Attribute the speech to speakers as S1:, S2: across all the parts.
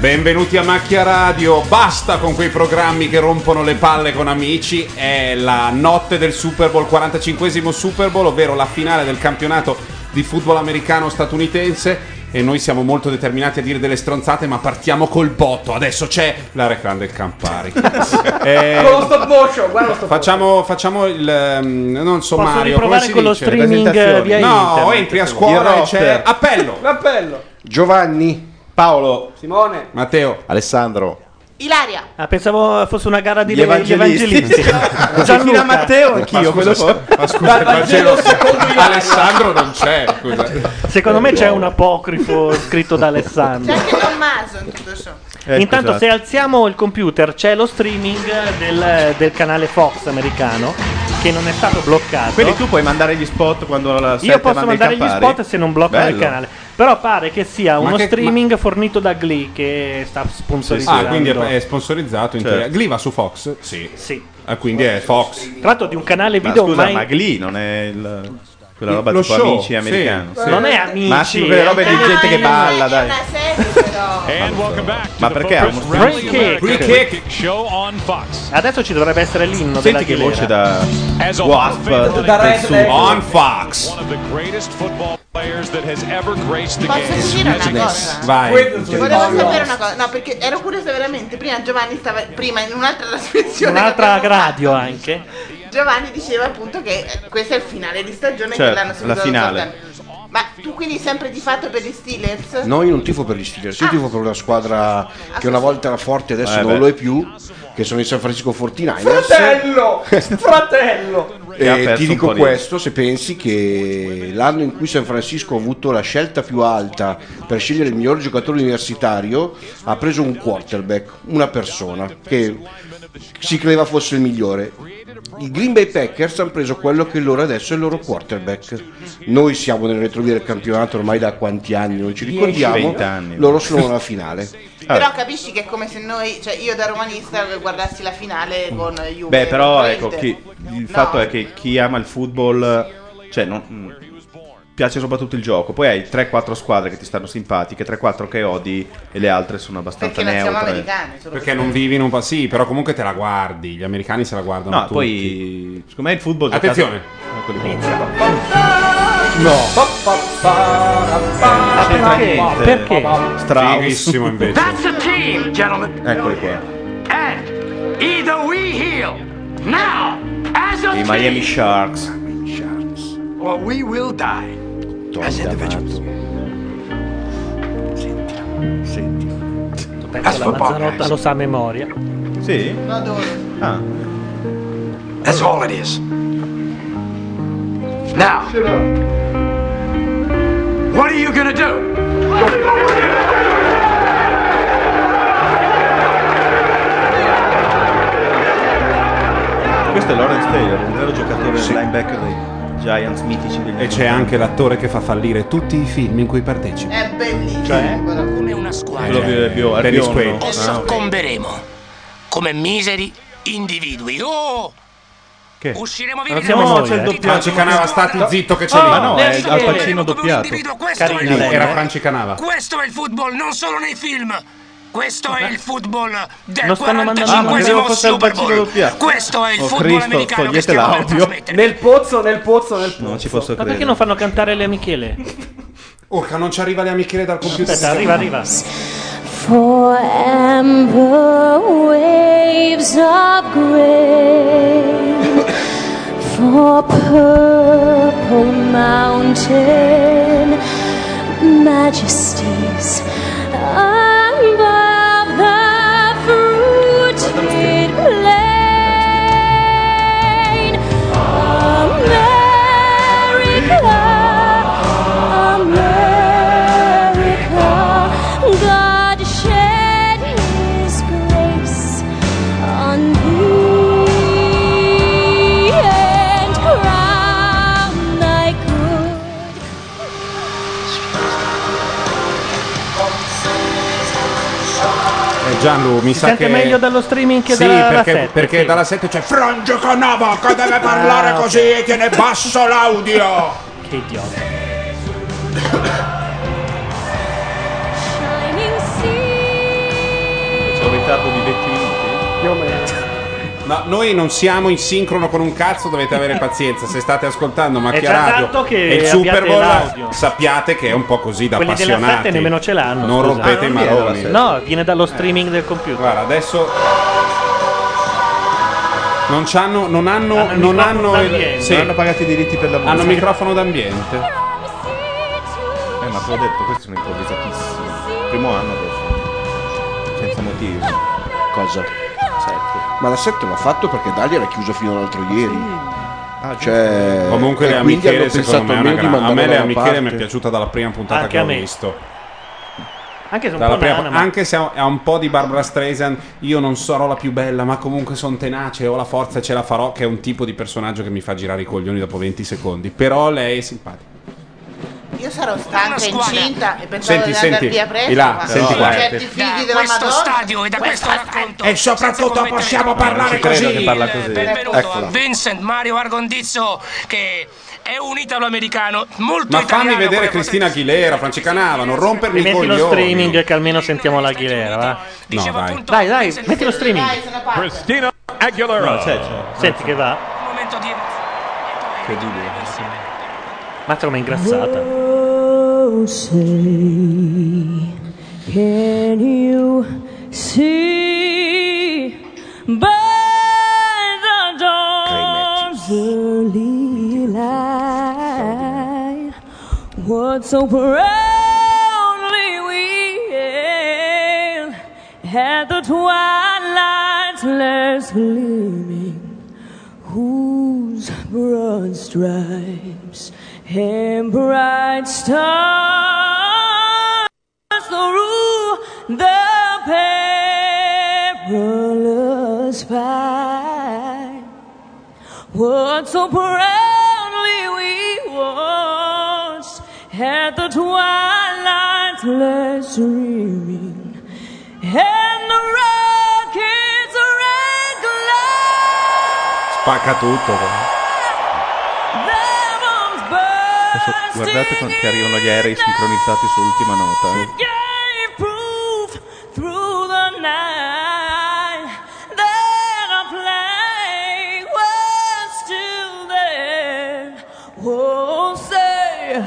S1: Benvenuti a Macchia Radio, basta con quei programmi che rompono le palle con amici, è la notte del Super Bowl, 45esimo Super Bowl, ovvero la finale del campionato di football americano statunitense e noi siamo molto determinati a dire delle stronzate ma partiamo col botto, adesso c'è la reclam del Campari. Eh,
S2: Con lo stop motion, guarda lo stop
S1: Facciamo, facciamo il. ehm, non so,
S2: Posso
S1: Mario.
S2: riprovare
S1: come si
S2: con lo
S1: dice?
S2: streaming, Presentazioni. via
S1: no,
S2: internet.
S1: entri a
S2: Il
S1: scuola e
S2: roster.
S1: c'è. Appello!
S2: L'appello.
S1: Giovanni. Paolo.
S2: Simone.
S1: Matteo.
S3: Alessandro.
S4: Ilaria.
S5: Ah, pensavo fosse una gara di
S3: Gli evangelisti.
S5: Gianluca
S3: Matteo,
S1: Ma
S5: anch'io.
S1: scusa, se- ma scusa, il Vangelo secondo Alessandro non c'è. Scusa.
S5: Secondo me c'è un apocrifo scritto da
S4: Cioè,
S5: Alessandro.
S4: Tommaso, in tutto ciò.
S3: Ecco,
S5: Intanto,
S4: esatto.
S5: se alziamo il computer, c'è lo streaming del, del canale Fox americano che non è stato bloccato.
S3: Quindi tu puoi mandare gli spot quando la
S5: Io
S3: sette
S5: posso
S3: manda i
S5: mandare gli
S3: Campari?
S5: spot se non bloccano il
S3: Bello.
S5: canale. Però pare che sia
S3: Ma
S5: uno
S3: che-
S5: streaming fornito da Glee che sta sponsorizzando.
S1: Ah, quindi è è sponsorizzato in
S5: Certo.
S1: teoria. Glee va su Fox? Sì.
S5: Sì.
S1: Ah, quindi è Fox.
S5: Tra l'altro di un canale
S3: Ma
S5: video
S3: scusa,
S5: ormai-
S3: ma Glee non è il, quella
S1: Il-
S3: roba
S1: lo
S3: tipo
S1: show,
S3: amici
S1: sì,
S3: americano.
S1: sì. Non è Amici,
S3: Ma sì, quelle
S1: è
S3: robe di
S1: un
S3: gente che
S1: canale,
S3: balla, dai. Ma perché ha uno
S5: Free kick.
S3: Free
S6: Show on Fox.
S5: Adesso ci dovrebbe essere l'inno
S3: Senti
S5: della
S3: che
S5: Aguilera.
S3: voce da
S6: eh,
S3: Wasp del sud.
S1: Fox.
S6: One of the greatest football players that has ever graced the
S4: Posso
S6: game.
S4: dire
S6: As
S4: una
S6: a-
S4: cosa?
S1: Vai.
S4: Volevo sapere una cosa, no, perché ero curiosa veramente. Prima Giovanni stava prima in un'altra trasmissione.
S5: Un'altra radio anche.
S4: Giovanni diceva appunto che eh, questo è il finale di stagione
S7: Certo,
S4: che l'hanno subito
S7: la finale.
S4: saltato. Ma tu quindi sempre di fatto per gli Steelers?
S7: No, io non tifo per gli Steelers, io tifo per una squadra che una volta era forte e adesso
S3: Eh,
S7: non
S3: beh.
S7: lo è più, che sono i San Francisco 49ers.
S2: Fratello! Fratello!
S7: E
S1: Eh,
S3: Ha perso
S7: Eh, ti
S3: un po'
S7: dico
S3: di-
S7: questo se pensi che l'anno in cui San Francisco ha avuto la scelta più alta per scegliere il miglior giocatore universitario ha preso un quarterback, una persona che si credeva fosse il migliore. I Green Bay Packers hanno preso quello che loro adesso è il loro quarterback. Noi siamo nel retrovia del campionato ormai da quanti anni, non ci
S3: Dieci,
S7: ricordiamo.
S3: vent'anni.
S7: Loro sono alla finale.
S4: Però capisci che è come se noi, cioè io da romanista guardassi la finale con Juve.
S3: Beh, però
S4: contro
S3: ecco,
S4: Inter.
S3: chi- il fatto è che chi ama il football, cioè non- mm, piace soprattutto il gioco. Poi hai 3-4 squadre che ti stanno simpatiche, 3-4 che odi e le altre sono abbastanza neutre.
S1: Perché non vivi in un pa- Sì, però comunque te la guardi. Gli americani se la guardano
S3: No,
S1: tutti.
S3: poi secondo me il football
S1: Attenzione.
S3: No,
S2: Perché? Perché?
S1: Fighissimo, invece.
S8: That's the team, gentlemen.
S3: Eccoli qua.
S8: And either we heal now as a
S3: I
S8: team,
S3: Miami Sharks.
S8: or we will die as individuals.
S5: Penso la Mazzarotta lo sa a memoria.
S3: Sì? Ah.
S8: That's all it is. Now, what are you gonna do?
S3: Questo è Lawrence Taylor, un vero giocatore linebacker dei Giants mitici degli
S1: E c'è anche l'attore che fa fallire tutti i film in cui partecipa.
S4: È bellissimo.
S8: Come una
S3: Quello
S8: squadra.
S3: che è bio- è
S1: Dennis
S3: biondo.
S1: Quaid.
S8: O
S1: Ah, ok.
S8: soccomberemo come miseri individui. Oh!
S3: Che?
S8: Usciremo
S1: Ma
S8: vivi
S1: siamo
S8: da-
S1: noi, eh. Franci Canava, stati zitto che c'è lì.
S8: Ma no, è
S3: Al Pacino doppiato.
S1: Carina,
S8: lei,
S1: era
S8: eh.
S1: Franci Canava.
S8: Questo è il football, non solo nei film. Questo è il football del
S5: Lo stanno mandando
S8: 45esimo
S5: in onda. Ah, ma credevo fosse al
S8: Super
S5: Pacino
S8: Bowl.
S5: doppiato.
S8: Questo è il
S3: Oh,
S8: football
S3: Cristo,
S8: americano che
S3: togliete
S8: stiamo per
S3: l'audio.
S8: trasmettere.
S2: Nel pozzo, nel pozzo, nel pozzo.
S3: Non ci posso
S5: Ma perché
S3: credere.
S5: non fanno cantare le Michele?
S1: Urca, Oh, non ci arriva le amichele dal computer.
S5: Aspetta, arriva, arriva.
S1: Eh,
S9: For amber waves of gray, for purple mountain majesties above the fruited plain. America, America. God shed his grace on thee.
S1: Gianlu, mi sa
S5: sente
S1: che
S5: meglio dallo streaming che
S1: Sì,
S5: dalla
S1: perché,
S5: sette,
S1: perché
S5: sì.
S1: dalla 7 c'è Frangio
S8: Canova che
S5: Ah,
S8: deve parlare così e tiene basso l'audio.
S5: Che idiota.
S3: C'è un ritardo di 20 minuti?
S6: Più o meno.
S1: No, noi non siamo in sincrono con un cazzo, dovete avere pazienza. Se state ascoltando
S5: È
S1: Macchia
S5: già tanto
S1: Radio
S5: che
S1: e il
S5: abbiate
S1: Super Bowl,
S5: l'audio.
S1: sappiate che è un po' così da
S5: Quelli della
S1: appassionati.
S5: 7 nemmeno ce l'hanno.
S1: Non
S5: scusa.
S1: rompete i maroni.
S5: No, viene dallo streaming del computer.
S1: Guarda, adesso Non, c'hanno, non hanno,
S5: Hanno il
S1: non
S5: microfono
S1: hanno,
S5: d'ambiente.
S1: sì,
S5: Non hanno
S3: pagato i diritti per la musica.
S1: Hanno microfono d'ambiente.
S3: Eh, ma te l'ho detto, questi sono improvvisatissimi. Primo anno proprio. Senza motivo.
S10: Cosa? Ma la 7 l'ha fatto perché Dalia era chiuso fino all'altro
S5: Ah,
S10: ieri. Cioè,
S1: Comunque
S10: e
S1: Lea
S10: quindi hanno
S1: Michele secondo
S10: pensato
S1: me è una
S10: almeno di
S1: gran- A
S10: mandarlo
S1: me
S10: da
S1: Lea
S10: una
S1: Michele mi è
S10: parte.
S1: piaciuta dalla prima puntata
S5: Anche
S1: che
S5: a
S1: ho
S5: me.
S1: visto.
S5: Anche se un
S1: Dalla
S5: po'
S1: prima-
S5: nana, ma-
S1: anche se ha ha un po' di Barbara Streisand, io non sarò la più bella, ma comunque sono tenace, ho la forza e ce la farò, che è un tipo di personaggio che mi fa girare i coglioni dopo 20 secondi. Però lei è simpatica.
S4: Io sarò stanca, incinta e pensavo
S1: Senti,
S4: di andare
S1: senti,
S4: via presto.
S1: di là,
S4: ma
S1: senti qua.
S4: certi figli della
S8: questo
S4: Madonna.
S8: stadio e da questo racconto.
S4: E
S8: soprattutto possiamo
S3: parlare ci credo così. che parla così.
S8: Benvenuto
S3: Eccola.
S8: a Vincent Mario Argondizzo che è un italo-americano molto
S1: Ma
S8: italiano.
S1: fammi vedere Cristina Aguilera, Franci Canava, non rompermi i
S5: Rimetti lo
S1: coglioni.
S5: streaming che almeno sentiamo la Ghilera, va.
S1: No, vai.
S5: Dai, dai, metti lo streaming.
S11: Cristina Aguilera.
S5: Senti che va.
S3: Incredibile.
S5: Mazza come è ingrassata.
S12: Oh, say, can you see by the dawn's early light what so proudly we hailed at the twilight's last gleaming? whose bronze stripes and bright stars through the perilous fight. What so proudly we watched at the twilight's last dreaming and the rocket's red glare.
S1: Spacca tutto.
S3: Adesso guardate quanti arrivano gli aerei sincronizzati sull'ultima nota. eh.
S12: through the night that our play was still there. Oh, say,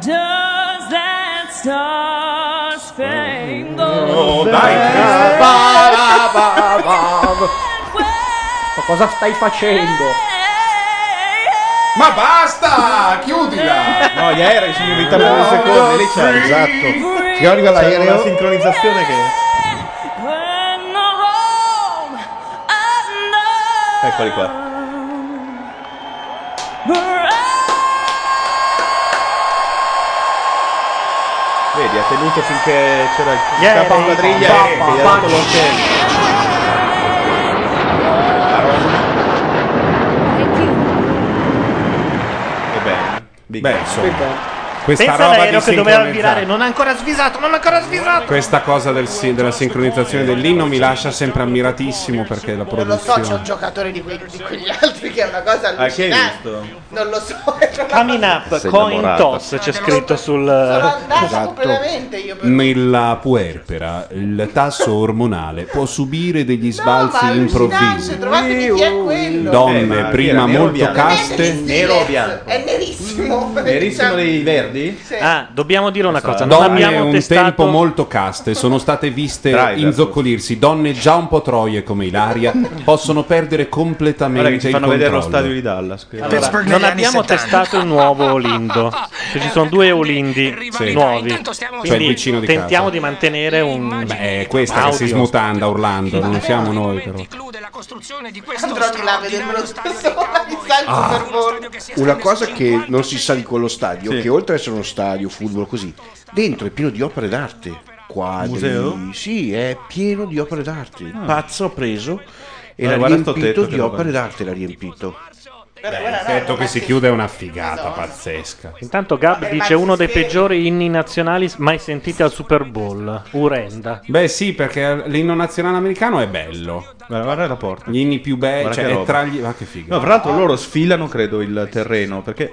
S12: does that star
S3: Oh,
S12: spangled
S6: Eh. Ma cosa stai facendo?
S1: Ma basta! Chiudila!
S3: No, gli aerei sono in ritardo
S10: No,
S3: due secondi,
S10: no,
S3: lì c'è.
S10: sì. Esatto. Che arriva
S3: C'è
S10: l'aereo.
S3: una sincronizzazione che. Eccoli qua. Vedi, ha tenuto finché c'era il
S5: Gli aerei.
S3: capo quadriglia
S5: Bam,
S3: e gli ha
S5: bam,
S3: dato l'ok. E bene.
S1: Beh, insomma, questa
S5: Pensa
S1: roba di
S5: all'aereo che doveva
S1: sincronizzare.
S5: virare, non ha ancora svisato, non ha ancora svisato.
S1: Questa cosa del sin- della sincronizzazione dell'inno mi lascia sempre ammiratissimo perché
S4: Non
S1: la
S4: lo so, c'è un
S1: produzione. Ah,
S4: giocatore di, quei- di quegli altri che è una cosa allucinante. non lo so.
S5: Coming up,
S1: Sei
S5: coin
S1: innamorata.
S5: toss c'è scritto sul.
S4: Andata completamente io per
S1: Nella puerpera il tasso ormonale può subire degli sbalzi improvvisi.
S4: Trovatemi chi è
S1: Eh,
S4: quello. Eh,
S1: Donne prima molto caste,
S3: Nero o bianco?
S4: È nerissimo. diciamo
S3: Nerissimo dei verdi?
S5: Ah, dobbiamo dire una cosa, non
S1: Donne
S5: abbiamo
S1: un
S5: testato
S1: tempo molto caste sono state viste inzoccolirsi. Donne già un po' troie come Ilaria possono perdere completamente
S3: Guarda che ci
S1: il
S3: fanno vedere lo
S1: controllo.
S3: stadio di Dallas. qui.
S5: Allora, non abbiamo testato il nuovo Olindo. Cioè, ci sono due Olindi
S1: Sì.
S5: nuovi.
S1: Cioè,
S5: Quindi
S1: il vicino di
S5: tentiamo di mantenere un.
S1: Beh, è questa che si
S5: Audio.
S1: smutanda urlando, non siamo noi però.
S4: Andrò di là a vedermelo da sola, mi sa il
S10: Ah.
S4: Super Bowl.
S10: Una cosa che non si sa di quello stadio, che oltre ad essere uno stadio football così, dentro è pieno di opere d'arte. Quadri,
S3: Museo?
S10: sì, è pieno di opere d'arte. Il Pazzo ha preso e
S3: Ah,
S10: l'ha
S3: guarda sto
S10: riempito
S3: tetto che
S10: di
S3: roba.
S10: opere d'arte, l'ha riempito.
S1: L'effetto che si chiude è una figata pazzesca.
S5: Intanto Gab
S1: Beh,
S5: dice
S1: ma si
S5: uno dei
S1: spiega.
S5: peggiori inni nazionali mai sentiti al Super Bowl. Urenda.
S1: Beh, sì, perché l'inno nazionale americano è bello.
S3: Guarda, guarda la porta.
S1: Gli inni più belli,
S3: Guarda
S1: cioè,
S3: che
S1: è
S3: Eh, roba.
S1: tra gli. Ma che figa.
S3: No, fra l'altro loro sfilano, credo, il terreno, perché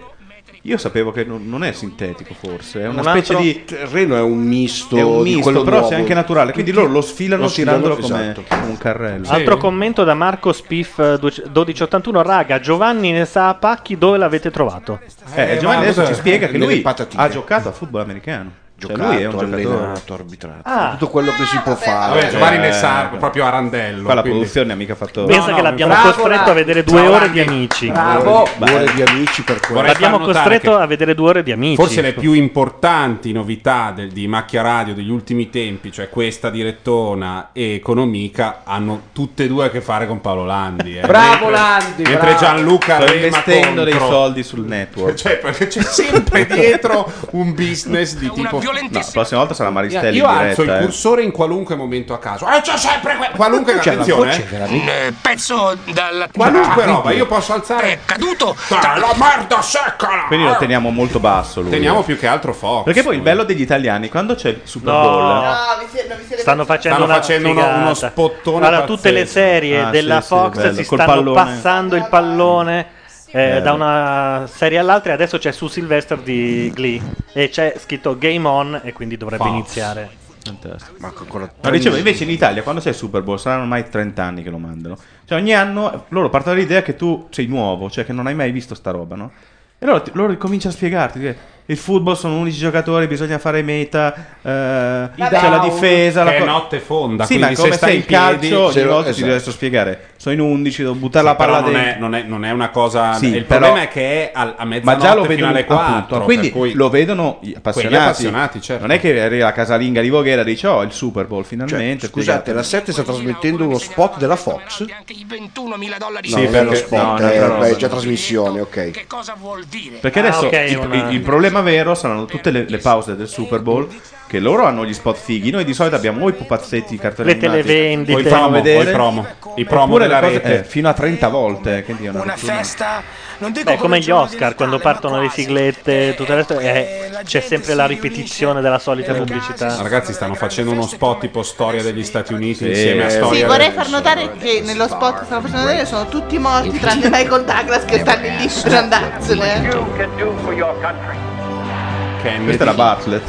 S3: io sapevo che non, non è sintetico, forse, è una
S7: Un
S3: specie
S7: altro
S3: di...
S7: terreno è un misto,
S3: È un
S7: di
S3: misto,
S7: quello
S3: però
S7: nuovo.
S3: c'è anche naturale, quindi loro lo sfilano tirandolo come
S7: esatto.
S3: un carrello.
S5: Altro commento da Marco Spiff eh, duec- 1281. Raga, Giovanni ne sa a pacchi dove l'avete trovato.
S3: Eh, Giovanni adesso ci spiega che lui ha giocato a football americano. Cioè,
S7: Giocato,
S3: lui è un
S7: allenato,
S3: giocatore
S7: arbitrato,
S5: Ah.
S7: tutto quello che si può fare.
S1: Vabbè, Giovanni ne sa Ah, proprio a randello.
S3: Qua la
S1: quindi-
S3: produzione ha mica fatto.
S5: Pensa che l'abbiamo
S1: bravo,
S5: costretto
S1: bravo.
S5: a vedere due
S1: Ciao,
S5: ore
S1: Andy.
S5: di amici.
S1: Bravo.
S7: Due ore di amici per quello.
S1: Vorrei
S5: L'abbiamo
S1: far notare
S5: costretto
S1: che
S5: a vedere due ore di amici.
S1: Forse le più importanti novità del- di Macchia Radio degli ultimi tempi, cioè questa direttona e Economica, hanno tutte e due a che fare con Paolo Landi. eh.
S6: Bravo
S1: Mentre-
S6: Landi,
S1: Mentre
S6: bravo.
S1: Gianluca
S3: Sto
S1: rema
S3: investendo dei
S1: contro-
S3: soldi sul network.
S1: Cioè, perché c'è sempre dietro un business di tipo.
S3: No, la prossima volta sarà Maristelli
S1: Io
S3: in
S1: alzo
S3: diretta.
S1: il
S3: eh.
S1: cursore in qualunque momento a caso. Eh, c'è sempre que- qualunque
S3: C'è la
S1: attenzione,
S3: voce
S1: eh.
S3: veramente.
S8: Eh, pezzo dal.
S1: Qualunque roba, io posso alzare.
S8: È caduto.
S1: la merda secca!
S3: Quindi lo teniamo molto basso. Lui.
S1: Teniamo più che altro Fox.
S3: Perché poi il bello degli italiani, quando c'è il Super
S5: No.
S3: Bowl,
S4: vi siete- non vi siete
S5: Stanno facendo,
S3: Stanno
S5: una
S3: facendo uno-
S5: figata.
S3: uno spottone
S5: Allora,
S3: pazzesco.
S5: tutte le serie
S3: Ah,
S5: della
S3: sì, sì,
S5: Fox
S3: bello,
S5: si
S3: col
S5: stanno
S3: pallone.
S5: passando il pallone eh,
S3: Bello.
S5: da una serie all'altra. E adesso c'è su Sylvester di Glee e c'è scritto Game On. E quindi dovrebbe
S3: Fox.
S5: iniziare.
S3: Fantastico.
S7: Ma ancora
S3: No, dicevo, invece in Italia, quando c'è il Super Bowl, saranno ormai 30 anni che lo mandano. Cioè, ogni anno loro partono dall'idea che tu sei nuovo, cioè che non hai mai visto sta roba, no? E loro, ti- loro cominciano a spiegarti che il football sono 11 giocatori, bisogna fare meta, eh, c'è la
S1: down.
S3: difesa. la
S1: Che è notte fonda,
S3: Sì, ma
S1: quindi
S3: come
S1: se
S3: stai
S1: stai
S3: in
S1: in piedi-
S3: calcio, ogni
S7: Cioè,
S1: Se lo-
S3: volta ti
S1: esatto.
S3: devo adesso spiegare. Sono in 11, devo buttare la
S1: Sì, però
S3: palla
S1: non, è,
S3: dentro.
S1: non, è, non è una cosa.
S3: Sì,
S1: il
S3: però-
S1: problema è che è al- a
S3: ma
S1: mezzanotte
S3: già lo
S1: fino
S3: vedono
S1: alle
S3: appunto,
S1: 4. per
S3: quindi
S1: cui-
S3: lo vedono gli appassionati,
S1: appassionati, certo.
S3: non è che arriva la casalinga di Voghera e dice oh il Super Bowl finalmente
S7: Cioè, Scusate, la 7 sta trasmettendo uno spot della Fox?
S3: Sì, eh,
S7: No, non è
S3: perché-
S7: uno spot,
S3: no,
S7: è,
S3: un'altra roba.
S7: è già trasmissione, ok.
S3: Perché
S7: Ah,
S3: adesso
S7: ok,
S3: il,
S7: una-
S3: il- il problema vero saranno tutte le, le pause del Super Bowl. Che loro hanno gli spot fighi. Noi di solito abbiamo o i pupazzetti, i cartoni
S5: Le
S3: animati,
S5: televendite.
S3: o
S5: O i
S3: i promo,
S5: promo,
S3: vedere,
S5: o i promo.
S1: I promo
S3: oppure
S1: della
S3: le cose
S1: rete.
S3: che- fino a 30 volte. Quindi è una, rottura.
S5: Beh,
S3: Ecco.
S5: come gli Oscar, quando partono le siglette, e tutto il resto, eh, c'è sempre la ripetizione della
S3: Eh,
S5: solita pubblicità.
S1: Ragazzi, stanno facendo uno spot tipo storia degli Stati Uniti
S5: Sì.
S1: insieme a
S5: Sì,
S1: storia.
S4: Sì,
S1: del-
S4: vorrei far notare che nello spot che stanno facendo Eh, vedere sono tutti morti tranne Michael Douglas che sta lì lì per andarsene.
S1: Kennedy.
S3: Questa è la Bartlett.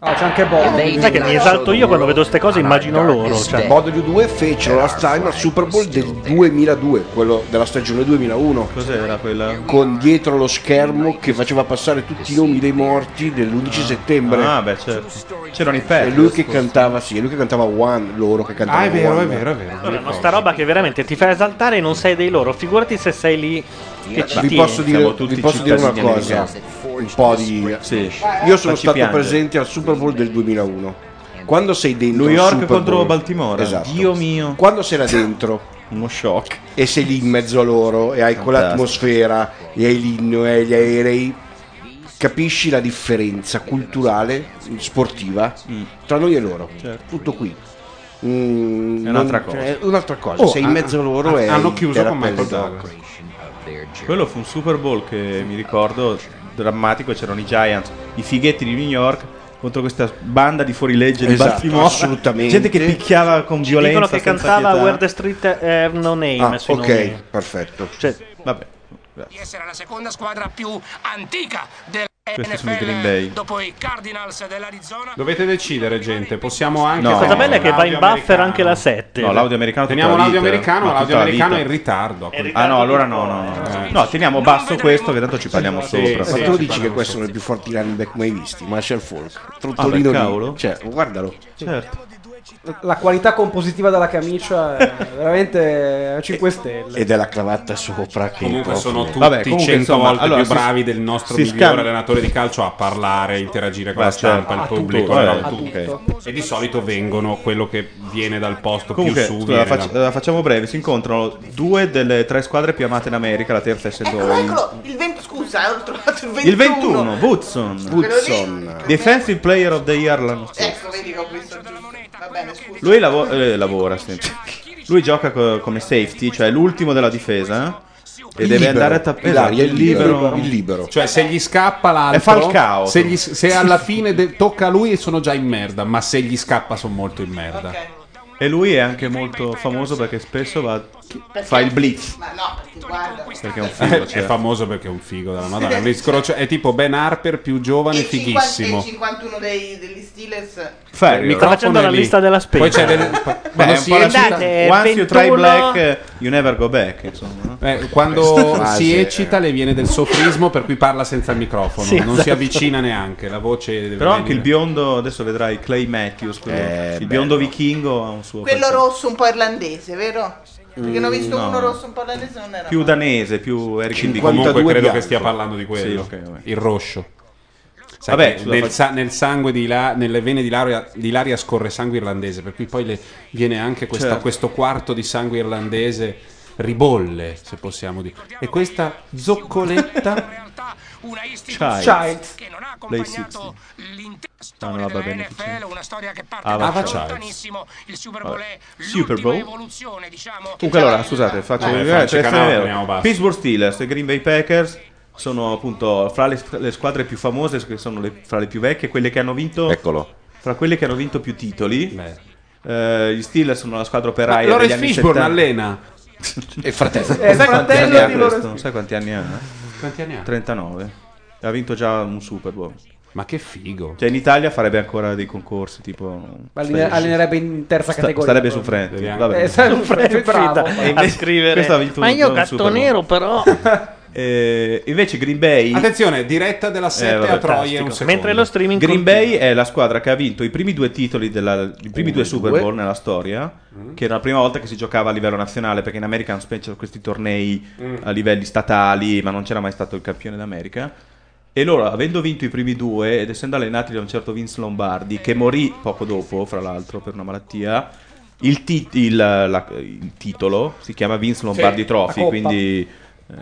S6: Ah, c'è anche Bob.
S5: Sai che mi esalto io quando vedo queste cose, immagino loro.
S7: Cioè,
S5: Cioè.
S7: Model 2 fecero last time al Super Bowl del 2002, quello della stagione 2001.
S3: Cos'era quella?
S7: Con dietro lo schermo che faceva passare tutti i nomi dei morti dell'11 settembre.
S3: Ah, beh, certo. C'erano i pezzi.
S7: È lui che cantava, sì, è lui che cantava One, loro che
S3: Ah,
S7: cantavano One.
S5: Allora, no, sta roba che veramente ti fa esaltare e non sei dei loro. Figurati se sei lì che ci
S7: Vi
S5: tieni.
S7: posso dire, vi posso dire una cosa, un po' di... Io sono
S3: Facci
S7: stato
S3: piangere.
S7: presente al Super Bowl del 2001. Quando sei dentro...
S3: New
S7: al
S3: York
S7: Super
S3: contro
S7: Bowl-
S3: Baltimora.
S7: Esatto.
S3: Dio mio.
S7: Quando sei là dentro...
S3: Uno shock.
S7: E sei lì in mezzo a loro e hai quell'atmosfera, e hai l'inno, e hai gli aerei. Capisci la differenza culturale, sportiva, tra noi e loro. Tutto qui. Mm,
S3: Mm. Certo. È un'altra
S7: non-
S3: cosa.
S7: cioè, è un'altra cosa.
S3: Oh,
S7: sei in
S3: ah,
S7: mezzo a loro
S3: ah,
S7: e...
S3: hanno
S7: te
S3: chiuso
S7: la
S3: con Michael
S7: pelli
S3: Douglas.
S7: d'acqua.
S3: Quello fu un Super Bowl che mi ricordo drammatico, c'erano i Giants, i fighetti di New York contro questa banda di fuorilegge di
S7: Esatto,
S3: Baltimore.
S7: assolutamente.
S3: Gente che picchiava con violenza.
S5: Dicono che
S3: senza
S5: cantava
S3: pietà.
S5: Where the Street eh, Have No Name.
S3: Ah,
S5: sui
S3: ok.
S5: nomi.
S7: Perfetto.
S5: Cioè,
S3: vabbè.
S8: Di essere la seconda squadra più antica del
S1: Questi sono i Green
S8: NFL
S1: Bay.
S8: dopo i Cardinals dell'Arizona.
S1: Dovete decidere, gente. Possiamo anche.
S3: No.
S5: La cosa bella è che va in
S1: L'audio
S5: buffer
S1: americano.
S5: anche la 7.
S3: No, l'audio americano tutta
S1: Teniamo
S3: la
S1: l'audio
S3: vita,
S1: americano,
S3: ma
S1: l'audio
S3: tutta la
S1: Ah, americano
S3: vita.
S1: è in ritardo.
S3: Ah no, allora no, no, no. No, teniamo basso questo che tanto ci parliamo
S7: Sì,
S3: sopra.
S7: ma tu dici che questo sono i più forti lineback mai visti? Marshall Falk,
S3: Ah, beh,
S7: trottolino
S3: cavolo.
S7: lì. Cioè, guardalo.
S3: Certo.
S6: La qualità compositiva della camicia è veramente 5 stelle.
S7: Ed è la cravatta sopra che
S1: Comunque
S7: proprio-
S1: sono tutti
S7: Vabbè, comunque,
S1: 100
S7: insomma,
S1: volte
S7: allora,
S1: più
S7: si-
S1: bravi del nostro
S7: si
S1: migliore
S7: scambia-
S1: allenatore di calcio a parlare, interagire con
S3: Beh,
S1: la stampa,
S3: certo.
S1: il
S3: A tutto,
S1: pubblico.
S3: eh,
S1: no,
S3: a
S1: tutto.
S3: tutto.
S1: E di solito vengono quello che viene dal posto
S3: Comunque,
S1: più su.
S3: scusa, la,
S1: viene
S3: fac-
S1: da-
S3: la facciamo breve. Si incontrano due delle tre squadre più amate in America, la terza essendo
S4: Eccolo,
S3: il-
S4: eccolo, il 20, scusa, eh, ho trovato il 21.
S3: il 21, Woodson.
S4: Woodson.
S3: Defensive Player of the Year l'anno scorso.
S4: Ecco, vedi che ho visto giusto. Va bene, scusa.
S3: Lui lavo- eh, lavora sempre. Lui gioca co- come safety, cioè l'ultimo della difesa. eh, E
S1: Il
S3: deve
S1: libero.
S3: andare a tappare Esatto,
S1: Ilaria, il libero. Il
S10: libero.
S1: Cioè, se gli scappa l'altro,
S3: È Falcao.
S1: Se, gli- se alla fine de- tocca a lui, sono già in merda. Ma se gli scappa, sono molto in merda.
S3: E lui è anche molto famoso perché spesso va,
S4: Perché-
S3: fa il blitz.
S4: Ma no, perché guarda.
S3: Perché è un figo.
S1: Eh,
S3: cioè.
S1: È famoso perché è un figo della Madonna. Lui scrocia- è tipo Ben Harper, più giovane,
S4: E
S1: fighissimo.
S4: 51 dei, degli Steelers.
S1: Ferrio.
S5: Mi sta facendo
S1: Microfono
S5: la
S1: è lì.
S5: lista della spesa.
S1: Poi c'è del-
S3: Beh,
S1: quando
S3: è un
S1: si
S3: po' la
S1: eccita-
S3: città- Once you try black, eh, you never go back. Insomma, no?
S1: Eh, quando
S3: Questa
S1: si
S3: frase-
S1: eccita le viene del sofismo per cui parla senza microfono,
S3: Sì,
S1: non si
S3: esatto.
S1: avvicina neanche, la voce deve
S3: Però anche
S1: venire.
S3: il biondo, adesso vedrai Clay Matthews, quello-
S1: Eh,
S3: il biondo vichingo ha un suo
S4: Quello
S3: personaggio.
S4: rosso un po' irlandese, vero? Perché ne ho visto
S3: Mm, no.
S4: uno rosso un po' irlandese, non era.
S3: più danese, più Eric Indigo.
S1: Comunque credo che stia parlando di quello, il roscio. Sai
S3: Vabbè,
S1: che
S3: sulla
S1: nel,
S3: fac-
S1: sa- nel sangue di là, nelle vene di Ilaria, di Ilaria scorre sangue irlandese, per cui poi le viene anche questa-
S3: Certo.
S1: questo quarto di sangue irlandese ribolle, se possiamo dire. E questa zoccoletta Child.
S6: Child.
S3: Play 60. Ah, no, vabbè, bene.
S8: una storia che parte
S3: Ava
S8: da
S3: Child.
S8: lontanissimo. Il Super Bowl è
S3: Ah, Super Bowl.
S8: l'evoluzione, diciamo.
S3: Comunque allora, scusate, faccio
S1: Vabbè,
S3: vedere,
S1: Francia
S3: cioè,
S1: Canale,
S3: è vero.
S1: andiamo avanti.
S3: Pittsburgh Steelers e Green Bay Packers sono appunto fra le, le squadre più famose, che sono le- fra le più vecchie, quelle che hanno vinto
S10: Eccolo.
S3: Fra quelle che hanno vinto più titoli. Eh, gli Steelers sono la squadra operaia
S1: Ma
S3: degli
S1: Lawrence
S3: anni
S1: Fishburne
S3: 70.
S1: allena.
S10: È fratello.
S3: Sai
S1: È
S3: quanti
S1: fratello
S3: anni ha
S1: di
S3: questo?
S1: Lawrence-
S3: Sai quanti anni ha?
S1: Quanti anni ha?
S3: 39. Ha vinto già un Super Bowl.
S1: Ma che figo.
S3: Cioè in Italia farebbe ancora dei concorsi tipo
S6: Alline- allenerebbe in terza
S3: Sta-
S6: categoria.
S3: Starebbe su Frente.
S6: Deve
S3: Vabbè.
S6: anche- Eh, sarebbe su Frente, bravo.
S3: E invece-
S6: A scrivere,
S3: questo ha vinto
S6: "Ma
S3: un-
S6: io
S3: un
S6: gatto
S3: Super Bowl.
S6: nero,
S5: però".
S3: Eh, invece Green Bay Eh,
S1: Attenzione, diretta della 7
S3: vabbè,
S1: a Troie
S3: fantastico.
S1: un secondo.
S3: Green Bay è la squadra che ha vinto i primi due titoli della, i primi
S1: Uno
S3: due
S1: e
S3: Super
S1: due.
S3: Bowl nella storia
S1: Mm.
S3: che era la prima volta che si giocava a livello nazionale perché in America hanno specie questi tornei
S1: Mm.
S3: a livelli statali ma non c'era mai stato il campione d'America e loro avendo vinto i primi due ed essendo allenati da un certo Vince Lombardi che morì poco dopo fra l'altro per una malattia il, ti- il- la- il titolo si chiama Vince Lombardi
S1: Sì,
S3: Trophy
S1: la coppa.
S3: quindi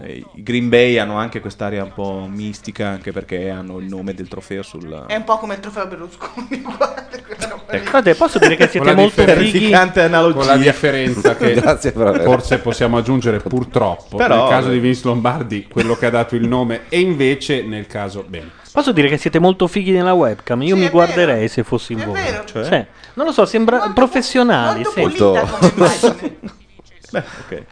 S3: eh, i Green Bay hanno anche quest'area un po' mistica anche perché hanno il nome del trofeo sul
S4: È un po' come il trofeo Berlusconi. guarda, quella roba
S3: Eh,
S4: lì.
S5: Guardate, posso dire Esatto, che siete
S1: Con la
S5: molto
S1: differenza-
S5: fighi?
S1: Con la differenza che
S5: Grazie per aver-
S1: forse possiamo aggiungere purtroppo
S5: Però-
S1: nel caso di Vince Lombardi quello che ha dato il nome e invece nel caso bene.
S5: Posso dire che siete molto fighi nella webcam? Io mi guarderei se fossi in voi.
S1: Cioè?
S5: Sì. Non lo so, sembra professionali. sì.
S3: Beh, ok.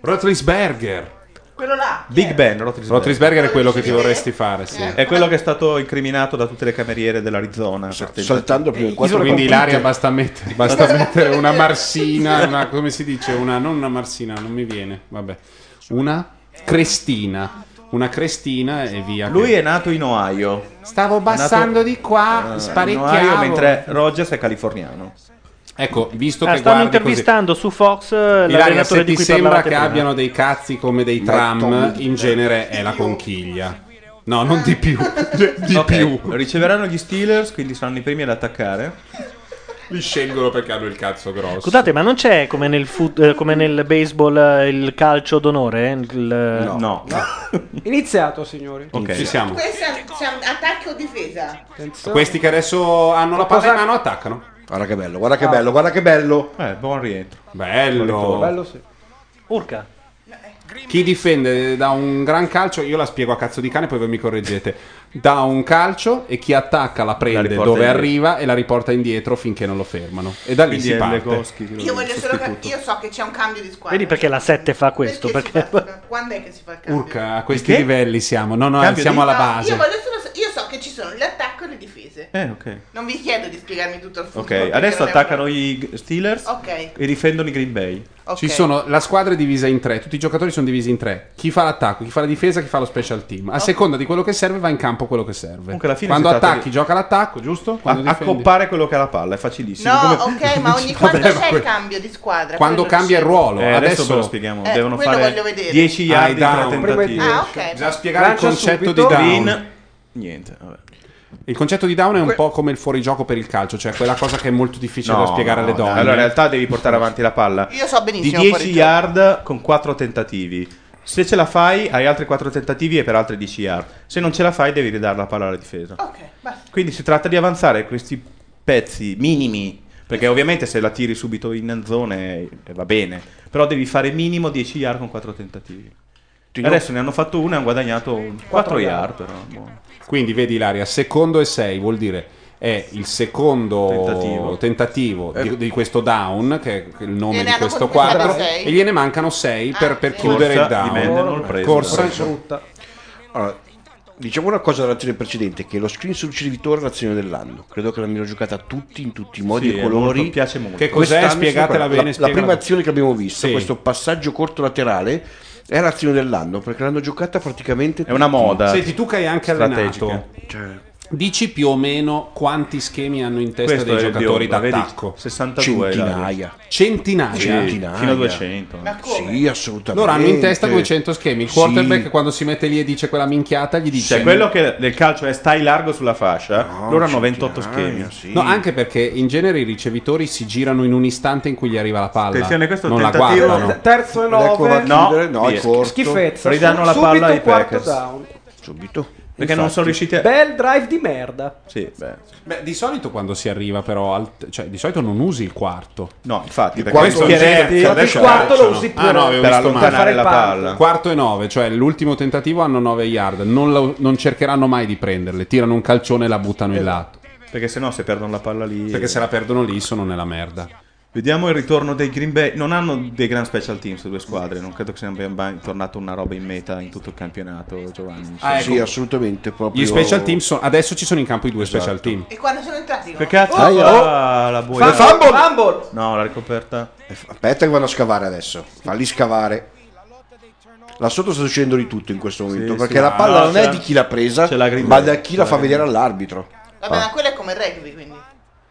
S1: Rotlisberger.
S4: Quello là.
S3: Big Ben Rotlisberger.
S1: Rotlisberger Eh, è quello che ti vorresti fare, sì.
S3: È quello che è stato incriminato da tutte le cameriere dell'Arizona.
S1: saltando
S3: prima
S1: Eh, Quindi Ilaria basta mettere, basta mettere una marsina, una- come si dice, una non una marsina, non mi viene, vabbè. Una crestina, una crestina e via.
S3: Lui è nato in Ohio.
S1: Stavo
S3: passando
S1: di qua,
S3: Ohio, Eh, mentre Rogers è californiano.
S1: Ecco, visto
S5: Ah,
S1: che
S5: stanno
S1: guardi così-
S5: intervistando su Fox eh,
S1: Ilaria, se
S5: l'allenatore di
S1: ti
S5: cui
S1: sembra
S5: parlavate
S1: che
S5: prima.
S1: abbiano dei cazzi come dei tram, in genere è la conchiglia. No, non di più. di più.
S3: Riceveranno gli Steelers, quindi saranno i primi ad attaccare.
S1: Li scelgono perché hanno il cazzo grosso.
S5: Scusate, ma non c'è come nel, foot- eh, come nel baseball eh, il calcio d'onore? eh? Il-
S3: No.
S6: Iniziato, signori.
S1: Ok, ci siamo.
S4: Questo è siamo attacco o difesa?
S1: Questi che adesso hanno la palla in mano attaccano.
S10: Guarda che bello, guarda che bello, guarda che bello.
S3: Eh, buon rientro.
S1: Bello.
S5: Urca.
S1: Chi difende da un gran calcio, io la spiego a cazzo di cane, poi voi mi correggete. Da un calcio e chi attacca la prende
S3: riporta
S1: dove
S3: indietro.
S1: arriva e la riporta indietro finché non lo fermano. E da lì
S3: Quindi
S1: si
S3: è
S1: parte.
S3: Legoschi
S4: Io voglio solo cap- Io so che c'è un cambio di squadra.
S5: Vedi perché la 7 fa questo? Perché...
S4: Quando è che si fa il cambio?
S1: Urca, a questi
S5: Che?
S1: livelli siamo. No, no,
S5: Cambio
S1: siamo
S5: di-
S1: alla
S4: No,
S1: base.
S4: Io, voglio solo sa- io so che ci sono l'attacco e le difese.
S3: Eh, ok.
S4: Non vi chiedo di spiegarmi tutto il
S3: Ok,
S4: football, perché
S3: adesso
S4: non è
S3: attaccano i Steelers
S4: Ok.
S3: e difendono i Green Bay.
S4: Ok.
S1: Ci sono, la squadra è divisa in tre, tutti i giocatori sono divisi in tre. Chi fa l'attacco, chi fa la difesa, chi fa lo special team. A seconda di quello che serve va in campo quello che serve.
S3: Comunque alla fine
S1: Quando
S3: si tratta
S1: attacchi
S3: di-
S1: gioca l'attacco, giusto?
S3: A,
S1: Quando
S3: a
S1: difendi.
S3: coppare quello che ha la palla, è facilissimo.
S4: No,
S3: Come-
S4: ok, ma ogni quanto
S3: Vabbè, ma
S4: c'è il
S3: que-
S4: cambio di squadra?
S1: Quando
S4: Eh, Quello
S1: cambia il
S4: sì.
S1: ruolo,
S3: Eh, adesso
S1: adesso... Ah,
S3: ve lo spieghiamo.
S4: Eh,
S3: Devono
S4: quello voglio
S3: fare
S4: vedere.
S3: 10 yard Ah, diciamo, di
S1: down.
S3: tre tentativi.
S4: Ah, ok.
S1: Bisogna spiegare il
S3: Lancia
S1: concetto
S3: subito.
S1: di down.
S3: Green. Niente, vabbè.
S1: Il concetto di down è un po' come il fuorigioco per il calcio, cioè quella cosa che è molto difficile
S3: No,
S1: da spiegare
S3: no,
S1: alle donne.
S3: dai, allora in realtà devi portare avanti la palla.
S4: Io so benissimo
S3: Di
S4: fuori
S3: 10 yard con 4 tentativi. Se ce la fai, hai altri 4 tentativi e per altri 10 yard. Se non ce la fai, devi ridare la palla alla difesa.
S4: basta.
S3: Quindi si tratta di avanzare questi pezzi minimi Perché ovviamente se la tiri subito in zone eh, va bene, però devi fare minimo 10 yard con 4 tentativi. Adesso ne hanno fatto uno e hanno guadagnato 4 yard. però. Boh.
S1: Quindi vedi Ilaria, secondo e 6 vuol dire è il secondo tentativo,
S3: Tentativo.
S1: di, di questo down, che è il nome
S4: Gliene
S1: di
S4: hanno
S1: questo
S4: conquistata
S1: quadro,
S4: sei? Ah,
S1: e gliene mancano 6 per, per chiudere il down. Corsa
S7: Allora, diciamo una cosa dell'azione precedente, che lo screen sul ricevitore è l'azione dell'anno. Credo che l'abbiamo giocata tutti, in tutti i modi
S3: Sì,
S7: e
S3: è
S7: colori.
S3: molto- piace molto.
S1: Che cos'è?
S7: Quest'anno,
S1: Spiegatela
S7: sì,
S1: bene,
S7: La, la
S1: spiegala.
S7: prima azione che abbiamo visto,
S1: Sì.
S7: questo passaggio corto laterale, è l'azione dell'anno, perché l'hanno giocata praticamente Cioè,
S1: È una moda Senti,
S7: Senti,
S1: tu che hai anche allenato, dici più o meno quanti schemi hanno in testa
S3: Questo
S1: dei
S3: è il
S1: giocatori
S3: biondo, vedi?
S1: d'attacco?
S3: 62 Centinaia.
S1: Centinaia?
S3: Centinaia. Fino a 200.
S7: Sì, assolutamente.
S1: Loro hanno in testa 200 schemi. Il
S3: Sì.
S1: quarterback quando si mette lì e dice quella minchiata gli dice...
S3: Cioè, quello che del calcio è stai largo sulla fascia, loro hanno 28
S1: centinaia,
S3: schemi.
S1: No, anche perché in genere i ricevitori si girano in un istante in cui gli arriva la palla.
S3: Attenzione, questo è un
S1: non la
S3: tentativo-
S1: guardano.
S6: Terzo e
S3: Ecco, va
S6: nove.
S3: a chiudere, no, è
S6: Via.
S3: corto.
S6: Schifezza.
S3: Ridanno la
S6: subito
S3: palla ai
S6: quarto
S3: Packers.
S6: down.
S7: Subito.
S3: Perché non sono riusciti a...
S6: Bel drive di merda.
S3: Sì, beh.
S1: Beh, di solito quando si arriva però, al t- cioè di solito non usi il quarto.
S3: No, infatti,
S1: il
S3: perché questo è scherzo, adesso calciano.
S1: ah, no, avevo visto
S3: per
S1: male.
S3: allontanare la palla.
S1: Quarto e 9, cioè l'ultimo tentativo hanno 9 yard, non, la- non cercheranno mai di prenderle, tirano un calcione e la buttano in lato.
S3: Perché se no se perdono la palla lì...
S1: Perché se la perdono lì sono nella merda.
S3: Vediamo il ritorno dei Green Bay. Non hanno dei gran special teams le due squadre. Non credo che sia mai tornata una roba in meta in tutto il campionato, Giovanni.
S1: Ah, ecco.
S7: Sì, assolutamente. Proprio...
S1: Gli special team sono adesso ci sono in campo i
S7: Esatto.
S1: due special team.
S4: E quando sono entrati? no?
S3: Che cazzo?
S4: Oh,
S3: Ah, la buia.
S7: Fumble!
S3: No, la ricoperta.
S7: Aspetta che vanno a scavare adesso. Falli scavare. Là sotto sta succedendo di tutto in questo momento,
S3: sì.
S7: perché la palla
S3: Ah,
S7: non
S3: c'è
S7: è
S3: la-
S7: di chi l'ha presa,
S3: c'è la Green
S7: ma
S3: Bay.
S7: da chi la
S3: C'è
S7: fa
S3: la Green
S7: vedere all'arbitro.
S4: Vabbè, ma
S7: Ah.
S4: quello è come il rugby, quindi.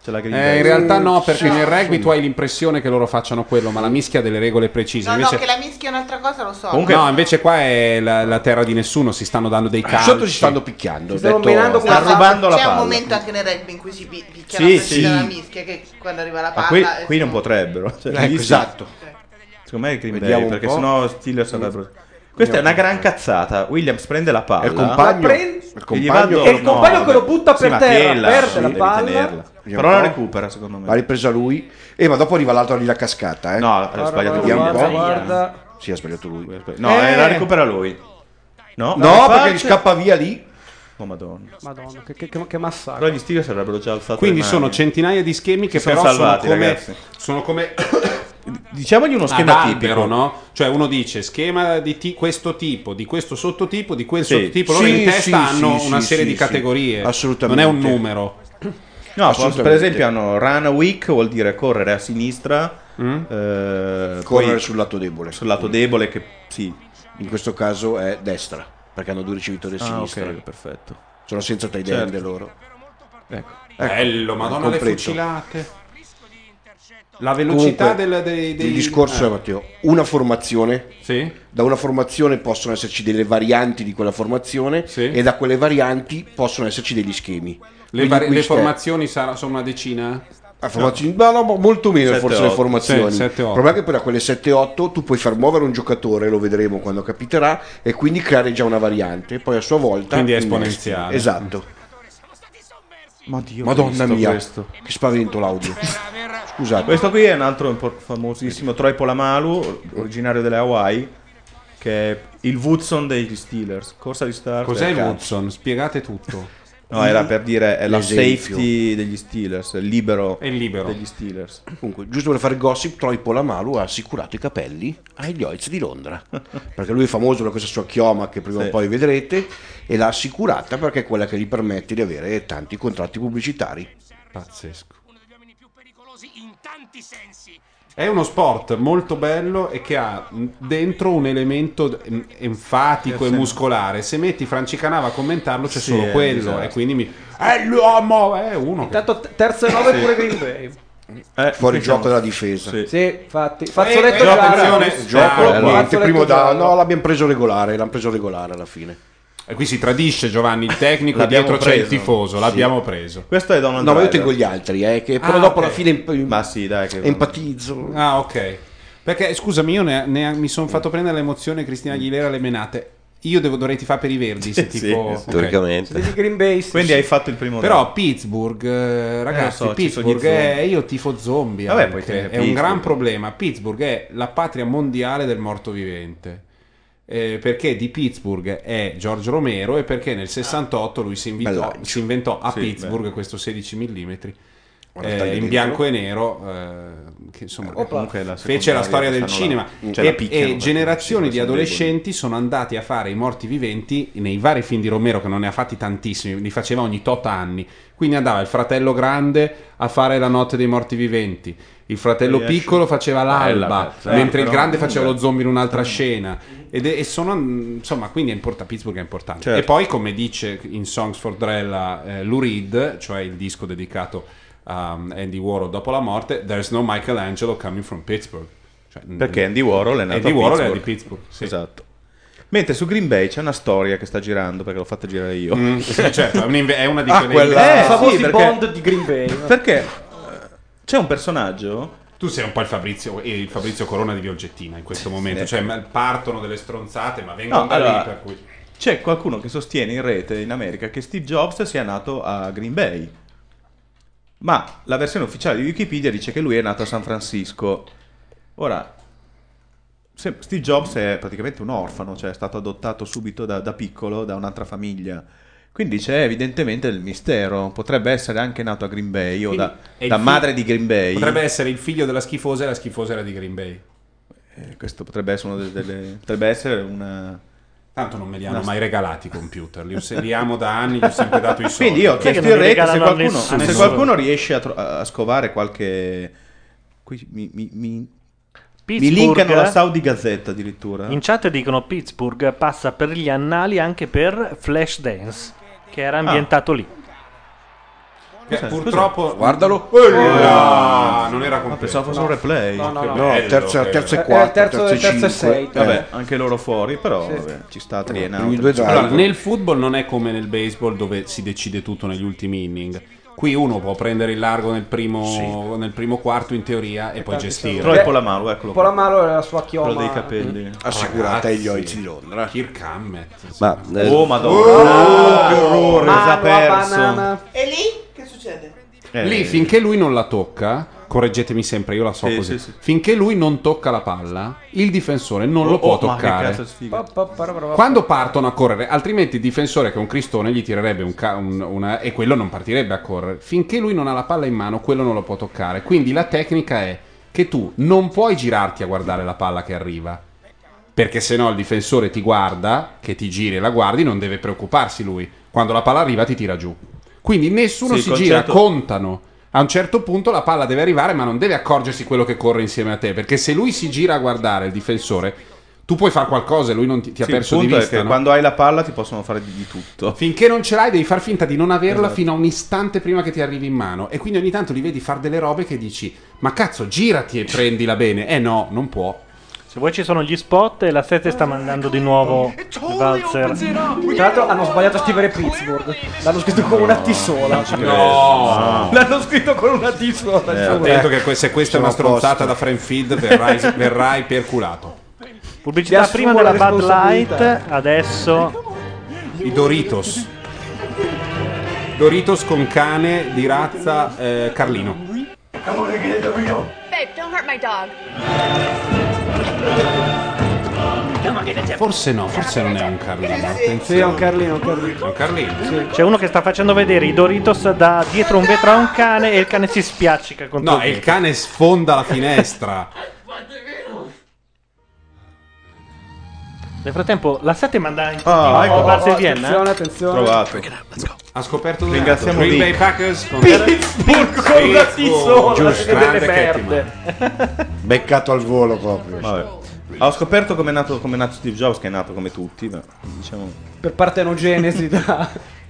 S3: C'è la Green
S1: Eh,
S3: Bay.
S1: in realtà no, perché
S4: No.
S1: nel rugby tu hai l'impressione che loro facciano quello, ma la mischia ha delle regole precise.
S4: No,
S1: Invece-
S4: no, che la mischia è un'altra cosa, lo so.
S1: Comunque- no, invece qua è la, la terra di nessuno, si stanno dando dei calci.
S7: Sotto si stanno picchiando.
S1: Si
S7: ho
S1: stanno
S7: detto-
S1: menando
S4: No,
S1: sta
S4: no,
S1: rubando la
S4: c'è
S1: palla.
S4: un momento anche nel rugby in cui si pi- picchiano
S3: Sì,
S4: per
S3: sì.
S4: la mischia, che quando arriva la
S3: Ma
S4: palla...
S3: qui,
S4: eh,
S3: qui non potrebbero. Cioè,
S7: Ecco,
S3: lì sì.
S7: esatto.
S3: Secondo me è Green
S7: Vediamo
S3: Bay,
S7: un
S3: perché
S7: po'.
S3: sennò Steelers avrebbero... Questa è una gran cazzata. Williams prende la palla.
S7: È il compagno.
S6: La
S7: È
S6: prende-
S7: il
S3: E gli
S7: compagno.
S3: va
S7: È il
S3: attorno.
S7: compagno che lo butta
S3: Sì,
S7: per
S3: ma
S7: terra,
S3: tienila,
S7: perde
S3: sì,
S7: la
S3: devi
S7: palla.
S3: tenerla.
S7: Vediamo
S3: Però
S7: un
S3: la
S7: po'.
S3: recupera, secondo me.
S7: L'ha ripresa lui. E ma dopo arriva l'altro lì la cascata, eh.
S3: No, ha Guarda, sbagliato guarda, lui.
S7: Vediamo un po'.
S3: guarda.
S7: Sì, ha sbagliato lui.
S3: No, eh, la recupera lui.
S7: No,
S3: No, Infatti-
S7: perché gli scappa via lì.
S3: Oh, madonna.
S6: Madonna, che, che- che- che massacro.
S3: Però gli Steelers avrebbero già alzato
S1: Quindi
S3: le mani.
S1: sono centinaia di schemi che
S3: Si sono
S1: però
S3: salvati,
S1: sono come,
S3: ragazzi.
S1: sono come
S3: Diciamogli uno schema
S1: ad Ah, albero,
S3: tipico.
S1: no? Cioè uno dice schema di ti- questo tipo, di questo sottotipo, di quel
S3: Sì.
S1: sottotipo, loro
S7: Sì,
S1: in testa
S7: sì,
S1: hanno
S7: sì,
S1: una
S7: sì,
S1: serie
S7: sì,
S1: di
S7: sì.
S1: categorie.
S7: Assolutamente.
S1: Non è un numero.
S3: No,
S7: Assolutamente.
S3: per esempio hanno run weak, vuol dire correre a sinistra,
S1: Mm?
S3: eh,
S7: Correre
S3: poi
S7: sul lato debole.
S3: sul lato debole che sì.
S7: In questo caso è destra, perché hanno due ricevitori a
S3: Ah,
S7: sinistra.
S3: ok, perfetto.
S7: Sono senza tight end
S3: Certo.
S7: loro.
S3: Ecco.
S7: Ecco,
S1: Bello,
S7: è
S1: madonna le
S7: completo.
S1: fucilate. La velocità
S7: Comunque,
S1: del, dei, dei-
S7: Il discorso
S1: eh,
S7: è, Matteo, una formazione.
S1: Sì?
S7: Da una formazione possono esserci delle varianti di quella formazione
S1: Sì.
S7: e da quelle varianti possono esserci degli schemi.
S1: Le,
S7: Quindi
S1: vari-
S7: qui
S1: le
S7: c'è-
S1: formazioni sarà- sono una decina?
S7: Ah, formazioni- no, no, mo- molto meno
S3: Sette,
S7: forse le
S3: otto.
S7: formazioni.
S1: Sì, sette,
S7: Il
S1: otto.
S7: problema è che poi da quelle 7-8 tu puoi far muovere un giocatore, lo vedremo quando capiterà, e quindi creare già una variante. Poi a sua volta...
S1: Quindi è
S7: innesti.
S1: esponenziale.
S7: Esatto.
S3: Ma Dio,
S7: Madonna
S3: Cristo,
S7: mia,
S3: Questo.
S7: che spavento l'audio. Scusate.
S3: Questo qui è un altro impor- famosissimo Troy Polamalu, originario delle Hawaii, che è il Woodson degli Steelers. Corsa di start.
S1: Cos'è
S3: eh,
S1: il
S3: cazzo.
S1: Woodson? Spiegate tutto.
S3: No, era per dire è la
S7: L'esempio.
S3: safety degli Steelers, il libero
S1: È libero.
S3: degli Steelers.
S7: Comunque, giusto per fare gossip, Troy Polamalu ha assicurato i capelli agli Oiz di Londra. Perché lui è famoso per questa sua chioma che prima
S3: Sì.
S7: o poi vedrete, e l'ha assicurata perché è quella che gli permette di avere tanti contratti pubblicitari.
S1: Pazzesco.
S13: in tanti sensi.
S1: È uno sport molto bello e che ha dentro un elemento em- enfatico e muscolare. Se metti Franciscanava a commentarlo c'è
S3: Sì,
S1: solo
S3: è
S1: quello
S3: esatto.
S1: e quindi mi... È l'uomo, è uno. che-
S6: Intanto te- terzo e nove pure Green Bay.
S3: Eh,
S7: Fuori
S3: diciamo-
S7: gioco dalla difesa.
S3: Sì.
S6: Sì, infatti. Fazzoletto
S1: eh,
S6: giallo.
S1: attenzione,
S3: Ehm,
S7: Gioco,
S1: Ah,
S7: niente,
S6: allora.
S7: primo da,
S6: Giallo.
S7: no, l'abbiamo preso regolare, l'hanno preso regolare alla fine.
S1: E eh, qui si tradisce Giovanni, il tecnico,
S3: L'abbiamo
S1: dietro c'è il
S3: preso.
S1: tifoso, l'abbiamo preso.
S3: Questo è Donald
S7: No, ma io
S3: Driver.
S7: tengo gli altri, eh, che però
S1: Ah,
S7: dopo
S1: ok.
S7: alla fine emp-
S3: Ma sì, dai che
S7: empatizzo.
S1: Ah, ok. Perché scusami, io ne, ne- mi sono fatto prendere l'emozione Cristina Aguilera le menate. Io devo, dovrei tifare per i verdi, se
S7: Mm. Sì,
S1: tipo... ok.
S7: teoricamente. Se dici
S6: Green Bay,
S1: Quindi hai
S3: fatto il primo
S1: Però Pittsburgh, eh, ragazzi,
S3: lo so, ci sono gli
S1: Pittsburgh è...
S3: zombie.
S1: Io tifo zombie.
S3: Vabbè,
S1: anche.
S3: puoi
S1: è
S3: tifare
S1: un
S3: Pittsburgh.
S1: gran problema. Pittsburgh è la patria mondiale del morto vivente. Eh, perché di Pittsburgh è Giorgio Romero e perché nel 68 lui si, invitò-
S10: Bellaccio.
S1: si inventò a
S10: Sì,
S1: Pittsburgh questo 16 mm
S10: Guarda, taglio
S1: in
S10: dentro.
S1: bianco e nero eh, che insomma
S10: Opla.
S1: comunque
S10: la
S1: fece la
S10: secondaria
S1: storia del
S10: stanno
S1: cinema
S10: là. Cioè, la
S1: e,
S10: picchiano
S1: e
S10: perché
S1: generazioni
S10: sì,
S1: di
S10: sono deboli.
S1: adolescenti sono andati a fare i morti viventi nei vari film di Romero che non ne ha fatti tantissimi li faceva ogni tot anni quindi andava il fratello grande a fare la notte dei morti viventi il fratello
S3: Riesce.
S1: piccolo faceva
S3: Eh, Bella,
S1: l'alba
S3: bella.
S1: mentre il
S3: Però-
S1: grande faceva lo zombie in un'altra scena Ed è- e sono insomma quindi è importante Pittsburgh è importante
S3: Certo.
S1: e poi come dice in Songs for Drella eh, Lou Reed cioè il disco dedicato a um, Andy Warhol dopo la morte There's no Michelangelo coming from Pittsburgh Cioè,
S3: Perché Andy Warhol è nato
S1: Andy
S3: a
S1: Warhol era
S3: Pittsburgh.
S1: di Pittsburgh sì.
S3: Esatto. Mentre su Green Bay c'è una storia che sta girando perché l'ho fatta girare io.
S1: Mm, sì, certo, è un'inve- è una di
S3: Ah,
S1: quelle-
S3: quella-
S1: Eh,
S3: eh,
S1: famosi
S3: sì, perché-
S1: Bond di Green Bay.
S3: Perché eh, c'è un personaggio
S1: tu sei un po' il Fabrizio, eh, il Fabrizio Corona di Violgettina in questo momento
S3: Sì.
S1: cioè ma- partono delle stronzate ma vengono
S3: No,
S1: da
S3: allora,
S1: lì per cui
S3: c'è qualcuno che sostiene in rete in America che Steve Jobs sia nato a Green Bay. Ma la versione ufficiale di Wikipedia dice che lui è nato a San Francisco. Ora, se- Steve Jobs è praticamente un orfano, cioè è stato adottato subito da, da piccolo da un'altra famiglia. Quindi c'è evidentemente il mistero. Potrebbe essere anche nato a Green Bay o da,
S1: Quindi è
S3: da
S1: il fi-
S3: madre di Green Bay.
S1: potrebbe essere il figlio della schifosa e la schifosa era di Green Bay
S3: Eh, Questo potrebbe essere, uno delle- delle- potrebbe essere una.
S1: Tanto non me li hanno
S3: una-
S1: mai regalati i computer, li, us- li amo da anni, gli ho sempre dato i soldi.
S3: Quindi io ho
S1: Perché
S3: chiesto
S1: non
S3: in
S1: li
S3: rete se
S1: regalano a
S3: qualcuno,
S1: nessuno.
S3: se
S1: Nessuno.
S3: qualcuno riesce a, tro- a scovare qualche. qui mi, mi, mi- mi
S5: Pittsburgh,
S3: linkano la
S5: eh?
S3: Saudi Gazzetta addirittura.
S5: In chat dicono Pittsburgh passa per gli annali anche per Flashdance, che era ambientato lì.
S1: Eh, purtroppo
S10: Guardalo.
S1: Eh, là, non era completo.
S3: Ah, Pensavo fosse un replay.
S1: No, no,
S3: Che
S1: no.
S3: bello
S1: No, terza-
S3: che-
S1: terza e Eh, quattro, terzo- terza e terza e cinque. sei.
S3: Vabbè, anche loro fuori, però
S1: Sì.
S3: vabbè, ci sta Triena.
S1: Allora, nel football non è come nel baseball dove si decide tutto negli ultimi inning. Qui uno può prendere il largo nel primo, nel primo quarto in teoria e, poi
S6: tanti
S1: gestire.
S6: saluti. Troy
S3: Polamalu,
S1: Eh,
S3: eccolo
S6: Polamaro era la sua chioma.
S3: eh.
S6: Mm.
S10: Assicurata agli
S1: oi
S10: Oiz di Londra.
S1: Kirk Hammett.
S7: Ma, eh,
S3: Oh,
S4: oh,
S1: Oh,
S3: madonna. che orrore,
S1: Ah, Mano
S3: s'ha
S1: a
S3: perso. Eh.
S1: banana.
S4: E lì che succede?
S1: Eh, Lì finché lui non la tocca, correggetemi sempre, io la so
S3: Sì,
S1: così.
S3: sì, sì.
S1: Finché lui non tocca la palla, il difensore non lo
S3: Oh,
S1: può
S3: oh, ma che
S1: toccare.
S3: cazzo di sfiga.
S6: Pa- pa- pa- pa- pa-
S1: Quando partono a correre, altrimenti il difensore che è un cristone gli tirerebbe un ca- un- una e quello non partirebbe a correre. Finché lui non ha la palla in mano, quello non lo può toccare. Quindi la tecnica è che tu non puoi girarti a guardare la palla che arriva. Perché se no il difensore ti guarda, che ti giri e la guardi, non deve preoccuparsi lui. Quando la palla arriva ti tira giù. Quindi nessuno
S3: Sì,
S1: si
S3: il
S1: gira,
S3: concetto-
S1: contano. A un certo punto la palla deve arrivare, ma non deve accorgersi quello che corre insieme a te. Perché se lui si gira a guardare il difensore, tu puoi fare qualcosa e lui non ti, ti ha
S3: Sì,
S1: perso
S3: il
S1: di
S3: punto
S1: vista.
S3: è che
S1: no?
S3: quando hai la palla ti possono fare di, di tutto.
S1: Finché non ce l'hai, devi far finta di non averla
S3: Esatto.
S1: fino a un istante prima che ti arrivi in mano. E quindi ogni tanto li vedi fare delle robe che dici: Ma cazzo, girati e prendila bene. Eh no, non può.
S5: Se vuoi ci sono gli spot e la 7 sta mandando di nuovo il valzer.
S6: Tra l'altro hanno sbagliato a scrivere Pittsburgh. L'hanno scritto con una T sola.
S1: No.
S6: L'hanno scritto con una T sola.
S1: Eh,
S6: giuro.
S1: attento che que- se questa è una
S6: Sono a posto.
S1: stronzata da frame feed, verrai, verrai perculato.
S5: Pubblicità
S1: Mi assumo
S5: prima della
S1: la
S5: Bud Light,
S1: responsabilità.
S5: adesso
S1: I Doritos. Doritos con cane di razza eh, Carlino.
S14: Babe, don't hurt my dog.
S1: Eh, Forse no, forse non è un Carlino.
S6: Sì, è un
S1: Attenzione.
S6: Carlino, un Carlino.
S1: È un Carlino.
S5: c'è uno che sta facendo vedere i Doritos da dietro un vetro a un cane e il cane si spiaccica contro
S1: No, e
S5: il
S1: il cane sfonda la finestra.
S5: Nel frattempo la 7 manda in
S1: Ah,
S5: a
S1: ecco.
S5: Barça e
S1: Oh,
S5: Vienna. eh?
S1: attenzione, attenzione. Trovato. Break it up, Ha scoperto dove
S3: Ringraziamo
S1: Green
S3: Dick.
S1: Bay Packers con oh,
S3: Pittsburgh
S10: con la T sola,
S1: Giusto,
S10: che delle
S1: grande
S10: merde.
S1: Kettiman.
S10: Beccato al volo proprio.
S3: Ho scoperto come è nato, com'è nato Steve Jobs, che è nato come tutti, ma diciamo
S6: Per partenogenesi da...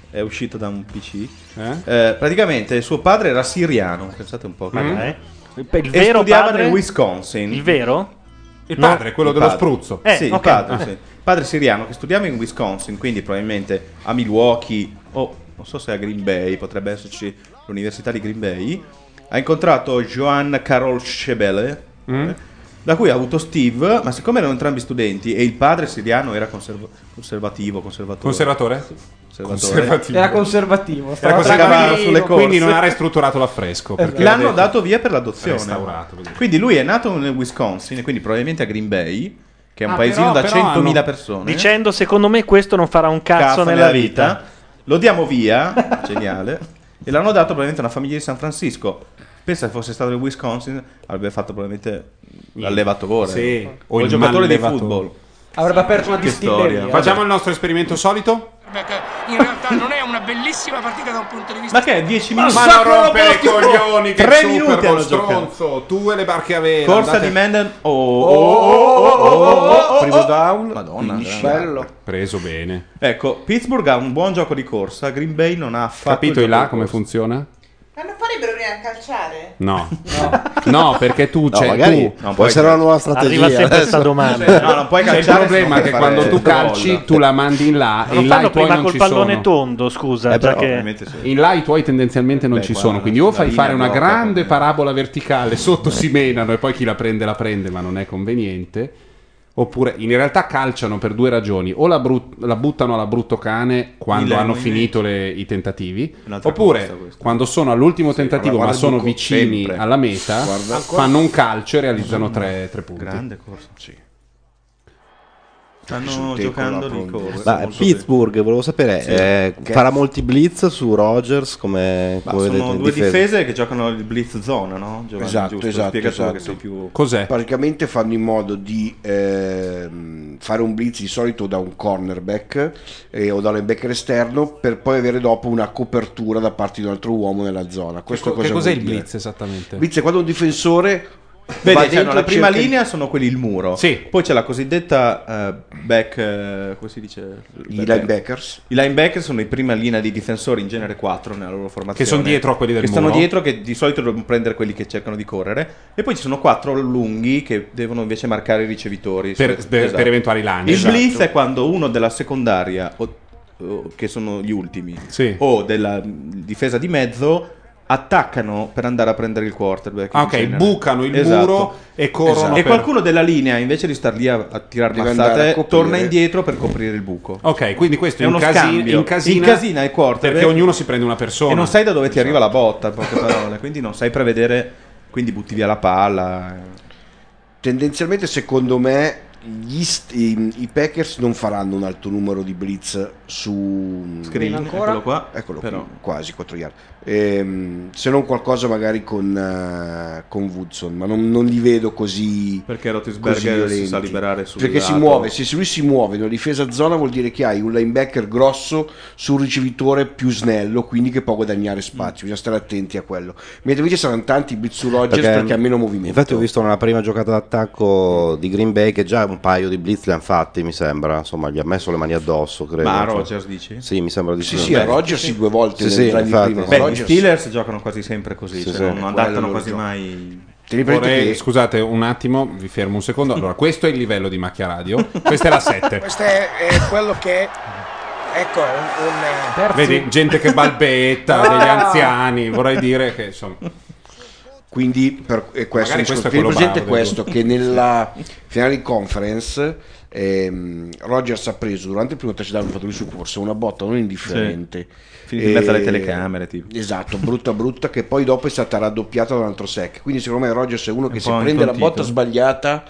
S3: è uscito da un PC.
S1: Eh?
S3: praticamente suo padre era siriano, pensate un po'.
S1: Mm-hmm.
S5: Ma
S3: che-
S5: dai. Il
S3: e
S5: vero
S3: studiava
S5: padre?
S3: nel Wisconsin.
S5: Il vero?
S1: Il padre, quello dello spruzzo.
S3: Eh,
S1: Eh,
S3: sì, il
S1: ok.
S3: padre,
S1: Ah.
S3: sì. Padre siriano che studiava in Wisconsin, quindi probabilmente a Milwaukee o non so se a Green Bay, potrebbe esserci
S1: Mm.
S3: l'università di Green Bay. Ha incontrato Joan Carol Schebele, eh, Da cui ha avuto Steve, ma siccome erano entrambi studenti e il padre siriano era conserva- conservativo, conservatore.
S1: Conservatore?
S3: Sì,
S1: Conservativo.
S6: Era conservativo.
S3: Era
S6: stava
S3: conservativo
S6: tranquillo.
S3: sulle cose.
S1: Quindi non ha ristrutturato l'affresco,
S5: Esatto.
S1: perché ha
S3: L'hanno
S1: detto-
S3: dato via per l'adozione.
S1: Restaurato, così.
S3: Quindi lui è nato nel Wisconsin, e quindi probabilmente a Green Bay, che è un
S5: Ah,
S3: paesino
S5: però-
S3: da
S5: però
S3: 100.000
S5: hanno-
S3: persone. eh.
S5: Dicendo, secondo me, questo non farà un cazzo, nella vita.
S3: Lo diamo via, geniale. E l'hanno dato probabilmente a una famiglia di San Francisco. Pensa se fosse stato il Wisconsin, avrebbe fatto probabilmente l'allevatore
S1: Sì,
S3: o
S1: o
S3: il
S1: il
S3: giocatore di
S1: mallevatore.
S3: football.
S6: Avrebbe aperto una
S3: Che
S6: distilleria.
S3: storia.
S1: Facciamo il nostro esperimento solito?
S8: In realtà non è una bellissima partita da un punto di vista.
S3: Ma che è 10
S1: Ma,
S3: minuti?
S1: non rompere i coglioni, che
S3: Tre
S1: Super
S3: minuti
S1: Bowl
S3: hanno giocato.
S1: stronzo, tu e le barche a vela.
S3: Corsa
S1: andate-
S3: di Menden. Oh,
S1: Primo
S3: down. Madonna,
S1: Quindici.
S3: grande.
S1: Bello. Preso bene.
S3: Ecco, Pittsburgh ha un buon gioco di corsa, Green Bay non ha affatto
S1: Capito
S3: il
S1: i là
S3: gioco di
S1: come
S3: corsa.
S1: funziona?
S4: Ma non farebbero neanche calciare?
S1: No. No, perché tu
S3: No,
S1: c'è
S3: magari
S1: tu,
S3: non può essere una nuova strategia Arriva sempre adesso. sta domanda. No, non puoi
S1: Cioè, C'è Il
S3: calciare
S1: problema
S3: se
S1: è
S3: non
S1: che
S3: fai
S1: quando tu
S3: fare
S1: calci
S3: gol.
S1: tu la mandi in là e
S5: Ah, lo
S1: in là
S5: fanno
S1: i tuoi
S5: prima
S1: non
S5: col
S1: ci
S5: pallone
S1: sono.
S5: tondo, scusa,
S1: Eh,
S5: già
S1: però,
S5: che...
S3: ovviamente
S1: In là i tuoi tendenzialmente non
S3: Beh,
S1: ci
S3: guarda,
S1: sono, quindi o
S3: la
S1: fai
S3: linea Eh.
S1: fare una
S3: blocca,
S1: grande parabola verticale, sotto si menano e poi chi la prende la prende, ma non è conveniente. Oppure in realtà calciano per due ragioni, o la, brut- la buttano alla brutto cane quando
S3: Mille
S1: hanno
S3: movimenti.
S1: finito le- i tentativi,
S3: Un'altra
S1: oppure
S3: cosa, questo.
S1: quando sono all'ultimo tentativo ma
S3: guarda il
S1: sono
S3: buco,
S1: vicini
S3: sempre.
S1: alla meta,
S3: Guarda.
S1: fanno un calcio e realizzano tre, tre punti.
S3: Grande corsa. Sì.
S1: Sul
S3: Stanno
S1: teco
S3: giocando
S1: la
S3: di
S1: pronta.
S3: corsa.
S15: Ma
S3: molto
S15: Pittsburgh, volevo sapere,
S3: Sì.
S15: eh,
S3: Che-
S15: farà molti blitz su Rogers come,
S3: Ma
S15: come vedete
S3: sono
S15: in
S3: due difese.
S15: difesa?
S3: che giocano il blitz zone, no? Giovanni,
S7: esatto,
S3: giusto?
S7: esatto.
S3: Spiega tu che
S7: esatto.
S3: sei più-
S7: Praticamente fanno in modo di ehm, fare un blitz di solito da un cornerback eh, o da un linebacker esterno per poi avere dopo una copertura da parte di un altro uomo nella zona. Questo
S1: Che
S7: cosa
S1: cos'è
S7: vuol
S1: il
S7: dire?
S1: blitz esattamente?
S7: Blitz è quando un difensore
S3: Vedi,
S7: va
S3: c'hanno
S7: dentro
S3: la
S7: e
S3: prima
S7: cerca di-
S3: linea sono quelli il muro. Poi c'è la cosiddetta eh, back. eh, come si dice?
S7: I linebackers.
S3: I linebacker sono in prima linea di difensori, in genere 4 nella loro formazione.
S1: Che sono dietro a quelli del
S3: Che stanno
S1: muro.
S3: dietro, che di solito devono prendere quelli che cercano di correre. E poi ci sono 4 lunghi che devono invece marcare i ricevitori.
S1: Per-
S3: Sono-
S1: per- per eventuali lanci.
S3: Il
S1: Esatto.
S3: blitz è quando uno della secondaria, o- o- che sono gli ultimi, o della mh, difesa di mezzo. Attaccano per andare a prendere il quarterback.
S1: Ah,
S3: in
S1: ok,
S3: genere.
S1: bucano il
S3: Esatto.
S1: muro e corrono
S3: Esatto. E
S1: per-
S3: qualcuno della linea, invece di star lì a, a tirare
S1: Deve andare a
S3: mazzate,
S1: coprire.
S3: torna indietro per coprire il buco.
S1: Ok, quindi questo
S3: è uno
S1: incasi-
S3: scambio.
S1: incasina-
S3: incasina il quarterback.
S1: perché ognuno si prende una persona.
S3: eh? E non sai da dove ti arriva la botta, in poche parole. Quindi non sai prevedere, quindi butti via la palla.
S7: Tendenzialmente, secondo me, gli st- i, i Packers non faranno un alto numero di blitz su
S3: Screen, Ancora? eccolo qua.
S7: Eccolo
S3: Però-
S7: qui, quasi 4 yard. Ehm, se non qualcosa, magari con, eh, con Woodson, ma non, non li vedo così.
S3: Perché Roethlisberger
S7: così
S3: si
S7: violenti.
S3: sa liberare sul
S7: Perché si
S3: lato.
S7: muove, se lui si muove in una difesa zona, vuol dire che hai un linebacker grosso su un ricevitore più snello, quindi che può guadagnare spazio. Bisogna stare attenti a quello. Mentre invece saranno tanti blitz su Rodgers perché, ha meno movimento.
S15: Infatti ho visto nella prima giocata d'attacco di Green Bay che già un paio di blitz li hanno fatti, mi sembra. Insomma, gli ha messo le mani addosso, credo.
S3: Ma a
S15: Cioè-
S3: Rodgers dici?
S15: Sì, mi sembra di
S7: Sì, sì, a Rodgers sì, due volte
S15: Sì,
S7: nel
S15: sì,
S7: drive
S15: infatti.
S7: prima.
S3: Beh,
S7: Rodgers-
S3: gli Steelers giocano quasi sempre così,
S7: Sì,
S3: cioè
S7: sì,
S3: non
S7: quello
S3: adattano
S7: loro
S3: quasi
S7: gioco.
S15: Uh,
S3: mai.
S1: Vorrei- Scusate un attimo, vi fermo un secondo. Allora, questo è il livello di macchia radio. Questa è la 7.
S16: Questo è, è quello che. Ecco, un. un, eh,
S1: Vedi, gente che balbetta,
S16: Ah.
S1: degli anziani. Vorrei dire che insomma.
S7: Quindi per, e questo,
S1: Magari
S7: è il discorso.
S1: questo è
S7: Tenete
S1: quello
S7: presente
S1: bravo,
S7: questo
S1: dico.
S7: che nella finale di conference ehm, Rodgers ha preso durante il primo touchdown fatto lui sul corso una botta non indifferente
S3: Sì. Finito in mezzo alle telecamere, tipo.
S7: esatto brutta brutta che poi dopo è stata raddoppiata da un altro sec quindi secondo me Rodgers è uno che
S3: un
S7: se
S3: po'
S7: prende
S3: intontito.
S7: la botta sbagliata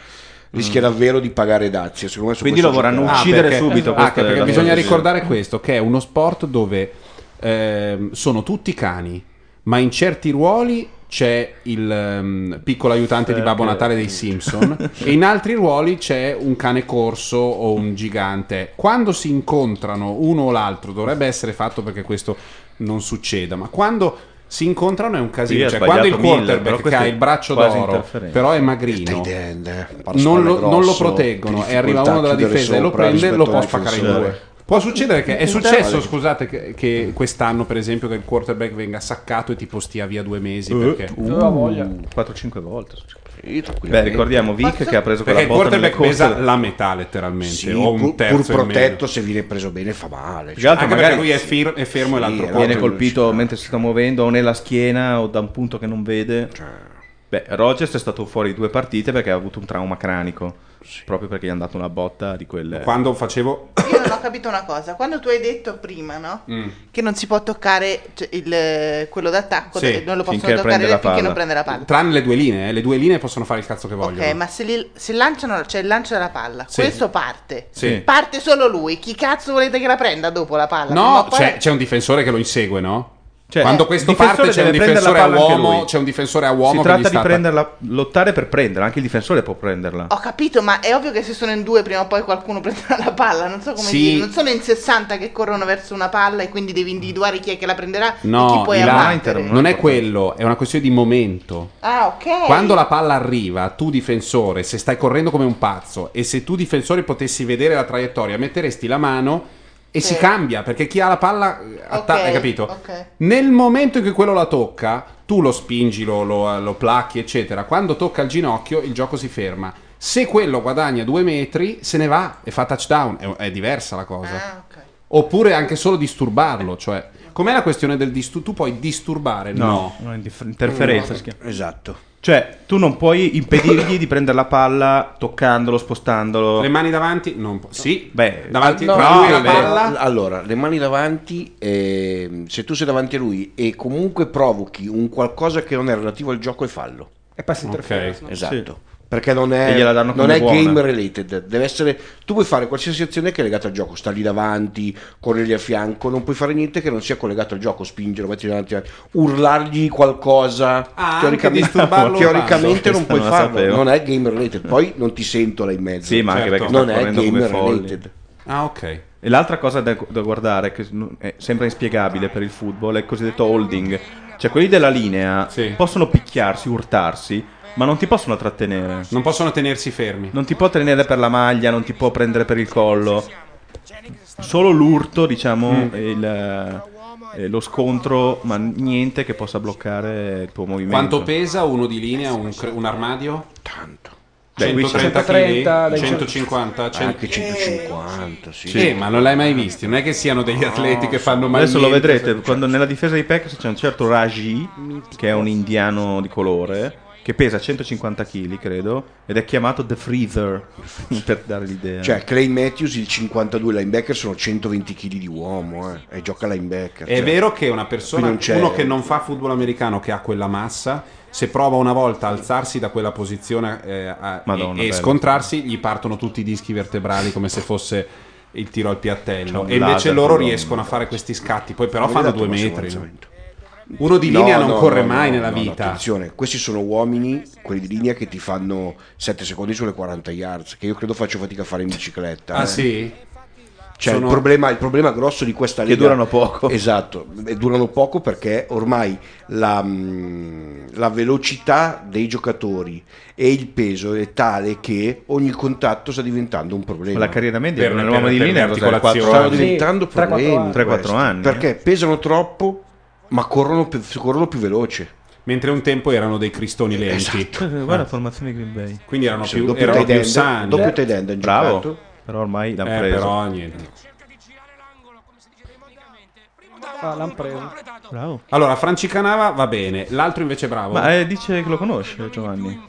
S7: rischia davvero di pagare dazio secondo me su
S3: Quindi
S7: questo
S3: lo vorranno
S7: giocherà.
S3: uccidere
S1: perché-
S3: subito,
S1: ah,
S3: questo
S1: anche
S3: è
S1: perché
S3: la
S1: bisogna
S3: cosa.
S1: ricordare questo: che è uno sport dove ehm, sono tutti cani, ma in certi ruoli c'è il ehm, piccolo aiutante di Babbo
S3: Perché-
S1: Natale dei Simpson e in altri ruoli c'è un cane corso o un gigante. Quando si incontrano uno o l'altro, dovrebbe essere fatto perché questo non succeda, ma quando si incontrano è un casino,
S3: Qui ha
S1: cioè quando il
S3: sbagliato mille, però
S1: quarterback che
S3: questo
S1: ha
S3: è
S1: il braccio
S3: quasi
S1: d'oro
S3: interferenza.
S1: però è magrino
S7: tight end, eh, parla spalle
S1: non lo, non lo
S7: grosso,
S1: proteggono
S7: che
S1: e arriva
S7: difficoltà
S1: uno della
S7: a chiudere
S1: difesa e lo
S7: sopra
S1: prende e lo
S7: rispetto
S1: può
S7: al
S1: spaccare in
S7: difensore.
S1: due Può succedere che è successo,
S7: Vale.
S1: scusate, che, che quest'anno per esempio che il quarterback venga saccato e tipo stia via due mesi
S3: Eh,
S1: perché
S3: uh, Aveva voglia. 4-5 volte. Beh, ricordiamo Vic che ha preso quella
S1: perché il
S3: botta nelle
S1: quarterback pesa
S3: corse.
S1: la metà letteralmente,
S7: Sì,
S1: o un
S7: pur,
S1: terzo
S7: pur
S1: in meno.
S7: protetto se viene preso bene fa male Ah,
S3: Più che altro
S1: Anche
S3: magari
S1: perché lui è, fir- è fermo e l'altro
S3: viene
S1: corto. Cioè.
S3: colpito mentre si sta muovendo o nella schiena o da un punto che non vede. Beh, Rogers è stato fuori due partite perché ha avuto un trauma cranico. Proprio perché gli hanno dato una botta di quelle.
S1: Quando facevo.
S4: Io non ho capito una cosa. Quando tu hai detto prima, no?
S3: Mm.
S4: Che non si può toccare cioè, il- quello d'attacco,
S1: Sì,
S4: non lo
S1: finché
S4: possono toccare
S1: prende la
S4: finché
S1: palla.
S4: non prende la palla.
S1: Tranne le due linee, eh, le due linee possono fare il cazzo che vogliono.
S4: Ok, ma se, li- se lanciano, cioè lancia la palla,
S1: Sì.
S4: questo parte.
S1: Sì.
S4: Parte solo lui. Chi cazzo volete che la prenda dopo la palla? Prima o
S1: No, cioè
S4: poi-
S1: c'è, c'è un difensore che lo insegue, no?
S3: Cioè,
S1: Quando
S3: eh,
S1: questo
S3: il difensore
S1: parte c'è un
S3: deve prendere la
S1: difensore a
S3: palla anche
S1: uomo,
S3: lui.
S1: c'è un difensore a uomo
S3: si
S1: che gli
S3: tratta
S1: sta
S3: di prenderla, lottare per prenderla, anche il difensore può prenderla.
S4: Ho capito, ma è ovvio che se sono in due prima o poi qualcuno prenderà la palla. Non so come
S3: Sì.
S4: dire. Non sono in 60 che corrono verso una palla e quindi devi individuare chi è che la prenderà e chi
S1: No,
S4: puoi
S1: Ilaria,
S4: abbattere.
S1: non è quello, è una questione di momento.
S4: Ah, ok.
S1: Quando la palla arriva, tu difensore, se stai correndo come un pazzo e se tu difensore potessi vedere la traiettoria, metteresti la mano e si cambia perché chi ha la palla eh, atta-
S4: Ok,
S1: hai capito?
S4: ok.
S1: Nel momento in cui quello la tocca, tu lo spingi, lo, lo- lo placchi, eccetera. Quando tocca il ginocchio, il gioco si ferma. Se quello guadagna due metri, se ne va e fa touchdown. È, è diversa la cosa.
S4: Ah,
S1: Oppure anche solo disturbarlo. Cioè, com'è la questione del disturbo? Tu puoi disturbare? No.
S3: no, indif- interferenza
S1: No.
S3: si chiama.
S7: Esatto.
S3: Cioè, tu non puoi impedirgli di prendere la palla toccandolo, spostandolo.
S1: Le mani davanti? Non può. Sì.
S3: Beh,
S1: davanti
S3: no,
S1: tra lui e la
S3: vabbè.
S1: palla.
S7: Allora, le mani davanti, ehm, se tu sei davanti a lui e comunque provochi un qualcosa che non è relativo al gioco, è fallo.
S15: E passa interferenza. no?
S7: Esatto. Perché non è,
S3: E gliela danno
S7: non
S3: come
S7: è
S3: buona.
S7: game related, deve essere. Tu puoi fare qualsiasi azione che è legata al gioco, star lì davanti, corrergli a fianco, non puoi fare niente che non sia collegato al gioco, spingerlo, mettergli davanti, urlargli qualcosa.
S1: Ah, anche disturbarlo
S7: teoricamente
S1: urlando.
S7: non puoi
S1: Questa non la
S7: farlo,
S1: sapevo.
S7: non è game related. Poi non ti sento là in mezzo. Certo.
S3: Sì, ma anche
S1: Certo.
S3: perché sta
S7: non è
S3: correndo
S7: game
S3: come folli.
S7: related.
S1: Ah, ok.
S3: E l'altra cosa da, da guardare, che non- è- sembra inspiegabile per il football, è il cosiddetto holding. Cioè, quelli della linea possono picchiarsi, urtarsi, ma non ti possono trattenere.
S1: Non possono tenersi fermi.
S3: Non ti può tenere per la maglia, non ti può prendere per il collo. Solo l'urto, diciamo,
S1: Mm.
S3: e il, eh, lo scontro, ma niente che possa bloccare il tuo movimento.
S1: Quanto pesa uno di linea, un, cre- un armadio? Tanto.
S3: Beh, qui c'è-
S1: 130
S3: 130,
S1: kg?
S3: dai,
S1: 150?
S7: Anche 150, sì.
S1: Eh, ma non l'hai mai visto, non è che siano degli atleti che fanno mai
S3: Adesso lo
S1: niente,
S3: vedrete
S1: se-
S3: quando nella difesa dei Packers c'è un certo Raji, che è un indiano di colore, che pesa 150 kg, credo, ed è chiamato The Freezer per dare l'idea.
S7: Cioè, Clay Matthews, il 52 linebacker, sono 120 kg di uomo eh, e gioca linebacker.
S1: È
S7: cioè.
S1: vero che una
S7: Qui
S1: persona,
S7: non c'è-
S1: uno che non fa football americano, che ha quella massa, se prova una volta a alzarsi da quella posizione eh, a-
S3: Madonna,
S1: e, e
S3: bello.
S1: scontrarsi, gli partono tutti i dischi vertebrali come se fosse il tiro al
S3: C'è
S1: piattello.
S3: un
S1: E invece
S3: laser
S1: loro
S3: sull'ombra.
S1: riescono a fare questi scatti, poi però
S7: Non gli
S1: fanno
S7: date
S1: due
S7: massimo
S1: metri.
S7: avanzamento.
S1: Uno di
S7: No,
S1: linea non
S7: no,
S1: corre
S7: no,
S1: mai
S7: no,
S1: nella
S7: no, no,
S1: vita.
S7: attenzione, questi sono uomini, quelli di linea, che ti fanno 7 secondi sulle 40 yards, che io credo faccio fatica a fare in bicicletta.
S1: Ah,
S7: eh.
S1: sì?
S7: Cioè,
S1: Sono-
S7: il, problema, il problema grosso di questa
S3: Che
S7: lega
S3: durano poco.
S7: Esatto, e durano poco perché ormai la, mh, la velocità dei giocatori e il peso è tale che ogni contatto sta diventando un problema.
S3: La carriera media Per- di un per- uomo di per linea le cos'è? articolazioni.
S7: stanno
S3: Sì,
S7: diventando
S3: tre, quattro
S7: problemi.
S3: anni. Tre, quattro
S7: questi,
S3: anni. eh.
S7: Perché pesano troppo, ma corrono più, corrono più veloce. Esatto.
S1: Mentre un tempo erano dei cristoni lenti.
S3: Eh, Guarda la formazione Green Bay.
S1: eh. Quindi erano
S7: Sì,
S1: più,
S7: doppio
S1: erano
S7: tight
S1: più
S7: end,
S1: sani.
S7: doppio tight end hanno
S3: Eh, Bravo.
S7: giocato.
S3: Però ormai l'hanno
S1: Eh,
S3: preso.
S1: però niente.
S15: Ah, l'hanno preso.
S3: Bravo.
S1: Allora, Franci Canava va bene, l'altro invece è bravo.
S3: Ma eh, dice che lo conosce Giovanni.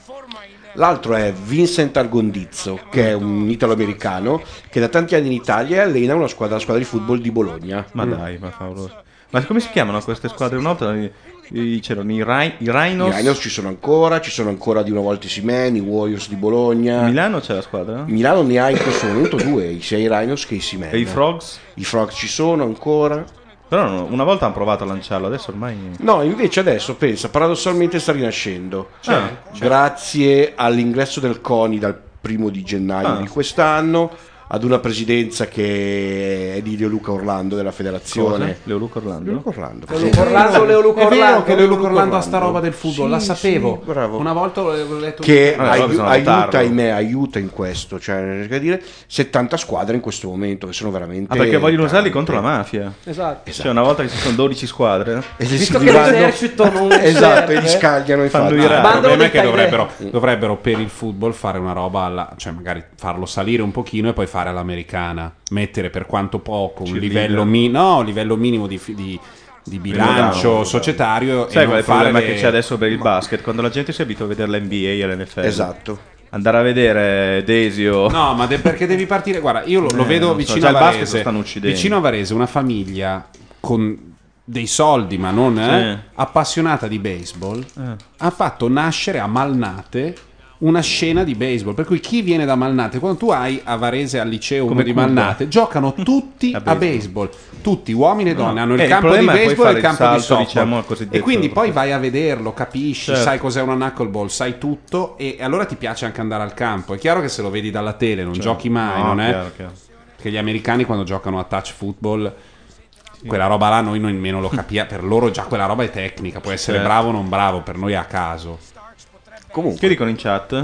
S7: L'altro è Vincent Argondizzo, che è un italo-americano che da tanti anni in Italia allena una squadra, la squadra di football di Bologna.
S3: Ma dai, ma favoloso. Ma come si chiamano queste squadre? Un'altra i- i- c'erano i, Rai- i Rhinos.
S7: I Rhinos ci sono ancora, ci sono ancora di una volta i Simeni, i Warriors di Bologna.
S3: Milano c'è la squadra?
S7: Milano ne ha in questo momento due, sia i Rhinos che i Simeni.
S3: E i Frogs?
S7: I Frogs ci sono ancora.
S3: Però no, una volta hanno provato a lanciarlo, adesso ormai.
S7: No, invece adesso pensa, paradossalmente sta rinascendo.
S3: Cioè,
S7: Ah, Grazie all'ingresso del CONI dal primo di gennaio
S3: Ah.
S7: di quest'anno, ad una presidenza che è di Leoluca Orlando della federazione.
S3: Cosa? Leoluca Orlando?
S7: Leoluca Orlando.
S1: Leoluca Orlando, Leoluca È vero Orlando. che Leoluca Orlando ha sta roba del football,
S7: Sì,
S1: la sapevo.
S7: sì, bravo.
S1: Una volta l'ho letto
S7: Che
S1: Ah,
S7: ai-
S1: però bisogna
S7: aiuta,
S1: votarlo.
S7: ahimè, aiuta in questo. Cioè, che dire, 70 squadre in questo momento che sono veramente.
S3: Ah, perché vogliono usarli
S7: tante.
S3: contro la mafia.
S15: Esatto.
S3: Cioè, una volta che ci sono 12 squadre.
S7: E se
S1: eh,
S7: Visto si che dividono- l'esercito non Esatto, serve. e li scagliano, infatti.
S3: Fanno i
S1: il
S3: ra-
S1: problema è che
S3: Bandolo dei
S1: dovrebbero,
S3: tagliere.
S1: dovrebbero per il football fare una roba alla, cioè magari farlo salire un pochino e poi fare all'americana, mettere per quanto poco un
S3: Cheerleader.
S1: livello, mi- no, un livello minimo di, fi- di- di bilancio societario
S3: Sai
S1: e non
S3: qual è il
S1: fare
S3: problema
S1: le-
S3: che c'è adesso per il basket? Quando la gente si è abituata a vedere l'NBA e l'NFL.
S1: Esatto.
S3: Andare a vedere Desio.
S1: No, ma de- perché devi partire? Guarda, io lo, lo
S3: Eh,
S1: vedo
S3: non so,
S1: vicino
S3: già
S1: a
S3: il basket
S1: Varese.
S3: lo stanno uccidendo.
S1: vicino a Varese, una famiglia con dei soldi, ma non eh,
S3: Sì.
S1: appassionata di baseball, ha fatto nascere a Malnate una scena di baseball. Per cui chi viene da Malnate? Quando tu hai a Varese al liceo uno
S3: Come
S1: di
S3: Cuba.
S1: Malnate, giocano tutti a baseball. Tutti, uomini e donne, hanno il
S3: Eh, il
S1: campo di
S3: problema è poi
S1: baseball e il
S3: fare il
S1: campo di
S3: salto,
S1: softball.
S3: diciamo, al cosiddetto-
S1: e quindi poi vai a vederlo, capisci,
S3: Certo.
S1: sai cos'è una knuckleball, sai tutto e allora ti piace anche andare al campo. È chiaro che se lo vedi dalla tele non
S3: Certo.
S1: giochi mai,
S3: No,
S1: non è?
S3: chiaro, chiaro.
S1: Che gli americani quando giocano a touch football quella roba là noi nemmeno lo capiamo, per loro già quella roba è tecnica, può essere
S3: Certo.
S1: bravo o non bravo, per noi è a caso.
S10: Comunque,
S3: che dicono in chat?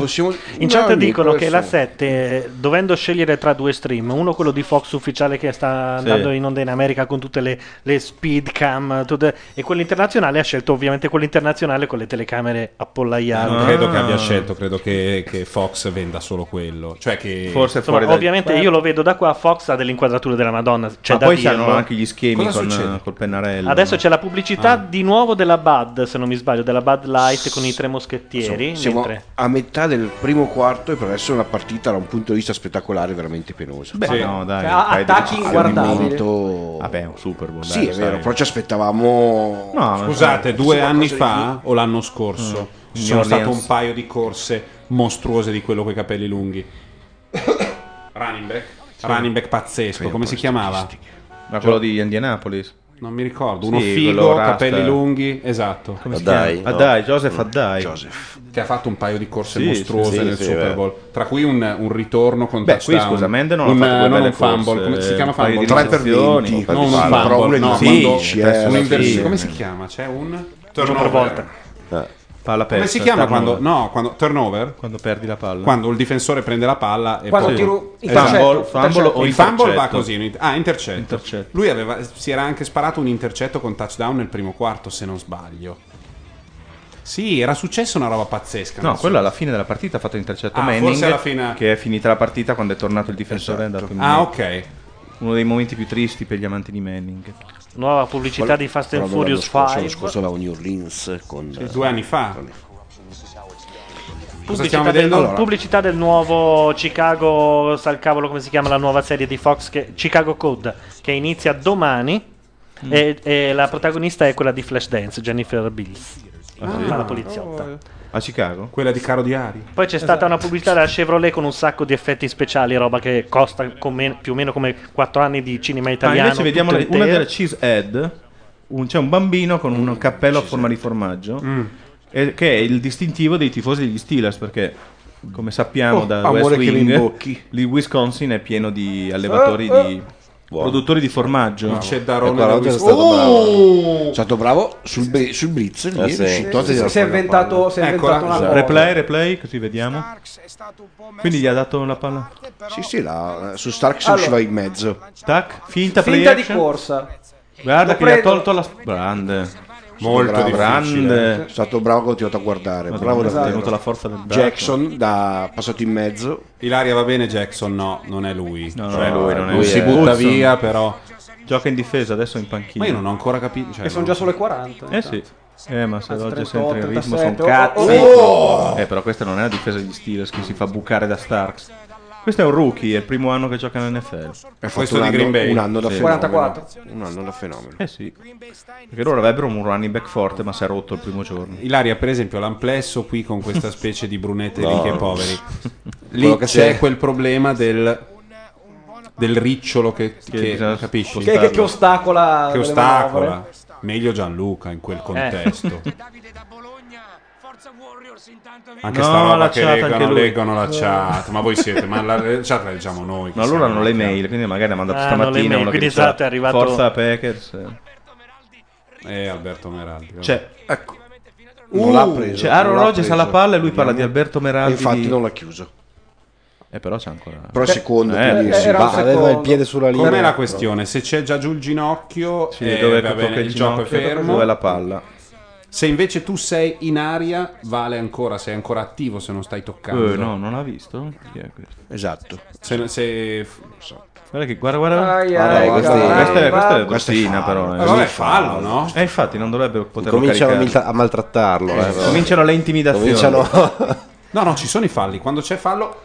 S5: In chat dicono che la 7, eh, dovendo scegliere tra due stream, uno quello di Fox ufficiale che sta
S3: Sì.
S5: andando in onda in America con tutte le, le speed cam tutte- e quello internazionale, ha scelto ovviamente quello internazionale con le telecamere appollaiate.
S1: Non credo
S3: Ah.
S1: che abbia scelto, credo che, che Fox venda solo quello. Cioè che...
S5: Insomma, ovviamente io lo vedo da qua, Fox ha delle inquadrature della Madonna, c'è
S3: Ma
S5: da
S3: poi
S5: dirlo.
S3: c'erano anche gli schemi
S5: Cosa
S3: con, eh,
S5: succede?
S3: col pennarello.
S5: Adesso
S3: no?
S5: c'è la pubblicità di nuovo della Bud, se non mi sbaglio, della Bud Light con i tre
S10: Insomma,
S5: moschettieri.
S10: siamo
S5: mentre-
S10: a metà del primo quarto e per adesso una partita da un punto di vista spettacolare veramente penosa.
S3: Beh, Sì. no, dai, Cioè, fai attacchi dei- inguardabili. Vabbè, un Super Bowl.
S10: Sì,
S3: dai,
S10: è
S3: sai.
S10: vero, però ci aspettavamo
S3: No,
S1: Scusate,
S3: ma-
S1: due
S3: sì,
S1: anni
S3: qualcosa di
S1: fa o l'anno scorso
S3: Mm.
S1: ci sono
S3: New
S1: state
S3: Orleans.
S1: un paio di corse mostruose di quello con i capelli lunghi. running back? Running back pazzesco, come si chiamava?
S3: Ma quello di Indianapolis.
S1: Non mi ricordo, uno figo, capelli lunghi, esatto.
S3: Come si Addai, chiama? no? Addai, Joseph Addai.
S1: Che ha fatto un paio di corse
S3: Sì,
S1: mostruose
S3: sì, sì,
S1: nel
S3: sì,
S1: Super
S3: vero.
S1: Bowl, tra cui un, un ritorno con
S3: Beh, qui,
S1: touchdown.
S3: scusa, Menden non ha
S1: un,
S3: fatto due
S1: non
S3: belle
S1: un fumble,
S3: corse, eh,
S1: come si chiama
S3: un paio
S1: fumble?
S3: di Tre per intercezioni, 20, un paio
S1: non
S3: di
S1: un
S3: palle.
S1: fumble,
S3: Però
S1: no,
S3: uno di
S1: quando-
S3: 15, eh, alla
S1: un
S3: fine.
S1: inversione, come si chiama? C'è un
S3: Turnover. Palla persa.
S1: Come si chiama
S3: turnover.
S1: quando, no, quando turnover?
S3: Quando perdi la palla.
S1: Quando il difensore prende la palla e
S3: Quando
S1: poi-
S3: tiro- il
S1: Esatto.
S3: fumble- fumble
S1: Intercetto.
S3: o
S1: il fumble va
S3: intercetto.
S1: così, un in- ah, intercetto. Lui aveva- si era anche sparato un intercetto con touchdown nel primo quarto, se non sbaglio. Sì, era successa una roba pazzesca.
S3: No,
S1: non so.
S3: quello alla fine della partita ha fatto l'intercetto
S1: Ah,
S3: Manning.
S1: forse alla fine-
S3: Che è finita la partita quando è tornato il difensore. è andato in
S1: Ah,
S3: mezzo. Uno dei momenti più tristi per gli amanti di Manning.
S5: Nuova pubblicità
S10: Quello-
S5: di Fast and
S10: quello dell'anno
S5: Furious
S10: scorso,
S5: 5.
S10: L'anno scorso avevamo New Orleans con
S1: Sì, due anni fa. Cosa
S5: Pubblicità
S1: stiamo
S5: del,
S1: vedendo? Allora.
S5: pubblicità del nuovo Chicago, sa il cavolo come si chiama la nuova serie di Fox, che- Chicago Code, che inizia domani
S3: Mm.
S5: e, e la protagonista è quella di Flashdance, Jennifer Bills, fa la poliziotta.
S3: A Chicago?
S1: Quella di Caro di Ari.
S5: Poi c'è
S6: Esatto.
S5: stata una pubblicità della Chevrolet con un sacco di effetti speciali, roba che costa come- più o meno come 4 anni di cinema
S3: Ah,
S5: italiano.
S3: invece vediamo
S5: tutto
S3: le- una
S5: intero.
S3: delle Cheesehead. Un, c'è un bambino con un cappello a forma di formaggio. e- che è il distintivo dei tifosi degli Steelers. Perché, come sappiamo
S10: Oh,
S3: da
S10: amore
S3: West
S10: che mi
S3: Wing,
S10: imbocchi.
S3: il Wisconsin è pieno di allevatori
S10: Eh, eh.
S3: di.
S10: Buono.
S3: Produttori di formaggio.
S10: Bravo. E
S3: da
S10: guarda, oggi è
S3: Wisconsin. Oh!
S10: stato bravo. È stato bravo sul, be- sul blitz. lì,
S3: Eh,
S10: è
S3: sì.
S10: riuscito a
S3: Sì,
S10: tirare
S3: sì, si è
S10: fuori la
S3: inventato-
S10: palla.
S3: si è
S10: Eccola.
S3: inventato una Ecco,
S10: Esatto.
S3: cosa. Replay, replay, così vediamo. Quindi gli ha dato la palla?
S10: Sì, sì, la- eh, su Stark si usciva
S3: Allora.
S10: in mezzo.
S3: Tac, finta, play
S6: Finta di
S3: action.
S6: corsa.
S3: Ecco, Guarda
S6: Lo
S3: che gli ha
S6: prendo.
S3: tolto la grande.
S10: bravo,
S3: grande.
S10: È stato bravo che ho continuato a guardare.
S3: Madonna,
S10: bravo
S3: ha
S10: davvero.
S3: tenuto la forza del braccio.
S10: Jackson da passato in mezzo.
S1: Ilaria va bene, Jackson no, non è lui.
S3: No, no,
S1: Cioè,
S3: no, lui non è lui,
S1: si
S3: è-
S1: butta
S3: Hudson.
S1: via, però.
S3: Gioca in difesa, adesso in panchina.
S1: Ma io non ho ancora capito. Cioè,
S6: E sono già solo le 40.
S3: Eh sì. Eh, ma se
S6: Anzi,
S3: oggi è
S6: 38,
S3: sempre in ritmo sono
S6: 37.
S3: cazzi.
S6: Oh!
S3: Eh, però questa non è la difesa degli Steelers che si fa bucare da Starks. Questo è un rookie, è il primo anno che gioca nell'NFL.
S10: È Questo un di anno- Green Bay. un anno da
S3: Sì.
S10: fenomeno. 44. Un anno da fenomeno. Cioè,
S3: Eh sì. Perché loro avrebbero un running back forte, ma si è rotto il primo giorno.
S1: Ilaria, per esempio, l'amplesso qui con questa specie di brunette
S3: No.
S1: ricche e poveri. Lì
S3: Quello che
S1: c'è,
S3: c'è.
S1: quel problema del, del ricciolo che, che-
S3: bisogna
S1: capisci?
S6: Che, che- che ostacola.
S1: Che
S6: delle
S1: ostacola.
S6: manovre. Eh.
S1: Meglio Gianluca in quel contesto. Anche
S3: No,
S1: sta roba
S3: la
S1: che
S3: chat, anche
S1: leggono,
S3: lui.
S1: leggono
S6: Eh.
S1: la chat. Ma voi siete, ma la la chat la leggiamo noi.
S3: No, loro hanno le mail, quindi magari ha mandato
S1: Ah, hanno le
S3: stamattina
S1: mail,
S3: uno che
S1: quindi
S3: diceva,
S1: esatto, è arrivato-
S3: Forza Packers.
S1: E Eh, Alberto Meraldi. vabbè.
S3: Cioè,
S10: ecco.
S1: Non l'ha preso,
S3: Cioè, Aaron
S1: non l'ha
S3: Rodgers ha la
S1: preso.
S3: palla e lui parla
S10: Vediamo.
S3: di Alberto Meraldi.
S10: E infatti
S3: di-
S10: non l'ha chiuso.
S3: Eh, però c'è ancora.
S10: Però è secondo,
S3: Eh,
S10: quindi
S3: eh,
S10: si
S3: era
S10: va-
S3: un secondo.
S7: Aveva il piede sulla linea.
S1: Com'è la
S7: Però.
S1: questione? Se c'è già giù il ginocchio,
S3: Sì,
S1: eh,
S3: dove
S1: va
S3: tocca
S1: bene,
S3: il
S1: il, gioco è
S3: ginocchio,
S1: fermo.
S3: dove è la palla.
S1: Se invece tu sei in aria, vale ancora, sei ancora attivo se non stai toccando.
S3: Eh, no, non l'ha visto? Chi è questo?
S10: Esatto.
S1: Se, se-
S3: Guarda che guarda, guarda.
S6: Ai,
S3: Guarda,
S6: ai,
S3: Ah, questa,
S6: caramba.
S3: questa è, questa è
S7: Questo è
S3: bruttina,
S7: fallo.
S3: però. eh.
S7: Ma vabbè,
S1: fallo, no? Eh,
S3: E infatti non dovrebbero poterlo
S7: Cominciano a,
S3: caricare.
S7: milta- a maltrattarlo. eh, però.
S3: Cominciano le intimidazioni.
S7: Cominciano-
S1: No, no, ci sono i falli. Quando c'è fallo.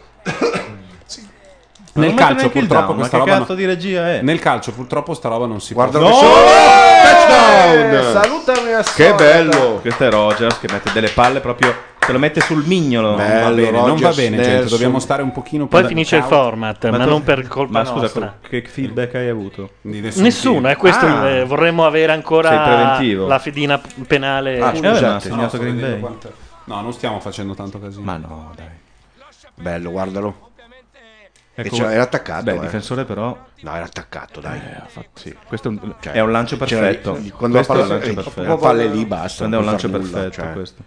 S3: Ma
S1: Nel
S3: non mette
S1: calcio,
S3: neanche il
S1: purtroppo,
S3: down, ma
S1: questa
S3: che
S1: roba.
S3: cazzo di regia è?
S1: Nel calcio, purtroppo, sta roba non si
S3: Guarda
S7: Oh!
S1: può.
S3: che
S1: No!
S6: Eh, salutami a
S3: Che
S6: sorda.
S3: bello! Questo è Rogers che mette delle palle proprio. Te lo mette sul mignolo.
S1: Bello,
S3: non va bene, non
S1: Rogers,
S3: va bene, gente.
S1: Nelson.
S3: Dobbiamo stare un pochino più
S5: Poi
S3: da-
S5: finisce il
S3: cauti.
S5: format, ma
S3: tu-
S5: non per colpa
S3: Ma scusa,
S5: nostra.
S3: co- che feedback hai avuto?
S5: Nessuno, è questo
S3: Eh, Ah.
S5: eh, vorremmo avere
S3: Sei
S5: ancora
S3: preventivo.
S5: la fedina penale.
S3: Ah, scusate. Eh,
S6: esatto.
S3: ma ha segnato
S1: No, stavo
S3: Green
S1: vedendo
S3: Bay.
S1: quanto- No, non stiamo facendo tanto casino.
S3: Ma no, dai.
S7: Bello, guardalo.
S3: Ecco,
S7: E c'era- era attaccato.
S3: Beh,
S7: eh.
S3: il difensore però. Eh,
S7: No, era attaccato, dai. Cioè,
S3: Questo è un, è un lancio
S7: c'era-
S3: perfetto.
S7: quando
S3: Questo
S7: la
S3: è un
S7: palla-
S3: lancio
S7: eh,
S3: perfetto.
S7: la palla è lì, basta,
S3: Quando è un
S7: non
S3: lancio
S7: fa nulla,
S3: perfetto
S10: eh,
S7: cioè.
S3: eh, questo.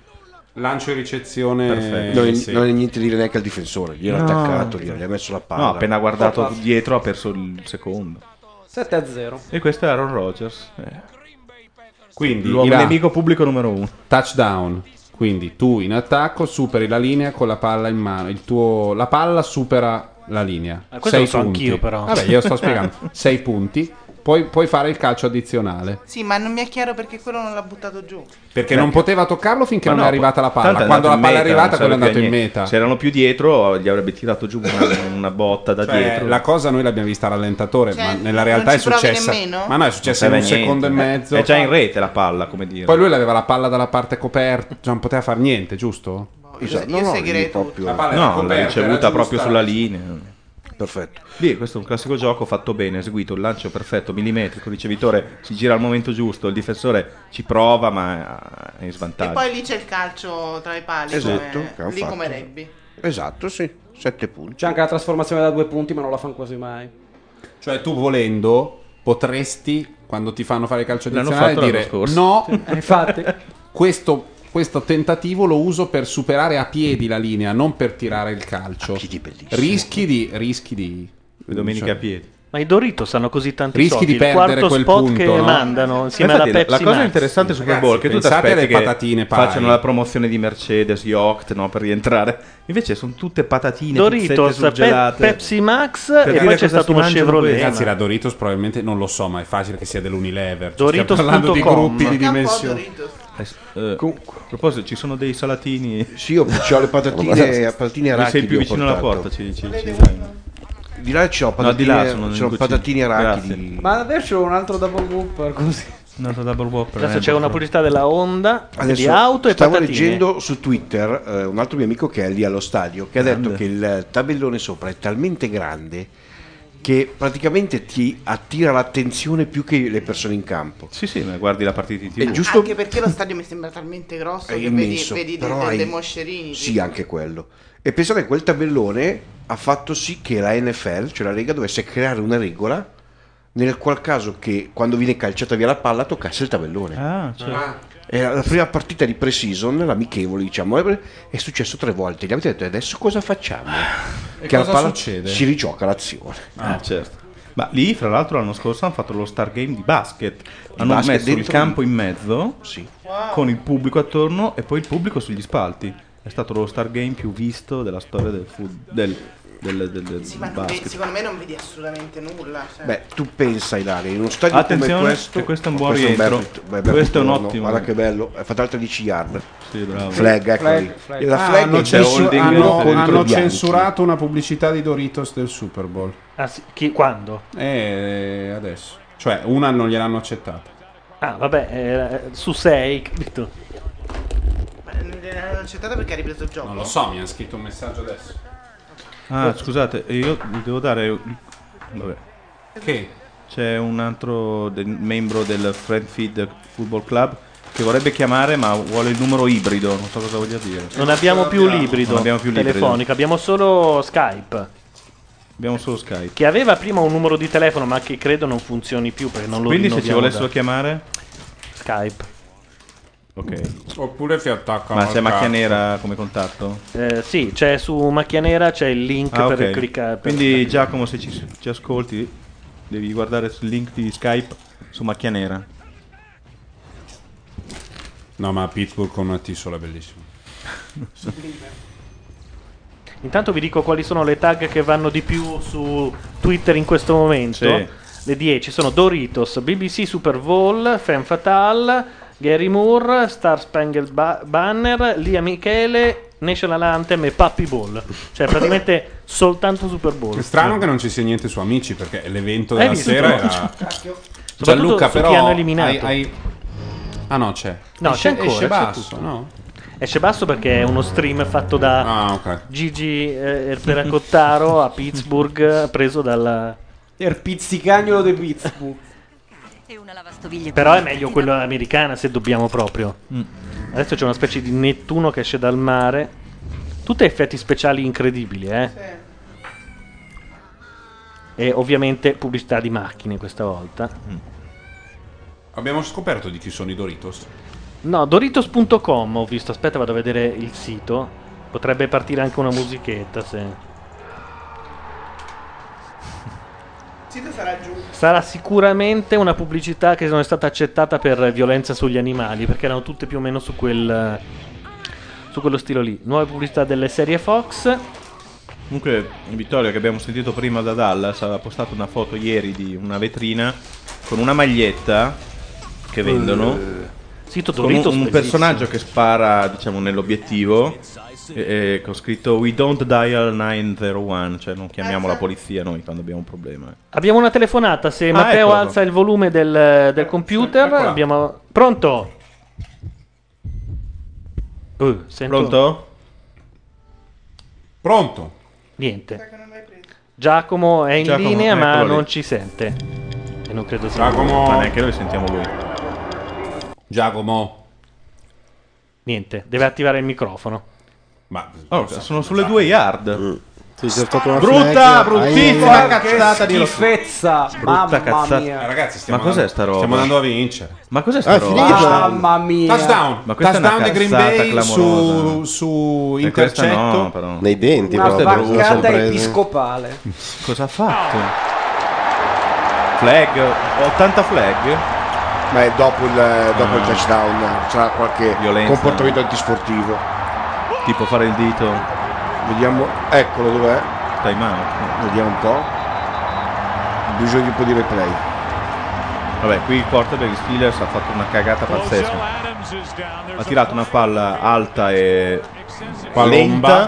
S1: Lancio e ricezione.
S3: Perfetto.
S7: Non è,
S3: sì.
S7: non è niente di dire neanche al difensore. Gli era
S3: No.
S7: attaccato, gli gli ha messo la palla.
S3: No, appena guardato
S6: Troppo.
S3: dietro ha perso il secondo.
S6: 7 a 0.
S3: E questo è Aaron Rodgers. eh.
S1: Quindi,
S3: l'uomo
S1: Iran.
S3: nemico pubblico numero uno.
S1: Touchdown. Quindi tu in attacco superi la linea con la palla in mano. Il tuo- la palla supera la linea.
S5: Ma Ah, questo
S1: Sei
S5: lo so
S1: punti.
S5: anch'io, però.
S1: Vabbè, io sto spiegando. Sei punti. Poi puoi fare il calcio addizionale.
S4: Sì, ma non mi è chiaro perché quello non l'ha buttato giù.
S1: Perché non poteva toccarlo finché
S3: Ma
S1: non
S3: no,
S1: è arrivata la
S3: tanto
S1: palla. Quando la
S3: andato
S1: palla
S3: in
S1: è
S3: meta,
S1: arrivata,
S3: non
S1: quello è
S3: serve
S1: andato in
S3: più a niente.
S1: meta.
S3: Se erano più dietro, gli avrebbe tirato giù una, una botta da
S1: Cioè,
S3: dietro.
S1: la cosa noi l'abbiamo vista all'allentatore,
S4: Cioè,
S1: ma
S4: non
S1: nella realtà è
S4: ci provi
S1: successa.
S4: nemmeno?
S1: Ma no, è successa in
S3: Non
S1: un
S3: serve
S1: secondo e
S3: niente.
S1: mezzo.
S3: È già in rete la palla, come dire.
S1: Poi lui l'aveva la palla dalla parte coperta, cioè non poteva fare niente, giusto? Esatto.
S4: Io- io segreto.
S1: La palla era
S3: no,
S1: coperta,
S3: l'ha
S1: era
S3: ricevuta
S1: giusta.
S3: proprio sulla linea.
S7: Perfetto.
S3: Lì, questo è un classico gioco fatto bene, eseguito, il lancio perfetto, millimetrico, il ricevitore si gira al momento giusto, il difensore ci prova ma è in
S4: E
S3: svantaggio.
S4: poi lì c'è il calcio tra i pali.
S7: Ah. Esatto,
S4: come-
S7: che hanno
S4: lì come
S7: fatto.
S4: rugby.
S7: Esatto, sì. 7 punti.
S6: C'è anche la trasformazione da due punti, ma non la fanno quasi mai.
S1: Cioè, tu volendo, potresti, quando ti fanno fare il calcio
S3: L'hanno
S1: addizionale,
S3: fatto l'anno
S1: dire
S3: scorso.
S1: no,
S6: Eh, infatti.
S1: questo, questo tentativo lo uso per superare a piedi la linea, non per tirare il calcio. Rischi di... Rischi di... cioè
S3: Domenica a piedi.
S5: Ma i Dorito sanno così tanti
S1: Rischi
S5: soldi.
S1: di perdere
S5: il quarto
S1: quel
S5: spot
S1: punto,
S5: che
S1: no?
S5: mandano insieme
S3: Ma Eh, infatti,
S5: alla Pepsi
S3: la cosa
S5: Max.
S3: interessante del Super Bowl è che tu ti
S1: Ragazzi,
S3: aspetti
S1: pensate
S3: che
S1: alle patatine, pai.
S3: facciano la promozione di Mercedes, Yacht, no, per rientrare. Invece sono tutte patatine, pizzette
S5: Doritos, Pe-
S3: surgelate.
S5: Pepsi Max
S3: Per
S5: e
S3: dire
S5: poi c'è
S3: cosa
S5: stato
S3: si
S5: uno
S3: mangiano
S5: Chevrolet.
S3: questi.
S1: Ragazzi, la Doritos probabilmente non lo so, ma è facile che sia dell'Unilever. Cioè,
S5: Doritos
S1: Stiamo parlando di
S5: punto com.
S1: gruppi di
S5: Manca un po'
S1: dimensioni.
S3: Eh, eh, a proposito, ci sono dei salatini.
S7: Sì, io ho le patatine, a patatine
S3: Tu Sei
S7: arachidi.
S3: il più
S7: ho
S3: vicino alla
S7: portato.
S3: porta, ci, ci, ci-
S7: Di là c'ho
S3: No, di là
S7: patatine,
S3: sono in
S7: c'ho
S3: cucina.
S7: patatine arachidi.
S6: Ma adesso c'è un altro double whopper così.
S3: Un altro double whopper.
S5: Adesso
S3: eh,
S5: c'è una
S3: proprio.
S5: pubblicità della Honda di
S7: Adesso
S5: auto e
S7: stavo
S5: patatine.
S7: leggendo su Twitter eh, un altro mio amico che è lì allo stadio che ha detto
S3: Grande.
S7: che il tabellone sopra è talmente grande che praticamente ti attira l'attenzione più che le persone in campo.
S3: Sì, sì, ma guardi la partita in tv.
S7: È giusto
S4: Anche perché lo stadio mi sembra talmente grosso
S7: è
S4: che
S7: immenso,
S4: vedi, vedi
S7: però
S4: dei,
S7: hai-
S4: dei moscerini.
S7: Sì, anche quello. E pensare che quel tabellone ha fatto sì che la NFL, cioè la Lega, dovesse creare una regola nel qual caso che quando viene calciata via la palla toccasse il tabellone.
S3: Ah, cioè.
S7: Era Eh, la prima partita di pre-season, l'amichevole, diciamo, e- è successo tre volte. Gli avete detto adesso cosa facciamo?
S1: E
S7: alla
S1: cosa succede?
S7: si rigioca l'azione.
S3: Ah, certo. Ma lì, fra l'altro, l'anno scorso hanno fatto lo Star Game di basket. hanno
S7: basket
S3: messo il
S7: dentro-
S3: campo in mezzo
S7: Sì.
S3: con il pubblico attorno e poi il pubblico sugli spalti. È stato lo Star Game più visto della storia del, food, del, del- del- del
S4: Sì, ma non vedi-
S3: basket.
S4: secondo me non vedi assolutamente nulla. cioè.
S7: Beh, tu pensa, Ilaria, in uno stadio
S3: Attenzione,
S7: come questo,
S3: che questo è un buon
S7: bel
S3: rientro.
S7: rit- bel- bel
S3: Questo è un
S7: ritorno.
S3: ottimo.
S7: Guarda che bello, è fatto altro 10 yard.
S3: Sì, bravo.
S7: Flag, ecco
S6: Flag,
S7: lì.
S6: flag.
S7: E La
S1: Ah,
S7: flag
S1: hanno
S7: è
S1: censu-
S7: holding
S1: hanno-
S7: contro i
S1: hanno
S7: bianchi.
S1: censurato una pubblicità di Doritos del Super Bowl.
S5: Ah, sì, chi- quando?
S1: E adesso. Cioè, una non gliel'hanno accettata.
S5: Ah, vabbè, eh, su 6, capito?
S4: Non l'ho accettata perché ha ripreso il gioco.
S1: Non lo so, mi hanno scritto un messaggio adesso.
S3: Ah, scusate, io devo dare. il- Vabbè.
S1: Che?
S3: C'è un altro del- membro del Friend Feed Football Club che vorrebbe chiamare, ma vuole il numero ibrido. Non so cosa voglia dire.
S5: Non abbiamo più l'ibrido
S3: Non abbiamo più l'ibrido.
S5: telefonico, abbiamo solo Skype.
S3: Abbiamo solo Skype.
S5: Che aveva prima un numero di telefono, ma che credo non funzioni più perché non lo
S3: Quindi, se ci
S5: rinnoviamo
S3: volessero
S5: da-
S3: chiamare,
S5: Skype.
S3: ok.
S1: Oppure si attaccano.
S3: Ma c'è
S1: al
S3: macchia
S1: cazzo.
S3: nera come contatto?
S5: Eh, sì, c'è su Macchia Nera c'è il link
S3: Ah,
S5: per
S3: ok.
S5: cliccare. per-
S3: Quindi, Giacomo, se ci, ci ascolti, devi guardare sul link di Skype su macchia nera.
S1: No, ma Pittsburgh con una tissola è bellissimo.
S5: Intanto vi dico quali sono le tag che vanno di più su Twitter in questo momento.
S3: Sì.
S5: Le 10 sono Doritos, BBC Super Bowl, Fan Fatale, Gary Moore, Star Spangled Ba- Banner, Lia Michele, National Anthem e Puppy Ball. Cioè praticamente soltanto Super Bowl.
S1: È strano che non ci sia niente su Amici perché l'evento
S5: Hai
S1: della
S5: visto?
S1: sera era.
S5: Cacchio. Soprattutto
S1: Gianluca,
S5: su
S1: però.
S5: chi hanno eliminato.
S1: hai- hai- Ah, no, c'è.
S5: No,
S1: Esce-
S5: c'è ancora.
S1: Esce
S5: c'è
S1: basso,
S5: tutto.
S1: no? Ah,
S5: Esce basso perché è uno stream fatto da Gigi eh, Peracottaro a Pittsburgh, preso dal.
S6: Il pizzicagnolo di Pittsburgh.
S5: Però è meglio quello americana se dobbiamo proprio.
S6: Mm.
S5: Adesso c'è una specie di Nettuno che esce dal mare. Tutti effetti speciali incredibili, eh? E ovviamente pubblicità di macchine questa volta.
S1: Mm. Abbiamo scoperto di chi sono i Doritos.
S5: No, doritos.com ho visto, aspetta vado a vedere il sito. Potrebbe partire anche una musichetta se...
S4: sito sarà giù.
S5: Sarà sicuramente una pubblicità che non è stata accettata per violenza sugli animali, perché erano tutte più o meno su quel su quello stile lì. Nuove pubblicità delle serie Fox.
S3: Comunque, Vittorio, che abbiamo sentito prima da Dallas, aveva postato una foto ieri di una vetrina con una maglietta che vendono.
S5: Eh, Sito
S3: con un,
S5: Doritos
S3: un
S5: bellissimo.
S3: personaggio che spara, diciamo, nell'obiettivo. E, e, con scritto We don't dial 901, cioè non chiamiamo la polizia noi quando abbiamo un problema.
S5: Abbiamo una telefonata, se
S3: Ah,
S5: Matteo
S3: eccolo.
S5: alza il volume del, del computer,
S3: eccola.
S5: abbiamo Pronto? Uh, sento-
S3: Pronto?
S1: Pronto?
S5: Niente. Giacomo è in
S3: Giacomo,
S5: linea, ma
S3: eccolo lì.
S5: non ci sente. E non credo sia
S1: Giacomo.
S3: Ma neanche noi sentiamo lui.
S1: Giacomo.
S5: Niente, deve attivare il microfono.
S1: Ma
S3: Oh,
S1: Esatto.
S3: sono sulle due yard.
S1: Mm.
S5: Brutta, bruttissima
S3: cazzata di
S6: schifezza. Mamma mia.
S1: Ragazzi,
S3: ma
S1: stiamo
S3: cos'è sta roba?
S1: Stiamo andando a vincere.
S3: Ma cos'è sta
S7: Eh.
S1: Ah, è
S3: roba?
S1: finito?
S6: Mamma mia.
S1: Touchdown.
S3: Ma questa è
S1: Touchdown
S3: una
S1: di Green
S3: cazzata
S1: Bay su,
S3: clamorosa.
S1: su
S3: E questa
S1: intercetto.
S3: no, però.
S7: Nei denti,
S6: Una
S7: proprio, se lo son
S6: vaccata
S7: preso.
S6: episcopale.
S3: Cosa ha fatto? Flag, 80 flag.
S7: Ma è dopo il, Eh, dopo
S3: Ah.
S7: il touchdown, c'era qualche
S3: Violenza.
S7: comportamento antisportivo.
S3: Tipo fare il dito.
S7: Vediamo, eccolo dov'è.
S3: Time out.
S7: Vediamo un po'. Bisogna un po' di replay.
S3: Vabbè, qui il quarterback Steelers ha fatto una cagata pazzesca. Ha tirato una palla alta e
S1: Palomba,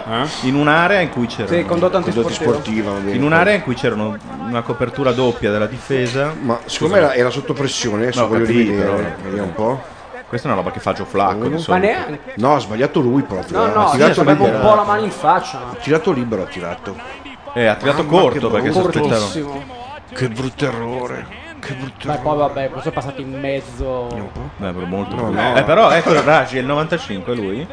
S3: lenta in un'area in cui c'era
S6: Sì, condotta antisportiva.
S3: in un'area in cui c'erano una copertura doppia della difesa.
S7: Ma siccome era, era sotto pressione, adesso
S3: No,
S7: voglio
S3: capito,
S7: rivedere.
S3: però.
S7: Vediamo un po'.
S3: Questa è una roba che fa Gio Flacco. di
S7: Ma
S3: solito.
S6: neanche.
S7: No, ha sbagliato lui proprio.
S6: No,
S7: eh.
S6: no,
S7: ha
S6: sì,
S7: tirato
S6: avevo un
S7: libero. eh.
S6: po' la mano in faccia. ma-
S7: Ha tirato libero, ha tirato.
S3: Eh, ha tirato
S7: Mamma,
S3: corto
S7: che
S3: perché si
S7: brutto.
S3: aspettano.
S7: Che brutto errore. Che brutto
S6: Ma poi vabbè, questo è passato in mezzo.
S3: Beh, però molto
S7: No,
S3: più.
S7: no.
S3: Eh, però ecco Raji è il 95 lui.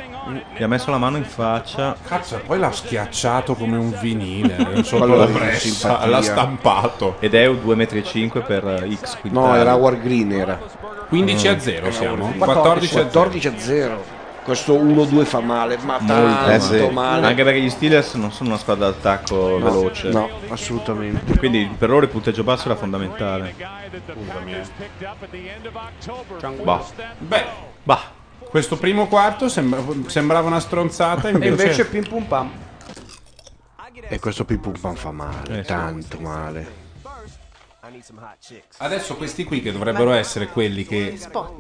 S3: Gli ha messo la mano in faccia.
S1: Cazzo, poi l'ha schiacciato come un vinile sotto
S3: Quello
S1: la
S3: di
S1: pressa.
S3: simpatia.
S1: L'ha stampato.
S3: Ed è un 2,5 m per eh, X quintale.
S7: No, era War Green era. Mm.
S1: 15 a 0
S3: Eh,
S1: siamo.
S7: 14,
S1: 14 a
S7: 14 a 0. Questo 1-2 fa male, ma
S3: Molto, eh,
S7: tanto
S3: sì.
S7: male.
S3: Anche perché gli Steelers non sono una squadra d'attacco
S7: No,
S3: veloce.
S7: no, assolutamente.
S3: Quindi per loro il punteggio basso era fondamentale. Bah.
S1: Beh, questo primo quarto sembra- sembrava una stronzata.
S6: E
S1: Invece,
S6: invece pim pum pam.
S7: E questo pim pum pam fa male,
S3: Eh.
S7: tanto male.
S1: adesso questi qui che dovrebbero essere quelli che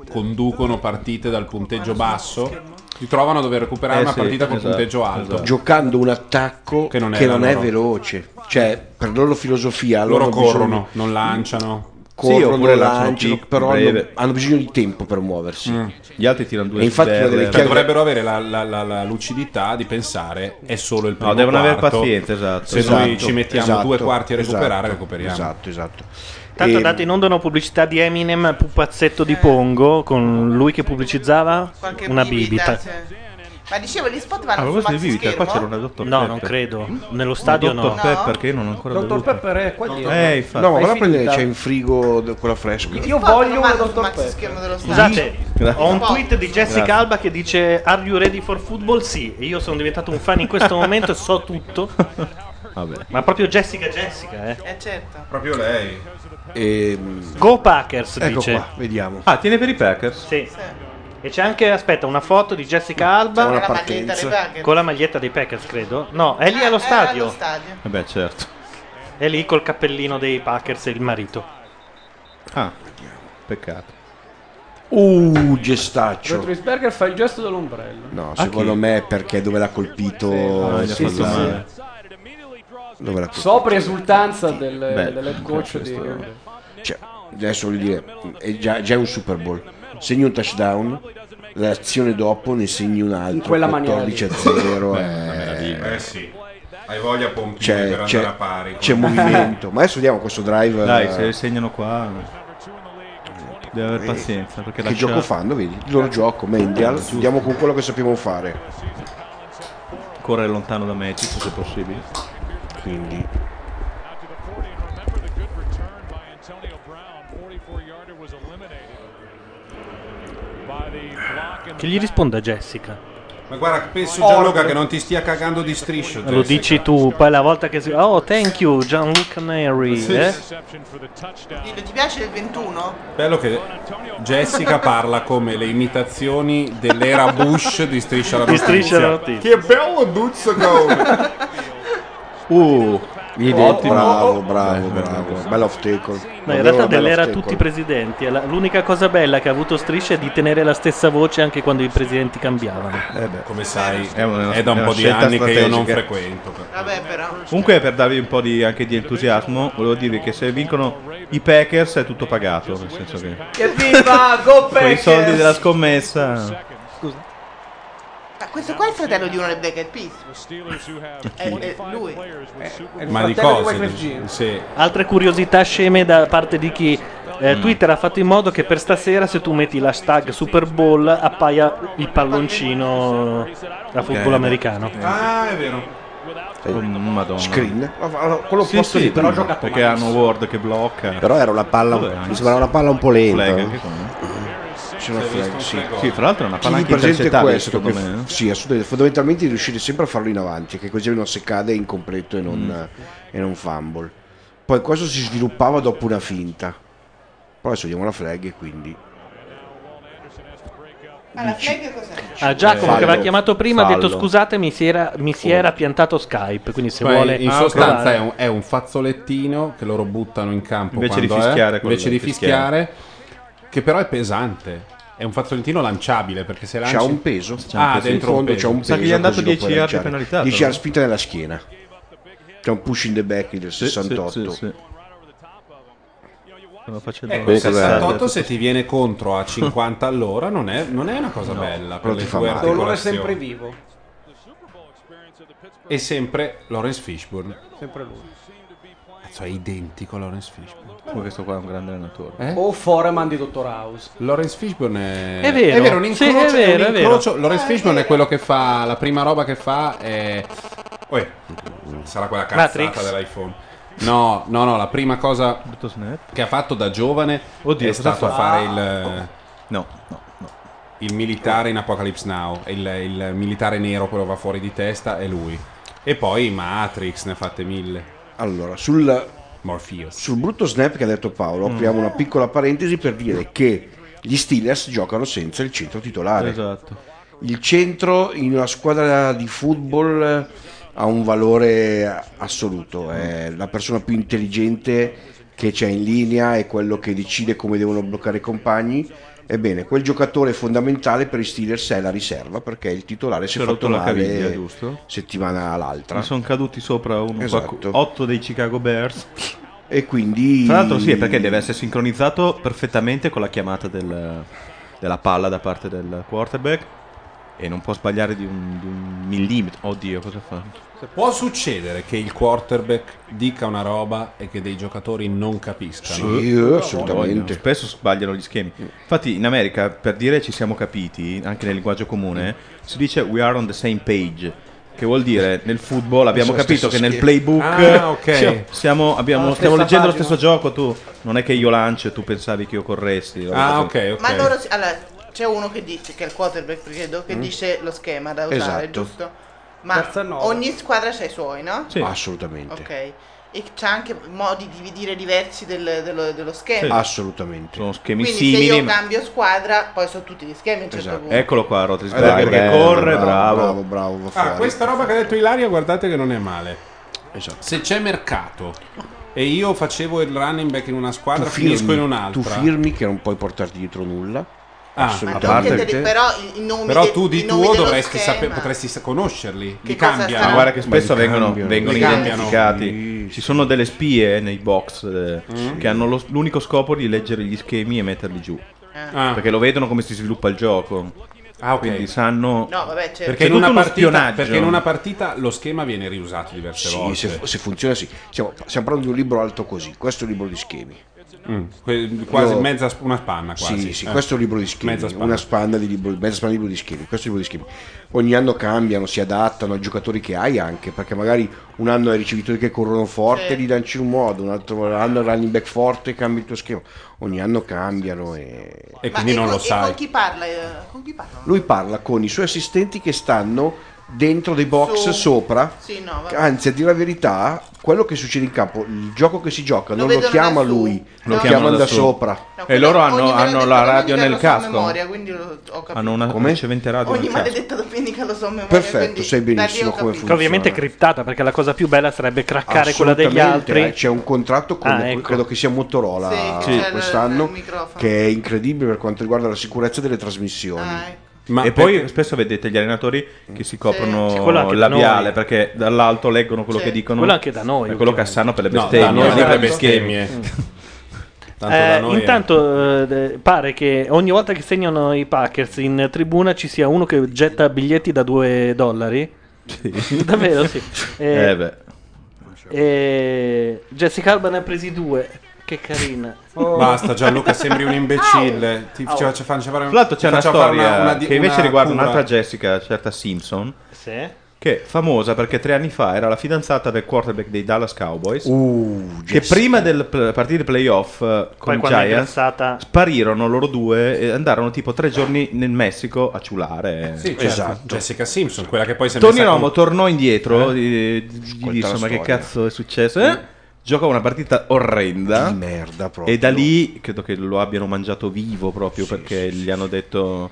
S1: conducono partite dal punteggio basso, si trovano a dover recuperare
S7: Eh
S1: una
S7: sì,
S1: partita col
S7: esatto,
S1: punteggio alto.
S7: esatto. Giocando un attacco che non
S1: è
S7: è,
S1: la loro.
S7: veloce. Cioè, per loro filosofia.
S1: Loro
S7: hanno bisogno-
S1: corrono, non lanciano.
S7: Corrono,
S1: oppure lanciano
S7: lanci,
S1: più
S7: però hanno,
S1: breve.
S7: hanno bisogno di tempo per muoversi.
S3: Mm. Gli altri tirano due eh,
S7: E infatti
S3: sberle.
S7: una delle
S1: Cioè,
S7: chiavi-
S1: dovrebbero avere la, la- la- la lucidità di pensare è solo il primo
S3: No, devono aver
S1: quarto.
S3: pazienza, esatto.
S1: Se noi
S3: Esatto,
S1: ci mettiamo
S3: esatto,
S1: due quarti a recuperare,
S3: esatto,
S1: recuperiamo.
S7: Esatto, esatto.
S5: Tanto
S3: ehm,
S5: ha dato in onda una pubblicità di Eminem pupazzetto di Pongo con lui che pubblicizzava
S4: Qualche
S5: una
S4: bibita, cioè,
S5: bibita. Ah,
S4: sì. Ma dicevo, gli spot
S3: A
S4: vanno su
S3: proposito di
S4: maxi
S3: bibita, qua
S4: schermo?
S3: c'era una
S5: No,
S3: Dr. Pepper. Mm?
S5: non credo. Nello stadio
S3: Una Dr.
S5: no.
S3: Pepper che io non ho ancora
S6: Dr.
S3: bevuto.
S6: Pepper è qua dietro.
S3: Eh, infatti.
S7: No, ma la
S6: È
S7: prendere,
S6: finita.
S7: c'è in frigo de- quella fresca.
S6: Io voglio una Dr.
S4: maxi
S6: Pepper.
S4: schermo dello stadio.
S5: Scusate,
S3: Grazie.
S5: ho un tweet di Jessica
S3: Grazie.
S5: Alba che dice Are you ready for football? Sì, e io sono diventato un fan in questo momento e so tutto.
S3: Vabbè.
S5: Ma proprio Jessica Jessica, eh.
S4: Eh certo.
S1: Proprio lei.
S7: Ehm,
S5: Go Packers,
S7: ecco
S5: dice.
S7: qua, vediamo.
S3: Ah, tiene per i Packers?
S5: Sì. E c'è anche, aspetta, una foto di Jessica Alba
S4: Con la maglietta dei Packers.
S5: con la maglietta dei Packers, credo. No, è lì allo
S4: Ah, era
S5: stadio.
S4: allo stadio.
S3: Vabbè, certo.
S5: È lì col cappellino dei Packers e il marito.
S3: Ah, peccato.
S7: Uh, gestaccio.
S6: Berger fa il gesto dell'ombrello.
S7: No,
S6: Ah,
S7: secondo me è perché dove l'ha colpito.
S6: Sì, sì, sì, sì.
S7: Dove l'ha colpito?
S6: Sopra esultanza del,
S1: eh,
S7: Beh,
S6: dell'head coach di...
S7: Cioè, adesso voglio dire, è già, già un Super Bowl. Segni un touchdown, l'azione dopo ne segni un altro.
S1: quella maniera
S7: 14 a
S1: lì.
S7: 0.
S1: Beh,
S7: eh,
S1: Eh sì. Hai voglia pompire per
S7: Cioè, c'è,
S1: andare a
S7: c'è,
S1: pari.
S7: c'è movimento. Ma adesso vediamo questo drive.
S3: Dai,
S7: eh,
S3: se segnano qua. Deve avere pazienza. Perché
S7: che gioco fanno, vedi? Il loro gioco, Mendial.
S3: Giusto.
S7: Andiamo con quello che sappiamo fare.
S3: Correre lontano da Magic se possibile.
S7: Quindi.
S5: Che gli risponda Jessica.
S1: Ma guarda, penso già Luca che non ti stia cagando di striscio.
S5: Lo dici tu, poi la volta che si... Oh, thank you, Gianluca Neri.
S1: Sì,
S5: eh?
S4: Dillo, ti piace il 21?
S1: Bello che Jessica parla come le imitazioni dell'era Bush di Striscia la
S5: Di
S1: Notizia.
S5: Striscia la Notizia.
S1: Che bello Duzzago!
S7: Uh,
S1: Ottimo.
S7: bravo, bravo, bravo. Bella off tackle.
S5: No, in realtà dell'era tutti i presidenti. La- L'unica cosa bella che ha avuto Striscia è di tenere la stessa voce anche quando i presidenti cambiavano.
S1: Come sai, è,
S3: una-
S1: da un po'
S3: è una
S1: di
S3: scelta
S1: anni che io non
S3: strategica.
S1: frequento.
S4: Vabbè, però.
S3: Comunque, per darvi un po' di, anche di entusiasmo, volevo dirvi che se vincono i Packers è tutto pagato. Nel senso che.
S4: Evviva, go
S3: Con i
S4: Packers!
S3: soldi della scommessa.
S4: Scusa. Ma questo qua è il fratello di uno dei Black Eyed Peas. È, è lui.
S5: eh,
S1: Ma
S5: Fratello di
S1: di cose?
S5: Wyclef Jean.
S1: Sì. Mm.
S5: Altre curiosità sceme da parte di chi eh, Twitter ha fatto in modo che per stasera se tu metti l'hashtag Super Bowl appaia il palloncino da football
S3: Eh,
S5: americano.
S1: Ah, è vero.
S3: oh, Madonna.
S7: Screen. Allora, quello
S3: sì,
S7: posto
S3: sì,
S7: lì, però ho giocato
S3: Perché hanno Ward che blocca.
S15: Però era una palla, mi sembrava una palla un po' lenta.
S3: Flag anche qua,
S7: C'è una flag, sì.
S3: Sì, fra l'altro è una palla
S7: Tieni
S3: anche
S7: presente
S3: intercettabile,
S7: questo,
S3: secondo
S7: che-
S3: me, eh? no?
S7: Sì, assolutamente. Fondamentalmente di riuscire sempre a farlo in avanti, che così non si cade incompleto e non,
S3: Mm.
S7: e non fumble. Poi questo si sviluppava dopo una finta. Poi adesso diamo la flag e quindi...
S4: Ma la flag cos'è?
S5: Ah, Giacomo che
S7: Fallo.
S5: aveva chiamato prima ha detto
S1: Fallo.
S5: scusatemi si era, mi si era piantato Skype, quindi se
S1: Cioè,
S5: vuole... Ah,
S1: in sostanza è un, è un fazzolettino che loro buttano in campo
S3: Invece di
S1: quando è,
S3: fischiare con
S1: invece
S3: il
S1: di
S3: fischiare.
S1: fischiare, che però è pesante. È un fazzolettino lanciabile perché se lanci
S7: C'ha un peso.
S1: Ah, dentro
S7: in
S1: un
S7: fondo
S1: peso. Eh,
S7: c'ha un peso. così lo puoi lanciare.
S3: penalizzato,
S7: 10 yard
S3: no?
S7: spinta nella schiena. C'è un push in the back del
S3: Sì, sì,
S7: 68.
S3: sì, sì. eh? Stanno facendo
S7: Eh,
S1: Ecco,
S3: una cazzata.
S1: 68 se ti viene contro a 50 all'ora non è, non è una cosa bella per
S7: però
S1: le
S7: ti fa
S1: tue
S7: male.
S6: Dolore
S1: articolazioni.
S6: sempre vivo.
S1: E sempre Lawrence Fishburne.
S6: Sempre lui.
S1: Cazzo, è identico a Lawrence Fishburne.
S3: Come questo qua è un grande allenatore.
S5: Ah,
S1: Eh?
S6: O Foreman di Dottor House.
S1: Lawrence Fishburne
S6: È
S1: è...
S6: vero.
S1: un
S6: Sì,
S1: incrocio.
S6: è vero,
S1: un
S6: è vero.
S1: incrocio. Lawrence Fishburne è quello che fa. La prima roba che fa è. Uè, sarà quella cazzata
S3: Matrix.
S1: dell'iPhone. No, no, no, la prima cosa che ha fatto da giovane
S3: Oddio,
S1: è
S3: cosa
S1: stato a
S3: fa?
S1: fare il.
S6: Ah.
S3: No, no,
S1: Il militare in Apocalypse Now. Il, il militare nero, quello va fuori di testa, è lui. E poi Matrix, ne ha fatte mille.
S7: Allora, sul,
S1: Morpheus.
S7: sul brutto snap che ha detto Paolo, apriamo una piccola parentesi per dire che gli Steelers giocano senza il centro titolare.
S3: Esatto.
S7: Il centro in una squadra di football eh, ha un valore assoluto, è la persona più intelligente che c'è in linea, è quello che decide come devono bloccare i compagni. Ebbene, quel giocatore fondamentale per i Steelers è la riserva perché il titolare si
S3: Si
S7: è
S3: è
S7: fatto
S3: rotto la
S7: male
S3: caviglia, giusto?
S7: settimana all'altra.
S3: Mi sono caduti sopra uno,
S7: Esatto.
S3: 8 dei Chicago Bears.
S7: E quindi...
S3: Tra l'altro sì, perché deve essere sincronizzato perfettamente con la chiamata del- della palla da parte del quarterback e non può sbagliare di un, di un millimetro. Oddio, cosa fa?
S1: Può succedere che il quarterback dica una roba e che dei giocatori non capiscano?
S3: eh, Vogliono. Spesso sbagliano gli schemi. Infatti in America, per dire ci siamo capiti, anche nel linguaggio comune,
S1: Mm.
S3: si dice we are on the same page. Che vuol dire nel football abbiamo
S1: Sono lo
S3: capito
S1: stesso
S3: che nel
S1: schema.
S3: playbook
S1: Ah, ok.
S3: siamo- siamo- abbiamo-
S1: Alla
S3: stiamo
S1: stessa
S3: leggendo lo
S1: pagina.
S3: stesso gioco. Tu non è che io lancio e tu pensavi che io corressi.
S1: Ah, ok,
S4: Ma loro si- allora, c'è uno che dice che è il quarterback, credo, che
S3: Mm.
S4: dice lo schema da usare,
S3: Esatto.
S4: giusto? Ma
S6: Terza e nove.
S4: ogni squadra c'ha i suoi, no?
S7: Assolutamente.
S4: Ok. e c'ha anche modi di dire diversi del- dello, dello schema.
S3: Assolutamente. Sono schemi
S4: Quindi
S3: simili.
S4: se io
S3: ma- Esatto.
S4: cambio certo squadra, poi sono tutti gli schemi a un certo
S1: Esatto.
S4: punto.
S3: Eccolo qua,
S1: Guarda
S3: Rotrisberger
S1: che
S3: che
S1: bello,
S3: corre,
S1: bravo,
S3: bravo.
S1: bravo, Ah, questa roba che ha detto Ilaria, guardate che non è male. Se c'è mercato e io facevo il running back in una
S7: Tu
S1: squadra, finisco
S7: firmi,
S1: in
S7: tu
S1: un'altra.
S7: firmi che non puoi portarti dietro nulla.
S1: Ah,
S7: assolutamente.
S1: a parte-
S4: Però i- i nomi
S1: Però
S4: de-
S1: tu di
S4: i nomi
S1: tuo
S4: dello
S1: dovresti
S4: schema.
S1: sapere, potresti sa- conoscerli. Li
S4: cosa
S1: cambiano.
S3: Ma Ah, guarda che
S1: Ma
S3: spesso
S1: li
S3: vengono,
S1: cambiano.
S3: vengono
S1: Li cambiano.
S3: identificati. Ci sono delle spie nei box eh, che hanno lo- l'unico scopo di leggere gli schemi e metterli giù.
S1: Ah.
S3: Perché lo vedono come si sviluppa il gioco.
S1: Ah, ok.
S3: Quindi sanno.
S4: No, vabbè, certo.
S1: Perché
S3: C'è
S1: in, una
S3: tutto uno
S1: partita,
S3: spionaggio.
S1: perché in una partita lo schema viene riusato diverse
S7: Sì,
S1: volte.
S7: se, se funziona sì. Stiamo, stiamo parlando di un libro alto così. Questo è un libro di schemi.
S1: Mm, que- quasi
S7: Io-
S1: mezza sp- una spanna quasi.
S7: Sì, sì,
S1: Eh.
S7: questo è un libro di schemi,
S1: Mezza spanna.
S7: una spanna di libro, mezza spanna di libro di schemi, questo è un libro di schemi. Ogni anno cambiano, si adattano ai giocatori che hai anche, perché magari un anno hai ricevitori che corrono forte, gli danci un modo, un altro anno hai running back forte, cambi il tuo schema. Ogni anno cambiano e,
S4: Ma e con- e con chi parla? eh, Con chi parla?
S7: Lui parla con i suoi assistenti che stanno dentro dei box
S4: Su.
S7: sopra.
S4: Sì, no, vabbè.
S7: Anzi, a dire la verità, quello che succede in campo, il gioco che si gioca, non lo
S4: vedono
S7: chiama
S4: da su.
S7: lui,
S3: Lo
S7: lo
S3: chiamano
S7: chiamano
S3: da
S7: da
S3: su.
S7: sopra.
S3: E loro hanno, hanno la
S4: Domenica
S3: radio nel
S4: lo so a
S3: casco.
S4: memoria, quindi lo- ho capito.
S3: hanno una
S7: Come?
S3: ricevente radio
S4: Ogni
S3: nel casco.
S4: maledetta domenica lo so a memoria.
S7: Perfetto, sai benissimo
S4: da lì ho
S7: come
S4: capito.
S5: Che ovviamente è criptata perché la cosa più bella sarebbe craccare quella degli
S7: Assolutamente,
S5: altri.
S7: eh, C'è un contratto con,
S5: Ah, ecco.
S7: credo che sia Motorola
S5: Sì, che c'è
S7: quest'anno,
S5: il- il microfono.
S7: che è incredibile per quanto riguarda la sicurezza delle trasmissioni.
S5: Ah, ecco.
S3: e poi spesso vedete gli allenatori che si coprono
S7: Sì, quello anche
S3: il
S7: da
S3: labiale
S7: noi.
S3: perché dall'alto leggono quello
S7: Sì.
S3: che dicono.
S5: Quello anche da noi,
S3: È quello che sanno per le
S1: No,
S3: bestemmie.
S1: da noi
S3: eh,
S1: per le
S3: gli schemi.
S1: bestemmie.
S3: Mm.
S1: Tanto
S5: Eh,
S1: da noi è-
S5: intanto eh, pare che ogni volta che segnano i Packers in tribuna ci sia uno che getta biglietti da 2 dollari. Davvero sì.
S3: Eh, beh.
S5: eh, Jessica Alban ne ha presi due. Che carina.
S1: Basta Gianluca, sembri un imbecille. Ti
S5: Au.
S1: faccio, ci faccio fare
S3: Tra l'altro c'è una
S1: faccio fare
S3: storia
S1: una- una di-
S3: che invece
S1: una
S3: riguarda
S1: cura.
S3: un'altra Jessica, certa Simpson,
S5: Sì.
S3: che è famosa perché tre anni fa era la fidanzata del quarterback dei Dallas Cowboys,
S7: Uh,
S3: che
S5: Jessica.
S3: prima del pl- partita playoff eh, con i
S5: quando è
S3: Giants
S5: ingrassata-
S3: sparirono loro due e andarono tipo tre giorni nel Messico a ciulare.
S1: Sì, certo.
S3: Esatto.
S1: Jessica Simpson, quella che poi si è
S3: Tony
S1: messa con-
S3: Romo tornò indietro,
S1: Eh?
S3: gli- gli
S1: Ascolta la
S3: disse ma che
S1: storia."
S3: cazzo è successo? Eh? Giocò una partita orrenda
S7: Di merda proprio.
S3: e da lì credo che lo abbiano mangiato vivo proprio perché gli hanno detto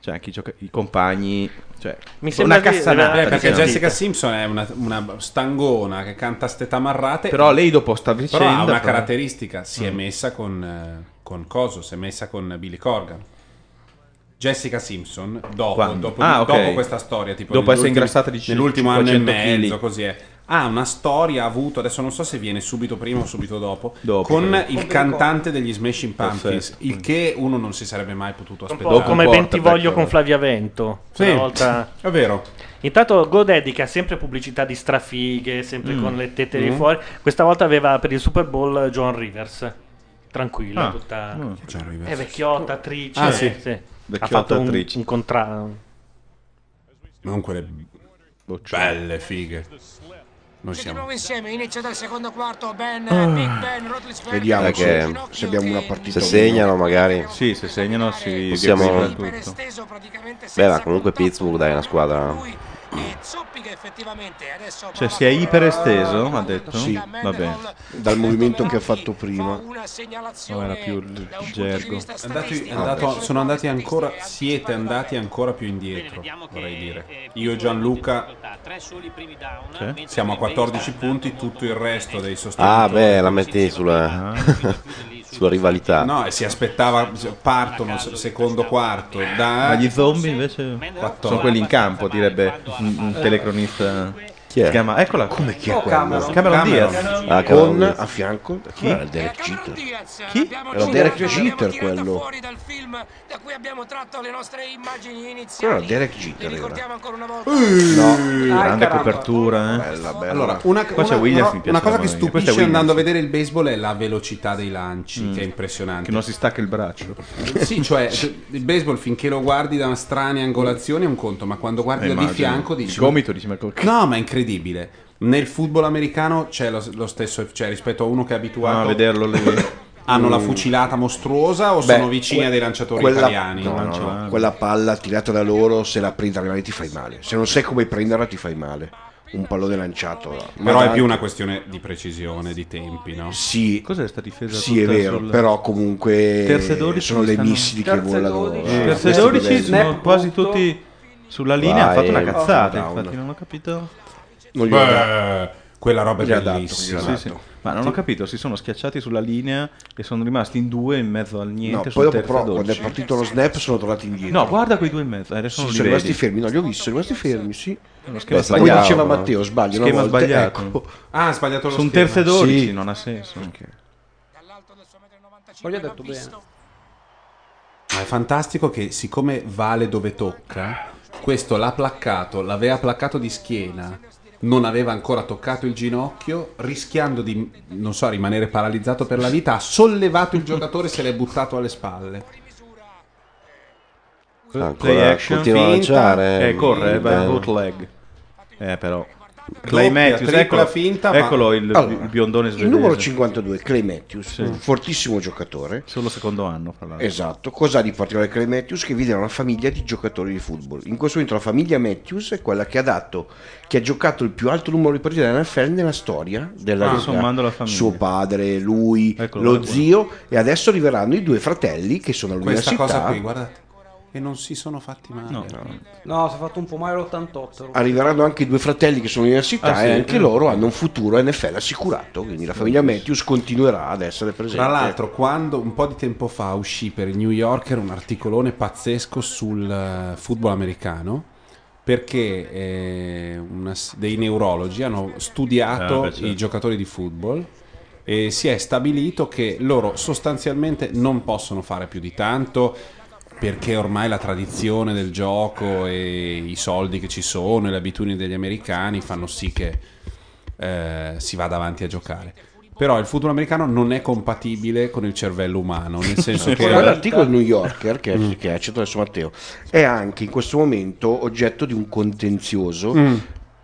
S3: cioè anche i, gioca- i compagni cioè
S1: Mi
S3: una
S1: sembra di-
S3: cassanata
S1: eh, perché
S3: diciamo.
S1: Jessica Simpson è una, una stangona che canta ste tamarrate.
S3: Però lei dopo sta vicenda,
S1: Però ha una
S3: però- Mm.
S1: caratteristica, si è messa con, eh, con Coso, si è messa con Billy Corgan. Jessica Simpson, dopo,
S3: Quando?
S1: dopo,
S3: Ah, ok.
S1: dopo questa storia, tipo
S3: Dopo essere
S1: nell'ultimo-
S3: ingrassata di cin-
S1: nell'ultimo anno e
S3: 500
S1: mezzo,
S3: chili.
S1: così è. Ha una storia, ha avuto, adesso non so se viene subito prima o subito dopo,
S3: Dopo,
S1: con
S3: credo.
S1: il
S3: Con
S1: cantante degli Smashing Pumpkins,
S3: Perfetto.
S1: il che uno non si sarebbe mai potuto
S5: Un
S1: aspettare.
S5: po' come Bentivoglio con Flaviavento.
S1: Sì,
S5: Una volta...
S1: è vero.
S5: Intanto Godaddy che ha sempre pubblicità di strafighe, sempre
S1: Mm.
S5: con le tette lì
S1: Mm.
S5: fuori. Questa volta aveva per il Super Bowl John Rivers. Tranquilla,
S1: Ah.
S5: tutta...
S1: Mm. John Rivers.
S5: È vecchiotta, attrice.
S1: Ah, sì.
S5: Ha
S1: Vecchiotta
S5: fatto un,
S1: attrice.
S5: un contratto.
S1: Non quelle
S5: Boh, cioè.
S1: belle fighe. Noi siamo
S8: Continuiamo insieme, inizio del secondo quarto, Ben,
S1: Ah.
S8: Big Ben, Rotlisberger,
S7: Vediamo
S15: Perché
S7: se, se abbiamo una partita.
S15: Se segnano magari.
S3: Sì, se segnano si
S15: possiamo...
S3: via così tutto.
S15: Beh, ma comunque Pittsburgh dai è una squadra.
S3: cioè si è iperesteso ha detto sì vabbè
S7: dal movimento che ha fatto prima
S3: no, era più il gergo
S1: Andati- andato- sono andati ancora, siete andati ancora più indietro, vorrei dire. Io e Gianluca siamo a 14 punti, tutto il resto dei sostituti.
S15: Ah, beh, la metti sulla,
S3: Ah,
S15: sulla rivalità.
S1: No, e si aspettava, partono s- secondo quarto. Da...
S3: ma gli zombie invece sono quelli in campo direbbe un, un telecronista
S15: chi è?
S3: Si chiama eccola
S7: come chi è
S3: Oh,
S7: quello?
S3: Cameron, Cameron Diaz
S7: Ah, Cameron Diaz. con a fianco
S3: Chi?
S7: era Derek Jeter
S15: Chi?
S7: era Derek Jeter quello quello era Derek Jeter era.
S3: no
S1: Ah,
S3: grande
S1: caramba.
S3: copertura eh.
S1: Allora, una,
S3: qua c'è
S1: una-
S3: Williams
S1: una-
S3: mi piace
S1: una cosa
S3: la
S1: che
S3: maniera.
S1: stupisce
S3: Questa è
S1: andando a
S3: Williams.
S1: vedere il baseball è la velocità dei lanci, che è impressionante.
S3: Mm. che non si stacca il braccio
S1: Sì, cioè il baseball finché lo guardi da strane angolazioni è un conto, ma quando guardi
S3: Eh,
S1: da di
S3: immagino.
S1: fianco
S3: Il
S1: dici...
S3: gomito dici, ma col-
S1: No, ma è incredibile. Nel football americano c'è lo, lo stesso, cioè rispetto a uno che è abituato
S3: Ah, a vederlo lì.
S1: Hanno la
S7: Mm.
S1: fucilata mostruosa o
S7: Beh,
S1: sono vicini a dei lanciatori
S7: quella-
S1: italiani?
S7: no, no, no, quella palla tirata da loro se la prendi alla rete ti fai male se non sai come prenderla ti fai male un pallone lanciato.
S1: Però è
S7: Magari-
S1: più una questione di precisione, di tempi, no?
S7: Sì.
S3: Cos'è sta difesa
S7: Sì, è
S3: tutta
S7: vero,
S3: sul-
S7: però comunque
S3: Terze 12
S7: sono le
S3: stanno-
S7: missili che volano. eh,
S3: Terze
S7: questi
S3: 12
S7: livelli.
S3: sono quasi tutti sulla linea.
S7: Vai,
S3: Ha fatto una cazzata,
S7: down.
S3: infatti, non ho capito.
S7: Non glielo Beh, dato. quella roba è Gliel'ha dato, bellissima. gliel'ha
S3: Sì, sì.
S7: dato.
S3: Ma non ho capito, si sono schiacciati sulla linea e sono rimasti in due in mezzo al
S7: No,
S3: niente.
S7: poi
S3: sul
S7: dopo
S3: terzo
S7: però
S3: 12.
S7: quando è partito lo snap sono tornati indietro.
S3: No, guarda quei due in mezzo. Adesso
S7: Sì,
S3: non li
S7: sono rimasti
S3: vedi.
S7: fermi, no, li ho visti, sono rimasti fermi, sì.
S3: Uno schema
S7: Poi
S3: sbagliato,
S7: diceva
S3: no?
S7: Matteo, sbaglio, una
S3: Schema
S7: volta,
S3: sbagliato.
S7: ecco.
S1: Ah, ha sbagliato lo
S3: Sono
S1: schema.
S3: terze 12,
S1: Sì.
S3: non ha senso.
S6: Poi gli ho detto bene.
S1: Ma è fantastico che siccome vale dove tocca, questo l'ha placcato, l'aveva placcato di schiena, non aveva ancora toccato il ginocchio, rischiando di, non so, rimanere paralizzato per la vita, ha sollevato il giocatore e se l'è buttato alle spalle.
S17: Ancora continua a
S1: finta.
S17: lanciare.
S3: Eh, corre, eh,
S17: Bene.
S3: bootleg. Eh, però. Clay Matthews,
S7: tripla
S3: eccolo,
S7: finta, ma-
S3: eccolo il,
S7: Allora,
S3: il biondone svedese.
S7: Il numero 52, Clay Matthews,
S3: Sì.
S7: un fortissimo giocatore.
S3: Solo secondo anno, fra l'altro.
S7: Esatto. Cosa ha di particolare Clay Matthews? Che viene da una famiglia di giocatori di football. In questo momento la famiglia Matthews è quella che ha dato, che ha giocato il più alto numero di partite della NFL nella storia della
S3: Ah,
S7: Lega.
S3: sommando la famiglia.
S7: Suo padre, lui,
S3: Eccolo
S7: lo
S3: qua.
S7: zio e adesso arriveranno i due fratelli che sono
S1: Questa
S7: all'università.
S1: cosa qui, guardate. E non si sono fatti male.
S6: No, si è fatto un po' male l'88.
S7: Arriveranno anche i due fratelli che sono all'università
S1: Ah, sì?
S7: e anche
S1: Mm.
S7: loro hanno un futuro NFL assicurato, quindi la famiglia Matthews continuerà ad essere presente.
S1: Tra l'altro, quando un po' di tempo fa uscì per il New Yorker un articolone pazzesco sul eh, football americano, perché eh, una s- dei neurologi hanno studiato
S3: Ah, beh, certo.
S1: i giocatori di football e si è stabilito che loro sostanzialmente non possono fare più di tanto perché ormai la tradizione del gioco e i soldi che ci sono e le abitudini degli americani fanno sì che eh, si vada avanti a giocare. Però il futuro americano non è compatibile con il cervello umano, nel senso che... Mm.
S7: Poi l'articolo del New Yorker che, che ha citato adesso Matteo è anche in questo momento oggetto di un contenzioso
S1: Mm.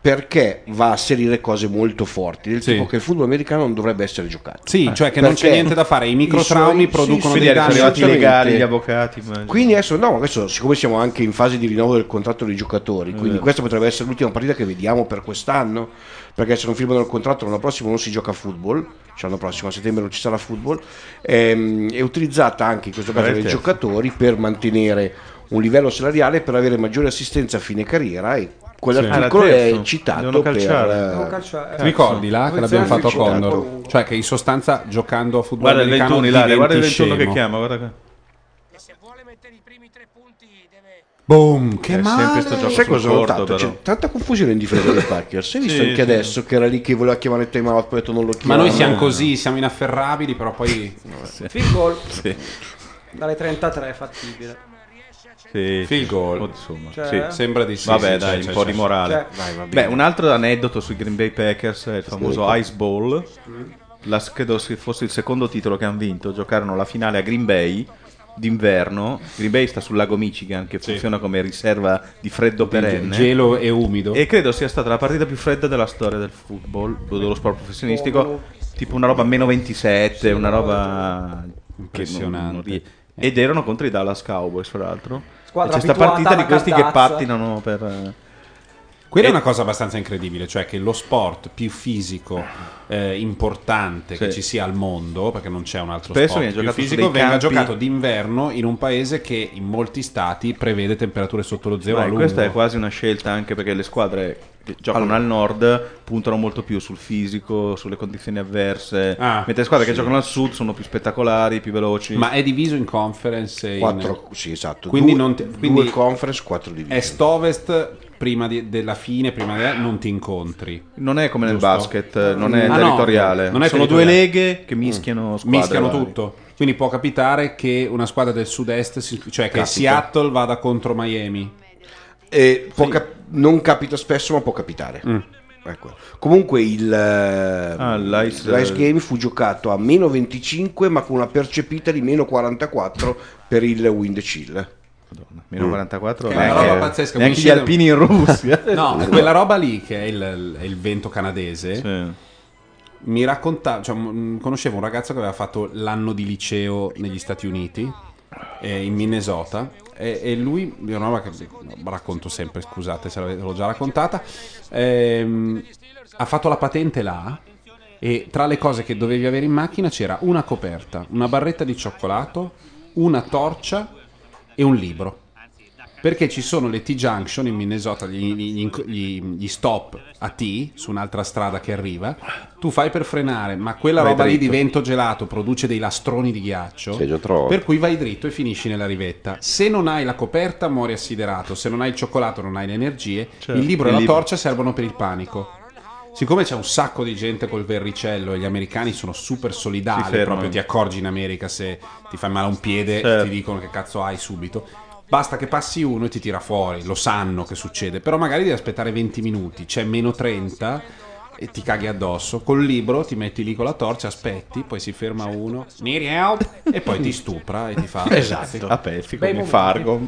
S7: perché va a asserire cose molto forti del
S1: Sì.
S7: tipo che il football americano non dovrebbe essere giocato
S1: Sì, cioè che non c'è
S7: Perché
S1: niente da fare, i microtraumi
S7: suoi-
S1: producono
S7: sì,
S1: dei
S7: sì,
S1: danni.
S7: assolutamente.
S3: legali, gli avvocati, ma-
S7: quindi adesso no, adesso siccome siamo anche in fase di rinnovo del contratto dei giocatori,
S1: Eh.
S7: quindi
S3: vero.
S7: questa potrebbe essere l'ultima partita che vediamo per quest'anno, perché se non firmano il contratto l'anno prossimo non si gioca a football, cioè l'anno prossimo a settembre non ci sarà football, ehm, è utilizzata anche in questo caso
S3: Vabbè,
S7: dai
S3: certo.
S7: giocatori per mantenere un livello salariale per avere maggiore assistenza a fine carriera e quell'articolo
S1: Sì. Era
S7: è
S1: terzo.
S7: citato
S1: Devono
S7: per...
S1: calciare.
S7: eh,
S1: Devono
S6: calciare.
S1: Ti ricordi là che
S7: Devono
S1: l'abbiamo fatto a
S7: calciare.
S1: Condor? Cioè che in sostanza giocando a football
S3: Guarda il
S1: americano
S3: Ventuno, Ilaria, guarda il
S1: diventi
S3: Ventuno che
S1: scemo.
S3: chiama, guarda qua.
S1: Boom, che
S3: È sempre
S1: male!
S3: sto gioco
S7: Sai
S3: sul
S7: cosa ho
S3: corto,
S7: notato?
S3: però.
S7: C'è tanta confusione in difesa dei Packers. Hai visto
S1: Sì,
S7: anche
S1: sì.
S7: adesso che era lì che voleva chiamare il time out, poi ha detto non lo
S1: Ma
S7: chiama.
S1: noi siamo così, siamo inafferrabili, però poi...
S6: Field goal.
S3: Sì.
S6: Dalle 33 è fattibile.
S3: Sì.
S1: Field goal.
S3: Oh, insomma,
S6: Cioè?
S3: sì.
S1: Sembra di sì,
S3: Vabbè,
S1: sì,
S3: dai,
S1: cioè,
S3: un
S1: cioè,
S3: po'
S1: cioè.
S3: di morale.
S1: Cioè, vai, va bene.
S3: Beh, un altro aneddoto sui Green Bay Packers è il famoso
S1: Sì.
S3: Ice Bowl. La, credo si- fosse il secondo titolo che hanno vinto. Giocarono la finale a Green Bay d'inverno. Green Bay sta sul lago Michigan, che funziona come riserva di freddo perenne.
S1: gelo e umido.
S3: E credo sia stata la partita più fredda della storia del football, dello sport professionistico.
S1: Povero.
S3: Tipo una roba meno 27, una roba
S1: Impressionante.
S3: che non- non- ed erano contro i Dallas Cowboys, fra l'altro.
S6: Squadra
S3: E c'è sta
S6: abituata
S3: partita di
S6: alla
S3: questi che
S6: cardazza.
S3: pattinano per. eh.
S1: Quella
S3: E-
S1: è una cosa abbastanza incredibile, cioè che lo sport più fisico eh, importante che ci
S3: Sì.
S1: sia al mondo, perché non c'è un altro
S3: Spesso
S1: sport
S3: viene
S1: più
S3: giocato su
S1: fisico,
S3: dei
S1: venga
S3: campi-
S1: giocato d'inverno in un paese che in molti stati prevede temperature sotto lo zero
S3: Beh,
S1: a lungo.
S3: questa è quasi una scelta anche perché le squadre che giocano al nord puntano molto più sul fisico, sulle condizioni avverse,
S1: Ah,
S3: mentre le squadre
S1: sì.
S3: che giocano al sud sono più spettacolari, più veloci.
S1: Ma è diviso in conference? e in-
S3: Quattro-
S7: sì, esatto.
S1: Quindi
S7: Due-
S1: non ti-
S7: due
S1: quindi
S7: conference, quattro division.
S1: Est-Ovest, prima di- della fine, prima di- non ti incontri.
S3: Non è come nel
S1: Giusto?
S3: basket, eh, non è
S1: Ah, no,
S3: territoriale.
S1: non è
S3: sono due
S1: territoriale. Mm.
S3: leghe che mischiano squadre.
S1: mischiano
S3: varie.
S1: tutto. Quindi può capitare che una squadra del sud-est, si- cioè che
S7: Capita.
S1: Seattle vada contro Miami.
S7: E può cap- non capita spesso, ma può capitare. Ecco. Comunque il eh,
S3: l'ice-
S7: l'ice game fu giocato a meno 25, ma con una percepita di meno 44 per il wind chill. Eh,
S3: Meno 44
S1: Che è una roba pazzesca. quindi
S3: neanche gli
S1: siete-
S3: alpini in Russia.
S1: no, quella roba lì che è il, è il vento canadese. Mi raccontava, cioè, m- conoscevo un ragazzo che aveva fatto l'anno di liceo negli Stati Uniti, eh, in Minnesota, e, e lui, è una roba che racconto sempre, scusate se l'ave- l'ho già raccontata, ehm, ha fatto la patente là e tra le cose che dovevi avere in macchina c'era una coperta, una barretta di cioccolato, una torcia e un libro. Perché ci sono le T-Junction in Minnesota, gli, gli- gli- gli stop a T su un'altra strada che arriva. Tu fai per frenare, ma quella
S15: Vai
S1: roba lì di
S15: dritto.
S1: vento gelato produce dei lastroni di ghiaccio.
S15: Sei già trovato.
S1: Per cui vai dritto e finisci nella rivetta. Se non hai la coperta, muori assiderato. Se non hai il cioccolato, non hai le energie.
S3: Certo.
S1: Il libro e
S3: Il
S1: la
S3: libro.
S1: torcia servono per il panico. Siccome c'è un sacco di gente col verricello e gli americani sono super
S3: Si
S1: solidali,
S3: fermano.
S1: proprio ti accorgi in America se ti fai male un piede
S3: Certo.
S1: ti dicono che cazzo hai subito. Basta che passi uno e ti tira fuori, lo sanno che succede, però magari devi aspettare 20 minuti, c'è meno 30 e ti caghi addosso. Col libro ti metti lì con la torcia, aspetti, poi si ferma uno, "Need help?" e poi ti stupra e ti fa
S3: Esatto. A pezzi, come in Fargo.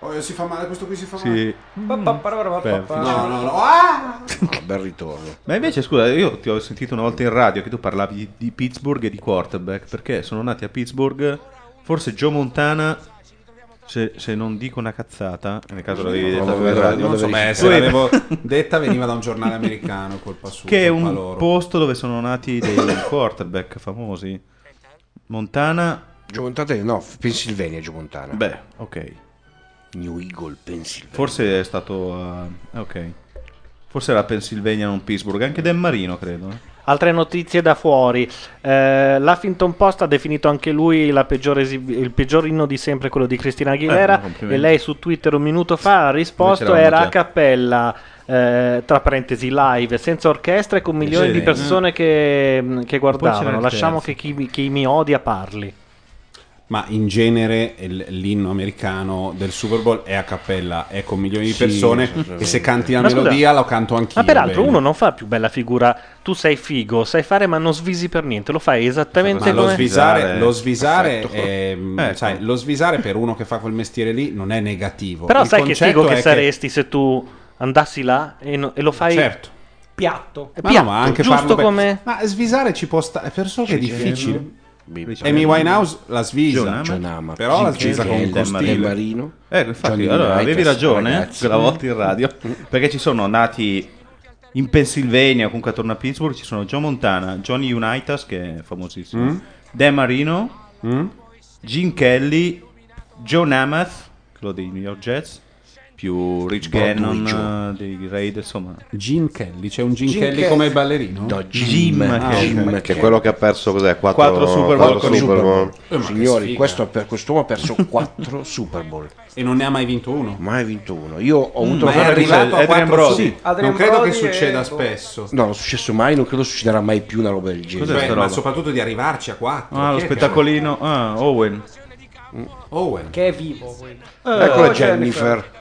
S1: Oh, si fa male, questo qui si fa
S3: Sì.
S6: Pa- pa- pa- pa- pa-
S3: Beh,
S6: pa-
S1: No, no, no. Ah!
S7: bel ritorno.
S3: Ma invece, scusa, io ti ho sentito una volta in radio che tu parlavi di, di Pittsburgh e di quarterback, perché sono nati a Pittsburgh, forse Joe Montana, se, se non dico una cazzata, nel caso la devi
S1: Non
S3: la
S1: lo
S3: puoi-
S1: vedrò,
S3: la-
S1: non
S3: la
S1: so,
S7: eh,
S3: verifichi.
S1: beh, se
S3: Poi-
S1: l'avevo detta veniva da un giornale americano, colpa sua,
S3: Che è
S1: colpa
S3: un
S1: loro.
S3: posto dove sono nati dei quarterback famosi. Montana...
S7: Joe Montana, no, Pennsylvania Joe Montana.
S3: Beh, ok.
S7: New Eagle, Pennsylvania.
S3: Forse è stato... eh, ok. Forse era Pennsylvania, non Pittsburgh. Anche Dan Marino, credo. eh.
S5: Altre notizie da fuori. Eh, L'Huffington Post ha definito anche lui la peggiore esib- il peggior inno di sempre, quello di Cristina
S3: no,
S1: Eh,
S5: Aguilera.
S3: complimenti.
S5: e lei su Twitter un minuto fa ha risposto:
S3: Noi
S5: era
S3: c'eravamo
S5: a cappella. eh, tra parentesi live senza orchestra e con milioni di
S1: eh.
S3: Sì.
S5: persone che, mm, che
S3: c'era
S5: guardavano
S3: il
S5: lasciamo che chi, chi mi odia parli
S1: Ma in genere il- l'inno americano del Super Bowl è a cappella, è con milioni di
S5: Sì,
S1: persone
S5: assolutamente.
S1: e se canti la
S5: Ma scusa,
S1: melodia lo canto anch'io.
S5: ma peraltro
S1: bene.
S5: uno non fa più bella figura tu sei figo sai fare ma non svisi per niente lo fai esattamente
S1: Ma lo
S5: come Esatto.
S1: svisare, lo svisare, è-
S5: Ecco.
S1: sai, lo svisare per uno che fa quel mestiere lì non è negativo.
S5: Però
S1: Il
S5: sai che
S1: concetto
S5: figo
S1: è
S5: che saresti se tu andassi là e, no- e lo fai
S1: Certo.
S6: piatto.
S5: È
S1: Ma
S5: piatto,
S1: no, ma anche farlo
S5: giusto
S1: per-
S5: come
S1: Ma svisare ci può stare, per so che è
S5: Cicero.
S1: difficile.
S5: Richard
S1: Amy
S5: Hammond.
S1: Winehouse la svisa,
S7: John Hammond.
S1: però la
S7: Ah, Jim
S1: svisa con
S7: Kelly,
S1: con
S7: Dan
S1: stile.
S7: Marino.
S3: Ecco, infatti,
S7: Johnny
S3: allora,
S7: Unitas,
S3: avevi ragione eh,
S7: ragazzi.
S3: quella volta in radio, perché ci sono nati in Pennsylvania, o comunque attorno a Pittsburgh, ci sono Joe Montana, Johnny Unitas, che è famosissimo,
S1: Mm.
S3: Dan Marino, Gene Kelly, Joe Namath, quello dei New York Jets, più Rich
S1: Broadway
S3: Gannon eh, dei Raiders, insomma.
S1: Gene Kelly, c'è un Gene,
S3: Gene
S1: Kelly,
S3: Kelly.
S1: come ballerino?
S3: No, Jim
S1: Ah,
S3: Kelly.
S1: Jim
S15: Che è quello che ha perso cos'è? Quattro,
S3: Quattro Super Bowl
S15: quattro
S3: con
S15: Super
S3: Super
S15: Bowl.
S1: Eh, ma che
S7: Signori,
S1: sfiga.
S7: questo ha per- quest'uomo ha perso 4 Super Bowl.
S1: E non ne ha mai vinto uno?
S7: Mai vinto uno. Io ho
S1: Mm,
S7: avuto
S1: ma è
S7: la-
S1: arrivato a quattro Sì,
S6: Adrian
S1: non credo che
S6: Brody e-
S1: succeda
S5: boh.
S1: spesso.
S7: No, non è successo mai, non credo succederà mai più una roba del genere.
S1: Cioè, ma soprattutto di arrivarci a quattro.
S3: Ah, lo
S1: Chi è che-
S3: spettacolino, ah, Owen. Eh,
S1: Owen. Ecco
S6: Che è vivo. quello.
S7: Eccola Jennifer.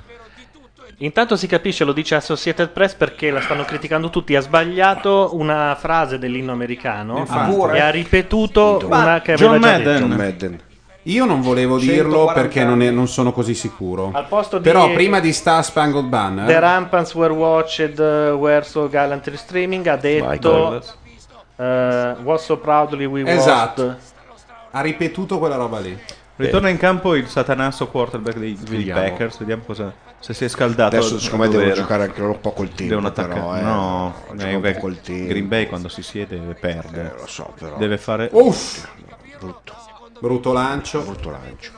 S5: Intanto si capisce, lo dice Associated Press perché la stanno criticando tutti. Ha sbagliato una frase dell'inno americano
S1: Infatti.
S5: e ha ripetuto una che aveva già detto.
S1: Io non volevo dirlo
S5: 140.
S1: perché non, è- non sono così sicuro.
S5: Al posto di-
S1: Però prima di Star Spangled Banner,
S5: The Rampants were watched, uh, were so gallantly streaming. Ha detto uh, Was so proudly we
S1: Esatto.
S5: watched.
S1: ha ripetuto quella roba lì.
S3: Ritorna in campo il satanasso quarterback dei, dei
S1: Vediamo.
S3: Packers, vediamo cosa, se si è scaldato.
S7: Adesso secondo me
S3: dovere.
S7: devono giocare anche loro un po' col tempo.
S3: Devono attaccare.
S7: però, eh.
S3: no,
S7: Giocano
S3: eh,
S7: un
S3: beh,
S7: po' col tempo. Eh,
S3: Green Bay quando si siede perde.
S7: lo so, però.
S3: Deve fare
S1: Uff!
S7: Brutto.
S1: Brutto lancio.
S7: Brutto lancio.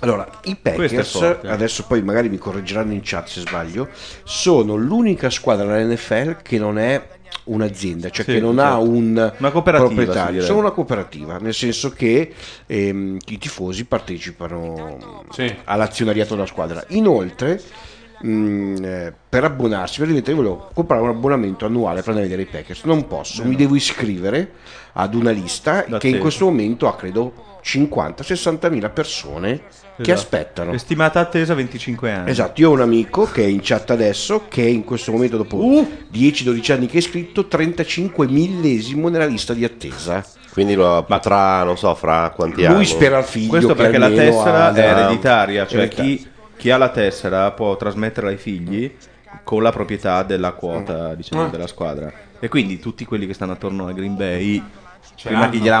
S7: Allora, i
S3: Questo è
S7: Packers,
S3: forte, eh.
S7: adesso poi magari mi correggeranno in chat se sbaglio, sono l'unica squadra della NFL che non è un'azienda, cioè
S3: Sì,
S7: che non
S3: certo.
S7: ha un
S3: Una cooperativa, si
S7: proprietario,
S3: direbbe.
S7: sono una cooperativa, nel senso che ehm, i tifosi partecipano all'azionariato della squadra. Inoltre, mh, eh, per abbonarsi, praticamente io volevo comprare un abbonamento annuale per andare a vedere i Packers, non posso, mi devo iscrivere ad una lista che in
S3: D'attesa.
S7: questo momento ha credo 50-60 mila persone che
S3: Esatto.
S7: aspettano.
S3: Estimata attesa 25 anni.
S7: Esatto, io ho un amico che è in chat adesso, che in questo momento dopo
S3: Uh!
S7: 10-12 anni che è iscritto, 35 millesimo nella lista di attesa.
S15: Quindi lo potrà, non so, fra quanti anni.
S7: Lui spera al figlio
S3: Questo
S7: che
S3: perché la
S7: almeno
S3: tessera
S7: ha-
S3: è ereditaria, cioè
S7: ereditaria.
S3: chi, chi ha la tessera può trasmetterla ai figli con la proprietà della quota diciamo,
S1: Ah.
S3: della squadra. E quindi tutti quelli che stanno attorno a Green Bay
S7: Cioè,
S3: Cioè, prima che gliela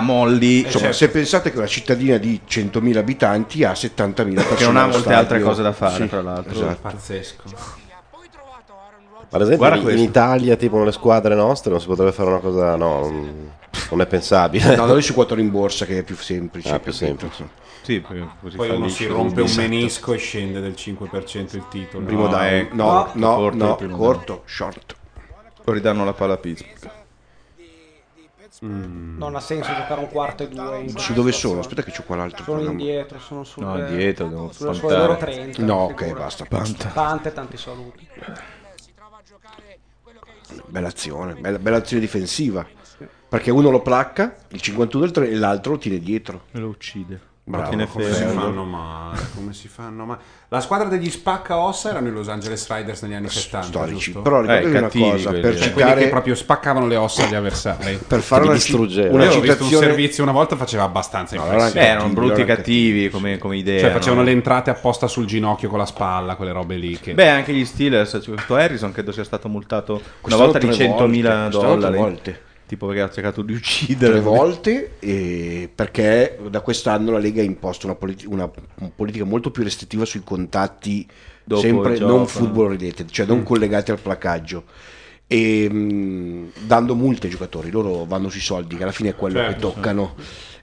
S7: Eh,
S3: molli. Cioè,
S7: Insomma, se pensate che una cittadina di 100.000 abitanti ha 70.000 persone.
S3: Che non ha
S7: allo
S3: molte
S7: stadio.
S3: altre cose da fare,
S7: Sì,
S3: tra l'altro.
S7: esatto.
S1: Pazzesco.
S15: Per esempio,
S3: Guarda
S15: in, in
S3: questo.
S15: Italia, tipo nelle squadre nostre, non si potrebbe fare una cosa, no, mm, non è pensabile.
S7: No, da noi si quota in borsa che è più semplice.
S15: Ah, più semplice.
S3: Sì, perché così
S1: Poi
S3: fa
S1: uno
S3: lì,
S1: si
S3: così
S1: rompe un
S3: lì.
S1: menisco e scende del 5% il titolo.
S3: Primo down.
S1: eh,
S3: No, ecco. no,
S1: corto,
S3: no,
S1: primo
S3: corto,
S1: down.
S7: short.
S3: Lo ridanno la palla a Pittsburgh.
S6: Non ha senso giocare un quarto e due. in
S7: Su dove sono? Aspetta che c'ho qua l'altro
S6: Sono
S7: programma.
S6: indietro, sono sul.
S3: No, indietro, devo
S6: sulle sulle
S3: contare.
S6: loro 30.
S7: No,
S6: figurati.
S7: ok, basta, basta.
S6: Tante, tanti saluti.
S7: Bella azione, bella, bella azione difensiva. Perché uno lo placca, il 51 del 3 e l'altro lo tiene dietro.
S3: E lo uccide.
S7: Bravo,
S1: Come si
S7: Ferro.
S1: fanno male, come si fanno male. La squadra degli spacca ossa erano i Los Angeles Riders negli anni 70,
S7: storici.
S1: giusto?
S7: Però ricordatevi Eh, una cattivi cosa, quelli, per eh.
S1: Cioè,
S7: cercare-
S1: quelli che proprio spaccavano le ossa agli avversari.
S7: Per fare Che li una ci- distruggevano. una
S1: Io ho visto
S7: citazione-
S1: un servizio Cioè, una volta faceva abbastanza
S3: Beh,
S1: impressione.
S3: erano brutti e cattivi come, come idea.
S7: Eh,
S1: Cioè facevano
S3: no?
S1: le entrate apposta sul ginocchio con la spalla, quelle robe lì che
S3: Beh, anche gli Steelers, cioè, questo Harrison credo sia stato multato una
S1: Quest'anno
S3: volta di
S1: tre
S3: 100.000
S7: volte, quest'anno tre
S3: dollari.
S7: volte.
S3: Tipo perché ha cercato di uccidere.
S7: Tre volte e perché da quest'anno la Lega ha imposto una, politi- una- una politica molto più restrittiva sui contatti,
S3: Dopo
S7: sempre
S3: il gioco,
S7: non
S3: eh.
S7: football related, cioè non
S3: Mm.
S7: collegati al placaggio. E, mh, dando multe ai giocatori, loro vanno sui soldi, che alla fine è quello che
S1: Certo,
S7: toccano.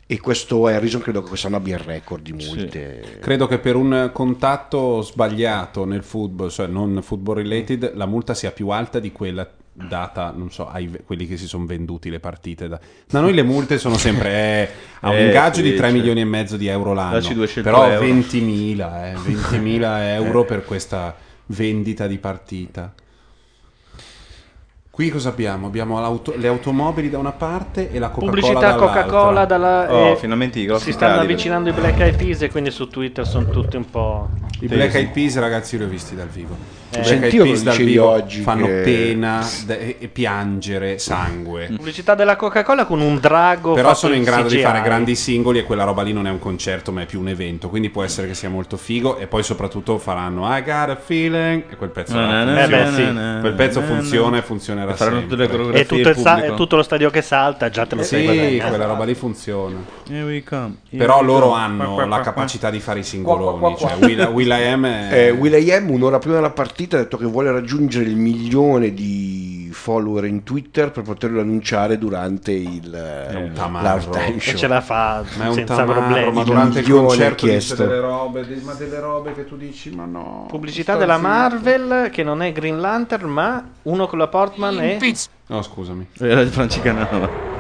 S7: E questo Harrison credo che quest'anno abbia il record di multe.
S1: Credo che per un contatto sbagliato nel football, cioè non football related, la multa sia più alta di quella data, non so, ai quelli che si sono venduti le partite. Da... da noi le multe sono sempre eh, a un
S3: Eh,
S1: gaggio
S3: sì,
S1: di 3
S3: cioè.
S1: milioni e mezzo di euro l'anno,
S3: Dacci 200
S1: però
S3: euro.
S1: 20.000, eh, 20.000 euro per questa vendita di partita. Qui cosa abbiamo? Abbiamo l'auto- le automobili da una parte e la Coca-Cola
S5: Pubblicità
S1: dall'altra.
S5: Coca-Cola dalla...
S1: Oh,
S5: eh,
S1: finalmente i grossi
S5: Si stanno
S1: cali.
S5: avvicinando i Black Eyed Peas e quindi su Twitter sono tutti un po'...
S1: I Black Eyed Peas, ragazzi, io li ho visti dal vivo.
S5: Eh.
S1: I Black
S5: Sentivo che
S1: Eyed Peas dal
S5: dicevi
S1: vivo
S5: oggi
S1: fanno
S5: che-
S1: pena de- e piangere sangue.
S5: Pubblicità della Coca-Cola con un drago
S1: Però
S5: fatto
S1: sono in grado di
S5: CGI.
S1: fare grandi singoli e quella roba lì non è un concerto, ma è più un evento. Quindi può essere che sia molto figo. E poi soprattutto faranno I got a feeling. E quel pezzo là
S3: Na, na, na,
S1: funziona.
S3: eh beh, sì.
S1: Quel pezzo
S3: Na, na,
S1: funziona e
S3: na.
S1: funzionerà
S3: Faranno tutte le
S1: sempre.
S3: coreografie
S5: E tutto, il sa- e tutto lo stadio che salta, già te lo
S1: Sì,
S5: sei guadagnato.
S1: quella roba lì funziona.
S5: Eh,
S3: Here we come. Here
S1: Però
S3: we
S1: loro
S3: come. Qua,
S1: hanno
S3: qua,
S1: la
S3: qua,
S1: capacità
S3: qua.
S1: di fare i
S3: Qua,
S1: singoloni.
S3: qua,
S1: Cioè,
S3: qua, qua.
S1: Will- Will.i.am è...
S7: Eh, Will.i.am un'ora prima della partita ha detto che vuole raggiungere il milione di follower in Twitter per poterlo annunciare durante il eh, l'halftime show.
S5: E ce la fa
S1: Ma è un
S5: senza
S1: tamarro,
S5: problemi.
S1: ma durante il
S7: Milione
S1: concerto dice
S7: chiesto.
S1: delle robe, di- ma delle robe che tu dici, ma no.
S5: Pubblicità
S1: sto
S5: della
S1: zitto.
S5: Marvel che non è Green Lantern ma uno con la Portman e...
S1: No, scusami.
S5: Eh,
S3: Era di Franci Canava.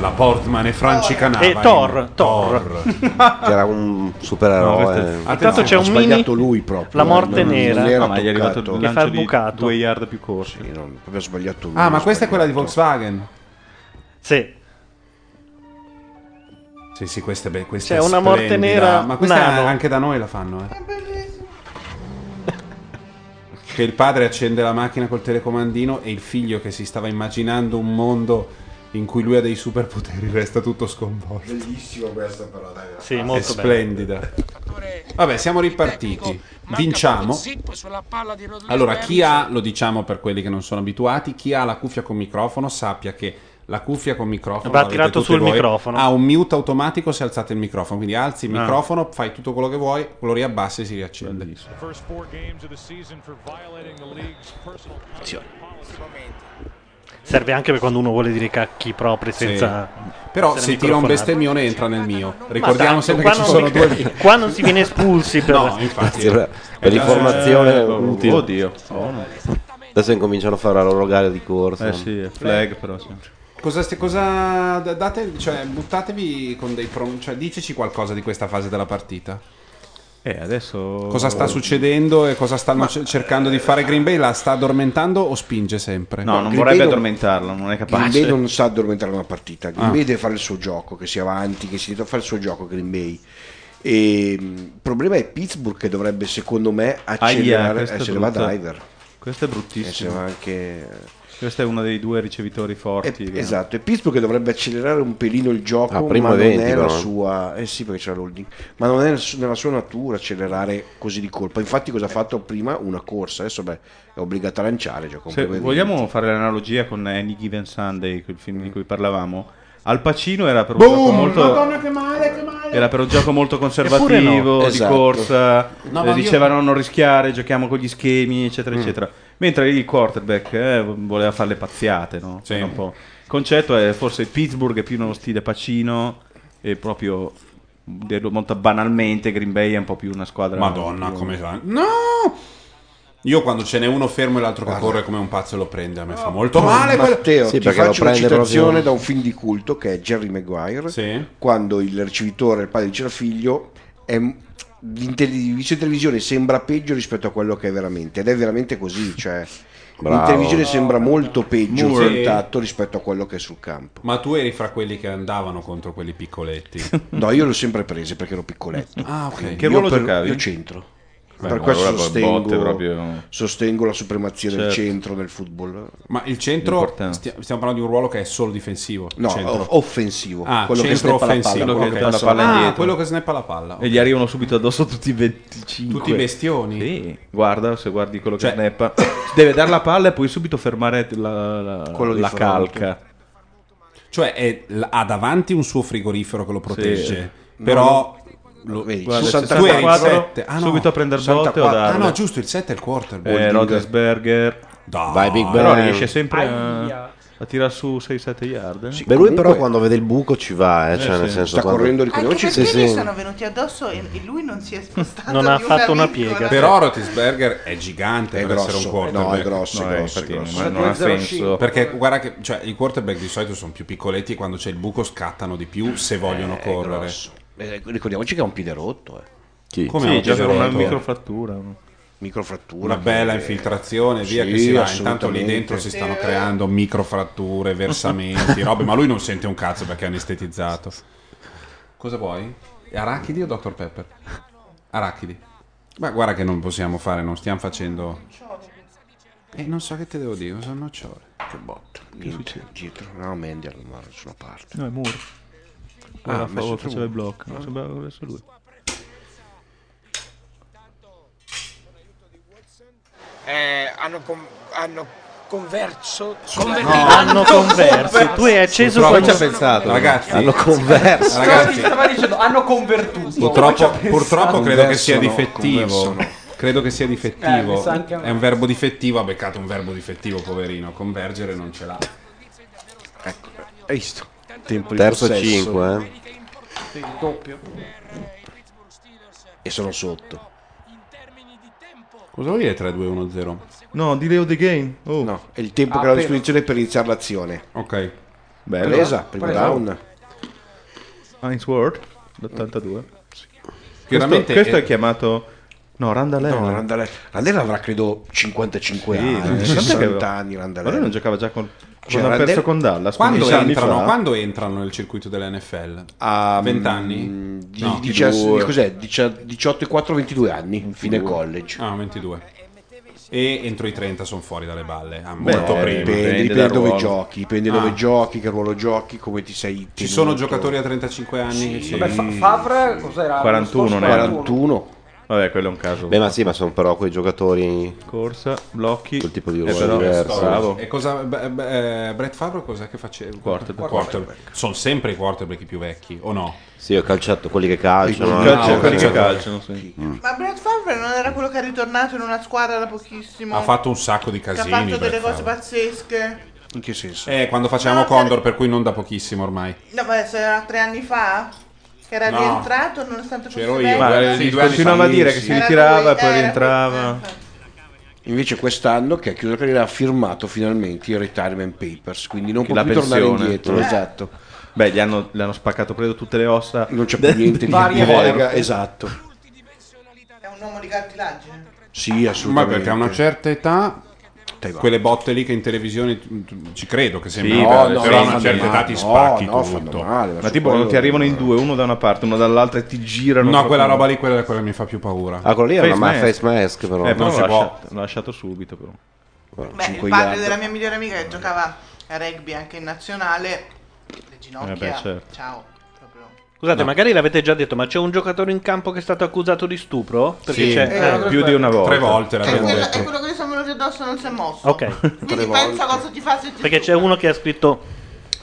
S1: La Portman e Franci Canava.
S5: E
S1: in-
S5: Eh, Thor, Thor.
S15: Era un supereroe.
S1: Ah, Intanto c'è
S7: ha
S1: un
S7: sbagliato
S1: mini-
S7: lui proprio.
S1: La morte
S7: Non- non
S1: nera.
S7: era
S1: No, ma gli è arrivato
S7: toccato.
S1: il Che fa il lancio di bucato.
S3: due yard più corsi.
S7: Sì, non, proprio ha sbagliato lui.
S1: Ah, ma questa è quella di Volkswagen.
S5: Sì.
S1: Sì, sì, questa è be- questa
S5: C'è
S1: è
S5: una morte
S1: splendida.
S5: nera
S1: Ma questa
S5: nano.
S1: anche da noi la fanno, eh. Che il padre accende la macchina col telecomandino e il figlio che si stava immaginando un mondo in cui lui ha dei superpoteri resta tutto sconvolto.
S7: Bellissima questa però, dai.
S1: è splendida. Vabbè, siamo ripartiti. Vinciamo. Allora, chi ha, lo diciamo per quelli che non sono abituati, chi ha la cuffia con microfono sappia che la cuffia con microfono
S5: Va
S1: l'avete
S5: tirato
S1: tutti
S5: sul
S1: voi,
S5: microfono.
S1: Ha un mute automatico se alzate il microfono, quindi alzi il
S5: Ah.
S1: microfono, fai tutto quello che vuoi, lo riabbassi e si riaccende.
S18: First four games of the season for violating the league's personal
S5: Serve anche per quando uno vuole dire cacchi propri
S1: Sì.
S5: senza...
S1: Però
S5: essere
S1: se tira un
S5: microfonato.
S1: bestemmione entra nel mio. Ricordiamo
S5: Ma tanto,
S1: sempre
S5: qua
S1: che ci
S5: non
S1: sono
S5: mi-
S1: due linee.
S5: Qua non si viene espulsi per...
S1: No, infatti. eh,
S15: per informazione
S3: Eh,
S15: utile.
S3: oddio. Oh,
S15: Adesso incominciano a fare la loro gara di corsa.
S3: Eh sì, è flag però. Sì.
S1: Cosa, ste- cosa d- date, cioè, buttatevi con dei prom- cioè, diceci qualcosa di questa fase della partita.
S3: Eh, adesso...
S1: Cosa sta succedendo e cosa stanno ce- cercando di fare Green Bay? La sta addormentando o spinge sempre?
S3: No, non vorrebbe addormentarlo, non è
S7: Green
S3: capace.
S7: Bay non sa addormentare una partita. Green
S3: Ah.
S7: Bay deve fare il suo gioco, che sia avanti, che si deve fare il suo gioco. Green Bay. E, mh, il problema è Pittsburgh che dovrebbe, secondo me,
S3: Aia,
S7: accelerare.
S3: questo
S7: Eh,
S3: è
S7: se ne va
S3: brutto.
S7: driver.
S3: Questo è
S7: Eh, se ne
S3: bruttissimo.
S7: va anche.
S3: Questo è uno dei due ricevitori
S1: Eh,
S3: forti. diciamo. che-
S7: Esatto, e Pittsburgh che dovrebbe accelerare un pelino il gioco,
S3: Ah, primo
S7: ma non
S3: eventi,
S7: è la
S3: però.
S7: sua, eh sì, perché c'è la holding. ma non è su- nella sua natura accelerare così di colpa. Infatti, cosa ha fatto prima? Una corsa, adesso beh, è obbligato a lanciare. cioè, Gioca un
S3: Se
S7: primo evento.
S3: vogliamo fare l'analogia con Any Given Sunday, quel film di cui parlavamo, Al Pacino era per un
S1: Mm. Boom!
S3: gioco molto...
S1: Madonna che male, che male.
S3: Era per un gioco molto
S1: Eppure no.
S3: conservativo, di
S1: Esatto.
S3: corsa,
S1: No,
S3: eh,
S1: ma io- Mm.
S3: dicevano non rischiare, giochiamo con gli schemi, eccetera, eccetera. Mentre il quarterback eh, voleva fare le pazziate, no? Era un po'. Il concetto è forse Pittsburgh è più nello stile Pacino e proprio dirlo molto banalmente Green Bay è un po' più una squadra...
S1: Madonna,
S3: più-
S1: come sa- No! Io quando ce n'è uno fermo e l'altro che corre come un pazzo e lo prende, a me fa molto male. quello-
S7: Matteo, ti faccio una citazione da un film di culto che è Jerry Maguire, quando il ricevitore, il padre dice al figlio, è l'intelligenza in televisione sembra peggio rispetto a quello che è veramente, ed è veramente così, cioè
S1: Bravo.
S7: in televisione sembra molto peggio il
S1: Moore.
S7: contatto rispetto a quello che è sul campo.
S1: Ma tu eri fra quelli che andavano contro quelli piccoletti.
S7: No, io l'ho sempre prese perché ero piccoletto.
S1: Ah, ok.
S7: Quindi
S1: Che
S7: io
S1: ruolo
S7: per-
S1: giocavi?
S7: Io centro.
S1: Beh,
S7: per
S1: no,
S7: questo
S1: allora poi botte
S7: sostengo,
S1: proprio-
S7: sostengo la supremazia del
S1: Certo.
S7: centro nel football.
S1: Ma il centro,
S7: Importante.
S1: stia- stiamo parlando di un ruolo che è solo difensivo.
S7: No,
S1: centro.
S7: o- offensivo.
S1: Ah,
S7: Quello che
S1: centro
S7: snappa la
S1: offensivo.
S7: palla, quello
S1: ok.
S7: che passa
S1: Ah,
S7: la palla indietro.
S1: quello che snappa la palla.
S3: E gli arrivano subito addosso tutti i 25.
S1: Tutti i bestioni. Cioè
S3: Sì, guarda, se guardi quello che snappa. Deve dare la palla e poi subito fermare la, la-
S1: Quello di
S3: la
S1: fronte.
S3: calca.
S1: Cioè è- l- ha davanti un suo frigorifero che lo protegge.
S3: Sì.
S1: Però...
S3: No,
S1: lo-
S3: vedi,
S1: Guarda,
S3: 64,
S1: tu eri il sette. ah, no.
S3: subito a prendere botte o
S1: 64.
S3: darle.
S1: Ah no, giusto, il 7 è il quarterback.
S3: Eh, Rodesberger.
S1: Vai, Big
S3: Però
S15: Ben.
S3: riesce sempre
S15: Aia.
S3: a, a tirare su 6-7 yard.
S15: Beh, lui però quando vede il buco ci va, eh,
S3: Eh,
S15: cioè
S3: sì.
S15: nel senso
S3: Sta
S15: quando-
S3: correndo di
S4: Anche perché
S15: Sì,
S4: gli
S15: sì.
S4: sono venuti addosso e, e lui non si è spostato.
S5: Non
S4: di
S5: ha fatto una
S4: virgola.
S5: piega.
S1: Però Rotisberger è gigante
S7: È
S1: per
S7: grosso.
S1: essere un quarterback.
S7: No, è grosso, è
S1: No,
S7: grosso,
S1: infatti
S7: è grosso.
S1: non- non ha
S7: 2,05.
S1: senso. Perché guarda che cioè, i quarterback di solito sono più piccoletti e quando c'è il buco scattano di più se vogliono
S7: È
S1: correre.
S7: grosso. Eh, ricordiamoci che ha un piede rotto. Eh.
S1: Chi? Come Sì, ha un già piede per una rotto? microfrattura.
S7: Microfrattura.
S1: Una bella
S7: che-
S1: infiltrazione, via
S7: Sì,
S1: che si va. Intanto lì
S7: assolutamente.
S1: dentro si stanno creando microfratture, versamenti, robe, ma lui non sente un cazzo perché è anestetizzato. Cosa vuoi? Arachidi o Dr. Pepper? Arachidi. Ma guarda che non possiamo fare, non stiamo facendo...
S7: Boh,
S1: E non so che te devo dire, sono nocciole.
S7: Che botta. Niente, dietro. No, Mandy al mare, da nessuna parte.
S3: No, è Moore.
S7: Ah,
S3: Ah,
S7: ha messo il
S3: faceva il
S7: muro.
S3: blocco. Mi sembrava avesse lui.
S19: Eh, hanno, con- hanno converso.
S5: Convertito. No, hanno converso. Tu hai acceso Purtroppo quel- ci ha pensato.
S1: Ragazzi,
S5: Hanno converso.
S1: Ragazzi,
S6: Stava dicendo, hanno convertuto.
S1: Purtroppo,
S6: Cioè,
S1: purtroppo
S6: pensavo.
S1: credo che sia
S7: Converso no,
S1: difettivo.
S7: converso
S1: Credo che sia
S6: Eh, mi
S1: difettivo.
S6: sa anche a me.
S1: È un verbo difettivo, ha beccato un verbo difettivo, poverino. Convergere non ce l'ha.
S7: Ecco, hai visto? Tempo di
S15: Terzo e
S7: possesso.
S15: 5, eh.
S6: Sì, doppio.
S7: E sono sotto.
S1: Cosa vuol dire 3-2-1-0?
S3: No, di Leo The Game. Oh.
S7: No, è il tempo che
S1: Ah,
S7: era a disposizione per iniziare l'azione.
S1: Ok.
S3: Bello.
S7: Presa, primo
S3: Presa.
S7: down.
S3: Heinz Ward, l'82. Questo,
S7: Chiaramente
S3: questo
S1: eh,
S7: è-
S3: è chiamato... No, Randall
S7: No,
S3: Allen.
S7: Randall Randall avrà credo 55
S3: Sì,
S7: anni,
S3: eh,
S7: 60
S3: tanto che-
S7: anni. Randall
S3: Ma lui non
S7: Allen.
S3: giocava già con...
S7: Cioè,
S3: quando ha perso
S7: Randall-
S3: con Dallas.
S1: Quando
S3: 15 anni
S1: entrano,
S3: fa.
S1: quando entrano nel circuito dell'NFL?
S7: A mm,
S1: 20 anni?
S7: Di- diciass- cos'è? Dicia- 18 e 4, 22 anni. Fine college.
S1: Ah, 22. E entro i 30 sono fuori dalle balle. Ah,
S7: Beh,
S1: molto prima.
S7: Dipende, dipende
S1: da
S7: dove giochi, dipende dove
S1: Ah.
S7: giochi, che ruolo giochi, come ti sei.
S1: Ci
S7: tenuto.
S1: sono giocatori a 35 anni? che ci-
S6: Vabbè, Fa- Favre cos'era?
S3: 41
S6: L'anno
S3: ne
S6: scorso
S3: era.
S7: 41.
S3: Vabbè, quello è un caso.
S15: Beh, ma sì, ma sono però quei giocatori
S3: Corsa, blocchi.
S15: quel tipo di
S3: Eh,
S15: ruolo
S3: però-
S15: diverso.
S3: Bravo.
S1: E cosa, beh, beh, eh, Brett Favre cos'è che faceva?
S3: Quarterback.
S1: Quarterback. Sono sempre i quarterback i più vecchi, o no?
S15: Sì, ho calciato quelli che calciano.
S1: I
S15: eh.
S1: calci-
S15: Ah,
S1: quelli
S15: ok.
S1: che calciano, sì.
S15: Mm.
S4: Ma Brad Favre non era quello che è ritornato in una squadra da pochissimo.
S1: Ha fatto un sacco di
S4: Che
S1: casini.
S4: Ha fatto delle
S1: Brett
S4: cose
S1: Favre.
S4: pazzesche.
S7: In che senso?
S1: Eh, quando facciamo Condor, per cui non da pochissimo ormai.
S4: No, ma se era tre anni fa che era
S1: No.
S4: rientrato nonostante fosse
S1: C'ero io,
S4: vecchio.
S1: guarda,
S3: Sì,
S1: Di due anni
S3: continuava
S1: fa.
S3: a dire che
S1: Sì,
S3: si
S1: sì.
S3: ritirava
S4: Era
S3: e poi
S4: lui, era-
S3: rientrava.
S7: Invece quest'anno che ha chiuso la carriera ha firmato finalmente i retirement papers, quindi non può
S3: la
S7: più tornare
S3: pensione.
S7: indietro.
S3: Eh.
S7: Esatto.
S3: Beh, gli hanno, le hanno spaccato credo tutte le ossa.
S7: Non c'è più niente di
S3: Varie
S7: collega,
S3: volte.
S7: esatto.
S4: È un uomo di cartilagine.
S7: Sì,
S1: Ma
S7: assolutamente.
S1: perché a una certa età.
S7: Te va.
S1: Quelle botte lì che in televisione tu- tu- ci credo che sembrano, però a
S3: no, no,
S1: una
S3: fanno
S1: certa
S3: male.
S1: età ti
S3: No,
S1: spacchi
S3: no,
S1: tutto.
S3: Ma tipo quando ti arrivano in due, uno da una parte, uno dall'altra e ti girano.
S1: No, quella roba
S3: proprio.
S1: lì quella, quella mi fa più paura.
S15: Ah, quello lì era una ma- face mask, però.
S3: Eh, però
S15: Non
S3: l'ho
S15: si può.
S3: lasciato, l'ho lasciato subito però.
S4: Beh, il padre della mia migliore amica che giocava a rugby anche in nazionale. Le ginocchia.
S5: Eh beh, certo.
S4: Ciao. Proprio.
S5: Scusate, magari l'avete già detto, ma c'è un giocatore in campo che è stato accusato di stupro? Perché
S1: Sì,
S5: c'è
S1: eh, più di una volta. Tre volte l'abbiamo
S5: Eh,
S4: Quello-
S5: eh,
S4: è quello che gli sono venuti addosso e non si è mosso.
S5: Ok.
S4: Quindi pensa cosa ti fa se ti
S5: Perché c'è uno che ha scritto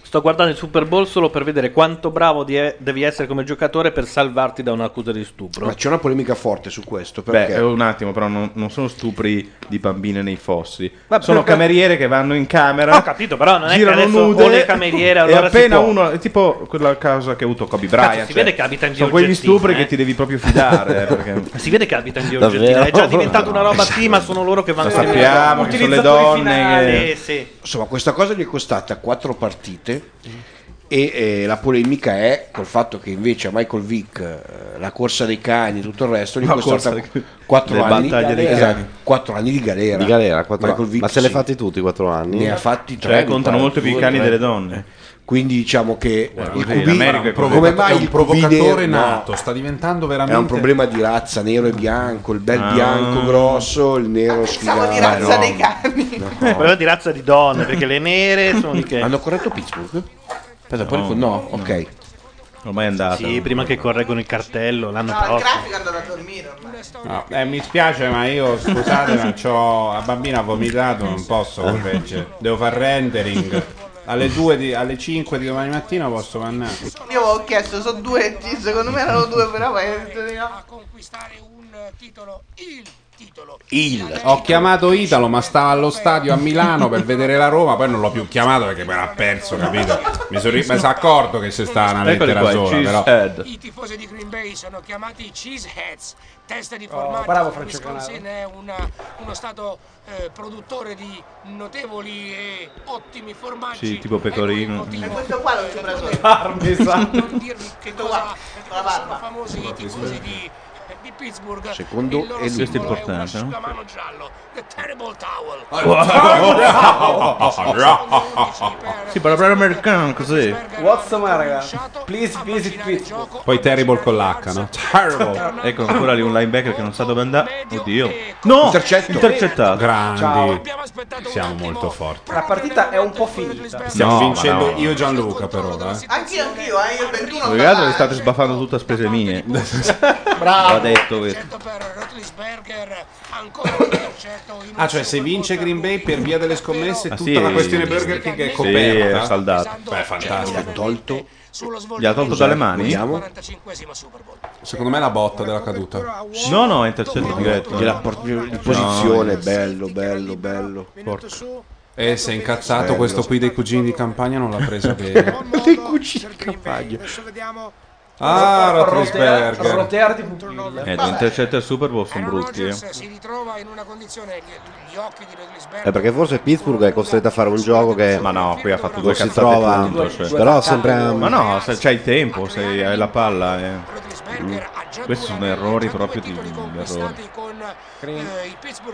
S5: Sto guardando il Super Bowl solo per vedere quanto bravo di- devi essere come giocatore per salvarti da un'accusa di stupro.
S7: Ma c'è una polemica forte su questo.
S3: Beh,
S7: Perché?
S3: eh, un attimo, però non, non sono stupri di bambine nei fossi.
S7: Ma
S3: sono
S7: perché-
S3: cameriere che vanno in camera.
S5: Ho capito, però non è che
S3: girano
S5: adesso
S3: nude,
S5: o le cameriere, allora
S3: e
S5: si
S3: appena
S5: può.
S3: uno, è tipo quella causa che ha avuto Kobe Bryant.
S5: Cazzo, si
S3: cioè,
S5: vede che abita in via
S3: Sono quegli
S5: Oggettina,
S3: stupri
S5: eh.
S3: che ti devi proprio fidare. eh, perché-
S5: Si vede che abita in via
S3: Davvero?
S5: Oggettina, è già diventata una roba sì, ma sono loro che vanno
S3: Lo
S5: in giro.
S3: sappiamo, che sono le donne
S5: finali,
S3: che-
S5: sì.
S7: Insomma, questa cosa gli è costata quattro partite e eh, la polemica è col fatto che invece a Michael Vick eh, la corsa dei cani e tutto il resto gli è
S15: La
S7: costata
S15: corsa dei-
S7: quattro
S15: le
S7: anni,
S15: battaglie dei
S7: esatto,
S15: cani.
S7: quattro anni di galera.
S15: Di galera, quattro-
S7: Michael Vick
S15: ma se li ha
S7: sì.
S15: fatti tutti i quattro anni?
S7: Ne ha fatti
S3: Cioè,
S7: tre. mi pare, due, tre. Quindi diciamo che il
S1: vedi,
S7: QB
S1: l'America è
S7: come mai
S1: un
S7: il
S1: provocatore
S7: QB
S1: nato,
S7: no,
S1: sta diventando
S7: È
S1: veramente
S7: un problema di razza, nero e bianco, il bel
S1: Ah.
S7: bianco grosso, il nero sfigato.
S5: Ah, di razza
S7: Beh, no.
S5: dei
S4: cani.
S5: Problema di razza di donne, perché le nere sono di che.
S7: Hanno corretto Pittsburgh? Aspetta, poi
S5: No.
S7: ricor- no, ok.
S3: Ormai è andata.
S5: Sì, prima che correggono il cartello, l'hanno
S4: No, il
S5: prossimo.
S4: grafico è andato a dormire ormai.
S1: No, eh, mi spiace, ma io scusate, ma c'ho la bambina ha vomitato, non posso correggere. Devo fare rendering. Alle, 2 di, alle 5 di domani mattina posso mandare.
S4: Io avevo chiesto, sono due, sì, secondo me erano due, però poi ho detto di no.
S1: Il. Ho chiamato Italo, ma stava allo stadio a Milano per vedere la Roma. Poi non l'ho più chiamato perché me l'ha perso, capito? Mi sono ri- mi sono accorto che c'è stata una
S3: Eccoli
S1: lettera
S3: qua, i
S1: sola. Però.
S3: cheesehead.
S8: I tifosi di Green Bay sono chiamati cheeseheads, testa di formaggio.
S6: Oh, bravo,
S8: Il
S6: Francesco
S8: Wisconsin è una- uno stato eh, produttore di notevoli e ottimi formaggi.
S3: Sì, tipo pecorino. esatto.
S4: E questo qua l'ho preso io.
S6: esatto.
S8: Non dirvi che cosa
S4: la barba.
S8: sono famosi i tifosi di, di Pittsburgh.
S3: Secondo
S8: Il loro
S3: Edu. Questo è
S8: simbolo un
S3: importante, no?
S8: asciugamano giallo, the terrible towel.
S3: Sì, parlare americano così.
S6: What's the matter, ragazzi? Please visit Pittsburgh.
S3: Poi terrible con l'H, no? Terrible. ecco ancora lì un linebacker che non sa dove andare. Oddio. No!
S1: Intercetto.
S3: Intercettato.
S1: Grandi.
S3: Ciao.
S1: Siamo molto forti.
S6: La partita è un po' finita.
S1: Stiamo
S3: No, ma
S1: vincendo
S3: no.
S1: io e Gianluca per ora. eh.
S4: Anch'io, anch'io, eh, io il 21
S3: Voi altro le state sbaffando tutto a spese mie. L'ho detto questo.
S1: Ah, cioè se vince Green Bay per via delle scommesse,
S3: Ah,
S1: tutta
S3: sì.
S1: la questione Burger King è
S3: Sì,
S1: coperta.
S3: è saldata.
S1: Beh, fantastico.
S7: Gli ha tolto,
S3: Gli ha tolto dalle mani?
S7: Vediamo.
S1: Secondo me la botta della caduta.
S3: No, no, è intercetto diretto. eh.
S7: Gliela porti in posizione,
S1: eh.
S7: bello, bello, bello.
S1: E se è Eh, incazzato
S7: Bello.
S1: questo qui dei cugini di campagna non l'ha presa bene.
S7: Dei cugini
S6: certo
S7: di campagna.
S1: Ah,
S6: Rotea-
S1: Rotlisberger.
S6: roteare di pupille.
S3: Eh, gli intercetti al Super Bowl sono brutti. eh.
S15: Eh, perché forse Pittsburgh è costretta a fare un gioco che. Ma
S3: no, qui ha fatto due
S15: si
S3: cazzate
S15: trova.
S3: punto, cioè.
S15: Però sembra.
S3: Ma no, se c'hai il tempo, se hai la palla. eh. Questi sono errori proprio di di errori.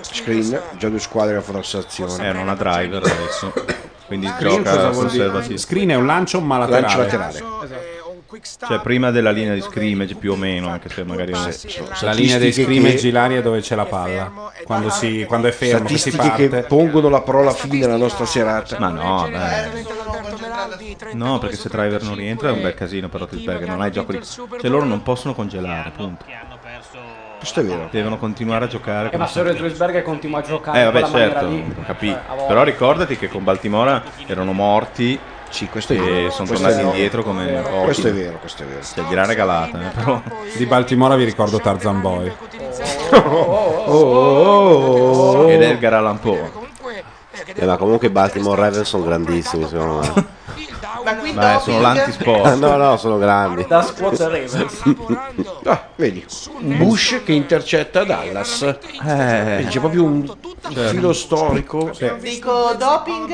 S7: Screen, già due squadre a forzazione.
S3: Eh, non ha driver adesso. Quindi
S1: eh, Screen cosa
S3: gioca
S1: vuol
S3: conserva
S1: dire? Screen è un lancio ma laterale.
S7: Lancio laterale.
S1: Esatto.
S3: Cioè prima della linea di scrimmage più o meno, anche se magari
S1: La linea dei scrimmage l'aria è dove c'è la palla. Quando, si, quando è fermo, che si
S7: Statistiche che
S1: parte.
S7: pongono la parola fine alla nostra serata.
S3: Ma no, dai. No, perché se Driver non rientra è un bel casino per Rotisberger, non hai gioco di... Cioè loro non possono
S1: Eh,
S3: congelare, punto.
S7: Questo è vero.
S3: Devono continuare a giocare
S6: Eh,
S3: come
S6: ma se
S3: sempre.
S6: Roethlisberger continua a giocare
S3: Eh
S6: in
S3: vabbè
S6: quella maniera
S3: certo,
S6: lì,
S3: ho capito.
S6: cioè, a volte.
S3: Però ricordati che con Baltimora erano morti
S7: questo
S3: e
S7: è vero.
S3: sono
S7: Questo
S3: tornati
S7: è vero.
S3: indietro come... pochi.
S7: Questo è vero, questo è vero.
S3: Cioè gliel'ha regalata, eh, però...
S1: Di Baltimora vi ricordo Tarzan Boy.
S3: Oh,
S7: Oh.
S3: Ed Edgar Allan Poe.
S15: Eh, ma comunque i Baltimore Ravens sono grandissimi, secondo me.
S4: Da qui
S15: Ma
S4: Dawkins-
S15: sono l'antisport. Ah, no, no, sono grandi.
S6: Da squad Ravens.
S7: Ah, vedi, Bush che intercetta Dallas. Vedi, C'è proprio un un filo storico.
S4: Dico doping?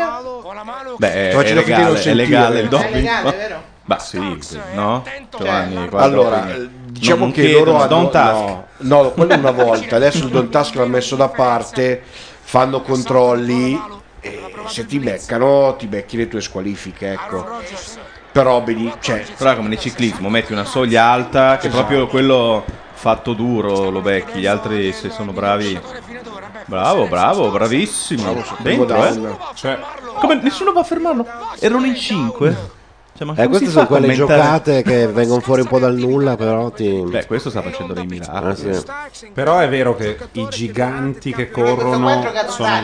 S3: Beh, è,
S7: Faccio
S3: è
S7: la finta di non
S3: legale, è
S7: sentire.
S3: legale il
S4: È
S3: doping.
S4: legale, vero? eh,
S3: Ma sì, no? Giovanni, qua
S7: allora,
S3: doping.
S7: eh, diciamo
S3: Non
S7: che
S3: chiedono,
S7: loro hanno...
S3: don't ask.
S7: No, no, quello una volta. Adesso il Don Task l'ha messo da parte, fanno controlli e se ti beccano ti becchi le tue squalifiche, ecco. Però vedi, cioè,
S3: Però è come nel ciclismo, metti una soglia alta
S7: Esatto.
S3: che proprio quello fatto duro lo becchi, gli altri se sono bravi. Bravo, bravo, bravissimo. Dentro, eh.
S7: down.
S3: Come nessuno va a fermarlo? Erano in 5. Cioè, ma
S15: Eh,
S3: come
S15: queste
S3: si
S15: sono
S3: fa a
S15: quelle
S3: commentare-
S15: giocate che vengono fuori un po' dal nulla, però ti... Ah,
S3: Beh, questo sta facendo dei miracoli. eh.
S1: Però è vero che i giganti che corrono sono,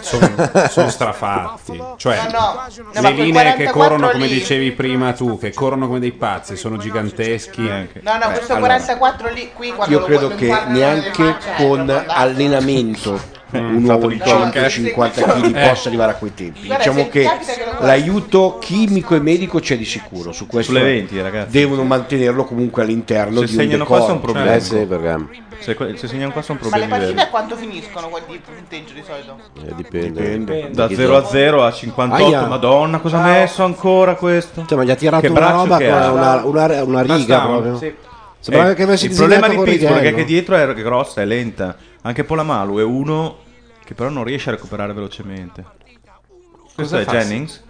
S1: sono, sono strafatti. Cioè,
S4: No, no, no, ma
S1: le
S4: quel
S1: linee che
S4: 44
S1: corrono, come
S4: lì-
S1: dicevi prima tu, che corrono come dei pazzi, sono giganteschi.
S4: No, no, questo 44 lì qui quando
S1: io
S4: lo
S1: credo
S4: lo
S1: che
S4: inquadrano nelle
S7: neanche
S4: facce, eh,
S7: con
S4: proprio là.
S7: allenamento
S3: Mm.
S7: un
S4: fatto
S7: uomo
S4: di
S7: di
S4: gioco.
S7: 150 kg
S4: Eh.
S7: possa arrivare a quei tempi.
S4: Guarda,
S7: Diciamo
S4: se
S7: che
S4: capita che lo-
S7: l'aiuto chimico e medico c'è di sicuro. Su questo
S3: Sulle 20, ragazzi.
S7: devono mantenerlo comunque all'interno
S3: Se
S7: di un
S3: segnano qua
S7: decoro.
S3: sono problemi.
S7: Eh, sì.
S3: Se, que- se segnano qua sono
S4: Ma le
S3: problemi
S4: partite
S3: veri.
S4: a quanto finiscono quelli di punteggio di solito?
S7: Eh,
S3: Eh,
S15: dipende.
S3: Da 0 a 0 a 58,
S15: Aia.
S3: madonna, cosa ha messo ancora questo?
S15: Cioè, ma gli ha tirato
S3: Che
S15: una
S3: braccio
S15: roba
S3: che
S15: con
S3: ha?
S15: una, una- una riga
S3: Touchdown.
S15: proprio.
S3: Sì.
S15: Sembrava
S3: Eh,
S15: che avessi
S3: il problema di
S15: disegnato con
S3: Pittsburgh è che
S15: righello.
S3: dietro è grossa, è lenta. Anche Polamalu è uno che però non riesce a recuperare velocemente. Questo
S1: Cosa
S3: è
S1: fa?
S3: Jennings?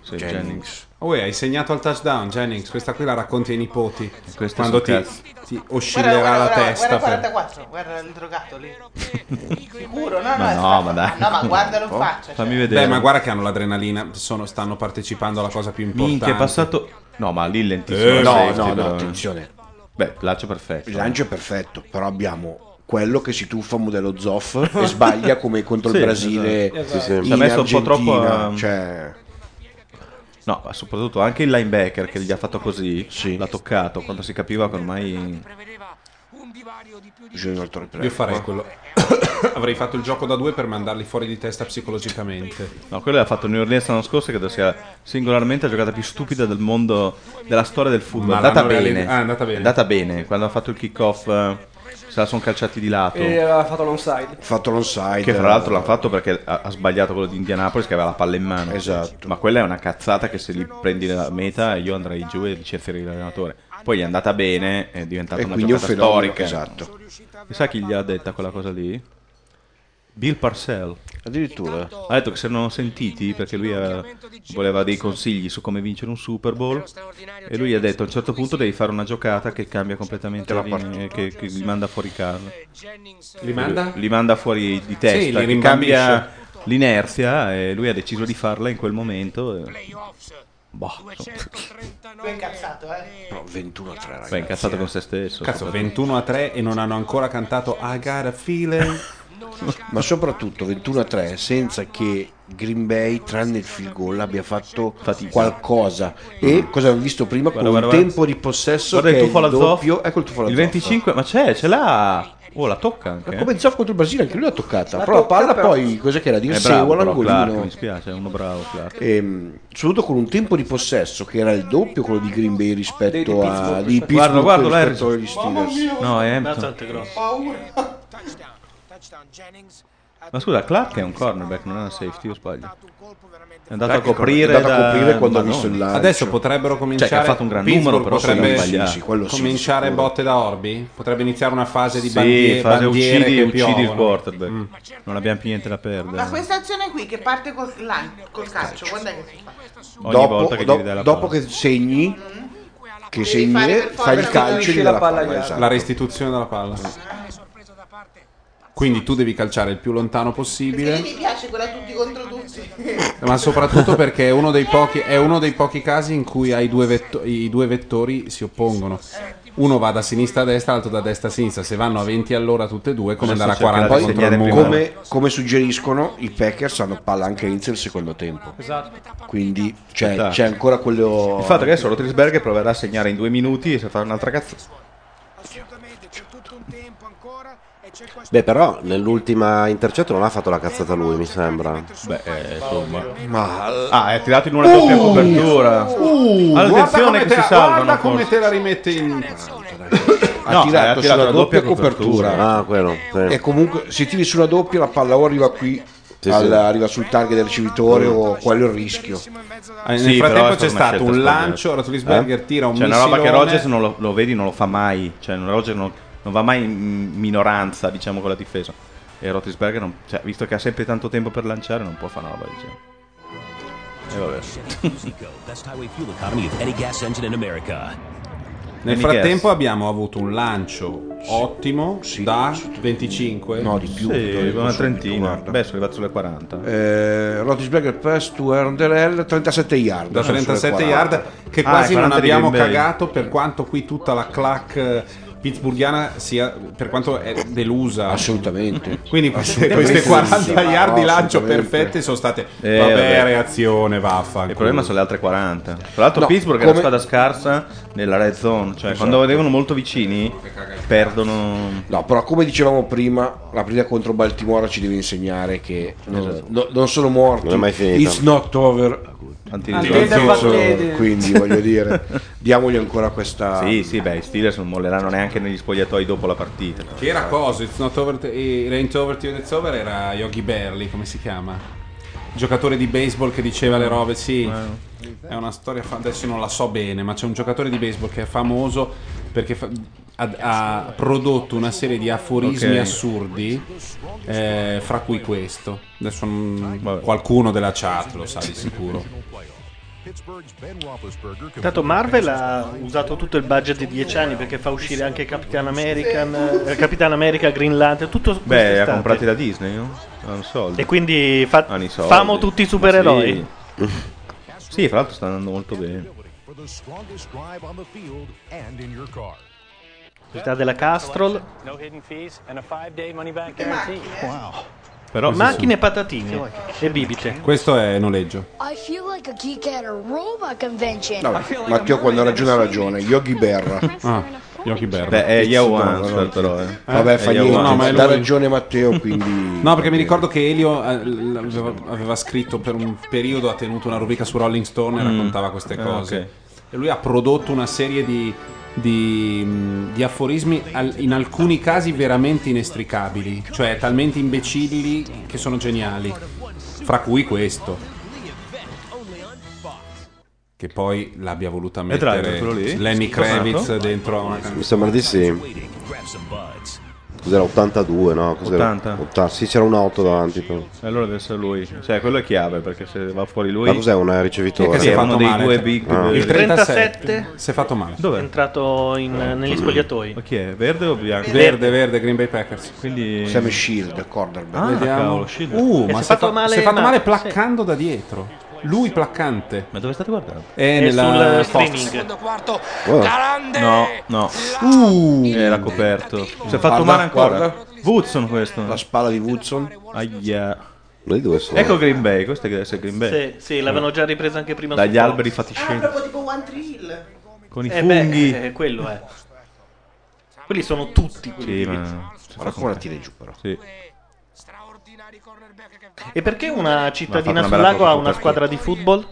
S3: Sì,
S1: Jennings.
S3: Jennings.
S1: Oh, hai segnato al touchdown, Jennings. Questa qui la racconti ai nipoti.
S3: Questo
S1: Quando
S3: sul
S1: ti,
S3: cazzo.
S1: ti
S4: Guarda,
S1: oscillerà
S4: guarda,
S1: la
S4: guarda,
S1: testa.
S4: guarda il
S1: per-
S4: 44, guarda il drogato lì. Sicuro, no, no,
S3: Ma
S4: è
S3: no,
S4: stato-
S3: ma dai.
S4: No, ma guardalo in
S3: Oh,
S4: faccia. cioè.
S3: fammi vedere.
S1: Beh, ma guarda che hanno l'adrenalina, sono- stanno partecipando alla cosa più importante.
S3: Minchia, è passato. No, ma lì lentissimo.
S1: Eh,
S3: il
S1: no,
S3: safety,
S1: no, no,
S3: però.
S1: attenzione.
S3: Beh, lancio perfetto.
S7: Il lancio è perfetto, però abbiamo quello che si tuffa modello Zoff e sbaglia come contro il
S3: Sì,
S7: Brasile.
S3: esatto.
S7: in
S3: Sì, sì. Ci ha messo un po' troppo,
S7: Argentina,
S3: ehm,
S7: cioè,
S3: No, ma soprattutto anche il linebacker che gli ha fatto così, l'ha toccato quando si capiva che ormai.
S1: Io
S7: Ecco.
S1: farei quello. Avrei fatto il gioco da due per mandarli fuori di testa psicologicamente.
S3: No, quello l'ha fatto New Orleans l'anno scorso, credo sia singolarmente la giocata più stupida del mondo, della storia del football.
S1: Ma
S3: È andata
S1: l'hanno realizz-
S3: bene.
S1: Ah, è andata bene.
S3: È andata bene. Quando ha fatto il kickoff, eh, se la sono calciati di lato.
S20: E aveva fatto l'onside.
S7: fatto l'onside.
S3: Che fra l'altro l'ha fatto perché ha, ha sbagliato quello di Indianapolis che aveva la palla in mano. Esatto. Ma quella è una cazzata che se li prendi nella meta io andrei giù e licenzierei l'allenatore. Poi gli è andata bene, è diventata
S7: E
S3: una
S7: quindi è un
S3: giocata
S7: fenomeno,
S3: storica.
S7: esatto.
S3: E sai chi gli ha detta quella cosa lì? Bill Parcell.
S7: Addirittura.
S3: Ha detto che si erano sentiti perché lui aveva- voleva dei consigli su come vincere un Super Bowl. E lui gli ha detto a un certo punto devi fare una giocata che cambia completamente la linea, che, che li manda fuori Carlo.
S1: Li manda?
S3: Li manda fuori di
S1: Sì,
S3: testa,
S1: li
S3: che
S1: rimbambisce.
S3: cambia l'inerzia e lui ha deciso di farla in quel momento. e- Boh,
S4: Tu è incazzato, eh.
S7: 21 Cioè, a 3, ragazzi.
S3: beh, incazzato con se stesso.
S1: Cazzo,
S3: Soprattutto.
S1: 21 a 3 e non hanno ancora cantato I got a feeling.
S7: Ma soprattutto 21 a 3 senza che Green Bay, tranne il field goal, abbia fatto qualcosa. E cosa abbiamo visto prima
S3: Mm. Guarda,
S7: con
S3: guarda,
S7: un
S3: guarda.
S7: tempo di possesso
S3: Guarda
S7: che
S3: il
S7: è
S3: tuffo alla
S7: il doppio.
S3: Zoff.
S7: Ecco il tuffo alla
S3: Il
S7: Zoff.
S3: 25, ma c'è, ce l'ha. Oh, la tocca anche.
S7: Ma
S3: eh.
S7: Come Zoff contro il Brasile, anche lui l'ha toccata.
S3: La
S7: però
S3: tocca,
S7: la palla
S3: però-
S7: poi, cos'è che era? Di
S3: È Eh, bravo,
S7: Seua,
S3: però, Clark, mi
S7: l'angolino.
S3: spiace, è uno bravo Clark.
S7: Ehm, soprattutto con un tempo di possesso che era il doppio quello di Green Bay
S3: Dei- di
S7: rispetto a
S3: Pittsburgh.
S7: di
S3: Guarda,
S7: Pittsburgh
S3: guarda, là,
S7: rispetto
S3: Harrison.
S7: agli
S6: Oh,
S3: Mamma
S7: Steelers.
S3: mia. No, è Hampton.
S6: Mazzante grosso.
S3: Ma scusa, Clark è un cornerback, non è una safety, o sbaglio. È andato
S7: Clark
S3: a
S7: è
S3: coprire,
S7: andato a
S3: da-
S7: coprire quando ha
S3: Madonna.
S7: visto il lancio.
S1: Adesso potrebbero cominciare.
S3: Cioè, che ha fatto un gran
S1: Pittsburgh
S3: numero, però se non
S1: potrebbe
S3: sbagliato.
S1: cominciare botte da orbi. Potrebbe iniziare una fase di
S3: Sì,
S1: bandiere,
S3: fase
S1: bandiere
S3: uccidi,
S1: che
S3: uccidi il
S1: piovono.
S3: quarterback. Mm. Non abbiamo più niente da
S4: Ma
S3: perdere.
S4: questa azione qui che parte col, lan- col calcio, quando è che si fa?
S3: Ogni
S7: dopo,
S3: volta che gli
S7: do-
S3: ridai la
S7: dopo
S3: palla.
S7: che segni, che
S4: Devi fare
S7: segni,
S4: per
S7: fai il
S4: forza
S7: calcio e gli dai la palla. esatto.
S1: La restituzione della palla. Quindi tu devi calciare il più lontano
S4: Perché
S1: possibile.
S4: mi piace quella tutti contro tutti.
S1: Ma soprattutto perché è uno dei pochi, è uno dei pochi casi in cui hai due vetto- i due vettori si oppongono. Uno va da sinistra a destra, l'altro da destra a sinistra. Se vanno a 20 all'ora tutte e due, è come andare a 40
S7: Poi,
S1: contro il muro.
S7: come, come suggeriscono, i Packers hanno palla anche all'inizio del secondo tempo.
S6: Esatto.
S7: Quindi c'è,
S3: Esatto.
S7: c'è ancora quello.
S3: Il fatto è che adesso Rotlisberger proverà a segnare in due minuti e se fa un'altra cazzo.
S15: Beh, però nell'ultima intercetto non ha fatto la cazzata lui, mi sembra.
S3: Beh, Eh, insomma.
S15: Ma...
S3: Ah, è tirato in una doppia copertura.
S1: Uh,
S3: Attenzione
S1: guarda come
S3: che
S1: te
S3: si
S1: la-
S3: salvano,
S1: Guarda come
S3: forse.
S1: te la rimette in.
S7: ha,
S3: No, eh,
S7: tirato
S3: ha tirato
S7: sulla
S3: la
S7: doppia,
S3: doppia
S7: copertura.
S15: Ah, quello. sì.
S7: E comunque, se tiri sulla doppia, la palla o arriva qui,
S15: Sì,
S7: al-
S15: sì.
S7: arriva sul target del ricevitore, o quello è il rischio.
S1: Ah, Nel frattempo c'è stato un lancio. Ratlisberger tira un
S3: C'è Eh? Cioè, una
S1: missilone.
S3: roba che Rogers non lo, lo vedi, non lo fa mai. Cioè, Rogers non, non va mai in minoranza, diciamo, con la difesa. E Rotlisberger, non- cioè, visto che ha sempre tanto tempo per lanciare, non può fare una roba del genere. E vabbè.
S21: Best highway fuel economy of any gas engine in America.
S1: Nel
S3: Danny
S1: frattempo abbiamo avuto un lancio ottimo da 25.
S3: No, di più, Sì, te lo dico una subito, trentina. guarda. Beh, sono arrivato sulle 40.
S7: Eh, Rotisberger pass to RDL 37 yard.
S1: da 37 yard
S3: Ah,
S1: che quasi non abbiamo cagato per quanto qui tutta la clac eh, pittsburghiana sia per quanto è delusa
S3: Ah,
S7: assolutamente
S1: quindi queste,
S7: Assolutamente
S1: queste 40
S7: delusa.
S1: yard di
S7: No,
S1: lancio
S7: assolutamente.
S1: perfette sono state
S3: Eh,
S1: vabbè,
S3: vabbè.
S1: reazione vaffanculo
S3: Il problema sono le altre 40. Tra l'altro,
S1: No,
S3: Pittsburgh è
S1: come-
S3: una squadra scarsa nella red zone. Cioè,
S7: Esatto.
S3: quando devono molto vicini, perdono.
S7: No, però come dicevamo prima, la partita contro Baltimora ci deve insegnare che non,
S3: Esatto.
S7: no- non sono morti.
S15: Non è mai finita.
S7: It's not over.
S3: Until
S7: Until
S3: it's
S7: it's
S3: over.
S7: over.
S3: Until-
S7: Quindi voglio dire, diamogli ancora questa.
S3: Sì, sì, beh, i Steelers non molleranno neanche negli spogliatoi dopo la partita.
S1: che era cosa it's not over t- it ain't over till it's over era Yogi Berli come si chiama giocatore di baseball che diceva le robe sì è una storia fa- adesso non la so bene ma c'è un giocatore di baseball che è famoso perché fa- ha, ha prodotto una serie di aforismi
S3: Ok.
S1: assurdi eh, fra cui questo adesso non- qualcuno della chat lo sa di sicuro
S5: Intanto Marvel ha usato tutto il budget di 10 anni perché fa uscire anche Capitan American, eh, Capitan America, Green Lantern, tutto
S3: Beh, ha
S5: quest'estate.
S3: comprati da Disney, no? Hanno soldi.
S5: E quindi fa-
S3: Hanno i soldi.
S5: famo tutti i supereroi.
S3: Ma Sì. Sì, fra l'altro sta andando molto bene.
S11: for the strongest drive on the field and in your car.
S5: Città della Castrol.
S22: No hidden fees and a five-day money-back guarantee.
S6: eh?
S22: Wow.
S1: Però-
S5: Macchine e patatine e bibite.
S1: questo è noleggio
S23: I feel like a geek at a robot convention.
S7: No, Matteo quando ragiona ha ragione, Yogi Berra.
S1: Ah, Yogi Berra.
S3: Beh,
S7: eh,
S3: è Yawan,
S7: No, no,
S3: certo, però, eh.
S7: Vabbè,
S3: Eh,
S7: fa
S3: Yawan.
S7: niente,
S3: No, ma è
S7: dà
S3: lui.
S7: ragione Matteo, quindi
S1: No, perché mi ricordo che Elio eh, l- aveva, aveva scritto per un periodo, ha tenuto una rubrica su Rolling Stone e
S3: Mm.
S1: raccontava queste
S3: Ah,
S1: cose.
S3: ok.
S1: E lui ha prodotto una serie di, di, mh, di aforismi, al- in alcuni casi veramente inestricabili, cioè talmente imbecilli che sono geniali. Fra cui questo. Che poi l'abbia voluta
S3: E tra l'altro
S1: mettere
S3: quello lì?
S1: Lenny Kravitz
S3: Sposato?
S1: dentro a una canzone.
S15: Mi sembra di sì. Cos'era 82, no? Cos'era?
S3: 80.
S15: 80. Sì, c'era un 8 davanti. però.
S3: E Allora deve essere lui. Cioè, quello è chiave, perché se va fuori lui...
S15: Ma cos'è un ricevitore?
S3: Sì, è uno dei due big...
S15: Ah.
S3: del-
S5: Il 37
S1: si è fatto male.
S5: Dov'è? È entrato in- negli spogliatoi.
S3: Ma chi è? Verde o bianco?
S1: Verde, verde, Green Bay Packers.
S3: Quindi...
S7: Sam Shield, cornerback.
S3: Ah,
S1: Vediamo.
S3: cavolo, Shield.
S1: Uh,
S3: E
S1: ma
S3: si
S1: si è
S3: è fatto
S1: fa-
S3: male
S1: si è fatto
S3: Matt,
S1: male
S3: sì.
S1: placcando da dietro. Lui placcante.
S3: Ma dove state guardando?
S1: È,
S3: È
S1: nella
S3: sul
S1: Fox.
S3: streaming.
S8: quarto
S3: No, no. Uh, Era coperto. Si è fatto
S7: Guarda,
S3: male ancora.
S7: guarda.
S3: Woodson questo. La
S7: spalla di Woodson.
S3: Aia.
S15: due sono?
S3: Ecco Green Bay, questo deve essere Green Bay.
S5: Sì, sì, l'avevano già ripreso anche prima
S3: Dagli
S5: su Fox.
S3: alberi
S4: Ah,
S3: fatiscenti.
S4: proprio tipo One Tree Hill.
S3: Con i
S5: Eh
S3: funghi.
S5: beh, eh, quello è. Quelli sono tutti quelli.
S3: Sì,
S5: di
S3: ma-
S5: Pittsburgh.
S3: si fa comprare. Sì.
S5: E perché una
S3: Ma
S5: cittadina
S3: fa una
S5: sul
S3: bella
S5: lago
S3: cosa
S5: ha una
S3: questa.
S5: squadra di football?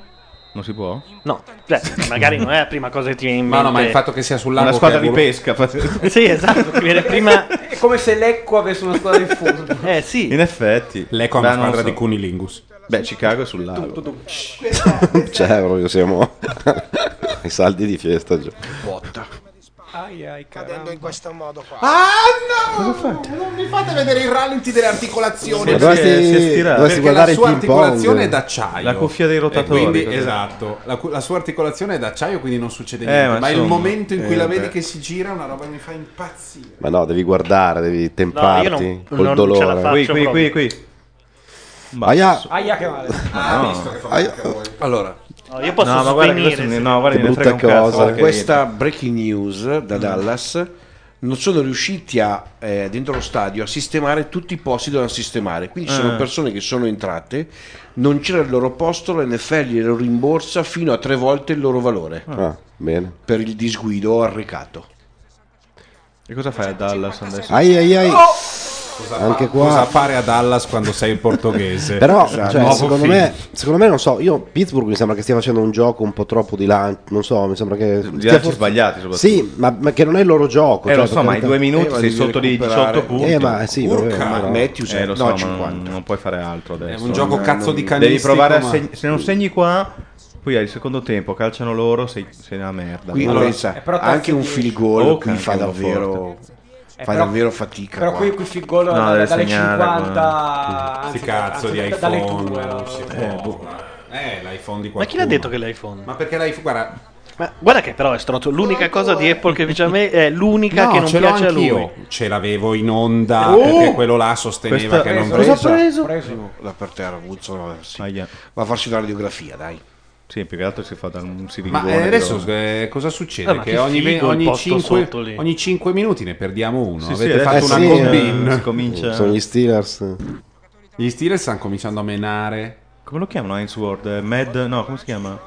S3: Non si può?
S5: No, cioè, magari non è la prima cosa che ti viene in
S1: Ma
S5: mente.
S1: no, ma
S7: Eh.
S1: il fatto che sia sul lago
S3: Una squadra
S1: che ha
S3: di
S1: volo-
S3: pesca. fa-
S5: sì, esatto, ti viene prima...
S6: È come se l'Ecco avesse una squadra di football.
S5: Eh sì.
S3: In effetti.
S1: L'Eco ha
S3: Beh,
S1: una
S3: non lo
S1: squadra
S3: so.
S1: di cunilingus.
S3: Beh, Chicago è sul lago.
S15: Cioè, proprio siamo ai saldi di fiesta. Gio.
S19: Botta. Ai ai, cadendo in questo modo qua.
S1: Ah no! Non mi fate vedere i rallenti delle articolazioni.
S15: Ma dovresti-
S1: Perché-
S15: dovresti
S1: perché
S15: guardare
S1: la sua
S15: i ping pong.
S1: articolazione è d'acciaio.
S3: La cuffia dei
S1: E
S3: rotatori,
S1: quindi,
S3: cos'è?
S1: esatto, la, cu- la sua articolazione è d'acciaio, quindi non succede
S3: Eh,
S1: niente.
S3: ma
S1: ma il
S3: insomma.
S1: momento in cui
S3: Eh,
S1: la
S3: beh.
S1: vedi che si gira è una roba che mi fa impazzire.
S15: Ma no, devi guardare, devi temparti
S1: No, io non-
S15: col
S1: non ce la
S15: dolore.
S1: faccio Qui, qui, proprio. qui,
S15: Aia.
S6: Aia che male.
S15: Ah, no. visto che fa male
S7: Allora,
S5: No, io posso
S3: No, ma guarda che
S5: svenire,
S3: questo-
S5: se-
S3: no, guarda,
S7: Che
S3: ne frega
S7: brutta
S3: un cazzo,
S7: cosa.
S3: guarda che Mm.
S7: Questa breaking news da Dallas non sono riusciti a eh, dentro lo stadio a sistemare tutti i posti dove dovevano sistemare. Quindi ci sono
S3: Eh.
S7: persone che sono entrate, non c'era il loro posto, l'NFL glielo rimborsa fino a tre volte il loro valore
S15: Ah, bene.
S7: per il disguido arrecato.
S3: E cosa fai a Dallas adesso?
S15: Ai ai ai.
S1: Cosa
S15: Anche
S1: fa-
S15: qua.
S1: Cosa fare a Dallas quando sei il portoghese?
S15: Però,
S1: Esatto.
S15: cioè,
S1: Nuovo
S15: secondo,
S1: film.
S15: me, secondo me, non so, io Pittsburgh mi sembra che stia facendo un gioco un po' troppo di lancio, non so, mi sembra che...
S3: Di
S15: stia
S3: lanci sbagliati, soprattutto.
S15: Sì, ma, ma che non è il loro gioco.
S3: Eh,
S15: cioè,
S3: lo so,
S15: per
S3: ma in
S15: carità.
S3: due minuti
S15: Eh, ma
S3: sei
S15: devi
S3: sotto di
S15: recuperare.
S3: 18 punti.
S15: Eh, ma sì, vabbè,
S3: Urca.
S15: ma Eh, no.
S3: eh, lo so,
S15: no,
S3: ma
S15: 50.
S3: non, non puoi fare altro adesso.
S1: È un gioco
S3: No,
S1: cazzo
S3: non-
S1: di canistico,
S3: Devi provare a
S1: ma-
S3: seg- se non segni qua, poi al secondo tempo calciano loro, sei, sei una merda.
S7: Qui
S3: Allora-
S1: eh,
S15: Eh,
S7: pensa, anche un field goal
S3: Oh,
S7: qui fa
S3: cacchio,
S7: davvero,
S3: forte.
S7: fa
S6: però-
S7: davvero fatica.
S6: Però
S7: qua.
S6: qui, qui field goal
S3: No,
S6: da-
S3: deve
S6: dalle
S3: segnare,
S6: 50
S1: Sti
S6: anzi,
S1: cazzo di
S6: anzi, da-
S1: iPhone.
S6: dalle due,
S1: non si
S6: no.
S3: boh.
S1: può. Eh, l'iPhone di qualcuno.
S5: Ma chi l'ha detto che è l'iPhone?
S1: Ma perché l'iPhone? Guarda,
S5: Ma guarda che però è strozzo. L'unica cosa di Apple che piace a me è l'unica
S1: No,
S5: che non
S1: ce l'ho
S5: piace a lui.
S1: anch'io. Ce l'avevo in onda
S3: Eh, boh.
S5: Oh!
S1: perché quello là sosteneva
S7: Questa-
S1: che non
S7: Cosa ha
S1: preso.
S7: La per terra, Wuzzo, no, sì. va a farsi una radiografia, dai.
S3: Sì, più che altro si fa da un
S1: Ma eh, adesso
S3: oh.
S1: eh, cosa succede?
S7: Ah, ma
S1: che
S7: che
S1: ogni,
S7: figo il posto
S1: 5,
S7: sotto lì.
S1: minuti ne perdiamo uno.
S3: Sì,
S1: Avete
S3: sì,
S1: fatto
S3: adesso-
S1: una
S3: eh, sì,
S1: combin.
S3: eh, si comincia-
S15: Sono gli Steelers.
S1: Gli Steelers stanno cominciando a menare.
S3: Come lo chiamano Heinz Ward? Eh, Mad... No, come si chiama?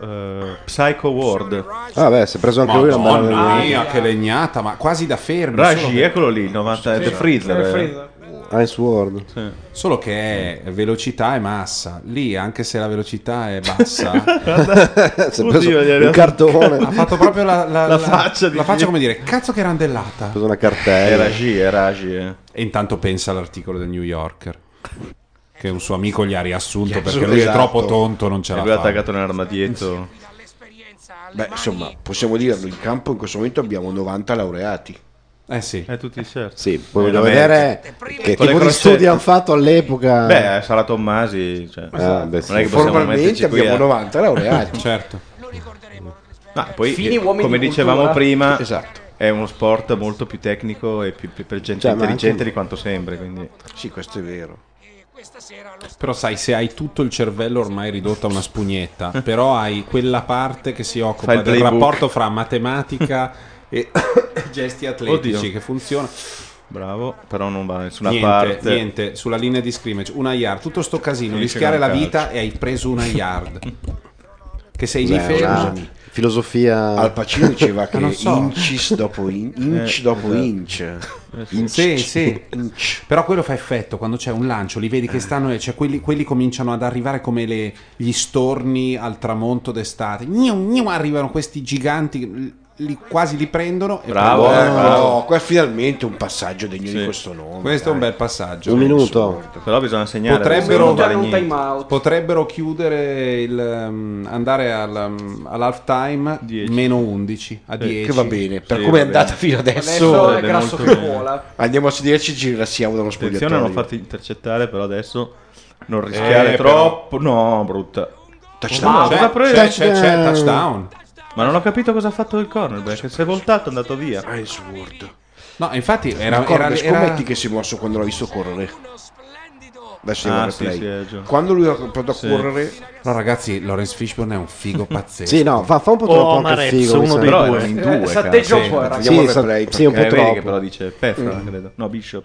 S3: Eh, Psycho Ward.
S15: Ah, beh, si è preso anche lui una bella
S1: Madonna
S15: legnata.
S1: mia, Ah, che legnata, ma quasi da fermi.
S3: Raggi,
S1: solo che-
S3: eccolo lì, 90, The Freezer. eh.
S15: Ice World.
S1: Solo che è velocità e massa. Lì, anche se la velocità è bassa,
S15: Si è Oddio, preso gli è un arrivato- cartone.
S1: Ha fatto proprio la, la- la-
S3: La faccia di
S1: la
S3: chi-
S1: faccia come dire, cazzo che randellata.
S15: preso una cartella.
S3: eh.
S1: E intanto pensa all'articolo del New Yorker. Che un suo amico gli ha riassunto perché
S3: Esatto.
S1: lui è troppo tonto, non ce
S3: E
S1: la
S3: lui è
S1: fa.
S3: attaccato nell'armadietto.
S7: Beh, insomma, possiamo dirlo, in campo in questo momento abbiamo 90 laureati.
S1: Eh sì.
S3: È tutti certi.
S15: Sì, poi voglio vedere che
S3: Con le
S15: tipo di
S3: crocette.
S15: studi hanno fatto all'epoca.
S3: Beh, sarà Tommasi. Cioè,
S15: Eh. Ah, beh, sì.
S3: non è che possiamo
S15: Formalmente
S3: metterci qui
S15: abbiamo
S3: a-
S15: 90 laureati.
S1: certo.
S3: Ma poi,
S15: Fini
S3: eh,
S15: uomini
S3: come
S15: di
S3: dicevamo
S15: cultura.
S3: prima,
S15: Esatto.
S3: è uno sport molto più tecnico e più, più per gente
S1: Cioè, ma
S3: intelligente
S1: anche-
S3: di quanto sembri. Quindi...
S7: Sì, questo è vero.
S1: Però sai, se hai tutto il cervello ormai ridotto a una spugnetta, però hai quella parte che si
S3: Fai
S1: occupa
S3: il
S1: del
S3: playbook.
S1: rapporto fra matematica e gesti atletici
S3: Oddio.
S1: che funziona.
S3: Bravo, però non va da nessuna
S1: niente,
S3: parte.
S1: niente, sulla linea di scrimmage, una yard, tutto sto casino,
S3: Finisce
S1: rischiare
S3: con
S1: la
S3: il
S1: vita
S3: calcio.
S1: e hai preso una yard. che sei lì
S15: Beh, una
S1: fermo.
S15: filosofia.
S7: Al Pacino diceva che
S1: Non so.
S7: incis dopo in- inch
S1: Eh,
S7: dopo
S1: esatto.
S7: inch.
S1: Sì,
S7: Eh,
S1: sì. Però quello fa effetto quando c'è un lancio, li vedi che stanno e cioè, quelli, quelli cominciano ad arrivare come le- gli storni al tramonto d'estate. Gnu, gnu, arrivano questi giganti, li- quasi li prendono. E
S7: Bravo,
S1: poi-
S7: eh, bravo. qua è finalmente un passaggio degno di
S1: Sì.
S7: questo nome.
S1: Questo è un bel passaggio.
S7: eh,
S3: Un
S1: minuto.
S3: Però bisogna segnare.
S1: Potrebbero,
S3: non vale niente.
S1: potrebbero chiudere il um, andare al, um, all'half time meno 11 a
S7: Eh,
S1: 10.
S7: che va bene, per come è andata fino adesso, Andiamo a sederci e ci rilassiamo dallo
S3: Attenzione a non
S7: spogliatoio.
S3: farti intercettare, però adesso non rischiare
S7: Eh,
S3: troppo. No, brutta.
S7: Touchdown.
S3: No,
S7: C'è,
S3: cosa ha preso?
S7: c'è, c'è, c'è, touchdown.
S3: Ma non ho capito cosa ha fatto il cornerback. Si è voltato, è andato via.
S7: Ah,
S1: No, infatti
S7: Era, scommetti che si è mosso quando l'ha visto correre. Adesso andiamo
S3: Ah,
S7: al
S3: sì,
S7: replay.
S3: sì, hai ragione.
S7: quando lui ha provato a
S3: Sì.
S7: correre,
S1: No, ragazzi, Lawrence Fishburne è un figo pazzesco.
S15: Sì, no, fa, fa un po' troppo anche figo. mi sembra. Sì, sa- sì, un po'
S3: Eh, vedi
S15: troppo.
S3: che però dice Pefra,
S15: Mm.
S3: credo. No, Bishop.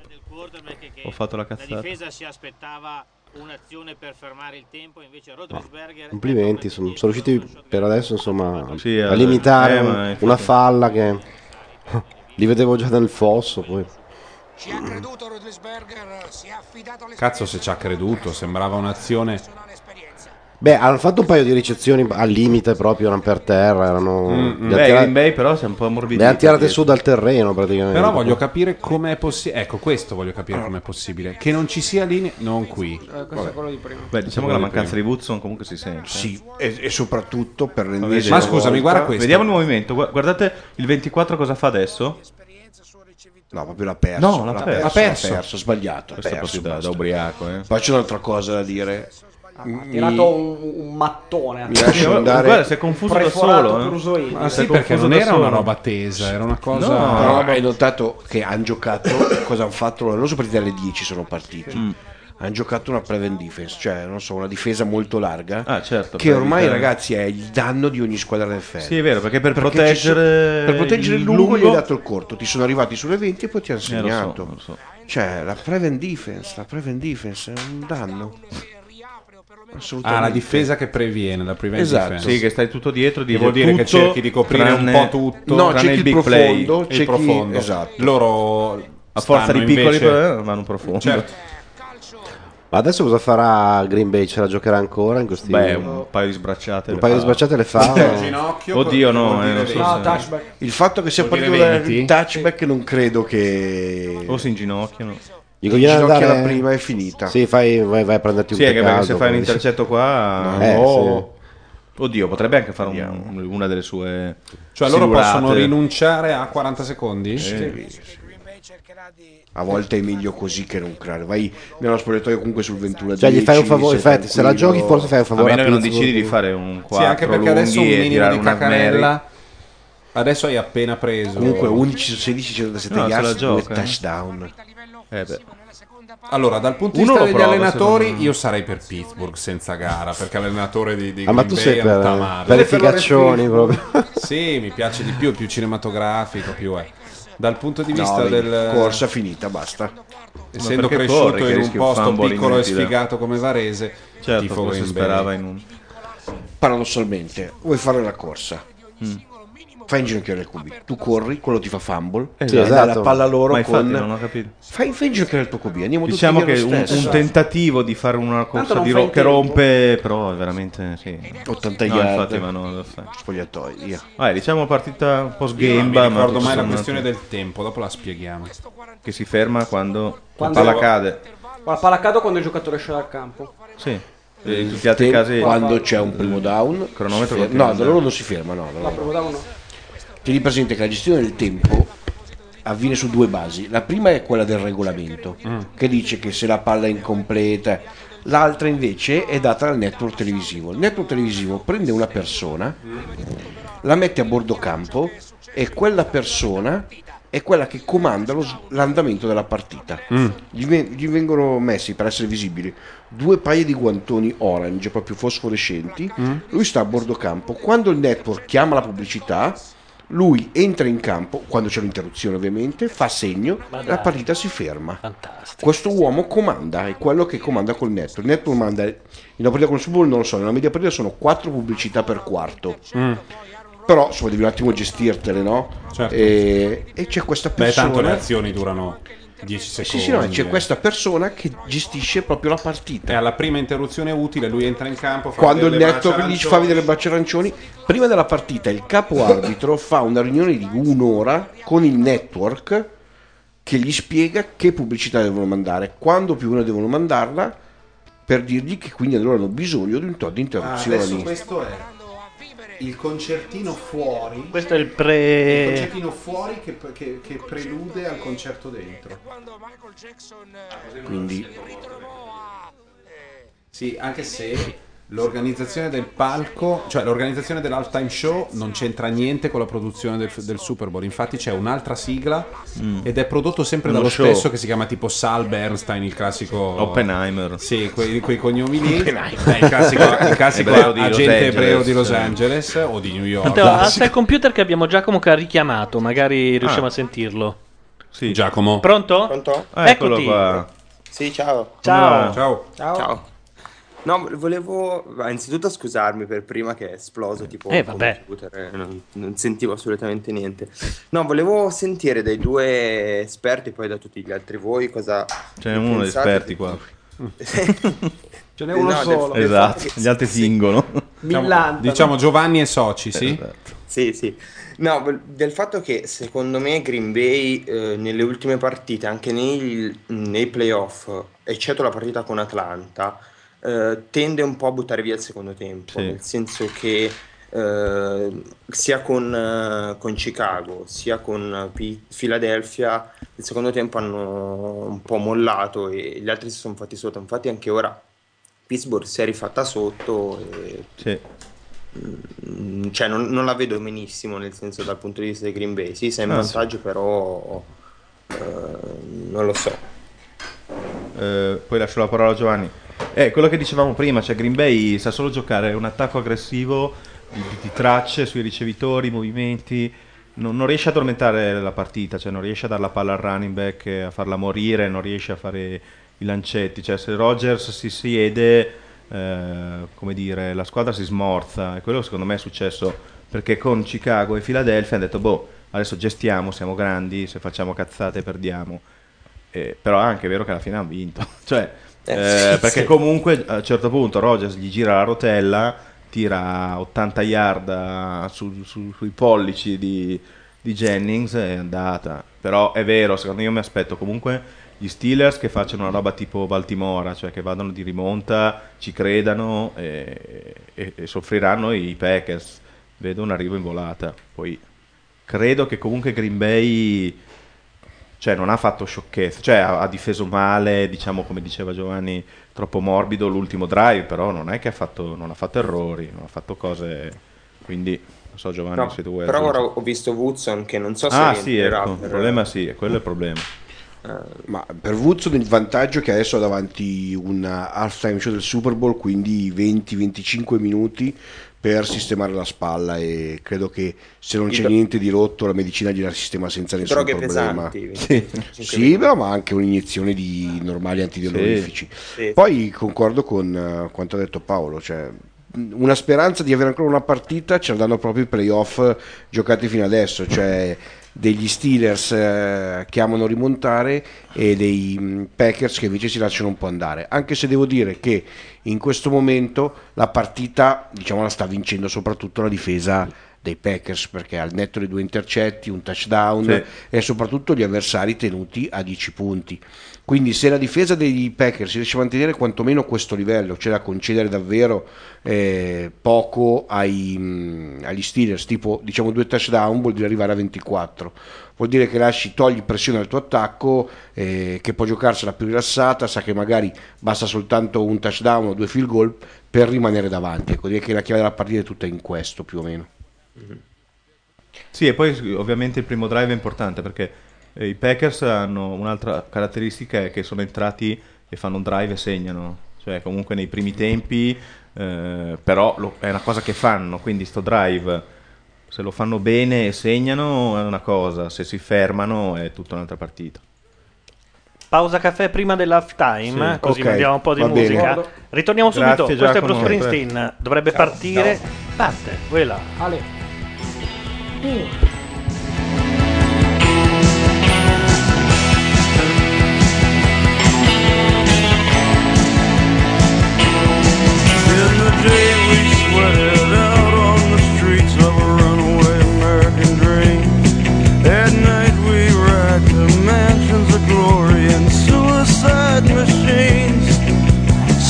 S3: Ho fatto la
S24: La
S3: cazzata.
S24: difesa si aspettava un'azione per fermare il tempo, invece Rodrisberger
S15: Complimenti, sono, sono riusciti per adesso insomma
S3: Sì,
S15: a
S3: eh,
S15: limitare
S3: eh,
S15: un-
S3: ma infatti-
S15: una falla che li vedevo già nel fosso poi.
S1: Cazzo se ci ha creduto, sembrava un'azione
S15: Beh, hanno fatto un paio di ricezioni al limite proprio, erano per terra, erano
S3: Mm, mm.
S15: le
S3: Beh,
S15: ha tirate-
S3: Green Bay però si è un po' ammorbidito.
S15: le ha tirate
S3: dietro.
S15: su dal terreno praticamente.
S1: Però voglio capire com'è possibile. Ecco, questo voglio capire com'è possibile. Che non ci sia linea. Non qui.
S6: Eh, questo
S1: Vabbè.
S6: è quello di prima.
S3: Beh, diciamo che la mancanza di Woodson comunque si sente.
S7: Sì, e, e soprattutto per
S3: Ma
S7: l'ennesima
S3: vedi-
S7: volta-
S3: Vediamo il movimento. Gua- Guardate il 24 cosa fa adesso.
S7: No, proprio l'ha perso.
S3: No, l'ha perso.
S7: Ha perso,
S3: Ha
S7: ha
S3: perso,
S7: sbagliato. Ha
S3: Questo è
S7: perso,
S3: proprio da-
S7: basta.
S3: da ubriaco, eh.
S7: Poi c'è un'altra cosa da dire.
S6: Ha
S7: Mi-
S6: tirato un, un mattone.
S7: Mi lascio
S6: Guarda,
S7: andare- Ah,
S3: Guarda, si è confuso da
S6: Perforato
S3: solo. eh.
S6: Crusoini.
S1: Ma
S3: Si è
S1: sì, perché
S3: confuso
S1: non
S3: da
S1: era una
S3: solo.
S1: roba tesa, era una cosa.
S3: No.
S7: Però hai notato che hanno giocato cosa hanno fatto? Non sono partiti alle 10, sono partiti.
S3: Mm.
S7: Hanno giocato una prevent defense, cioè non so, una difesa molto larga.
S3: Ah, certo,
S7: che
S3: per
S7: ormai,
S3: evitare-
S7: ragazzi, è il danno di ogni squadra del ferro.
S3: Sì, è vero, perché per
S7: ci sono-
S3: proteggere
S7: per proteggere
S3: il
S7: il lungo, gli hai
S3: lungo-
S7: dato il corto. Ti sono arrivati sulle 20 e poi ti hanno
S3: Eh, lo so,
S7: segnato.
S3: lo so.
S7: Cioè, la prevent defense, la prevent defense è un danno.
S1: Ah,
S7: Assolutamente.
S1: la difesa che previene, la prevent
S7: Esatto.
S1: defense.
S3: Sì, che stai tutto dietro,
S1: Che
S3: di
S1: vuol dire che
S3: tutto,
S1: cerchi di coprire
S3: tranne-
S1: un po' tutto,
S3: No,
S1: tranne
S3: cerchi
S1: il
S3: il
S1: big
S3: profondo,
S1: play,
S3: cerchi-
S1: il profondo.
S3: esatto.
S1: Loro
S3: A forza di
S1: stanno
S3: piccoli
S1: invece-
S3: però vanno profondo.
S1: Certo.
S15: Ma adesso cosa farà Green Bay? Ce la giocherà ancora in questi
S3: Beh, un paio di sbracciate.
S15: Un
S3: le
S15: paio di
S3: fa.
S15: sbracciate le fa.
S7: Eh,
S1: ginocchio
S3: Oddio,
S7: col-
S3: no,
S7: vuol
S3: eh,
S7: dire
S3: non so
S7: venti.
S3: se-
S7: Il fatto che sia
S3: Vuol dire
S7: partito dal
S3: 20?
S7: touchback non credo che...
S3: O si inginocchiano.
S15: Dico, vieni ad
S7: Ginocchia
S15: andare-
S7: la prima è finita.
S15: Sì, fai, vai, vai a prenderti
S3: Sì,
S15: un
S3: è che
S15: peccato.
S3: perché se fai un
S15: poi-
S3: intercetto qua...
S15: Eh,
S3: oh. Oddio, potrebbe anche fare un- una delle sue...
S1: Cioè loro
S3: silurate.
S1: possono rinunciare a 40 secondi?
S3: Sì. Sì.
S19: cercherà di
S7: A volte è meglio così che non creare. Vai nello spogliatoio comunque sul 21
S15: Cioè, gli
S7: 10,
S15: fai un favore,
S7: sei
S15: infatti, se la
S7: tranquillo.
S15: giochi forse fai un
S3: A meno che non decidi di fare un
S1: Sì, anche
S3: 4
S1: perché adesso un
S3: lunghi e
S1: minimo
S3: tirare
S1: di
S3: una
S1: cacarella. Adesso hai appena preso.
S7: Comunque 11 16 107
S1: No, se la
S7: yards, due
S1: gioca, eh.
S7: touchdown.
S1: Allora, dal punto di
S7: Uno
S1: vista
S7: lo
S1: degli
S7: prova,
S1: allenatori,
S7: secondo me.
S1: io sarei per Pittsburgh senza gara perché l'allenatore di, di
S15: Ah, ma
S1: Green
S15: tu
S1: Bay
S15: sei
S1: è un
S15: per-
S1: tamarro.
S15: per i figaccioni proprio.
S1: Sì, mi piace di più, è più cinematografico, più è. Dal punto di
S7: No,
S1: vista
S7: vedi,
S1: del
S7: corsa finita, basta.
S1: Essendo
S7: perché
S1: cresciuto
S7: corri, che
S1: in un
S7: rischi un
S1: posto
S7: fumble
S1: piccolo e
S7: inutile.
S1: sfigato come Varese,
S7: Certo,
S1: tifo
S7: forse
S1: Green Bay.
S7: sperava
S3: in un
S7: Paradossalmente, vuoi fare la corsa.
S3: Mm.
S7: Fai inginocchiare il QB. Tu corri, quello ti fa fumble.
S3: Esatto.
S7: Ti dai
S3: Esatto.
S7: la palla loro
S3: Ma infatti
S7: con
S3: non ho capito.
S7: Fai, fai inginocchiare il tuo QB, andiamo
S3: Diciamo
S7: tutti
S3: che
S7: via lo
S3: un,
S7: stesso.
S3: un tentativo di fare una corsa
S7: non
S3: di
S7: fai
S3: ro-
S7: in
S3: che
S7: tempo.
S3: rompe, però è veramente sì.
S7: 80
S3: no,
S7: yard.
S3: infatti, ma non lo fai.
S7: Spogliatoi, via.
S3: Vabbè, diciamo partita un po'
S1: Io non mi
S3: sgamba.
S1: ricordo
S3: tutto
S1: mai la
S3: sommato
S1: questione del tempo, dopo la spieghiamo.
S3: Che si ferma quando,
S6: Quando-
S3: la palla cade.
S6: Ma palla cado quando il giocatore esce dal campo.
S3: Sì. E Eh, in tutti gli altri
S7: Te-
S3: casi.
S7: quando c'è un primo down,
S3: Il cronometro
S7: si ferma.
S3: continua.
S7: no, da loro non si ferma. No, da
S6: La
S7: loro no.
S6: prova da uno.
S7: Tieni presente che la gestione del tempo avviene su due basi. La prima è quella del regolamento, che dice che se la palla è incompleta, l'altra invece è data dal network televisivo. Il network televisivo prende una persona,
S6: Mm.
S7: la mette a bordo campo e quella persona è quella che comanda lo s- l'andamento della partita.
S1: Mm.
S7: Gli, ve- gli vengono messi, per essere visibili, due paia di guantoni orange, proprio fosforescenti. Lui sta a bordo campo. Quando il network chiama la pubblicità, lui entra in campo, quando c'è l'interruzione ovviamente, fa segno, la partita si ferma. Questo uomo comanda, è quello che comanda col network. Il network manda, in una partita con il Super Bowl non lo so, nella media partita sono quattro pubblicità per quarto.
S1: Mm.
S5: Mm.
S7: Però insomma devi un attimo gestirtele, no? E, e c'è questa
S1: Certo. Beh, tanto le
S7: persona.
S1: azioni durano 10 secondi.
S7: Cioè, Sì, sì, no, c'è
S1: eh.
S7: questa persona che gestisce proprio la partita.
S1: E alla prima interruzione utile lui entra in campo. fa
S7: Quando il
S1: delle
S7: network
S1: braccia
S7: gli dice
S1: arancioni.
S7: fammi delle braccia arancioni, prima della partita il capo arbitro fa una riunione di un'ora con il network che gli spiega che pubblicità devono mandare, quando più una devono mandarla, per dirgli che quindi allora hanno bisogno di un tot di
S2: Ah,
S7: interruzioni.
S2: adesso questo è il concertino fuori.
S5: Questo è il Eh. pre-
S2: Il concertino fuori che, che- che prelude al concerto dentro.
S7: Quindi
S1: Sì, anche se l'organizzazione del palco, cioè l'organizzazione dell'halftime show non c'entra niente con la produzione del, del Super Bowl. Infatti c'è un'altra sigla
S3: Mm.
S1: ed è prodotto sempre
S3: Uno
S1: dallo
S3: show.
S1: stesso che si chiama tipo Sal Bernstein, il classico
S3: Oppenheimer.
S1: Sì, quei, quei cognomi lì.
S3: Oppenheimer.
S1: Eh, il classico, il classico
S3: Ebreo di Los
S1: agente
S3: Angeles.
S1: ebreo di Los Angeles o di New York.
S5: Matteo, alza il computer che abbiamo Giacomo che ha richiamato, magari riusciamo a sentirlo.
S1: Sì, Giacomo.
S5: Pronto?
S2: Pronto?
S5: Ah, eccolo Eccoti. qua.
S2: Sì, ciao.
S5: Ciao.
S1: Ciao.
S2: Ciao. No, volevo ah, innanzitutto scusarmi per prima che è esploso tipo
S5: Eh,
S2: il
S5: vabbè.
S2: computer, eh, non, non sentivo assolutamente niente. No, volevo sentire dai due esperti poi da tutti gli altri voi cosa
S3: C'è
S2: ne
S3: uno degli
S2: pensate
S3: esperti
S2: di-
S3: qua.
S6: Ce n'è
S2: No,
S6: uno
S2: del-
S6: solo.
S2: del fatto
S3: Esatto,
S2: che-
S3: gli altri fingono.
S2: Millantano.
S1: Diciamo Giovanni e Soci,
S3: Eh,
S1: sì?
S2: Sì, sì. No, bel- del fatto che secondo me Green Bay eh, nelle ultime partite, anche nei, nei playoff, eccetto la partita con Atlanta, eh, tende un po' a buttare via il secondo tempo,
S3: Sì.
S2: nel senso che eh, sia con, eh, con Chicago, sia con eh, Pi- Philadelphia, il secondo tempo hanno un po' mollato e gli altri si sono fatti sotto. Infatti anche ora Pittsburgh si è rifatta sotto e
S3: Sì.
S2: Mm, cioè, non, non la vedo benissimo nel senso dal punto di vista di Green Bay. Sì, sei in
S3: Ah,
S2: vantaggio, però eh, non lo so.
S3: Eh, poi lascio la parola a Giovanni. Eh, quello che dicevamo prima, cioè Green Bay sa solo giocare un attacco aggressivo di, di- di tracce sui ricevitori, movimenti. Non, non riesce a addormentare la partita, cioè non riesce a dare la palla al running back, eh, a farla morire, non riesce a fare i lancetti. Cioè, se Rogers si siede, eh, come dire, la squadra si smorza. E quello secondo me è successo perché con Chicago e Philadelphia hanno detto, boh, adesso gestiamo, siamo grandi, se facciamo cazzate perdiamo. Eh, però è anche vero che alla fine hanno vinto. cioè, eh,
S2: sì,
S3: perché
S2: sì.
S3: comunque a un certo punto Rogers gli gira la rotella, tira 80 yard eh, su- su- sui pollici di, di Jennings e è andata. Però è vero, secondo me io mi aspetto comunque gli Steelers che facciano una roba tipo Baltimora, cioè che vadano di rimonta, ci credano e, e- e soffriranno i Packers. Vedo un arrivo in volata. Poi credo che comunque Green Bay cioè non ha fatto sciocchezza, cioè ha, ha difeso male, diciamo come diceva Giovanni, troppo morbido l'ultimo drive, però non è che ha fatto, non ha fatto errori, non ha fatto cose, quindi non so Giovanni
S2: No,
S3: se tu vuoi...
S2: però ora
S3: aggiungere.
S2: ho visto Woodson che non so se
S3: ah sì,
S2: rientrerà
S3: ecco, il
S2: per-
S3: problema sì, è quello è il problema.
S7: Eh, Ma per Woodson il vantaggio è che adesso ha davanti un half time show del Super Bowl, quindi 20-25 minuti per sistemare la spalla e credo che se non
S2: I
S7: c'è
S2: dro-
S7: niente di rotto la medicina gliela sistema senza
S2: I
S7: nessun
S2: droghe
S7: problema.
S2: pesanti,
S7: Sì,
S2: 25
S7: Sì, beh, ma anche un'iniezione di normali antidiolorifici.
S2: Sì.
S7: Poi concordo con eh, quanto ha detto Paolo, cioè mh, una speranza di avere ancora una partita ce la danno proprio i playoff eh, giocati fino adesso, cioè degli Steelers eh, che amano rimontare e dei mh, Packers che invece si lasciano un po' andare, anche se devo dire che in questo momento la partita diciamo la sta vincendo soprattutto la difesa dei Packers perché al netto dei due intercetti, un touchdown
S3: Sì.
S7: e soprattutto gli avversari tenuti a 10 punti. Quindi se la difesa dei Packers riesce a mantenere quantomeno questo livello, cioè da concedere davvero eh, poco ai, mh, agli Steelers, tipo diciamo due touchdown vuol dire arrivare a 24, vuol dire che lasci, togli pressione al tuo attacco eh, che può giocarsela più rilassata, sa che magari basta soltanto un touchdown o due field goal per rimanere davanti. Ecco, direi che la chiave della partita è tutta in questo più o meno.
S3: Sì, e poi ovviamente il primo drive è importante perché eh, i Packers hanno un'altra caratteristica è che sono entrati e fanno un drive e segnano, cioè comunque nei primi tempi, eh, però lo- è una cosa che fanno, quindi sto drive se lo fanno bene e segnano è una cosa, se si fermano è tutta un'altra partita.
S5: Pausa caffè prima dell'half time,
S3: Sì,
S5: così
S3: ok,
S5: mandiamo un po' di
S3: va bene.
S5: musica.
S3: D'accordo.
S5: Ritorniamo subito.
S3: Grazie,
S5: Questo è
S3: Giacomo. eh.
S5: Bruce Springsteen, dovrebbe
S3: Ciao.
S5: partire. Parte, voi là.
S6: In the day we sweated out on the streets of a runaway American dream. At night we ride to mansions of glory and suicide machines.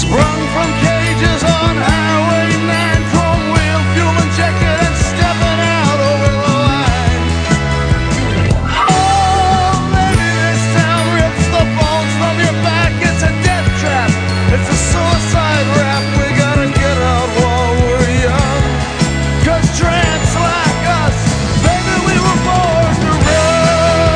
S6: Sprung from cages on Highway 9, chrome wheel, fuel injected and stepping out over the line. Oh, maybe this town rips the bones from your back. It's a death trap. It's a suicide rap. We gotta get out while we're young. Cause tramps like us, baby, we were born to run. Oh,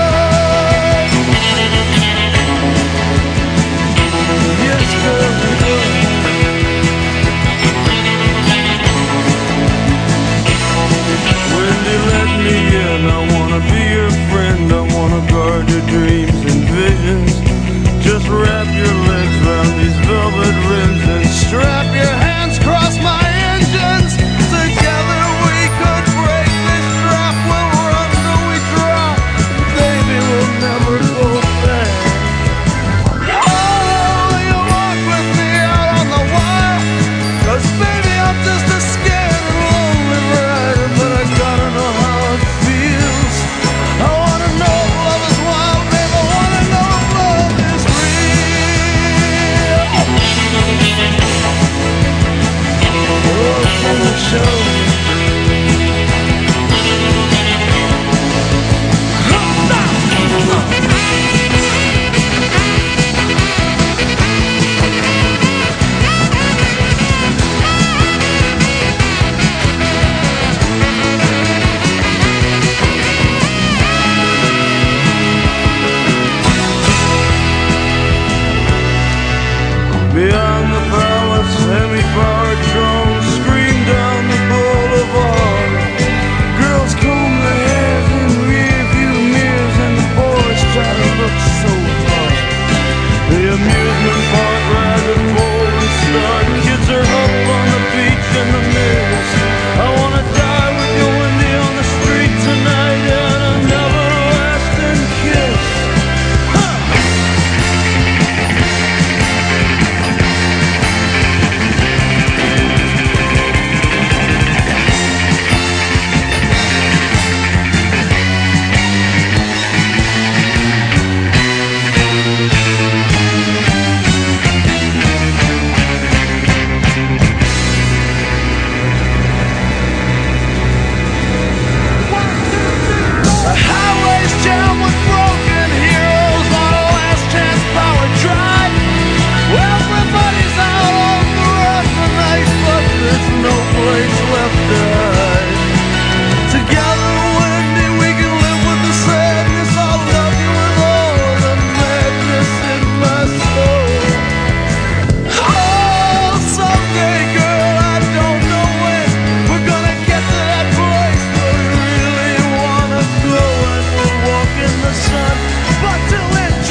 S6: Oh,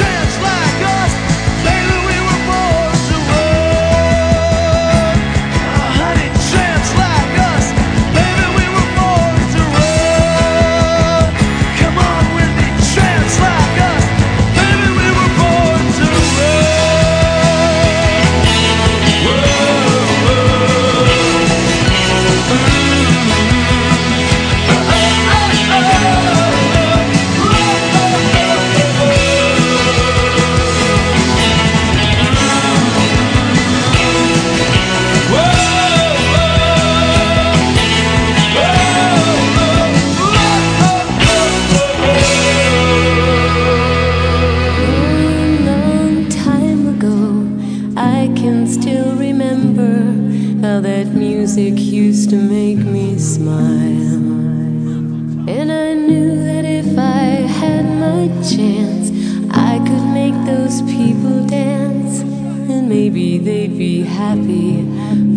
S6: Oh,
S9: those people dance, and maybe they'd be happy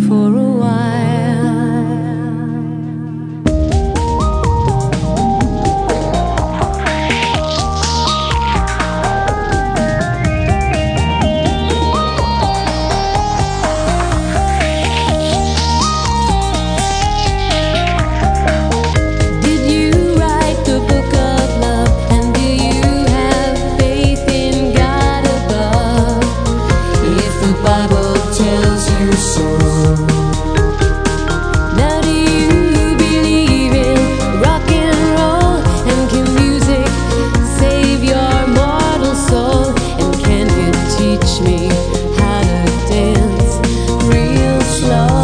S9: for a while. Did you write the book of love? And do you have faith in God above? If the Bible tells you so. Now do you believe in rock and roll? And can music save your mortal soul? And can it teach me how to dance real slow?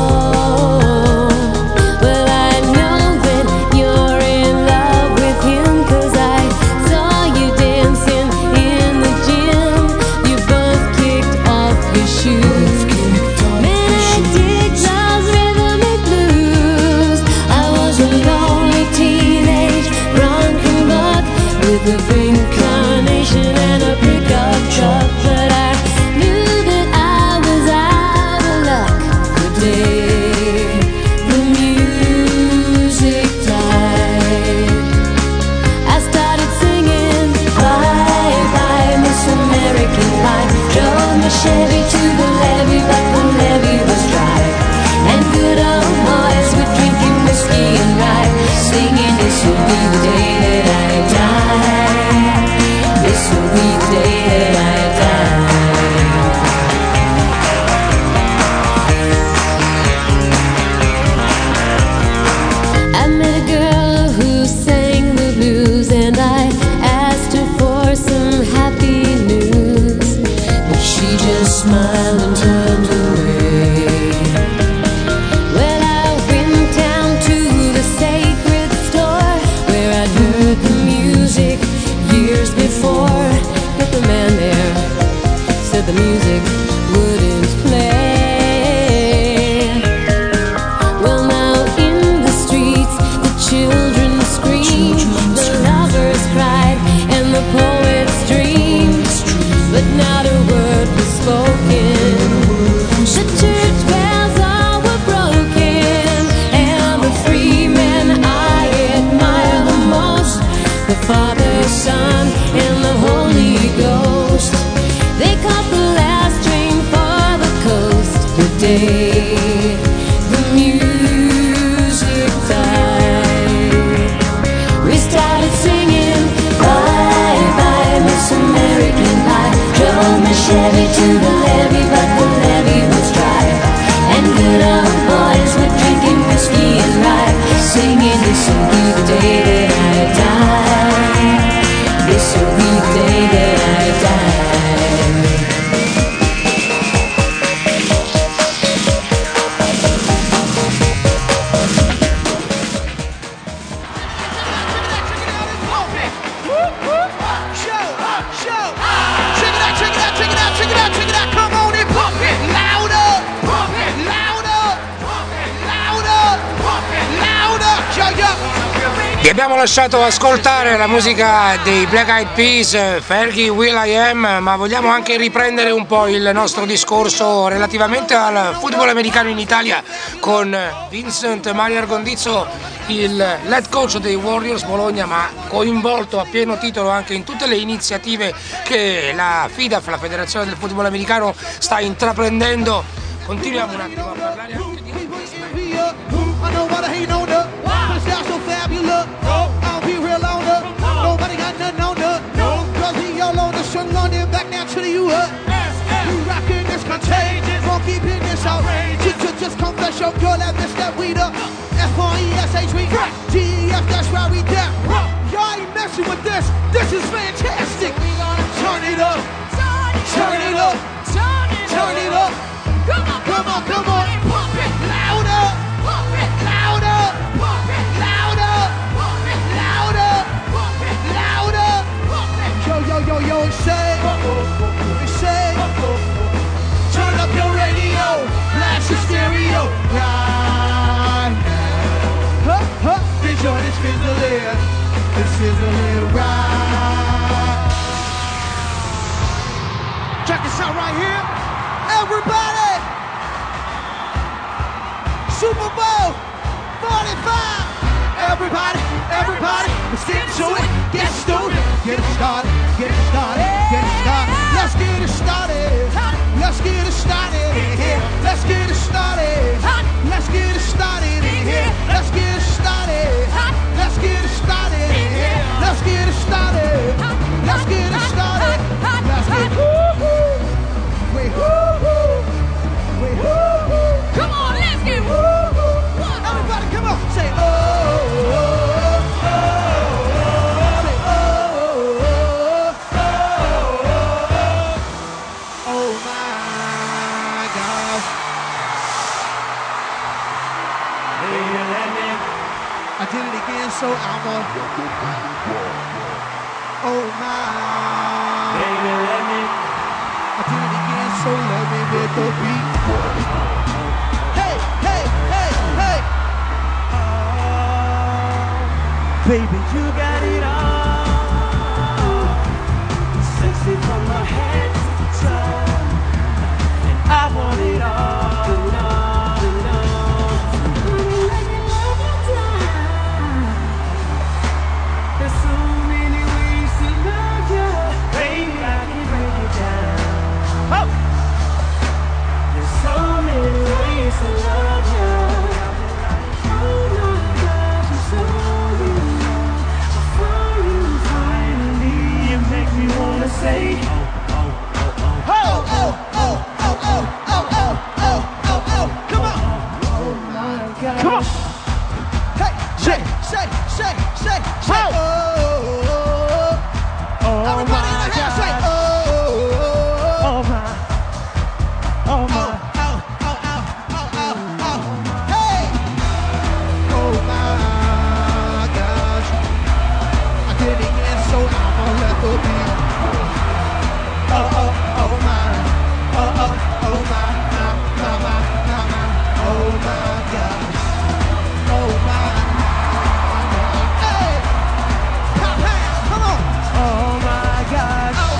S9: Well, I know that you're in love with him, 'cause I saw you dancing in the gym. You both kicked off your shoes. Man, I did love rhythm and blues. I was a lonely teenage drunken buck with a pink carnation and a pickup truck. But I knew that I was out of luck the day the music died. I started singing Bye Bye Miss American Pie. Drove my Chevy to the levee, but the levee was dry. And good old boys were drinking whiskey and rye, singing This will be the day that I die. This will be the day that I die. I met a girl who sang the blues and I asked her for some happy news. But she just smiled and turned away. Well, I went down to the sacred store where I'd heard the music years before. But the man there said the music wouldn't play. Well, now in the streets, the children scream, the lovers cried, and the poets dreamed. But not a word was spoken. The church bells all were broken, and the free men I admire the most the Father, Son, and the Holy Ghost. They caught the last train for the coast the day. The music died. We started singing Bye Bye Miss American Pie. Drove my Chevy to the levee, but the levee was dry. And good old boys were drinking whiskey and rye, singing This will be the day that I die. This will be the day that I die.
S19: Vi abbiamo lasciato ascoltare la musica dei Black Eyed Peas, eh, Fergie, Will I Am, ma vogliamo anche riprendere un po' il nostro discorso relativamente al football americano in Italia con Vincent Mario Argondizzo, il head coach dei Warriors Bologna, ma coinvolto a pieno titolo anche in tutte le iniziative che la FIDAF, la Federazione del Football Americano, sta intraprendendo. Continuiamo un attimo a parlare anche di
S21: I don't wanna hate on her. Cause y'all so fabulous. I'll be real on her. Nobody got nothing on her. Cause we all on the strung on them back now to the U up. You rockin' this contagious. Won't keep it this outrageous. Just, just, just confess your girl that missed that weed up. F-R-E-S-H we got G-E-F, that's why we down. Y'all ain't messing with this. This is fantastic. We gonna turn it up. Turn it up. Turn it up. Come on, come on, come on. Pump it louder. Pump it louder. Pump it louder. Pump it louder. Pump it louder. Yo, yo, yo, yo, it's Shane. It's Shane. Turn up your radio. Blast your stereo. Right now. Huh, huh. This joint is fizzling. It's fizzling right
S6: Check this out right here. Everybody! Super Bowl 45! Everybody, everybody, let's get to it, get stupid, get it started, get it started, get it started. Let's get it started. Let's get it started in here. Let's get it started. Let's get it started in here. Let's get it started. Let's get it started in here. Let's get it started. Let's get it started. Let's get woo-hoo. Wait, woo-hoo. Wait, woo-hoo. Come on, let's get woo-hoo. Everybody, come on. Say, oh. oh, oh, oh. Say, oh, oh, oh, oh. Oh, my God. I did it again, so I'm a. Oh my. Baby, let me. I did it again, so let me with the beat. Hey, hey, hey, hey. Oh, baby, you got it all. Sexy from my head to toe. And I want it all. all, all. There's so many ways to love you, baby. I can break it down. Oh! There's so many ways to love you. Oh my God, you're so real. Before you finally, you make me wanna say, oh, oh, oh, oh, oh, oh, oh, oh, oh, oh, oh, come on. Oh my God. Come on. Hey, shake, shake, shake, shake, shake. Oh, oh, oh. Everybody in the house say, oh, oh, oh, my. Oh, my. Oh, oh, oh, oh, oh, oh, oh. Hey. Oh, my gosh. I did it again, so I'ma let the beat. Oh, oh, oh, my. Oh, oh, oh, my, my, my, my, my, my. Oh, my gosh. Oh, my. Hey. Pop, pop, come on. Oh, my gosh. Oh,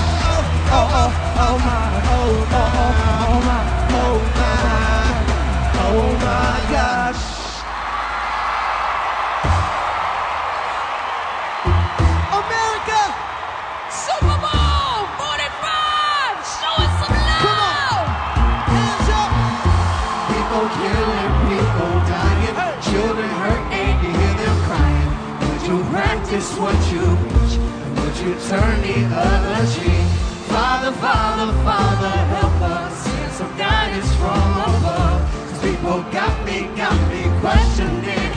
S6: oh, oh, oh, oh, my. Oh, oh, oh, oh, my. Oh, my. Oh, my gosh. America! Super Bowl 45! Show us some love! Come on! Hands up! People killing, people dying, children hurt, and you hear them crying. Would you practice what you preach? Would you turn the other cheek? Father, Father, Father, help us. Send some guidance from above. 'Cause people got me, got me questioning.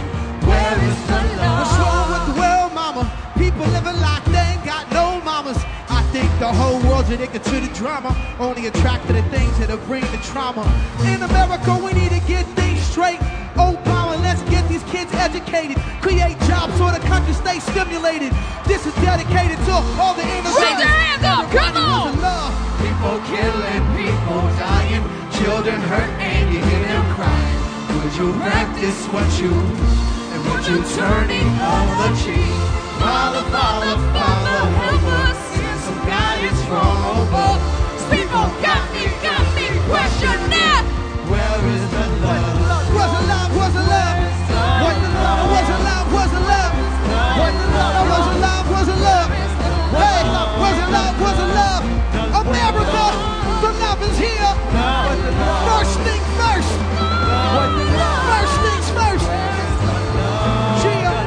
S6: Where is the love? What's wrong with the world, mama? People living like they ain't got no mamas. I think the whole world's addicted to the drama, only attracted to things that'll bring the trauma. In America, we need to get things straight. Obama, let's get these kids educated. Create jobs so the country stays stimulated. This is dedicated to all the innovators.
S21: Raise your hands up, come on!
S6: People killing, people dying, children hurt, and you hear them crying. Would you practice what you and would you turn the other cheek? Father, Father, Father, help us. Send some guidance from above. People got me, got me questioning. Where is the love? Where's the love? Where's the love? Where's the love? Where's the love? Where's the love? Where's the love? Where's the love? Where's the love? Hey, where's the love? Where's the love? America, the love is here. First thing first. First things first. Gia.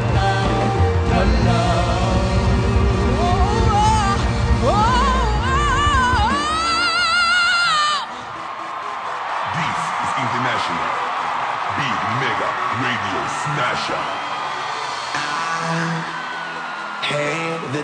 S25: This is international. Big Mega Radio Smasher.
S21: Had the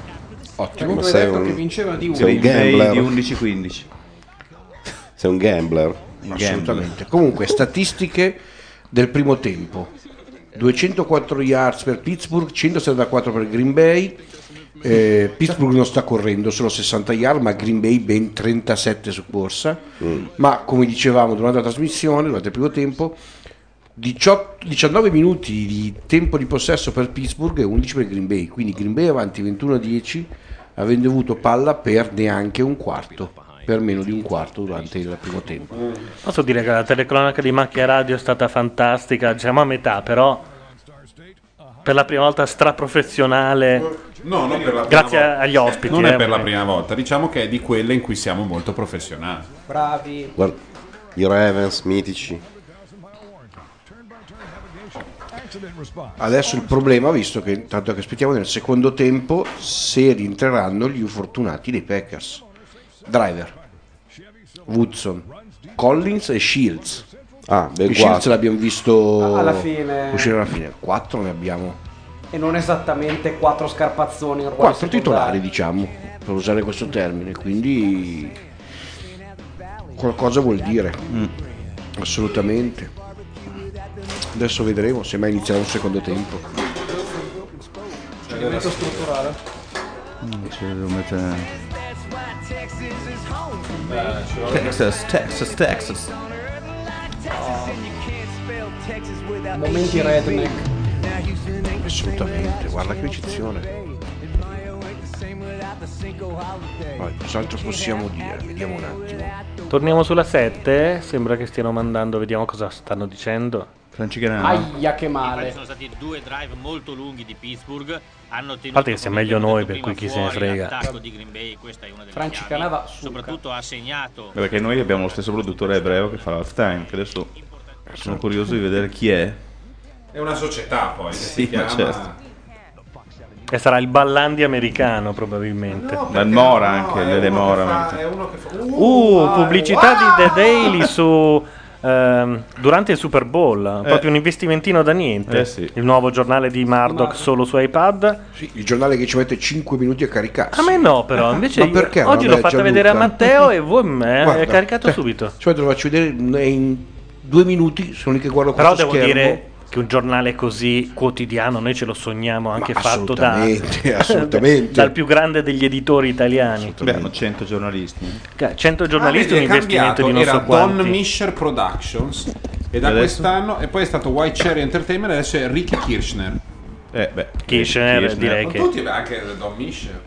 S15: Ottimo. Ma sei un- sei
S3: Sei
S15: un gambler.
S3: di 11-15.
S15: Sei un gambler.
S7: Assolutamente. Comunque, statistiche del primo tempo. 204 yards per Pittsburgh, 174 per Green Bay. Eh, Pittsburgh non sta correndo, solo 60 yard, ma Green Bay ben 37 su corsa.
S15: Mm.
S7: Ma come dicevamo durante la trasmissione, durante il primo tempo, 18 19 minuti di tempo di possesso per Pittsburgh e 11 per Green Bay. Quindi Green Bay avanti 21-10, avendo avuto palla per neanche un quarto, per meno di un quarto durante il primo tempo.
S5: Posso dire che la telecronaca di Macchia Radio è stata fantastica, diciamo a metà, però per la prima volta straprofessionale.
S1: No, non per la prima
S5: Grazie
S1: volta.
S5: agli ospiti.
S1: Non
S5: eh,
S1: è per la
S5: ovviamente.
S1: prima volta, diciamo che è di quelle in cui siamo molto professionali.
S6: Bravi.
S15: Guarda, I Ravens mitici.
S7: Adesso il problema, visto che tanto che aspettiamo nel secondo tempo, se rientreranno gli infortunati dei Packers. Driver, Woodson, Collins e Shields.
S15: Ah, beh,
S7: E Shields
S15: guarda.
S7: l'abbiamo visto
S6: Alla fine.
S7: uscire alla fine. Quattro ne abbiamo.
S6: E non esattamente quattro scarpazzoni in ruolo
S7: Quattro
S6: secondari.
S7: titolari, diciamo, per usare questo termine. Quindi qualcosa vuol dire. Assolutamente. Adesso vedremo se mai inizierà un secondo tempo.
S6: Elemento strutturale.
S3: Mm, ci devo mettere- Texas, Texas, Texas.
S6: Ah. Momenti redneck.
S7: Assolutamente, guarda che eccezione. Poi, cos'altro possiamo dire? Vediamo un attimo.
S5: Torniamo sulla 7, sembra che stiano mandando, vediamo cosa stanno dicendo.
S6: Aia che
S26: Ci
S6: male.
S26: sono stati due drive molto lunghi di Pittsburgh. Hanno tenuto
S5: parte che siamo meglio noi, per
S26: prima
S5: cui chi se ne
S26: fuori
S5: frega.
S26: l'attacco di Green Bay, questa è una delle
S6: Franci
S26: chiavi.
S6: Canava,
S26: Soprattutto ha segnato
S3: Perché noi abbiamo lo stesso produttore ebreo che fa l'half time, che adesso sono curioso di vedere chi è.
S1: È una società poi che
S3: Sì,
S1: si chiama
S3: ma
S1: Ah,
S3: certo.
S5: E sarà il ballandi americano probabilmente.
S3: La Mora anche, le Mora. mentre-
S5: Uh, pubblicità di The Daily su ehm, durante il Super Bowl,
S3: Eh.
S5: proprio un investimentino da niente.
S7: Eh sì.
S5: Il nuovo giornale di Murdoch solo su iPad.
S7: Il giornale che ci mette 5 minuti a caricarsi.
S5: A me no, però invece
S7: Ma
S5: io-
S7: perché?
S5: oggi l'ho
S7: Vabbè,
S5: fatta
S7: Gianluca.
S5: vedere a Matteo e voi me
S7: Guarda,
S5: è caricato
S7: eh,
S5: subito.
S7: Cioè, te lo faccio vedere è in due minuti, sono lì che guardo
S5: Però
S7: questo
S5: devo
S7: schermo.
S5: dire che un giornale così quotidiano noi ce lo sogniamo anche
S7: Ma
S5: fatto da
S7: assolutamente, assolutamente.
S5: dal più grande degli editori italiani.
S3: Beh, hanno 100 giornalisti.
S5: Ca- 100 giornalisti
S1: Ah,
S5: un
S1: vedi, è
S5: investimento
S1: cambiato,
S5: di non so
S1: Era
S5: quanti.
S1: Don Mischer Productions e da
S5: Adesso?
S1: quest'anno e poi è stato White Cherry Entertainment e adesso è Ricky Kirchner.
S3: Eh, beh,
S5: Kirchner, direi
S1: Ma
S5: che-
S1: tutti anche Don Mischer.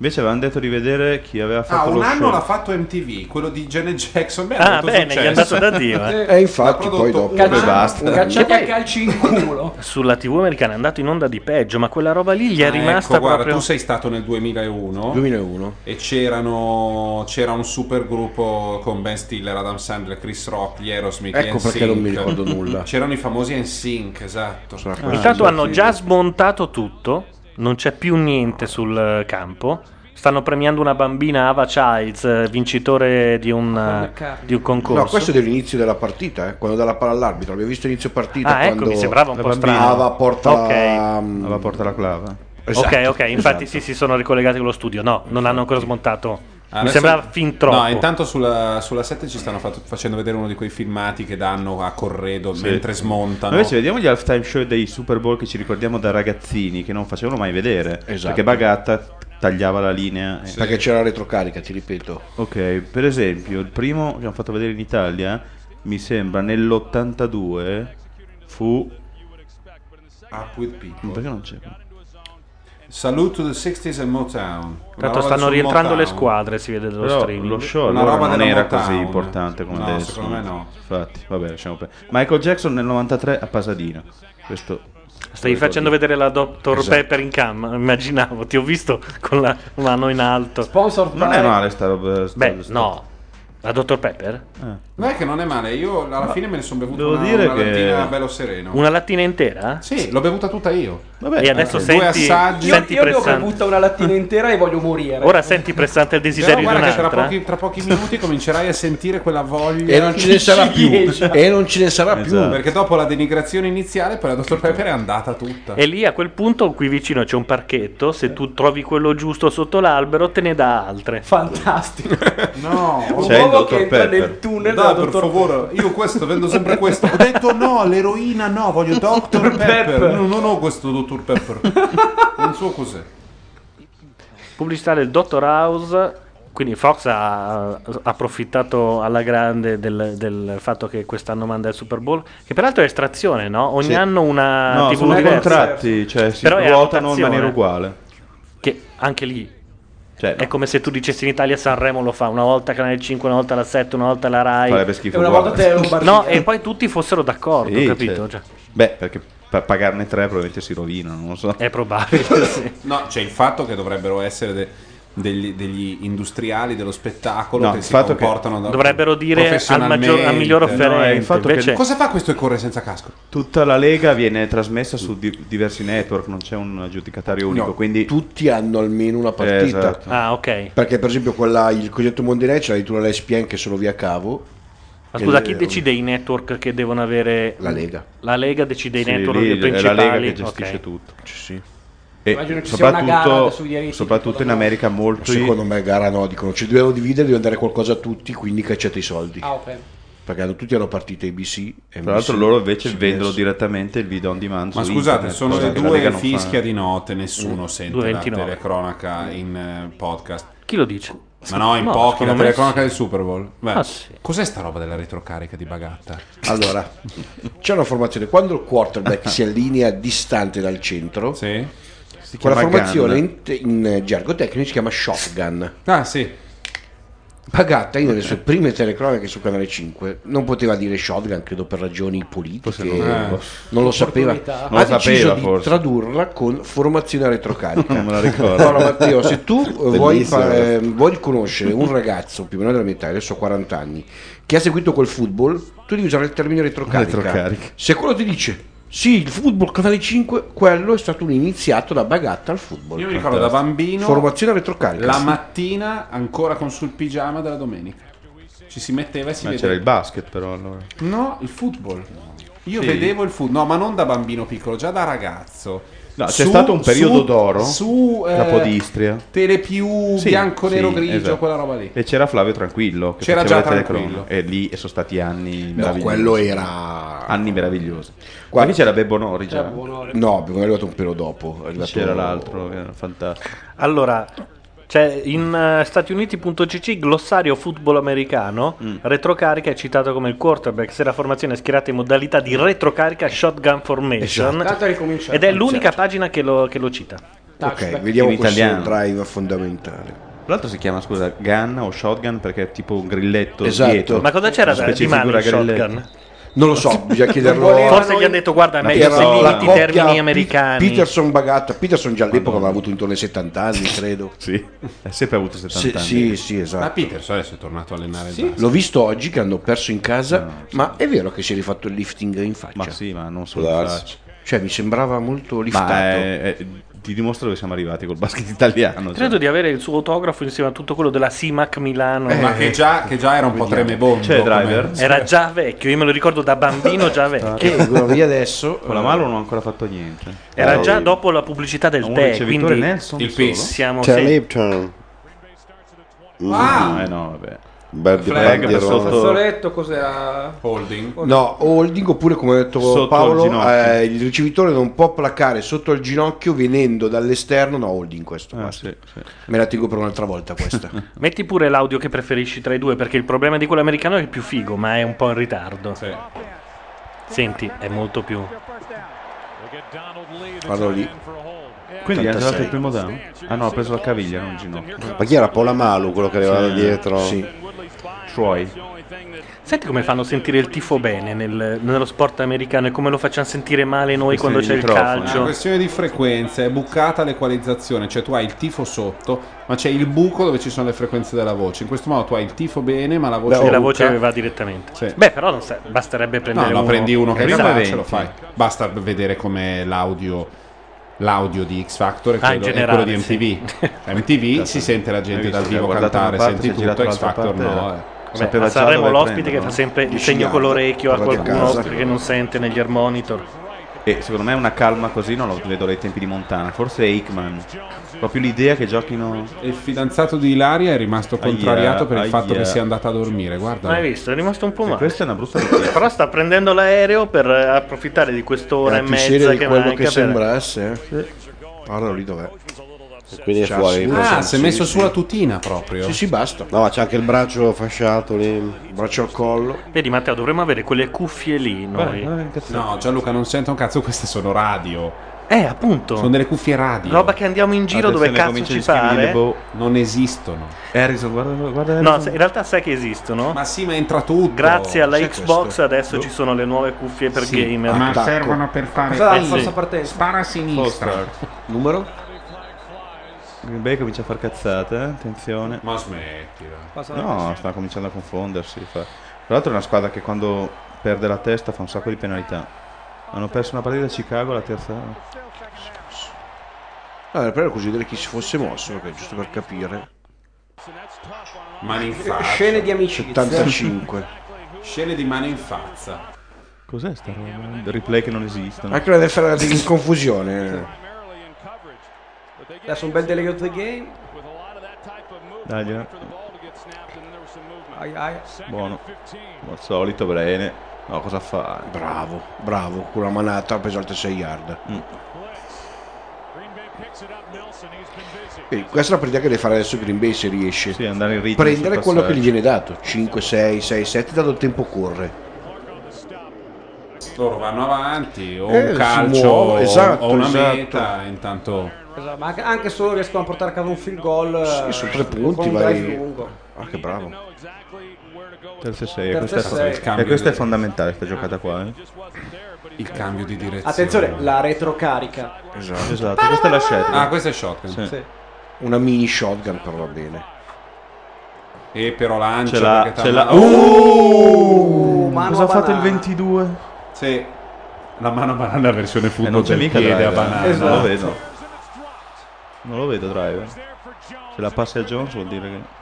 S3: Invece avevano detto di vedere chi aveva
S1: Ah,
S3: fatto
S1: un
S3: lo
S1: anno
S3: show.
S1: l'ha fatto MTV, quello di Janet Jackson. Beh,
S3: Ah,
S1: ha avuto
S3: bene,
S1: successo.
S3: gli è andato da Dio, eh.
S1: L'ha
S3: Eh, infatti, poi
S1: prodotto
S3: dopo-
S1: Ugo
S3: Cacciati-
S1: Basta.
S6: Cacciati a calci in culo.
S5: Sulla TV americana è andato in onda di peggio, ma quella roba lì gli è
S1: Ah,
S5: rimasta
S1: ecco, guarda,
S5: proprio
S1: tu sei stato nel 2001.
S7: 2001.
S1: E c'erano, c'era un super gruppo con Ben Stiller, Adam Sandler, Chris Rock, gli Aerosmith.
S7: Ecco
S1: gli
S7: perché non mi
S1: NSYNC.
S7: ricordo nulla.
S1: C'erano i famosi NSYNC, esatto.
S5: Ah, Intanto hanno già smontato tutto, non c'è più niente sul eh, campo. Stanno premiando una bambina Ava Childs, eh, vincitore di un, eh, di un concorso.
S7: No, questo è dell'inizio della partita, eh, quando dà la palla all'arbitro. Abbiamo visto inizio partita.
S5: Ah, ecco,
S7: quando
S5: mi sembrava un
S7: la
S5: po'
S7: bambina
S5: strano.
S7: Ava porta la, mm, Esatto,
S5: Ok.
S3: Aveva porta la clava. esatto,
S5: ok, ok, infatti sì, si sono ricollegati con lo studio. No, non hanno ancora smontato. Mi
S1: Ah, Adesso-
S5: sembrava fin troppo.
S1: No, intanto sulla, sulla 7 ci stanno fatto- facendo vedere uno di quei filmati che danno a Corredo
S3: Sì.
S1: mentre smontano.
S3: Ma Invece vediamo gli halftime show dei Super Bowl che ci ricordiamo da ragazzini che non facevano mai vedere.
S7: Esatto.
S3: Perché Bagatta tagliava la linea. e-
S7: Perché c'era la retrocarica, ti ripeto.
S3: Ok, per esempio, il primo che hanno fatto vedere in Italia mi sembra, nell'82 fu...
S1: Up Ah, with people.
S3: Ma Perché non c'è?
S1: Salute to the 60s and Motown. Una
S5: Tanto
S1: roba
S5: stanno
S1: sul
S5: rientrando
S1: Motown.
S5: le squadre, si vede dallo
S3: Però
S5: streaming.
S3: lo show
S1: Una
S3: allora
S1: roba
S3: non
S1: della
S3: era
S1: Motown.
S3: così importante come
S1: No,
S3: adesso.
S1: secondo me no.
S3: Infatti, vabbè, lasciamo perdere. Michael Jackson nel 93 a Pasadena. Questo
S5: Stavi facendo vedere la Dr.
S3: Esatto.
S5: Pepper in camera, immaginavo, ti ho visto con la mano in alto.
S6: Sponsor
S3: Non è male sta roba. Eh. sta-
S5: Beh,
S3: sta-
S5: no. La Dr. Pepper?
S1: Non è che non è male, io alla fine me ne sono bevuto
S5: devo
S1: una,
S5: dire
S1: una
S5: che-
S1: lattina bello sereno.
S5: Una lattina intera?
S1: Sì, l'ho bevuta tutta io.
S5: Vabbè, e adesso
S1: Due
S5: senti,
S1: assaggi.
S5: senti
S6: Io ne ho
S5: pressante-
S6: bevuta una
S3: Mm.
S6: lattina intera e voglio morire.
S5: Ora senti pressante il
S1: Però
S5: desiderio di
S1: guarda che
S5: un'altra.
S1: tra pochi, tra pochi minuti comincerai a sentire quella voglia
S7: E non ce ne sarà più. E non ce ne sarà
S3: Esatto.
S1: più. Perché dopo la denigrazione iniziale, poi la Dr. Pepper è andata tutta.
S5: E lì a quel punto, qui vicino c'è un parchetto. Se tu trovi quello giusto sotto l'albero, te ne dà altre.
S6: Fantastico.
S1: No,
S5: Un C'è il uomo dottor che entra Pepper. nel
S6: tunnel
S1: Dai, per favore, io questo vendo sempre questo. Ho detto no, l'eroina no, voglio Dr. Pepper.
S5: Pepper.
S1: No, non ho questo Dr. Pepper. non so cos'è.
S5: Pubblicità del Dottor House. Quindi Fox ha ha approfittato alla grande del, del fatto che quest'anno manda il Super Bowl, che peraltro è estrazione, no? Ogni
S3: Sì.
S5: anno una
S3: No,
S5: TV
S3: sono i
S5: diversa.
S3: contratti, cioè si
S5: Però è a
S3: ruotano in
S5: rotazione.
S3: maniera uguale. Cioè,
S5: Che anche lì è come se tu dicessi in Italia Sanremo lo fa una volta Canale 5, una volta la 7, una volta la Rai.
S3: Farebbe schifo E una uguale. volta te lo barbino.
S5: No, e poi tutti fossero d'accordo,
S3: Sì,
S5: capito? Cioè,
S3: cioè- Beh, perché per pagarne tre probabilmente si rovinano, non lo so.
S5: È probabile, sì.
S1: No, c'è il fatto che dovrebbero essere de- degli, degli industriali dello spettacolo
S3: No,
S1: che
S3: il
S1: si
S3: fatto che Eh,
S1: comportano da-
S5: dovrebbero dire al maggior- al miglior
S1: professionalmente.
S5: offerente, No, è il fatto che- invece-
S1: Cosa fa questo e corre senza casco?
S3: Tutta la Lega viene trasmessa su di- diversi network, non c'è un giudicatario unico,
S7: No,
S3: quindi...
S7: Tutti hanno almeno una partita.
S3: Esatto.
S5: Ah, ok.
S7: Perché per esempio quella, il cosiddetto Monday c'è addirittura l'ESPN che è solo via cavo.
S5: Ma scusa,
S7: E-
S5: chi decide i network che devono avere?
S7: La Lega.
S5: La Lega decide i
S3: Sì,
S5: network
S3: lì è la
S5: principali.
S3: Lega che gestisce
S5: ok.
S3: tutto.
S5: Immagino
S3: E
S5: ci sia una gara
S3: soprattutto,
S5: sui diritti,
S3: soprattutto in America molto...
S7: Secondo me gara no, dicono ci dobbiamo dividere, dobbiamo dare qualcosa a tutti, quindi cacciate i soldi.
S6: Ah, ok.
S7: Perché hanno- tutti hanno partite ABC.
S1: Eh,
S3: Tra l'altro loro invece vendono direttamente il video on demand.
S1: Ma
S3: su
S1: scusate,
S3: internet,
S1: sono
S3: cosa
S1: le
S3: che la Lega
S1: due
S3: non
S1: fischia
S3: fa. Mm.
S1: di notte, nessuno sente la
S5: 2.29.
S1: telecronaca in eh, podcast.
S5: Chi lo dice?
S1: Ma no, in
S5: No,
S1: pochi,
S5: secondo
S1: la
S5: me
S1: telecronaca
S5: sì.
S1: del Super Bowl. Beh,
S5: Ah, sì.
S1: Cos'è sta roba della retrocarica di Bagatta?
S7: Allora, c'è una formazione, quando il quarterback si allinea distante dal centro, quella
S1: chiama
S7: formazione
S1: gun.
S7: in, te- in gergo tecnico si chiama shotgun.
S1: Ah, sì.
S7: Pagatta io nelle sue prime telecronache su Canale 5 non poteva dire shotgun, credo per ragioni politiche,
S3: non-
S7: non,
S3: eh.
S7: lo sapeva.
S3: Opportunità.
S7: ha
S3: Non lo
S7: deciso
S3: sapeva,
S7: di
S3: forse.
S7: tradurla con formazione retrocarica.
S3: Non me la ricordo.
S7: Allora Matteo, se tu eh, vuoi,
S3: Bellissimo.
S7: fare- eh, vuoi conoscere un ragazzo più o meno della mia età, adesso ho 40 anni, che ha seguito quel football, tu devi usare il termine retrocarica.
S3: Retrocarica.
S7: Se quello ti dice... Sì, il football Canale 5, quello è stato un iniziato da Bagatta al football.
S1: Io mi ricordo da bambino
S7: Formazione retrocarica.
S1: la
S7: sì.
S1: mattina ancora con sul pigiama della domenica. Ci si metteva e si
S3: Ma
S1: vedeva.
S3: Eh, c'era il basket però allora.
S1: No, il football. Io
S3: Sì.
S1: vedevo il football, no, ma non da bambino piccolo, già da ragazzo.
S3: No, c'è stato un periodo d'oro,
S1: su eh,
S3: Capodistria.
S1: Telepiù
S3: Sì,
S1: bianco,
S3: sì,
S1: nero, grigio,
S3: esatto.
S1: quella roba lì.
S3: E c'era Flavio Tranquillo. Che
S1: C'era
S3: faceva
S1: già
S3: le
S1: Tranquillo.
S3: telecronache. E lì sono stati anni meravigliosi.
S7: quello era-
S3: Anni meravigliosi. Qua lì c'era Bebbo Nori già. eh.
S7: No, è arrivato un pelo dopo. È arrivato-
S3: C'era l'altro, che era fantastico.
S5: Allora, c'è in eh, Stati Uniti.cc glossario football americano,
S1: Mm.
S5: retrocarica è citato come il quarterback se la formazione è schierata in modalità di retrocarica shotgun formation.
S6: Esatto. Tanto ricomincia.
S5: Ed è l'unica pagina che lo, che lo cita.
S7: Ok, vediamo
S3: In
S7: questo
S3: italiano.
S7: drive fondamentale.
S3: L'altro si chiama, scusa, Gun o Shotgun perché è tipo un grilletto
S7: Esatto.
S3: dietro.
S7: Ma cosa c'era
S3: Una
S7: da-
S3: specie
S7: di mano
S3: figura
S7: in Shotgun?
S3: grilletto.
S7: Non lo so, bisogna chiederlo.
S5: volevano Forse gli hanno detto, guarda, è meglio
S7: Era
S5: se limiti
S7: la
S5: i
S7: coppia
S5: termini
S7: Pi-
S5: americani.
S7: Peterson Bagatta. Peterson già all'epoca aveva avuto intorno ai 70 anni, credo.
S3: sì, ha sempre avuto 70
S7: sì, Sì,
S3: anni.
S7: sì,
S1: Ma
S7: esatto.
S1: Peterson adesso è tornato a allenare il
S7: Sì.
S1: basket.
S7: L'ho visto oggi che hanno perso in casa, ma è vero che si è rifatto il lifting in faccia? Ma
S3: sì, ma non solo in faccia.
S7: Cioè, mi sembrava molto liftato.
S3: Ma è- è- ti dimostra dove siamo arrivati col basket italiano. cioè.
S5: Credo di avere il suo autografo insieme a tutto quello della Simac Milano.
S1: Ma che già, che già era un po'
S3: Vediamo.
S1: tremebondo.
S3: C'è Driver?
S1: come-
S5: Era già vecchio, io me lo ricordo da bambino già vecchio.
S7: Che quello lì adesso.
S3: cioè. Con la
S1: eh,
S3: mano non ho ancora fatto niente.
S5: Era
S3: Eh,
S5: già dopo la pubblicità del
S3: un
S5: tè,
S3: ricevitore
S5: quindi
S3: Nelson
S5: il
S15: Cioè,
S3: solo?
S5: siamo
S15: C'è
S5: sì.
S15: Lipton.
S7: Ah!
S3: No, eh no, vabbè.
S7: Bel
S3: Flag per
S7: bandierone.
S6: Fazzoletto cos'era?
S1: Holding.
S7: No, holding oppure come ha detto
S3: Sotto il
S7: Paolo,
S3: ginocchio.
S7: eh, il ricevitore non può placare sotto il ginocchio venendo dall'esterno, no holding questo.
S5: Ah,
S7: basta. Me la tengo per un'altra volta questa.
S5: Metti pure l'audio che preferisci tra i due, perché il problema di quello americano è il più figo, ma è un po' in ritardo. Senti, è molto più.
S7: Guardo lì.
S3: Quindi è arrivato
S15: 86.
S3: il primo down? Ah no, ha preso la caviglia, non il ginocchio.
S15: Ma chi era Paul Amalu quello che arrivava
S3: Sì.
S15: da dietro?
S3: Sì. Troy.
S5: Senti come fanno sentire il tifo bene nel- nello sport americano e come lo facciamo sentire male noi quando c'è il
S1: È una
S3: Ah,
S5: calcio.
S1: questione di frequenze, è bucata l'equalizzazione, cioè tu hai il tifo sotto, ma c'è il buco dove ci sono le frequenze della voce. In questo modo tu hai il tifo bene, ma la voce
S5: Sì, la voce
S1: buca.
S5: va direttamente.
S1: Sì.
S5: Beh, però non sa- basterebbe
S1: No,
S5: prendere
S1: no, prendi uno che
S5: Esatto.
S1: sa, ce lo fai. Basta vedere come l'audio l'audio di X Factor è
S5: Ah, in
S1: quello, è
S5: generale,
S1: quello di MTV. MTV si sente la gente
S3: Hai
S1: dal
S3: visto
S1: vivo
S3: che ha guardato
S1: cantare,
S3: una parte,
S1: senti
S3: si è
S1: tutto, X
S3: girato
S1: Factor
S3: dall'altra
S1: no.
S3: parte,
S1: eh.
S5: Vabbè, a Sanremo l'ospite che fa sempre il segno con l'orecchio a qualcuno perché non sente negli air monitor.
S3: E secondo me una calma così non lo vedo ai tempi di Montana, forse Aikman. Proprio l'idea che giochino...
S1: Il fidanzato di Ilaria è rimasto
S3: Aia,
S1: contrariato per il
S3: aia.
S1: fatto che sia andata a dormire,
S5: Non hai
S1: guarda.
S5: visto? È rimasto un po' male.
S3: Questa è una brutta
S5: Però sta prendendo l'aereo per eh, approfittare di quest'ora
S7: Era
S5: e
S7: più serio
S5: mezza
S7: di
S5: che
S7: quello
S5: manca.
S7: che
S5: per-
S7: sembra essere. Guardalo lì dov'è.
S15: Quindi è
S7: C'ha
S15: fuori.
S7: sì,
S1: Ah, si è messo
S7: sì.
S1: sulla tutina proprio.
S7: Sì, sì, basta.
S15: No, ma c'è anche il braccio fasciato lì. Il
S7: braccio al collo.
S5: Vedi Matteo, dovremmo avere quelle cuffie lì noi.
S1: No, Gianluca, non sento un cazzo, queste sono radio.
S5: Eh, appunto.
S1: Sono delle cuffie radio.
S5: Roba che andiamo in giro dove cazzo ci pare.
S1: boh. Non esistono.
S3: boh. Harrison, guarda, guarda
S5: No, se- in realtà sai che esistono.
S1: Ma sì, ma entra tutto.
S5: Grazie alla
S1: C'è
S5: Xbox
S1: questo.
S5: adesso ci sono le nuove cuffie per
S1: Boh. Sì,
S5: gamer.
S1: ma Attacco. servono per fare- Cosa
S5: Eh,
S1: la
S5: sì.
S1: forza partenza? Spara a sinistra.
S7: Numero?
S3: Green Bay comincia a far cazzate, eh, attenzione.
S1: Ma smettila.
S3: No, sta cominciando a confondersi. fa. Tra l'altro è una squadra che quando perde la testa fa un sacco di penalità. Hanno perso una partita a Chicago, la terza...
S7: Ah, però così vedere chi si fosse mosso, ok, giusto per capire.
S1: Mani in faccia.
S6: Scene di amicizia.
S7: 75.
S1: Scene di mano in faccia.
S3: Cos'è sta roba? Replay che non esistono.
S7: Anche la defera in confusione.
S6: Adesso un bel delay of the game.
S3: Dagli,
S6: Ai, ai.
S3: buono. Come al solito, Brene. No, cosa fa?
S7: Bravo, bravo, con la manata ha preso altre 6 yard.
S5: Mm.
S7: E questa è la partita che deve fare adesso Green Bay se riesce.
S3: andare in ritmo
S7: Prendere
S3: sul
S7: quello che
S3: passaggio.
S7: gli viene dato. 5, 6, 6, 7, dato il tempo corre.
S1: Loro vanno avanti, o
S7: Eh,
S1: un
S7: si
S1: calcio,
S7: muove,
S1: o-
S7: esatto,
S1: o una
S7: esatto.
S1: meta, intanto...
S6: Esatto, ma anche- anche solo riescono a portare a casa un field goal.
S7: Sì,
S6: eh,
S7: su tre
S6: con
S7: punti
S6: un
S7: vai.
S6: drive lungo.
S7: Ah, che bravo.
S3: Terza e sei,
S6: Terza
S3: questa,
S6: e
S3: è,
S6: sei.
S3: e questa è fondamentale, sta giocata qua. eh.
S1: Il cambio di direzione.
S6: Attenzione, la retrocarica.
S3: Esatto. questa è la scelta.
S1: Ah, questa è shotgun.
S3: Sì.
S6: Sì.
S7: Una mini shotgun però va bene.
S1: E però lancia...
S3: Ce l'ha,
S1: perché
S3: ce
S1: t'ha-
S3: l'ha.
S7: Oh!
S1: Uh!
S6: Oh, mano
S3: Cosa ha fatto il
S6: banana.
S3: 22?
S1: Sì. La mano banana versione
S3: Eh,
S1: football del piede
S3: driver.
S1: a banana.
S6: Esatto.
S3: Non lo vedo. Non lo vedo driver. Se la passi a Jones vuol dire che...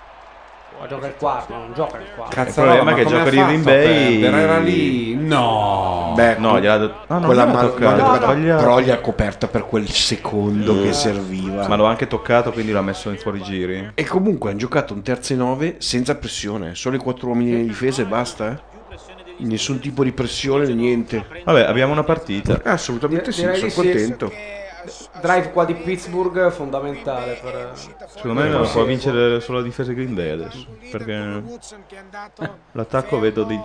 S6: Ma Gioca il quarto, non gioca il quarto.
S3: Il problema è che gioca di Green Bay.
S1: Era Eh, lì... No.
S7: Beh,
S3: No, gliel'ha do- Ah, no, no,
S7: quella
S3: gliel'ha
S7: mano-
S3: toccata.
S7: mano-
S3: No, no.
S7: però gli ha coperta per quel secondo
S3: Mm.
S1: Eh.
S7: che serviva.
S3: Ma l'ho anche toccato, quindi l'ha messo in fuori giri.
S7: E comunque hanno giocato un terzo e nove senza pressione, solo i quattro uomini di difesa e basta. eh. Nessun tipo di pressione, niente.
S3: Vabbè, abbiamo una partita.
S7: Eh, assolutamente
S6: Dire-
S7: sì,
S6: direi
S7: sono
S6: di sì.
S7: contento.
S6: Drive qua di Pittsburgh fondamentale per
S3: Secondo
S1: Eh,
S3: me può vincere solo la difesa di Green Day adesso. Perché l'attacco vedo di...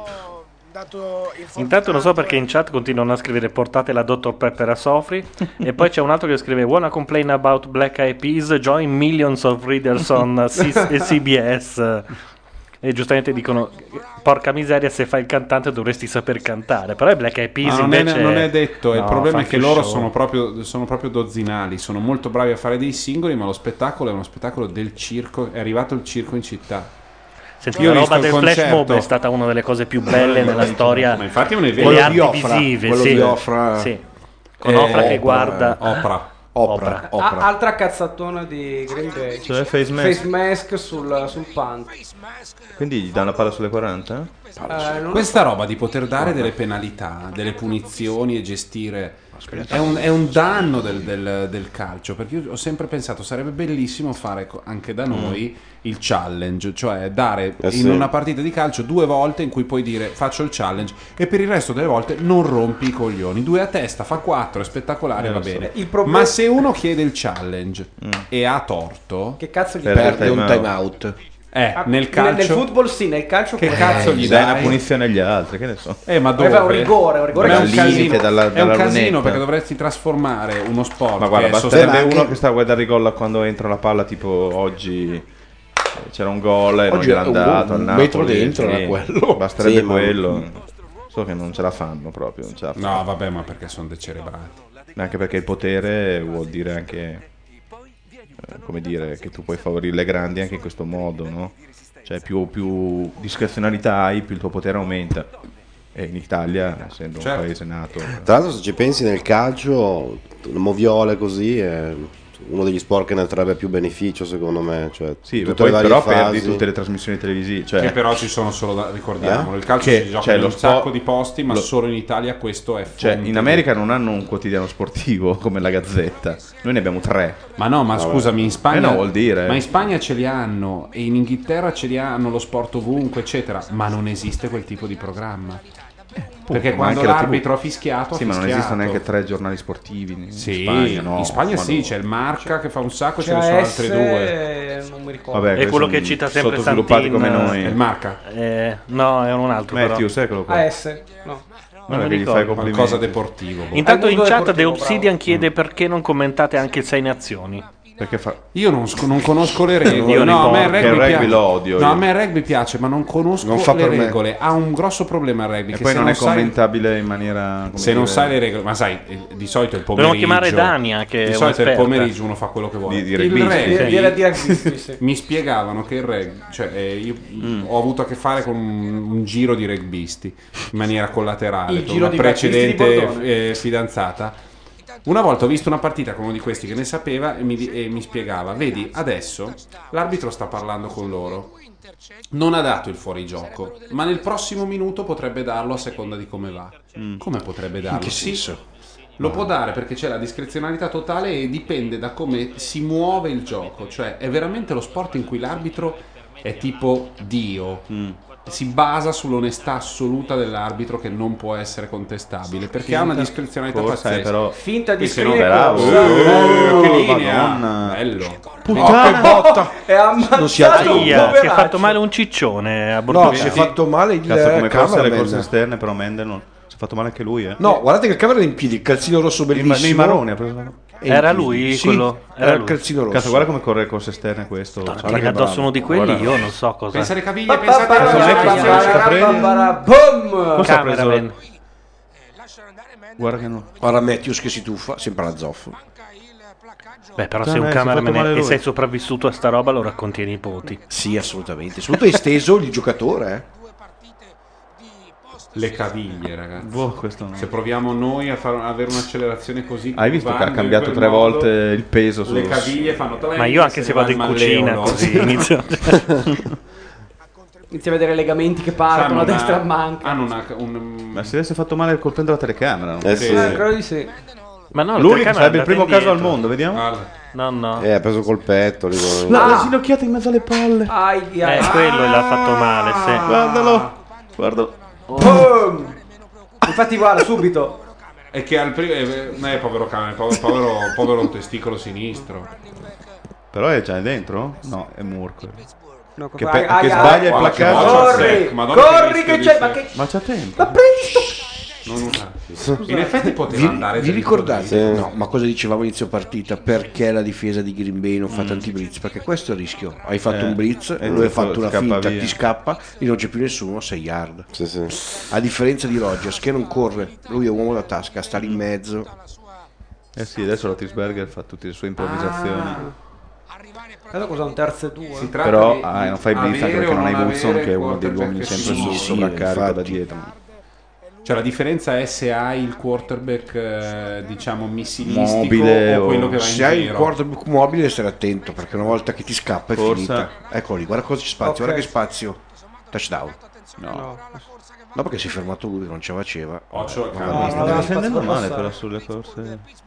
S5: Intanto non so perché in chat continuano a scrivere portate la Dr. Pepper a Sofri e poi c'è un altro che scrive wanna complain about Black Eyed Peas join millions of readers on C- e CBS e giustamente dicono porca miseria se fai il cantante dovresti saper cantare però è Black Eyed Peas
S1: Ma Ah, non,
S5: invece
S1: è, non è detto, il
S5: No,
S1: problema è
S5: funky
S1: che loro
S5: show.
S1: sono proprio, sono proprio dozzinali, sono molto bravi a fare dei singoli, ma lo spettacolo è uno spettacolo del circo, è arrivato il circo in città.
S5: Senti,
S1: Io ho
S5: la roba
S1: visto il
S5: del flash
S1: concerto.
S5: mob è stata una delle cose più belle nella storia
S1: Ma infatti è un
S5: delle
S1: evento.
S5: arti
S1: Quello di Ofra,
S5: visive
S1: quello
S5: sì.
S1: di Ofra.
S5: Sì. con
S1: Eh,
S5: Ofra che
S1: Opera,
S5: guarda
S1: Opera.
S5: Opera.
S6: Ah, altra cazzattona di Green Bay.
S3: Cioè, face mask.
S6: Face mask sul, sul punt.
S5: Eh,
S3: Quindi gli danno la palla sulle 40?
S6: Eh,
S1: Questa roba di poter dare delle penalità, delle punizioni e gestire è un, è un danno del, del- del calcio perché io ho sempre pensato sarebbe bellissimo fare co- anche da noi il challenge, cioè dare
S15: Eh sì.
S1: in una partita di calcio due volte in cui puoi dire faccio il challenge e per il resto delle volte non rompi i coglioni, due a testa fa quattro, è
S3: Eh,
S1: spettacolare, va bene.
S6: Il problema-
S1: Eh, Ma se uno chiede il challenge
S3: Mm.
S1: e ha torto,
S6: Che cazzo gli
S1: Perde
S6: dai?
S1: un time out. Eh,
S6: Ah,
S1: nel calcio
S6: Nel football sì, nel calcio
S1: Che
S6: pure.
S1: cazzo gli dai?
S3: una punizione agli altri, che ne so.
S1: Eh, ma
S6: Eh,
S1: dove?
S6: beh, un rigore, un rigore
S1: Ma è un
S3: dal limite,
S1: casino,
S3: dalla-
S1: è un
S3: dalla
S1: casino
S3: lunetta.
S1: perché dovresti trasformare uno sport
S3: Ma guarda,
S1: che è
S3: basterebbe
S1: sostanzialmente-
S3: uno che sta a guardare i gol là quando entra la palla, tipo oggi eh, c'era un gol e non
S10: Oggi
S3: gliel'hanno
S10: era un
S3: dato
S10: gol,
S3: al
S10: un
S3: Napoli,
S10: metro dentro
S3: sì.
S10: era quello.
S3: Basterebbe
S10: Sì, ma-
S3: quello. So che non ce la fanno proprio, non ce la fanno.
S1: No, vabbè, ma perché sono decerebrati.
S3: Anche perché il potere vuol dire anche eh, come dire che tu puoi favorire le grandi anche in questo modo, no? Cioè più, più discrezionalità hai, più il tuo potere aumenta. E in Italia, essendo
S1: Certo.
S3: un paese nato
S15: Tra l'altro, se ci pensi nel calcio, moviole così è uno degli sport che ne trarrebbe più beneficio, secondo me. Cioè,
S3: Sì,
S15: tutte
S3: poi
S15: le varie
S3: però
S15: fasi.
S3: perdi tutte le trasmissioni televisive. Cioè,
S1: Che però ci sono solo, da, ricordiamolo,
S3: Eh?
S1: il calcio
S3: Che
S1: si gioca
S3: c'è
S1: in
S3: lo
S1: un
S3: sport-
S1: sacco di posti, ma
S3: lo-
S1: solo in Italia questo è fonte
S3: Cioè, in America non hanno un quotidiano sportivo come la Gazzetta, noi ne abbiamo tre.
S1: Ma Ah, no, ma scusami, in Spagna,
S3: Eh no, vuol dire.
S1: ma in Spagna ce li hanno e in Inghilterra ce li hanno lo sport ovunque, eccetera, ma non esiste quel tipo di programma. perché
S3: Uh, ma
S1: quando
S3: anche la TV.
S1: l'arbitro ha fischiato, ha
S3: Sì, ma non
S1: fischiato.
S3: esistono neanche tre giornali sportivi in
S1: Sì,
S3: Spagna, no.
S1: in Spagna
S3: ma
S1: sì,
S3: no.
S1: c'è il Marca che fa un sacco, ce
S6: C'è
S1: ne sono
S6: Cioè, S,
S1: altri due.
S6: Non mi ricordo.
S3: Vabbè,
S5: è quello che
S3: sono
S5: cita sempre
S3: sottosviluppati
S5: Santin
S3: come noi.
S1: Il Marca.
S5: Eh, no, è un altro.
S3: Matthew,
S5: però.
S3: sai quello
S1: Ah,
S3: qua?
S6: AS, no.
S5: Non
S3: Guarda
S5: mi
S3: che gli fai
S5: ricordo.
S3: complimenti.
S1: Qualcosa deportivo, boh.
S5: Intanto
S6: Al
S5: in
S6: mondo
S5: chat The
S6: deportivo,
S5: Obsidian chiede perché non commentate anche Sei Nazioni.
S3: Perché fa
S1: Io non, sc- non conosco le regole.
S3: Io
S1: no, a me il
S3: ricordo
S1: rugby,
S3: che il rugby
S1: piace.
S3: lo odio
S1: No,
S3: io.
S1: a me il rugby piace, ma non conosco
S3: Non fa
S1: le
S3: per me.
S1: regole. Ha un grosso problema il rugby.
S3: E
S1: che
S3: poi
S1: se
S3: non è
S1: sai-
S3: commentabile in maniera come
S1: Se non
S3: dire-
S1: sai le regole, ma sai, eh, di solito il
S5: Dobbiamo
S1: pomeriggio.
S5: chiamare Dania, che è
S1: Di solito il
S5: un'esperta.
S1: pomeriggio uno fa quello che vuole.
S3: Di- di
S1: Il
S3: rugbyisti, sì.
S1: rugby-
S3: Di- di- di
S6: rugby, sì.
S1: Mi spiegavano che il rugby, cioè eh, io
S5: Mm.
S1: ho avuto a che fare con un, un giro di rugbisti in maniera collaterale,
S6: Il
S1: con
S6: giro
S1: una
S6: di rugbisti di
S1: precedente
S6: Bordone.
S1: eh, fidanzata. Una volta ho visto una partita con uno di questi che ne sapeva e mi, di- e mi spiegava, vedi, adesso l'arbitro sta parlando con loro, non ha dato il fuorigioco, ma nel prossimo minuto potrebbe darlo a seconda di come va. Come potrebbe darlo?
S10: che
S1: Sì,
S10: senso?
S1: lo può dare perché c'è la discrezionalità totale e dipende da come si muove il gioco, cioè è veramente lo sport in cui l'arbitro è tipo Dio. Si basa sull'onestà assoluta dell'arbitro che non può essere contestabile perché ha una
S3: Finta-
S1: discrezionalità
S3: Forse,
S1: pazzesca.
S3: però-
S6: Finta di
S1: E se no-
S6: scrivere
S1: Bravo.
S6: corsa.
S1: Eh, che
S3: Oh,
S1: linea.
S3: Madonna.
S1: Bello.
S3: Puttana.
S6: Oh, che botta. È ammazzato
S3: Non si alza.
S6: un
S5: Aia, si è
S6: poveraccio.
S5: fatto male un ciccione a Bordo
S10: No, si è fatto male il
S3: Cazzo, come corse le
S10: cameraman.
S3: corse esterne, però Mendel non... si è fatto male anche lui, eh.
S10: No, guardate che il camera in piedi, il calzino rosso bellissimo.
S3: nei maroni ha preso la-
S10: E in
S5: Era
S10: piedi.
S5: lui
S10: Eh, Sì,
S5: quello?
S10: Era,
S5: Era
S10: il
S5: lui.
S10: calzino rosso.
S3: Cazzo, guarda come corre le corse esterne questo.
S5: Guarda
S3: Guarda
S5: che addosso uno di quelli,
S3: Guarda.
S5: io non so cosa.
S1: Pensa alle caviglie, pensa a te.
S3: Secondo me
S1: pensa
S3: Cristiano
S1: a te.
S3: riesce a prendere.
S6: Boom!
S3: Forse Eh, ha preso-
S5: Cameraman.
S3: Guarda che no.
S10: Guarda Matthews che si tuffa, sembra la zoffa.
S5: Beh, però
S3: Dai,
S5: sei un
S3: dai, si è fatto
S5: cameraman
S3: male
S5: e
S3: lui.
S5: sei sopravvissuto a sta roba, lo racconti ai nipoti.
S10: Sì, assolutamente. Soprattutto è esteso il giocatore, eh.
S1: Le caviglie, ragazzi.
S3: Boh, questo no.
S1: Se proviamo noi a far- avere un'accelerazione così,
S3: Hai visto che ha
S1: curvando in
S3: cambiato
S1: quel
S3: tre
S1: modo,
S3: volte il peso
S1: Le
S3: su-
S1: caviglie fanno tre
S5: Ma io anche se vado in cucina così inizio.
S6: Inizi a vedere i legamenti che partono,
S1: Sanno
S6: a destra
S1: una-
S6: manca.
S1: Hanno una, un,
S3: Ma si deve essere fatto male colpendo la telecamera. no?
S15: Eh sì.
S6: Eh, credo di sì.
S5: Ma no, la
S3: Lui che
S5: telecamera
S3: sarebbe
S5: è
S3: il primo
S5: andata
S3: caso al
S5: indietro.
S3: mondo, vediamo.
S5: No, no.
S15: Eh, ha preso col petto. lì, con-
S6: No.
S3: si in mezzo alle palle.
S6: Aia. Ah.
S5: Eh, quello l'ha fatto male, sì.
S3: Guardalo. Guardalo.
S6: Boom! Infatti guarda subito.
S1: E che al primo. Eh, eh, povero cane, povero, povero, povero testicolo sinistro.
S3: Però è già dentro? No, è Murko.
S6: No,
S3: Che,
S6: qua-
S3: pe-
S6: aia,
S3: che
S6: aia.
S3: sbaglia il
S1: Guarda che
S3: placcaggio.
S10: Oh.
S1: male.
S6: Corri,
S1: Madonna,
S6: corri
S1: che
S6: che
S1: rischio
S6: c'è,
S1: di
S6: ma
S1: sé.
S6: che
S3: Ma c'ha tempo.
S6: ma prendi sto
S1: Non usarsi. In effetti poteva andare.
S10: Vi
S1: dentro
S10: ricordate?
S1: lì.
S10: No, ma cosa dicevamo inizio partita? Perché la difesa di Green Bay non fa tanti blitz? Perché questo è il rischio. Hai fatto
S3: Mm. Eh,
S10: un blitz,
S3: e
S10: lui
S3: tutto
S10: hai fatto una
S3: scappa
S10: finta,
S3: via.
S10: ti scappa, e non c'è più nessuno, 6 yard.
S15: Sì, sì.
S10: A differenza di Rogers che non corre, lui è uomo da tasca, sta lì in mezzo.
S3: Eh sì, adesso Rotisberger fa tutte le sue improvvisazioni.
S10: Ah.
S6: Guarda cos'ha un terzo e due.
S1: Si tratta
S3: Però
S1: di-
S3: ah,
S1: di
S3: non fai blitz anche
S1: avere
S3: perché
S1: o
S3: non hai Woodson
S1: avere
S3: che è uno degli
S1: quarterback
S3: uomini
S1: che
S3: sempre
S1: si
S3: su
S1: muove.
S10: sì,
S3: sovraccarico da
S10: infatti.
S3: dietro.
S1: Cioè la differenza è se hai il quarterback, eh, diciamo, missilistico
S3: Mobile
S1: o
S3: o-
S1: quello che va in
S10: Se hai il
S1: giro.
S10: quarterback mobile, stare attento perché una volta che ti scappa è Ecco
S3: Forse-
S10: finita. Eccoli, guarda cosa c'è spazio, guarda che spazio. Touchdown. No. No, perché si è fermato lui, non ce la faceva. Eh,
S3: Occhio al
S10: Ma
S3: cambio.
S10: guarda,
S3: Stava
S10: guarda.
S3: facendo male però sulle corse.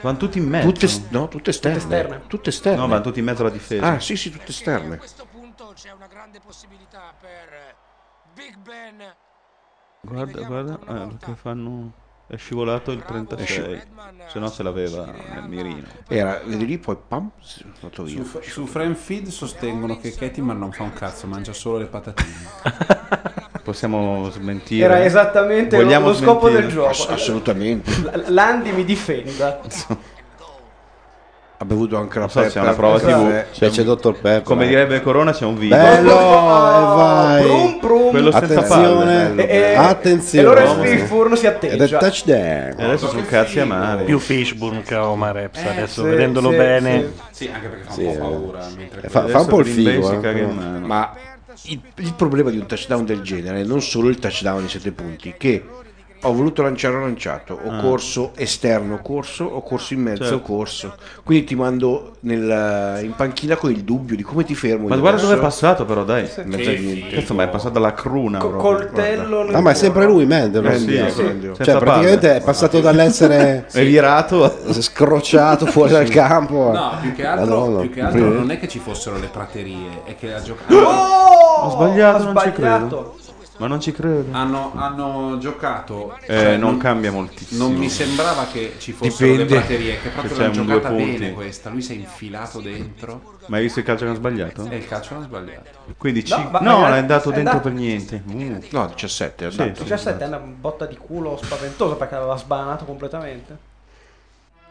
S3: Vanno tutti in mezzo.
S10: Tutte, s- no, tutte esterne. Tutte esterne.
S3: No, vanno tutti in mezzo alla difesa.
S10: Ah, sì, sì, tutte esterne.
S3: Guarda, guarda, eh, perché fanno... È scivolato il 36. Eh, Se no se l'aveva nel mirino.
S10: Era, vedi lì, poi pam, si è andato
S1: Su,
S10: via.
S1: su Frame Feed sostengono che Ketiman non fa un cazzo, mangia solo le patatine.
S3: Possiamo smentire.
S6: Era esattamente lo-
S3: Vogliamo
S6: lo scopo
S3: smentire?
S6: del gioco. Ass-
S10: assolutamente.
S6: L- Landi mi difenda.
S10: Ha bevuto anche la
S3: Non so,
S10: peppa.
S3: c'è una prova TV.
S15: Cioè, c'è Dottor Pepper.
S3: Come direbbe Corona c'è un video.
S15: Bello,
S10: Oh,
S15: e vai.
S3: Quello senza
S15: Attenzione.
S3: palle.
S15: E- e- Attenzione.
S6: E allora il il furno si
S15: Ed è
S6: atteggia.
S15: touchdown.
S3: E adesso sono cazzi a male.
S5: Più Fishburne che Omar Epps
S1: Eh,
S5: adesso,
S1: sì,
S5: vedendolo
S1: sì,
S5: bene.
S1: Sì. Sì, anche perché fa
S15: Sì,
S1: un
S15: eh.
S1: po' paura. mentre-
S15: Eh, fa- fa un po' il
S3: Green Bay
S15: figo,
S3: si
S15: eh,
S3: caga in
S15: però.
S3: mano.
S10: Ma il, il problema di un touchdown del genere è non solo il touchdown di 7 punti, che ho voluto lanciare, ho lanciato, ho
S3: Ah.
S10: corso esterno, ho corso, ho corso in mezzo,
S3: Certo.
S10: ho corso. Quindi ti mando nel- in panchina con il dubbio di come ti fermo.
S3: Ma
S10: io
S3: guarda dove è
S10: adesso.
S3: passato però, dai.
S10: In mezzo a niente.
S3: Cazzo, ma è passata la cruna. proprio, guarda.
S15: Ah, ma è sempre lui, Mendel.
S3: Eh sì,
S15: Mendel.
S3: sì. Senza
S15: Cioè, praticamente
S3: palle.
S15: è passato dall'essere
S3: È virato.
S15: scrocciato fuori dal campo.
S1: No, più che altro,
S15: Madonna.
S1: più che altro non è che ci fossero le praterie, è che la giocata.
S3: Ho sbagliato, non ci credo. Ma non ci credo.
S1: Hanno, hanno giocato. cioè,
S3: Eh, non cambia moltissimo.
S1: Non mi sembrava che ci fossero
S3: Dipende.
S1: le praterie, che
S3: Se
S1: proprio
S3: c'è
S1: l'hanno
S3: un
S1: giocata
S3: due punti.
S1: bene questa. Lui si è infilato dentro
S3: Ma hai visto il calcio che hanno
S6: Ecco.
S3: sbagliato?
S1: e il calcio l'ha sbagliato.
S3: Quindi
S6: No,
S3: cin-
S6: ma-
S3: no,
S6: ma-
S3: l'hai andato
S6: è
S3: dentro
S6: andato-
S3: per niente. Mm.
S10: No, 17, è
S3: Sì,
S10: andato.
S3: sì.
S6: 17 è una botta di culo spaventosa perché l'aveva sbanato completamente.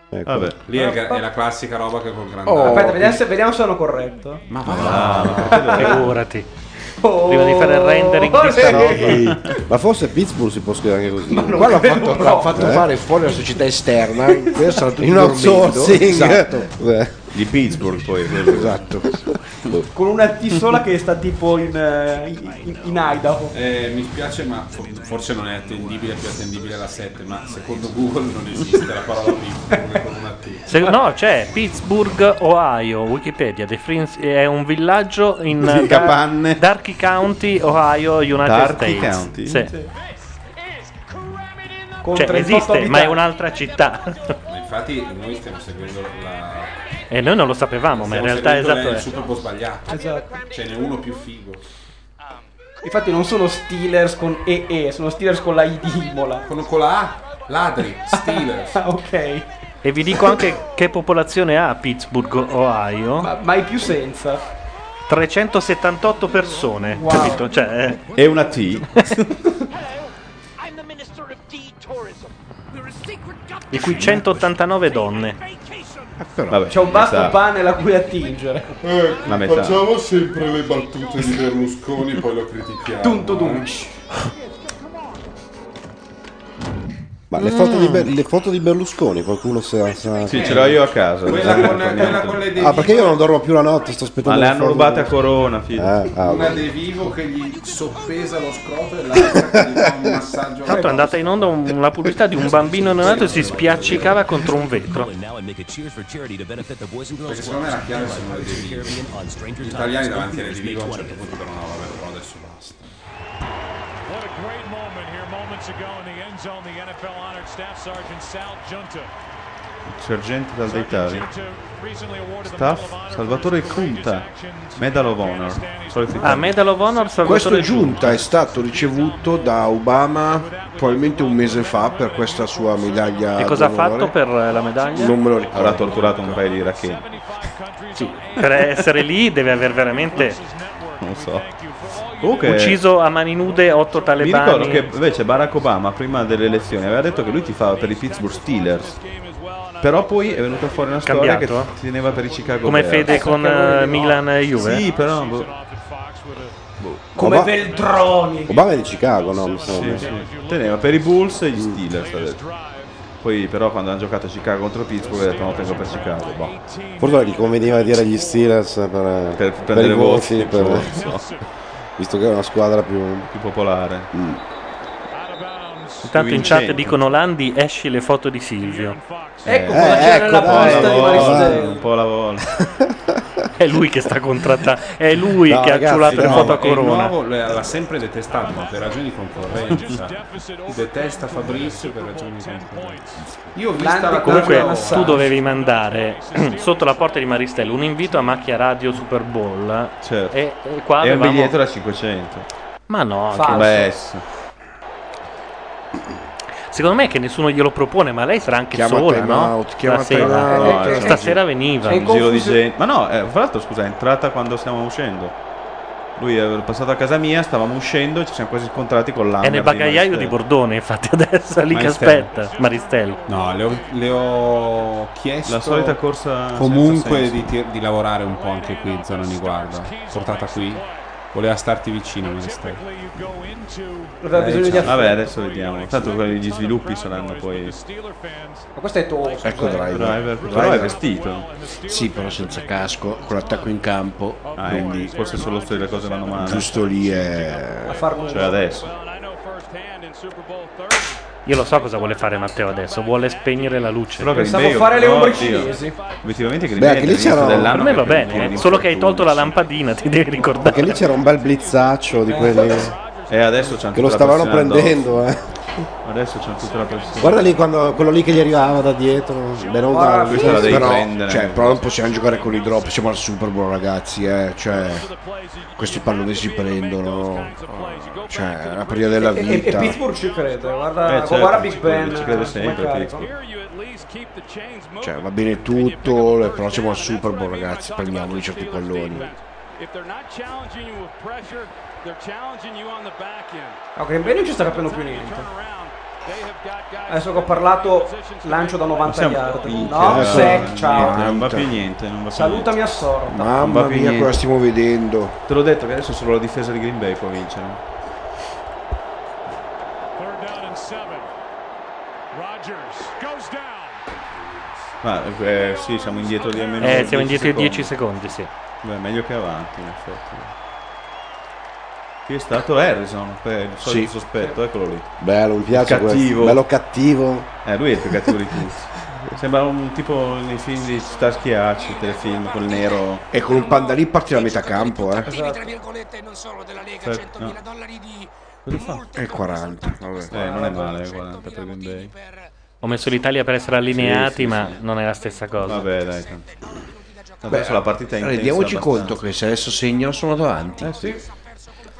S3: Vabbè.
S1: Lì è, il gra- è la classica roba che col grande.
S6: Ecco. Oh.
S2: Oh.
S6: Aspetta, vediamo se, vediamo se sono corretto. Oh.
S1: Ma
S5: Ah, figurati. Prima di fare il rendering di sta roba.
S15: Sì. Ma forse Pittsburgh si può scrivere anche così.
S10: Qua l'ha fatto, l'ha fatto
S15: Eh?
S10: fare fuori la società esterna, questo sarà tutto
S15: In un outsourcing.
S10: Esatto.
S15: Beh.
S3: Di Pittsburgh poi. quello.
S10: esatto.
S6: Con una T sola che sta tipo in, eh, in, in Idaho.
S1: Eh, mi spiace, ma fo- forse non è attendibile, più attendibile la 7, ma secondo Google non esiste la parola Pittsburgh con una T.
S5: Se- no, c'è Pittsburgh, Ohio, Wikipedia, The Friends- è un villaggio in
S3: Di
S5: Dar-
S3: capanne.
S5: Darky County, Ohio, United
S3: Darky
S5: States.
S3: County?
S5: Sì.
S3: Sì.
S6: Con
S5: Cioè
S6: 38
S5: esiste, ma è
S6: abitanti.
S5: un'altra città.
S1: Ma infatti noi stiamo seguendo la...
S5: e noi non lo sapevamo, ma in
S1: stiamo
S5: realtà è
S1: seguendo
S5: esatto.
S1: il
S5: è.
S1: Super Bowl sbagliato.
S6: Esatto.
S1: Ce n'è uno più figo.
S6: Infatti non sono Steelers con EE, sono Steelers con la I di Imola.
S1: Con, con la A, ladri, Steelers.
S6: Ah, ok.
S5: E vi dico anche che popolazione ha Pittsburgh, Ohio.
S6: Ma mai più senza.
S5: 378 persone, capito? Cioè, eh,
S3: E una T.
S5: di cui 189 donne.
S3: Vabbè,
S6: C'è un vasto
S3: metà.
S6: pane la cui attingere.
S1: Eh,
S3: La metà. facciamo
S27: sempre le battute di Berlusconi, poi lo critichiamo.
S6: Tunto dum.
S15: Ma le foto,
S1: Mm.
S15: di Ber- le foto di Berlusconi, qualcuno sa. sa...
S3: Sì, ce l'ho io a casa.
S1: Quella
S3: Non
S1: con-
S3: fa
S1: quella
S3: niente.
S1: con le
S15: Ah, perché io non dormo più la notte, sto
S3: Ma
S15: aspettando.
S3: le
S15: le
S3: hanno
S15: foto
S3: rubate a
S15: di-
S3: Corona, figlio.
S15: Ah, ah,
S1: Una dei vivo che gli soppesa lo scroto e l'altra che gli fa un massaggio.
S5: Tanto è andata in onda un- una pubblicità di un bambino neonato e si spiaccicava contro un vetro.
S1: Perché secondo me la chiave sono le dei vivo. Gli italiani davanti alle dei vivo a un certo punto però no, vabbè, però adesso basta.
S11: What a great moment here moments ago in the end zone. The NFL honored Staff Sergeant Sal Junta.
S3: Sergente dal Deitalia.
S11: Junta recently awarded the Medal of
S3: Uh, Staff
S11: Honor.
S3: Salvatore Cunta. Medal of Honor. Solito
S5: Ah, Medal of Honor
S10: Questo
S5: Salvatore
S10: giunta è stato ricevuto da Obama probabilmente un mese fa per questa sua medaglia.
S5: E cosa ha
S10: d'onore.
S5: fatto per la medaglia?
S10: Non me lo ricordo.
S3: Avrà torturato un paio di iracheni.
S5: Sì. Per essere lì deve aver veramente
S3: Non so. Comunque,
S5: ucciso a mani nude otto
S3: mi ricordo
S5: talebani.
S3: che invece Barack Obama, prima delle elezioni, aveva detto che lui tifava per i Pittsburgh Steelers. Però poi è venuta fuori una storia
S5: Cambiato,
S3: che teneva per i Chicago
S5: Come
S3: Bears.
S5: Fede con eh, Milan e Juve.
S3: Sì, però. boh.
S6: Come
S15: Oba-
S6: Veltroni.
S15: Obama è di Chicago, no? Mi sembra.
S3: Sì, sì. Teneva per i Bulls e gli Steelers. ha detto. Poi, però, quando hanno giocato a Chicago contro Pittsburgh, ha detto no, tengo per Chicago. boh.
S15: Forse gli conveniva dire gli Steelers
S3: Per
S15: per, per
S3: prendere
S15: i
S3: voti,
S15: voti, per-
S3: non so.
S15: visto che è una squadra più.
S3: Più popolare.
S15: Mm.
S5: Intanto in chat dicono Landi esci le foto di Silvio.
S6: Ecco
S15: Eh,
S6: cosa c'era
S15: ecco,
S6: nella
S15: dai,
S6: posta di
S15: dai,
S6: Maristello.
S3: Un po' alla volta.
S5: È lui che sta contrattando. È lui
S1: No,
S5: che ha
S1: ragazzi,
S5: ciulato in
S1: no,
S5: foto a
S1: è il
S5: Corona.
S1: nuovo, lo- l'ha sempre detestato, ma per ragioni di concorrenza. Detesta Fabrizio per ragioni di concorrenza. Io ho visto la
S5: Comunque,
S1: cosa-
S5: tu dovevi mandare sotto la porta di Maristello un invito a macchia radio Super Bowl. E, e qua
S3: Certo. E un
S5: avevamo-
S3: biglietto da 500.
S5: Ma no, che-
S3: Falso. Beh, sì.
S5: Secondo me è che nessuno glielo propone, ma lei sarà anche
S3: Chiama
S5: sola,
S3: time
S5: no?
S3: out, chiama
S5: La sera.
S3: time out. No, eh,
S5: Stasera
S3: sì.
S5: veniva.
S3: Un giro di gente. Ma no, eh, fra l'altro, scusa, è entrata quando stiamo uscendo. Lui è passato a casa mia, stavamo uscendo e ci siamo quasi scontrati con l'Amber
S5: È nel bagagliaio di Bordone, infatti adesso è lì che
S3: Maristello.
S5: aspetta. Maristello.
S1: No, le ho, le ho chiesto
S3: La solita corsa
S1: comunque
S3: senza senso.
S1: di, tir- di lavorare un po' anche qui in zona di guarda. Portata qui. Voleva starti vicino, Ministero.
S6: Aveva bisogno di
S3: Vabbè, adesso vediamo. Tanto quelli- gli sviluppi saranno poi.
S6: Ma questo è tuo.
S7: Ecco driver.
S3: Driver, però è vestito.
S7: Sì, però senza casco, con l'attacco in campo.
S3: Ah, ecco,
S7: quindi
S3: forse solo se le cose vanno male.
S7: Giusto lì è.
S5: A far nulla.
S3: Cioè adesso.
S5: Io lo so cosa vuole fare Matteo adesso, vuole spegnere la luce.
S3: Però Green Bay, no, oddio. Obiettivamente Green
S5: Beh,
S3: Bay
S5: anche
S3: è
S5: lì
S3: l'inizio
S15: c'era-
S5: Per
S3: dell'anno
S5: me va
S3: che è più
S5: bene,
S3: di
S5: solo che hai tolto la lampadina, ti devi ricordare.
S15: Perché lì c'era un bel blizzaccio di quelli
S3: E Eh, adesso c'hanno
S15: che lo
S3: tutta la
S15: stavano
S3: pressione
S15: prendendo.
S3: addosso.
S15: eh.
S3: Adesso c'è tutta la pressione.
S15: Guarda lì quando, quello lì che gli arrivava da dietro. Beh, non guarda,
S3: questa la devi
S7: però,
S3: prendere.
S7: Cioè, però non possiamo giocare con i drop, siamo al Super Bowl, ragazzi. Eh. Cioè, questi palloni si prendono. Cioè, è la prima della
S6: E, e- e
S7: vita.
S6: Pittsburgh ci crede, guarda,
S7: Eh, certo,
S6: guarda Big
S7: Pittsburgh
S6: Ben.
S7: ci crede
S6: come
S7: sempre,
S6: carico.
S7: Cioè, va bene tutto, le- però siamo al Super Bowl, ragazzi. Prendiamoli certi palloni.
S6: No, Green Bay non ci sta capendo più niente. Adesso che ho parlato, lancio da 90
S3: Siamo-
S6: yard.
S3: Minchia,
S6: no,
S3: eh,
S6: sec, ciao.
S3: niente, Non va più niente. Non va più
S6: Salutami
S3: niente.
S6: a sorda.
S7: Mamma
S3: Non va più
S7: mia,
S3: niente.
S7: cosa stiamo vedendo.
S3: Te l'ho detto che adesso solo la difesa di Green Bay può vincere. Ma eh, sì, siamo indietro di almeno
S5: Eh, siamo
S3: 10
S5: indietro di
S3: secondi.
S5: 10 secondi, sì.
S3: Beh, meglio che avanti, in effetti. Qui è stato Harrison, per il solito
S15: Sì.
S3: sospetto, eccolo lì.
S15: Bello, mi piace
S3: cattivo.
S15: questo. Bello cattivo.
S3: Eh, lui è il più cattivo di tutti. Sembra un tipo nei film di Starschiacci, telefilm col nero.
S7: E con un pandalì partire a metà campo, eh.
S6: Esatto.
S3: Cioè,
S7: E 40, vabbè.
S3: Eh, non è male 40 per Green Bay.
S5: Ho messo l'Italia per essere allineati,
S3: Sì, sì,
S5: ma
S3: sì.
S5: non è la stessa cosa.
S3: Vabbè, dai.
S7: Beh, Rendiamoci conto che se adesso segnano sono davanti.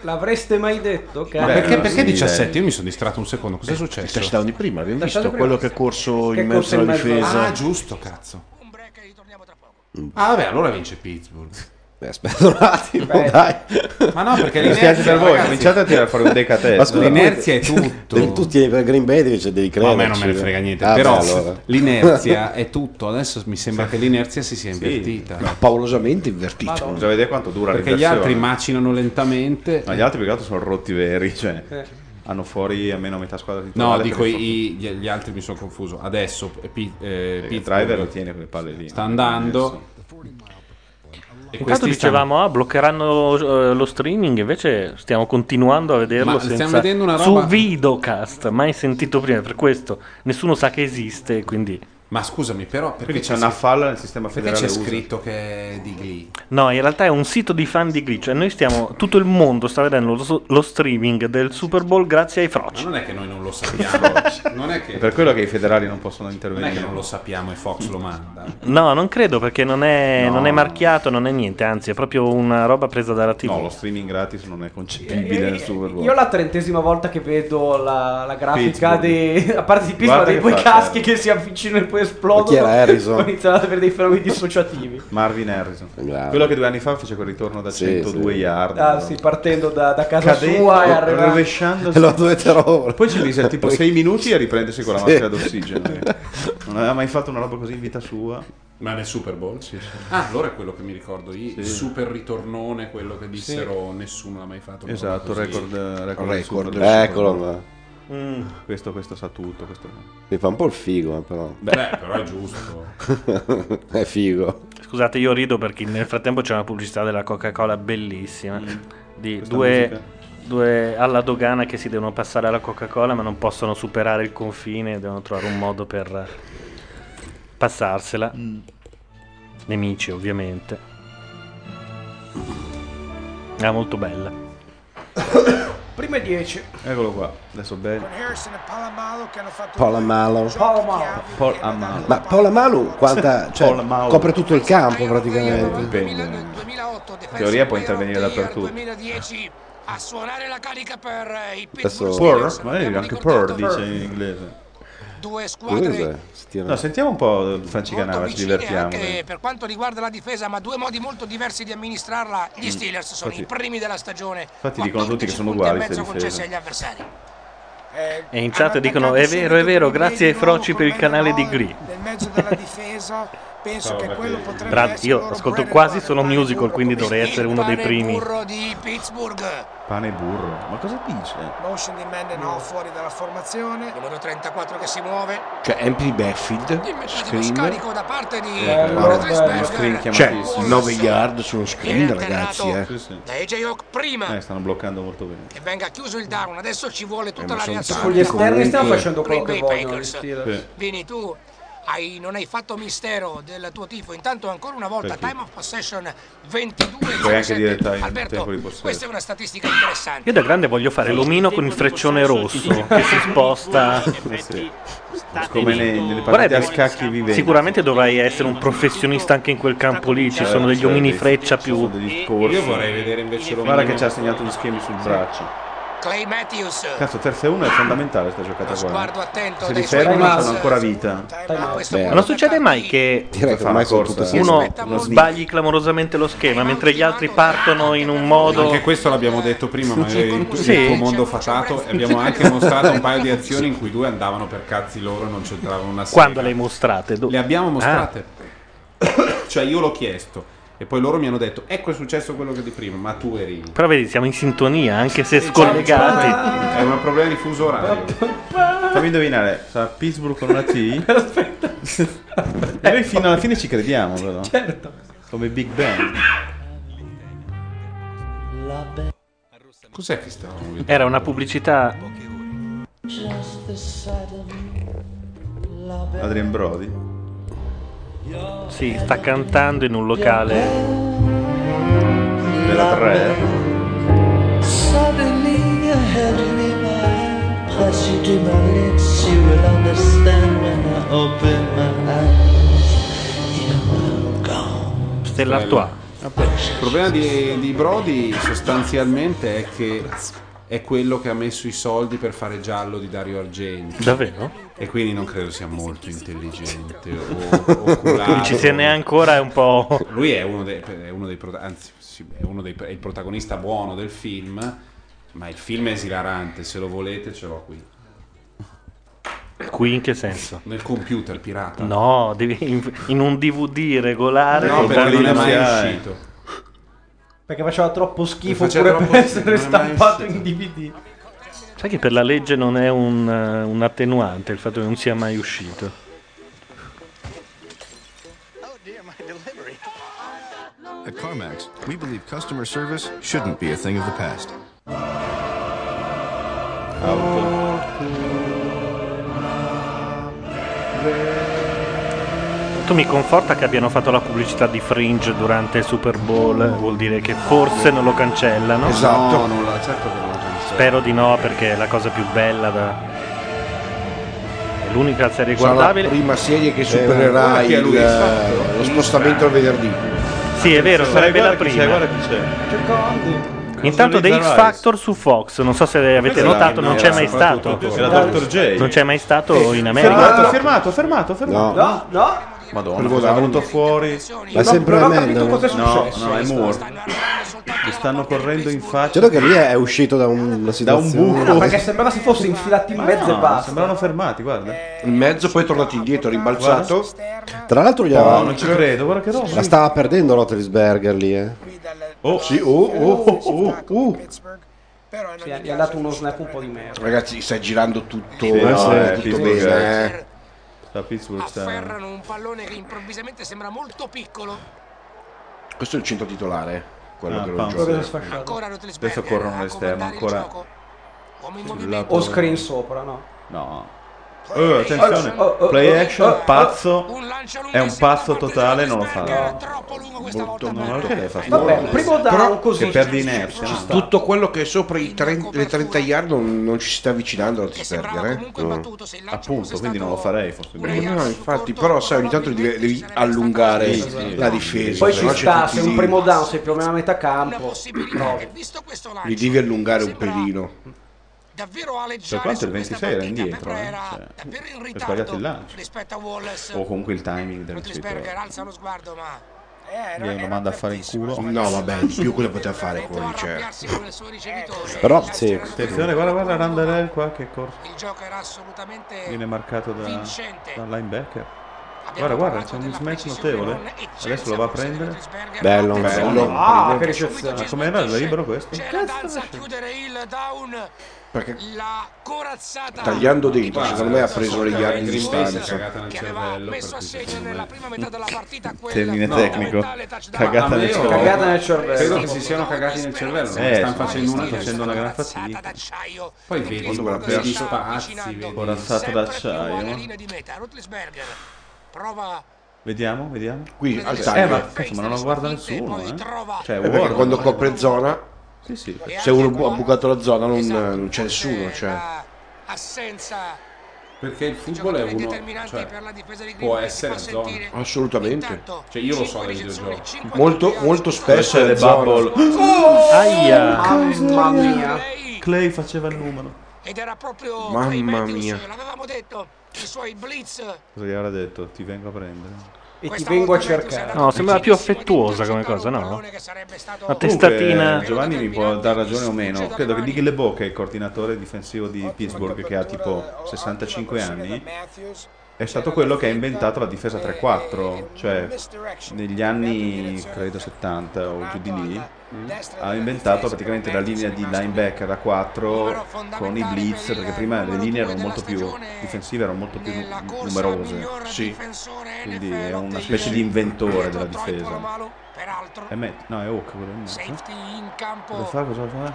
S6: L'avreste mai detto,
S1: Ma
S6: caro?
S1: perché, perché 17?
S15: eh.
S1: Io mi sono distratto un secondo. Cos'è successo?
S7: Il touchdown di prima, abbiamo
S1: Il
S7: visto
S1: touchdown di
S7: quello che
S1: prima.
S7: è corso
S1: Che
S7: in mezzo
S1: corse
S7: alla difesa.
S1: Ah, giusto, cazzo. Ah, vabbè, allora vince Pittsburgh.
S15: Mm. aspetta un attimo,
S1: Beh.
S15: dai.
S1: Ma no, perché
S15: Mi
S1: l'inerzia
S15: spiace per voi,
S1: ragazzi-
S15: cominciate a tirare fuori un decathlon.
S1: Ma scusa, l'inerzia è
S15: Devi-
S1: tutto.
S15: tu tieni per Green Bay devi, cioè, devi Ah,
S1: Ma
S15: credere.
S1: a me non me ne frega niente. Però l'inerzia è tutto. Adesso mi sembra che l'inerzia si sia invertita.
S7: No, paolosamente invertita.
S1: Madonna.
S3: Bisogna vedere quanto dura
S1: Perché gli
S3: l'inversione.
S1: altri macinano lentamente.
S3: Ma gli altri più che altro sono rotti veri, cioè
S1: Eh.
S3: hanno fuori almeno metà squadra titolare.
S1: No, dico
S3: perché
S1: i- gli, gli altri mi sono confuso. Adesso eh, Pi- eh,
S3: il
S1: Pittsburgh
S3: driver lo tiene quelle palle lì. Eh,
S1: Sta andando. E
S5: Intanto
S1: questi
S5: dicevamo, ah, bloccheranno eh, lo streaming, invece stiamo continuando a vederlo
S1: Ma stiamo
S5: senza...
S1: vedendo una roba-
S5: su Videocast, mai sentito prima, per questo nessuno sa che esiste, quindi...
S1: Ma scusami, però perché
S3: Quindi c'è una falla nel sistema
S1: Perché
S3: federale
S1: c'è
S3: USA.
S1: scritto che è di Glee?
S5: No, in realtà è un sito di fan di glitch, cioè noi stiamo, tutto il mondo sta vedendo lo, lo streaming del Super Bowl grazie ai
S1: Ma
S5: froci.
S1: non è che noi non lo sappiamo. non è
S3: È
S1: che,
S3: per quello che i federali non possono
S1: non, è che
S3: intervenire.
S1: non lo sappiamo e Fox lo manda.
S5: No, non credo perché non è,
S3: No.
S5: non è marchiato, non è niente, anzi è proprio una roba presa dalla TV.
S3: No, lo streaming gratis non è concepibile
S5: Eh,
S3: nel Super Bowl.
S6: Io la trentesima volta che vedo la, la grafica
S3: Pittsburgh.
S6: dei, a parte di Pittsburgh,
S3: Guarda
S6: dei
S3: che
S6: due
S3: fa, eh,
S6: caschi
S3: Harris.
S6: che si avvicinano e poi
S3: Ma chi
S6: esplodono,
S3: era Harrison?
S6: ho iniziato ad avere dei fenomeni dissociativi.
S3: Marvin Harrison. Quello che due anni fa fece quel ritorno da 102 yard.
S6: Ah, sì, partendo da, da casa
S3: Cadendo,
S6: sua e
S5: eh,
S6: arrivando...
S3: rovesciandosi. Poi ci mise tipo 6 minuti a riprendersi con la
S1: Sì.
S3: maschera d'ossigeno. eh. Non aveva mai fatto una roba così in vita sua.
S1: Ma nel Super Bowl? Ah, allora è quello che mi ricordo io. Il super ritornone, quello che dissero nessuno l'ha mai fatto. una roba
S3: Esatto,
S1: così".
S3: record, record, del
S15: Record.
S3: Super Bowl.
S15: Eccolo, ma-
S5: Mm.
S3: Questo, questo sa tutto. Questo...
S15: Mi fa un po' il figo, eh, però.
S1: Beh, però è giusto.
S15: è figo.
S5: Scusate, io rido perché nel frattempo c'è una pubblicità della Coca-Cola bellissima. Di
S3: Mm. Questa musica.
S5: due, due alla dogana che si devono passare alla Coca-Cola, ma non possono superare il confine. Devono trovare un modo per Mm. passarsela. Nemici, ovviamente. Era molto bella.
S6: Prima 10.
S3: Eccolo qua, adesso bene.
S8: Harrison e Palamalo che hanno fatto
S15: Palamalo.
S6: Palamalo.
S3: Paul Amalo.
S15: Ma Palamalo quanta, cioè,
S3: Palamalo.
S15: copre tutto il campo praticamente.
S3: Dipende. In teoria può intervenire dappertutto.
S8: 2010 a suonare la carica per eh, i
S15: Adesso-
S3: Purr? Ma è anche Purr dice in inglese.
S8: due squadre
S15: Scusa,
S3: No, sentiamo un po' Franci Canava, ci
S8: vicine
S3: divertiamo.
S8: anche
S3: dai.
S8: per quanto riguarda la difesa, ma due modi molto diversi di amministrarla. Gli
S3: Mm.
S8: Steelers sono i
S3: Infatti-
S8: primi della stagione.
S3: Infatti dicono tutti che sono
S8: punti e
S3: uguali queste
S8: mezzo concessi
S3: difese.
S8: agli avversari.
S5: E in chat dicono: È vero, è vero, grazie ai froci per il canale di Gri.
S8: Nel mezzo della difesa, penso che quello potrebbe
S5: Tra- io ascolto quasi solo musical, quindi dovrei essere uno dei primi.
S8: burro di Pittsburgh.
S3: Pane e burro. Ma cosa
S7: eh.
S3: dice?
S8: Motion di Mendenhall fuori dalla formazione. Numero 34 che si muove.
S7: Cioè, empty backfield, screen.
S8: Scarico da parte di
S7: Eh,
S8: numero
S7: bello,
S8: tre
S7: bello.
S8: Sperger.
S7: Cioè, 9 yard sullo screen, ragazzi. Eh.
S3: Sì, sì.
S8: Da AJ Hawk prima
S3: Eh, stanno bloccando molto bene.
S8: che venga chiuso il down, adesso ci vuole tutta
S3: Eh, ma
S8: la
S3: son
S8: reazione.
S3: tanti Con gli esterni comunque. stiamo
S6: facendo
S8: Green
S6: quello che
S8: Bay
S6: vogliono, gli
S8: Packers.
S6: Steelers. Sì.
S8: Vini, tu hai- non hai fatto mistero del tuo tifo. Intanto, ancora una volta,
S3: Perché?
S8: time of possession 22
S3: Puoi anche dire time-
S8: Alberto,
S3: tempo di possesso.
S8: questa è una statistica interessante.
S5: Io da grande voglio fare l'omino con il freccione rosso che si sposta.
S3: Come nei- nelle partite
S5: Vorrebbe-
S3: a scacchi viventi.
S5: Sicuramente dovrai essere un professionista anche in quel campo lì. Ci
S3: Eh,
S5: sono degli
S3: cioè,
S5: omini
S3: dei-
S5: freccia più.
S3: Corsi.
S1: Io vorrei vedere invece l'omino.
S3: Guarda che ci ha segnato gli schemi sul braccio.
S8: Clay Matthews.
S3: Cazzo, terza e uno è fondamentale sta giocata
S8: sguardo
S3: qua. eh.
S8: attento
S3: Se
S8: dei
S3: li
S8: suoi
S3: fermano
S8: ragazzi.
S3: hanno ancora vita.
S5: Ma non succede mai che
S3: Eh, Direi che ormai sono tutte
S5: uno
S3: singole. Uno
S5: sbagli clamorosamente lo schema mentre gli altri partono in un modo.
S1: Anche questo l'abbiamo detto prima, ma
S5: Sì.
S1: è il, il tuo mondo fatato. E abbiamo anche mostrato un paio di azioni in cui i due andavano per cazzi loro e non c'entravano una sega.
S5: Quando le hai mostrate? Do- Ah.
S1: Le abbiamo mostrate. cioè, io l'ho chiesto. E poi loro mi hanno detto, ecco è successo quello che di prima, ma tu eri...
S5: Però vedi, siamo in sintonia, anche se scollegati.
S1: È un problema di fuso orario.
S3: Fammi indovinare, sarà Pittsburgh con una T? Aspetta. E noi fino alla fine ci crediamo, però.
S6: Certo.
S3: Come Big Bang.
S1: Cos'è che stavamo
S5: Era una pubblicità.
S3: Adrian Brody.
S5: Sì, sta cantando in un locale.
S3: Della 3.
S14: Suddenly you held me by hand, pressed you to my lips. You will understand when I open my eyes.
S5: Stella Artois.
S1: Il problema di, di Brody sostanzialmente è che è quello che ha messo i soldi per fare giallo di Dario Argento.
S5: Davvero?
S1: E quindi non credo sia molto intelligente o, o culato.
S5: Non ci tiene ancora, è un po'.
S1: Lui è uno dei, è uno dei prota- anzi, sì, è uno dei- è il protagonista buono del film, ma il film è esilarante, se lo volete ce l'ho qui.
S5: Qui in che senso?
S1: Nel computer pirata.
S5: No, devi in, in un DVD regolare.
S1: No,
S5: con
S1: perché non è
S5: Berlino
S1: mai
S5: Sia-
S1: uscito.
S6: Perché faceva troppo schifo
S1: Mi faceva
S6: pure
S1: troppo
S6: per
S1: schifo,
S6: essere
S1: non è mai
S6: stampato in DVD.
S5: Sai che per la legge non è un, eh, un attenuante il fatto che non sia mai uscito.
S28: At CarMax, we believe customer service shouldn't be a thing of the past.
S5: Tanto mi conforta che abbiano fatto la pubblicità di Fringe durante il Super Bowl, eh, vuol dire che forse non lo cancellano.
S7: Esatto.
S1: No, non la, certo che non la cancella.
S5: Spero di no perché è la cosa più bella da... È l'unica serie
S7: Sarà
S5: guardabile.
S7: la prima serie che
S5: Eh, guarda
S7: supererà
S5: chi è
S7: il- eh,
S5: lui, esatto.
S7: lo spostamento al venerdì.
S5: Sì, è vero, sarebbe la
S3: Guarda chi c'è,
S5: prima.
S3: guarda chi c'è.
S5: Intanto The
S3: Lisa
S5: X
S3: Rice.
S5: Factor su Fox, non so se avete
S3: Questa
S5: notato,
S3: era-
S5: non
S3: no,
S5: c'è
S3: era
S5: mai stato.
S3: eh, soprattutto- era Dr. J.
S5: Non c'è mai
S7: Eh,
S3: Oh,
S5: stato in
S7: Ah,
S5: America.
S3: Fermato, fermato, fermato, fermato.
S6: No, no.
S3: Madonna, cosa è venuto fuori?
S15: Ma sempre
S3: non ho
S15: Amanda,
S3: capito
S15: no?
S3: cosa è successo. No, no, è Moore. Gli stanno correndo in faccia.
S15: Certo che lì è uscito da un- una situazione.
S6: No, perché sembrava si fosse infilati in mezzo e basta.
S3: Sembrano fermati, guarda.
S7: In mezzo, poi è tornato indietro, rimbalzato.
S15: Tra l'altro gli
S7: No,
S15: aveva-
S7: non ci credo, guarda che roba.
S15: La stava perdendo Rottelisberger lì, eh.
S7: Oh, sì, oh, oh, oh, oh, oh.
S6: Cioè, gli ha dato uno snap un po' di merda.
S7: Ragazzi, sta girando tutto,
S3: Sì, no,
S7: tutto
S3: eh, Pittsburgh,
S7: bene.
S3: eh. Sta Pittsburgh sta...
S8: Afferrano un pallone che improvvisamente sembra molto piccolo.
S7: Questo è il centro titolare, quello
S3: Ah,
S7: che lo
S3: Pounce.
S7: gioca.
S3: Quello sfasciato.
S8: Ancora
S3: Adesso
S8: Rotelsberger
S3: corrono l'esterno, ancora...
S8: uomo in
S3: Sulla
S8: movimento.
S3: torre.
S6: O screen sopra, no?
S3: No. Oh, attenzione,
S7: Oh, oh,
S3: play
S7: oh,
S3: action,
S7: oh,
S3: pazzo, è un pazzo totale, non lo fa. non lo
S7: Vabbè, un primo down
S3: Che
S7: così.
S3: perdi inerzia. no?
S7: Tutto quello che è sopra i tre- le 30 yard non, non ci si sta avvicinando a perdere. eh.
S3: Appunto, quindi non lo farei forse.
S7: No, no, infatti, però sai, ogni tanto devi, devi allungare
S3: Sì, sì.
S7: la difesa.
S6: Poi
S7: se
S6: ci
S7: no c'è
S6: sta,
S7: tutti
S6: se un
S7: lì.
S6: primo down sei più o meno a metà campo.
S7: Li devi allungare un pelino.
S3: Per quanto il 26 era indietro, eh? cioè, è sbagliato il lancio. O comunque il timing del ricevitore.
S8: alza lo sguardo, ma
S3: Glielo manda a fare in culo.
S7: No, vabbè, di più cosa poteva fare con Richard.
S15: Però sì.
S3: Attenzione, guarda, guarda Randarel qua che corso. Viene marcato da, dal linebacker. Guarda, guarda, c'è un mismatch notevole. Adesso lo va a prendere.
S15: Bello, bello.
S6: Ah, che
S3: ricezione. Ma com'era? Era libero questo?
S7: Perché tagliando dentro, secondo me ha preso le yard in distanza. Eh,
S1: Cagata nel cervello. Messo a segno nella prima metà della partita
S3: Termine tecnico. Cagata nel cervello.
S1: Cagata nel cervello. Credo che si siano cagati nel cervello.
S3: Eh,
S1: ne stanno
S3: sì,
S1: facendo
S3: sì,
S1: una
S3: stanno facendo una gran fatica.
S1: Poi vedi,
S3: Quando guarda,
S1: vedi
S3: perso-
S1: spazi, vedi.
S3: Corazzato d'acciaio. Vediamo, vediamo.
S7: Qui, al
S3: Eh,
S7: taglio.
S3: ma cazzo, ma non lo guarda nessuno, eh. Cioè,
S7: Eh,
S3: guarda,
S7: perché quando copre zona,
S3: Sì, sì.
S7: se uno bu- ha bucato la zona, non, non c'è nessuno. Cioè.
S8: assenza
S1: Perché il football è uno. Cioè, può essere zona.
S7: Assolutamente.
S1: Cioè, io lo so dai videogiochi.
S7: Molto, molto spesso
S3: Queste
S7: è
S3: le
S7: zona.
S3: bubble.
S7: Oh,
S3: Aia.
S6: Mamma mia.
S3: Clay faceva il numero.
S7: Mamma mia.
S3: Cosa gli avrà detto? Ti vengo a prendere.
S6: E ti vengo a cercare.
S5: No, sembrava più affettuosa come cosa, no? Una testatina.
S3: Comunque, Eh, Giovanni mi può dar ragione o meno. Credo che Dick LeBeau, che è il coordinatore difensivo di Pittsburgh, che ha tipo 65 anni, è stato quello che ha inventato la difesa 3-4. Cioè, negli anni credo 70 o giù di lì, ha inventato praticamente la linea di linebacker a 4 con i blitz. Perché prima le linee erano molto più difensive, erano molto più nu- numerose. Quindi è una specie di inventore della difesa. È Matt, no, è Hawk quello è Matt, no? Cosa fa? Cosa fa?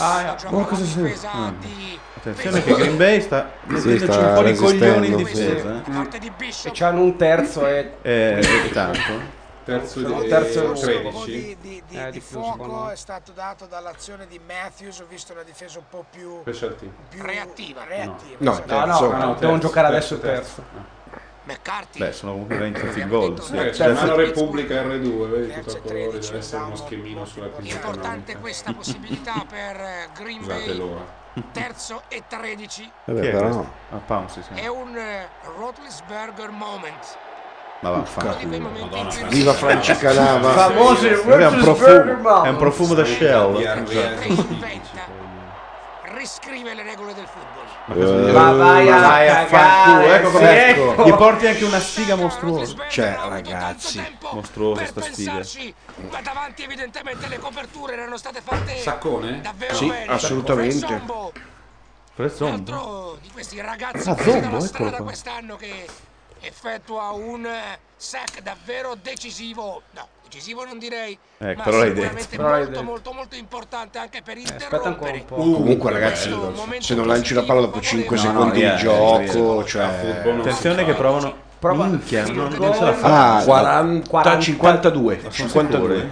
S3: Ah,
S7: Gioca
S8: Oh,
S3: ma cosa
S7: la
S3: sei?
S7: difesa
S3: Ah.
S7: di-
S3: Attenzione che Green Bay sta mettendoci un po' di coglioni in difesa. eh.
S6: E c'hanno un terzo e...
S3: Eh, ogni tanto.
S1: Terzo
S6: Sono
S1: di-
S6: terzo e
S1: eh,
S6: uno.
S1: 13.
S6: Di- di-
S1: Eh,
S6: di
S1: di più,
S6: fuoco.
S1: secondo me.
S8: è stato dato dall'azione di Matthews ho visto una difesa un po' più,
S1: Special team.
S8: più reattiva,
S7: No,
S8: esatto.
S7: terzo.
S6: no, no, devono giocare adesso il terzo.
S3: Eh. Beh, sono comunque 20 field goal. sì.
S1: Eh, c'è
S3: Terzo-
S1: mano Repubblica R2, vedi tutto a colori, deve essere uno schemino sulla prima Importante
S8: questa possibilità per eh, Green Bay.
S1: Scusate l'ora.
S8: terzo e 13
S15: Vabbè,
S3: Chi è
S15: però.
S3: questo? Ah, Pouncy, sì.
S8: è un eh, Roethlisberger moment
S3: Ma vaffanculo.
S7: Viva Franci Canava.
S6: Famoso il
S3: Vabbè, è un
S6: Roethlisberger
S3: profumo, è un profumo da shell. Cioè,
S8: riscrive le regole del football
S3: Ma cosa gli-
S6: Eh, Ma vai a
S3: Eh,
S6: eh,
S3: Ma vai a
S6: cagare,
S3: fanculo, ecco com'è.
S6: secco.
S3: Gli porti anche una sfiga mostruosa.
S7: Cioè, ragazzi.
S3: Mostruosa sta sfiga.
S1: Saccone? Davvero
S7: Sì,
S1: bello.
S7: assolutamente.
S3: Però è zombo.
S8: di questi ragazzi
S3: Ah,
S8: presi
S3: Zombo,
S8: dalla
S3: eccolo
S8: strada
S3: qua.
S8: quest'anno che effettua un eh, sack davvero decisivo no decisivo non direi
S3: Ecco,
S8: ma
S3: però l'hai
S8: sicuramente
S3: detto.
S8: molto,
S3: Però l'hai detto.
S8: molto molto importante anche per
S6: Aspetta ancora un po'.
S7: Uh, Comunque, ragazzi, se non lanci la palla dopo 5
S3: No, eh, no,
S7: secondi
S3: via,
S7: di gioco,
S3: via.
S7: cioè.
S3: Attenzione che provano. Prova. Minchia, non, non ce la fa.
S7: Ah, 40, 52. 52.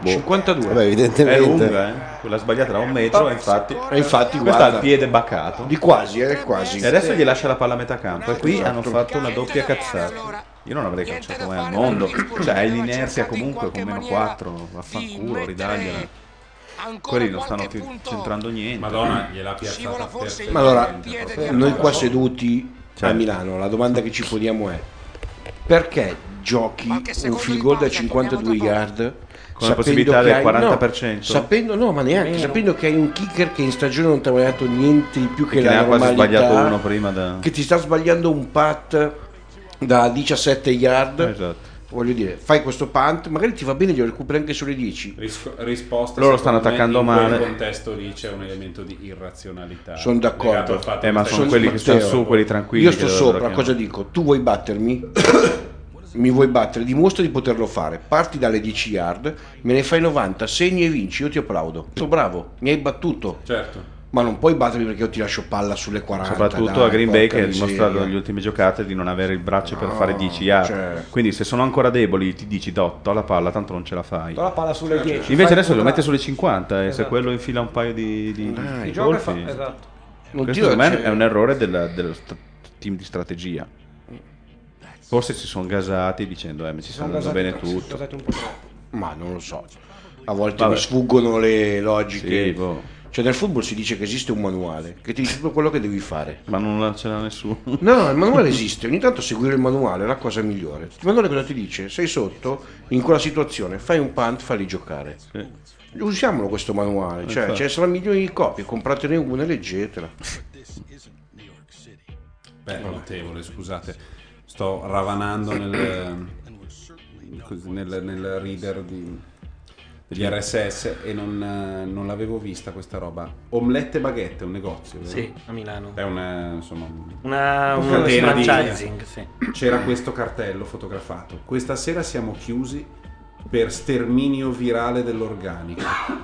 S3: Boh.
S7: 52.
S15: Vabbè,
S3: È
S15: evidentemente.
S3: lunga, eh. Quella sbagliata era un metro, infatti.
S7: E infatti,
S3: Questa ha
S7: guarda.
S3: il piede bacato.
S7: Di quasi, eh, quasi.
S3: E adesso gli lascia la palla a metà campo. E qui
S7: Esatto.
S3: hanno fatto una doppia cazzata. Io non avrei calciato mai al mondo. Cioè, hai l'inerzia comunque con meno 4. Vaffanculo, ridagliela. Quelli non stanno più centrando niente.
S1: Madonna, gliel'ha piazzata perfettamente.
S7: Ma allora,
S1: proprio.
S7: noi qua seduti
S3: Certo.
S7: a Milano, la domanda che ci poniamo è: perché giochi un field goal da 52 yard? sapendo
S3: possibilità
S7: che
S3: del
S7: hai-
S3: 40%?
S7: no, sapendo, no, ma neanche
S3: Meno.
S7: sapendo che hai un kicker che in stagione non ti ha guadagnato niente di più che
S3: Che ne
S7: la
S3: ha quasi
S7: normalità,
S3: sbagliato uno prima da.
S7: che ti sta sbagliando un punt da 17 yard.
S3: Esatto.
S7: Voglio dire, fai questo punt, magari ti va bene, glielo recuperi anche sulle 10.
S1: Risco- risposta secondo
S3: Loro stanno
S1: me,
S3: attaccando
S1: in
S3: male.
S1: quel contesto lì c'è un elemento di irrazionalità
S7: Sono
S1: legato
S7: d'accordo.
S1: al fatto
S3: Eh, ma
S1: che
S3: sono
S1: stai-
S3: quelli che stanno
S7: Matteo,
S3: su, quelli tranquilli
S7: Io
S3: che
S7: sto
S3: dovrebbero
S7: sopra,
S3: chiamare.
S7: cosa dico? Tu vuoi battermi? Mi vuoi battere? Dimostra di poterlo fare. Parti dalle 10 yard, me ne fai 90, segni e vinci, io ti applaudo. Sono bravo, mi hai battuto.
S1: certo
S7: ma non puoi battermi perché io ti lascio palla sulle 40.
S3: Soprattutto
S7: Eh, dai,
S3: a Green Bay
S7: porca
S3: che ha
S7: miseria.
S3: dimostrato negli ultimi giocate di non avere il braccio per
S7: No,
S3: fare 10 yard.
S7: cioè.
S3: Quindi se sono ancora deboli ti dici do, do la palla, tanto non ce la fai.
S6: Do la palla sulle
S7: Cioè,
S6: 10,
S3: Invece
S6: fai
S3: adesso lo
S6: una-
S3: mette sulle 50 e se
S6: Esatto.
S3: quello infila un paio di, di,
S6: Ti
S3: di
S6: gioca e
S3: golfi.
S6: fa- esatto.
S7: Non
S3: Questo
S7: tira,
S3: secondo me
S7: cioè-
S3: è un errore della- dello st- team di strategia. Forse si sono gasati dicendo eh, ma ci sta andando bene tutto.
S7: Ma non lo so. A volte
S3: Vabbè.
S7: mi sfuggono le logiche.
S3: Sì, boh.
S7: Cioè, nel football si dice che esiste un manuale che ti dice tutto quello che devi fare.
S3: Ma non ce l'ha nessuno.
S7: No, il manuale esiste. Ogni tanto seguire il manuale è la cosa migliore. Il manuale cosa ti dice? Sei sotto, in quella situazione, fai un punt, falli giocare. Usiamolo questo manuale.
S3: Eh,
S7: Cioè,
S3: infatti.
S7: ce ne saranno milioni di copie, compratene una e leggetela.
S1: Beh, notevole, scusate. Sto ravanando nel, ehm, nel, nel reader di- degli RSS e non, eh, non l'avevo vista questa roba. Omelette e baguette, un negozio. vero?
S5: Sì, a Milano.
S1: È una, insomma, un-
S5: Una- un
S1: catena di-
S5: franchising, sì.
S1: C'era questo cartello fotografato. Questa sera siamo chiusi per sterminio virale dell'organico.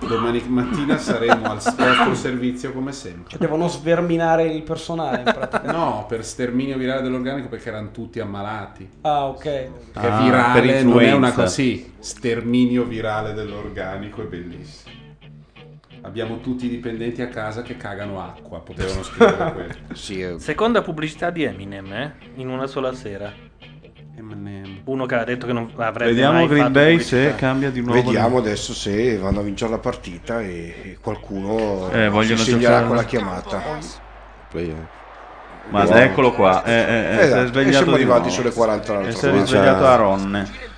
S1: Domani mattina saremo al vostro servizio come sempre.
S6: Cioè, devono sverminare il personale in pratica.
S1: No, per sterminio virale dell'organico perché erano tutti ammalati.
S6: Ah, ok.
S1: Che
S3: Ah, per
S1: virale non è una
S3: influenza.
S1: cosa. Sì, sterminio virale dell'organico è bellissimo. Abbiamo tutti i dipendenti a casa che cagano acqua. Potevano scrivere quello.
S5: Seconda pubblicità di Eminem, eh? In una sola sera. Uno che ha detto che non avrebbe mai fatto pubblicità.
S7: Vediamo adesso se vanno a vincere la partita e e qualcuno
S3: Eh, vogliono
S7: si segnerà
S3: giocare.
S7: con la chiamata.
S3: Ma
S7: Vediamo.
S3: eccolo qua, eh, eh, eh,
S7: Esatto,
S3: si è
S7: e
S3: svegliato
S7: siamo
S3: di
S7: arrivati
S3: nuovo.
S7: sulle 40 l'altra
S3: E si è
S7: volta.
S3: risvegliato
S7: Cioè-
S3: a Ronne.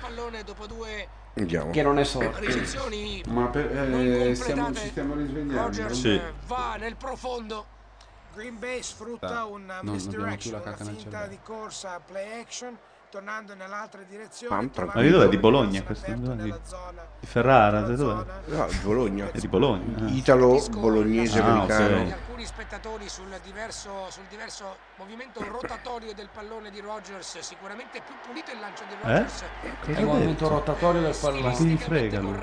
S7: Andiamo.
S6: Che non è solo.
S1: Ma per, eh, stiamo, ci stiamo risvegliando.
S3: Sì.
S8: Va nel profondo. Green Bay sfrutta una
S1: Sta- non abbiamo più
S8: misdirection,
S1: la
S8: una
S1: cacca nel
S8: finta
S1: cervello.
S8: di corsa play action, tornando nell'altra direzione.
S3: Ma di dov'è? Di Bologna questo? Di, di Ferrara? Di dov'è?
S7: No, di Bologna.
S3: È di Bologna. ah.
S7: Italo bolognese
S3: Ah,
S7: americano.
S3: ok.
S8: Alcuni spettatori sul diverso, sul diverso movimento rotatorio del pallone di Rogers, sicuramente più pulito il lancio di
S1: Eh?
S8: Rogers.
S3: Cosa
S6: È il
S3: ho
S6: movimento
S3: detto?
S6: rotatorio del
S3: Ma chi
S6: pallone.
S3: gli frega lui?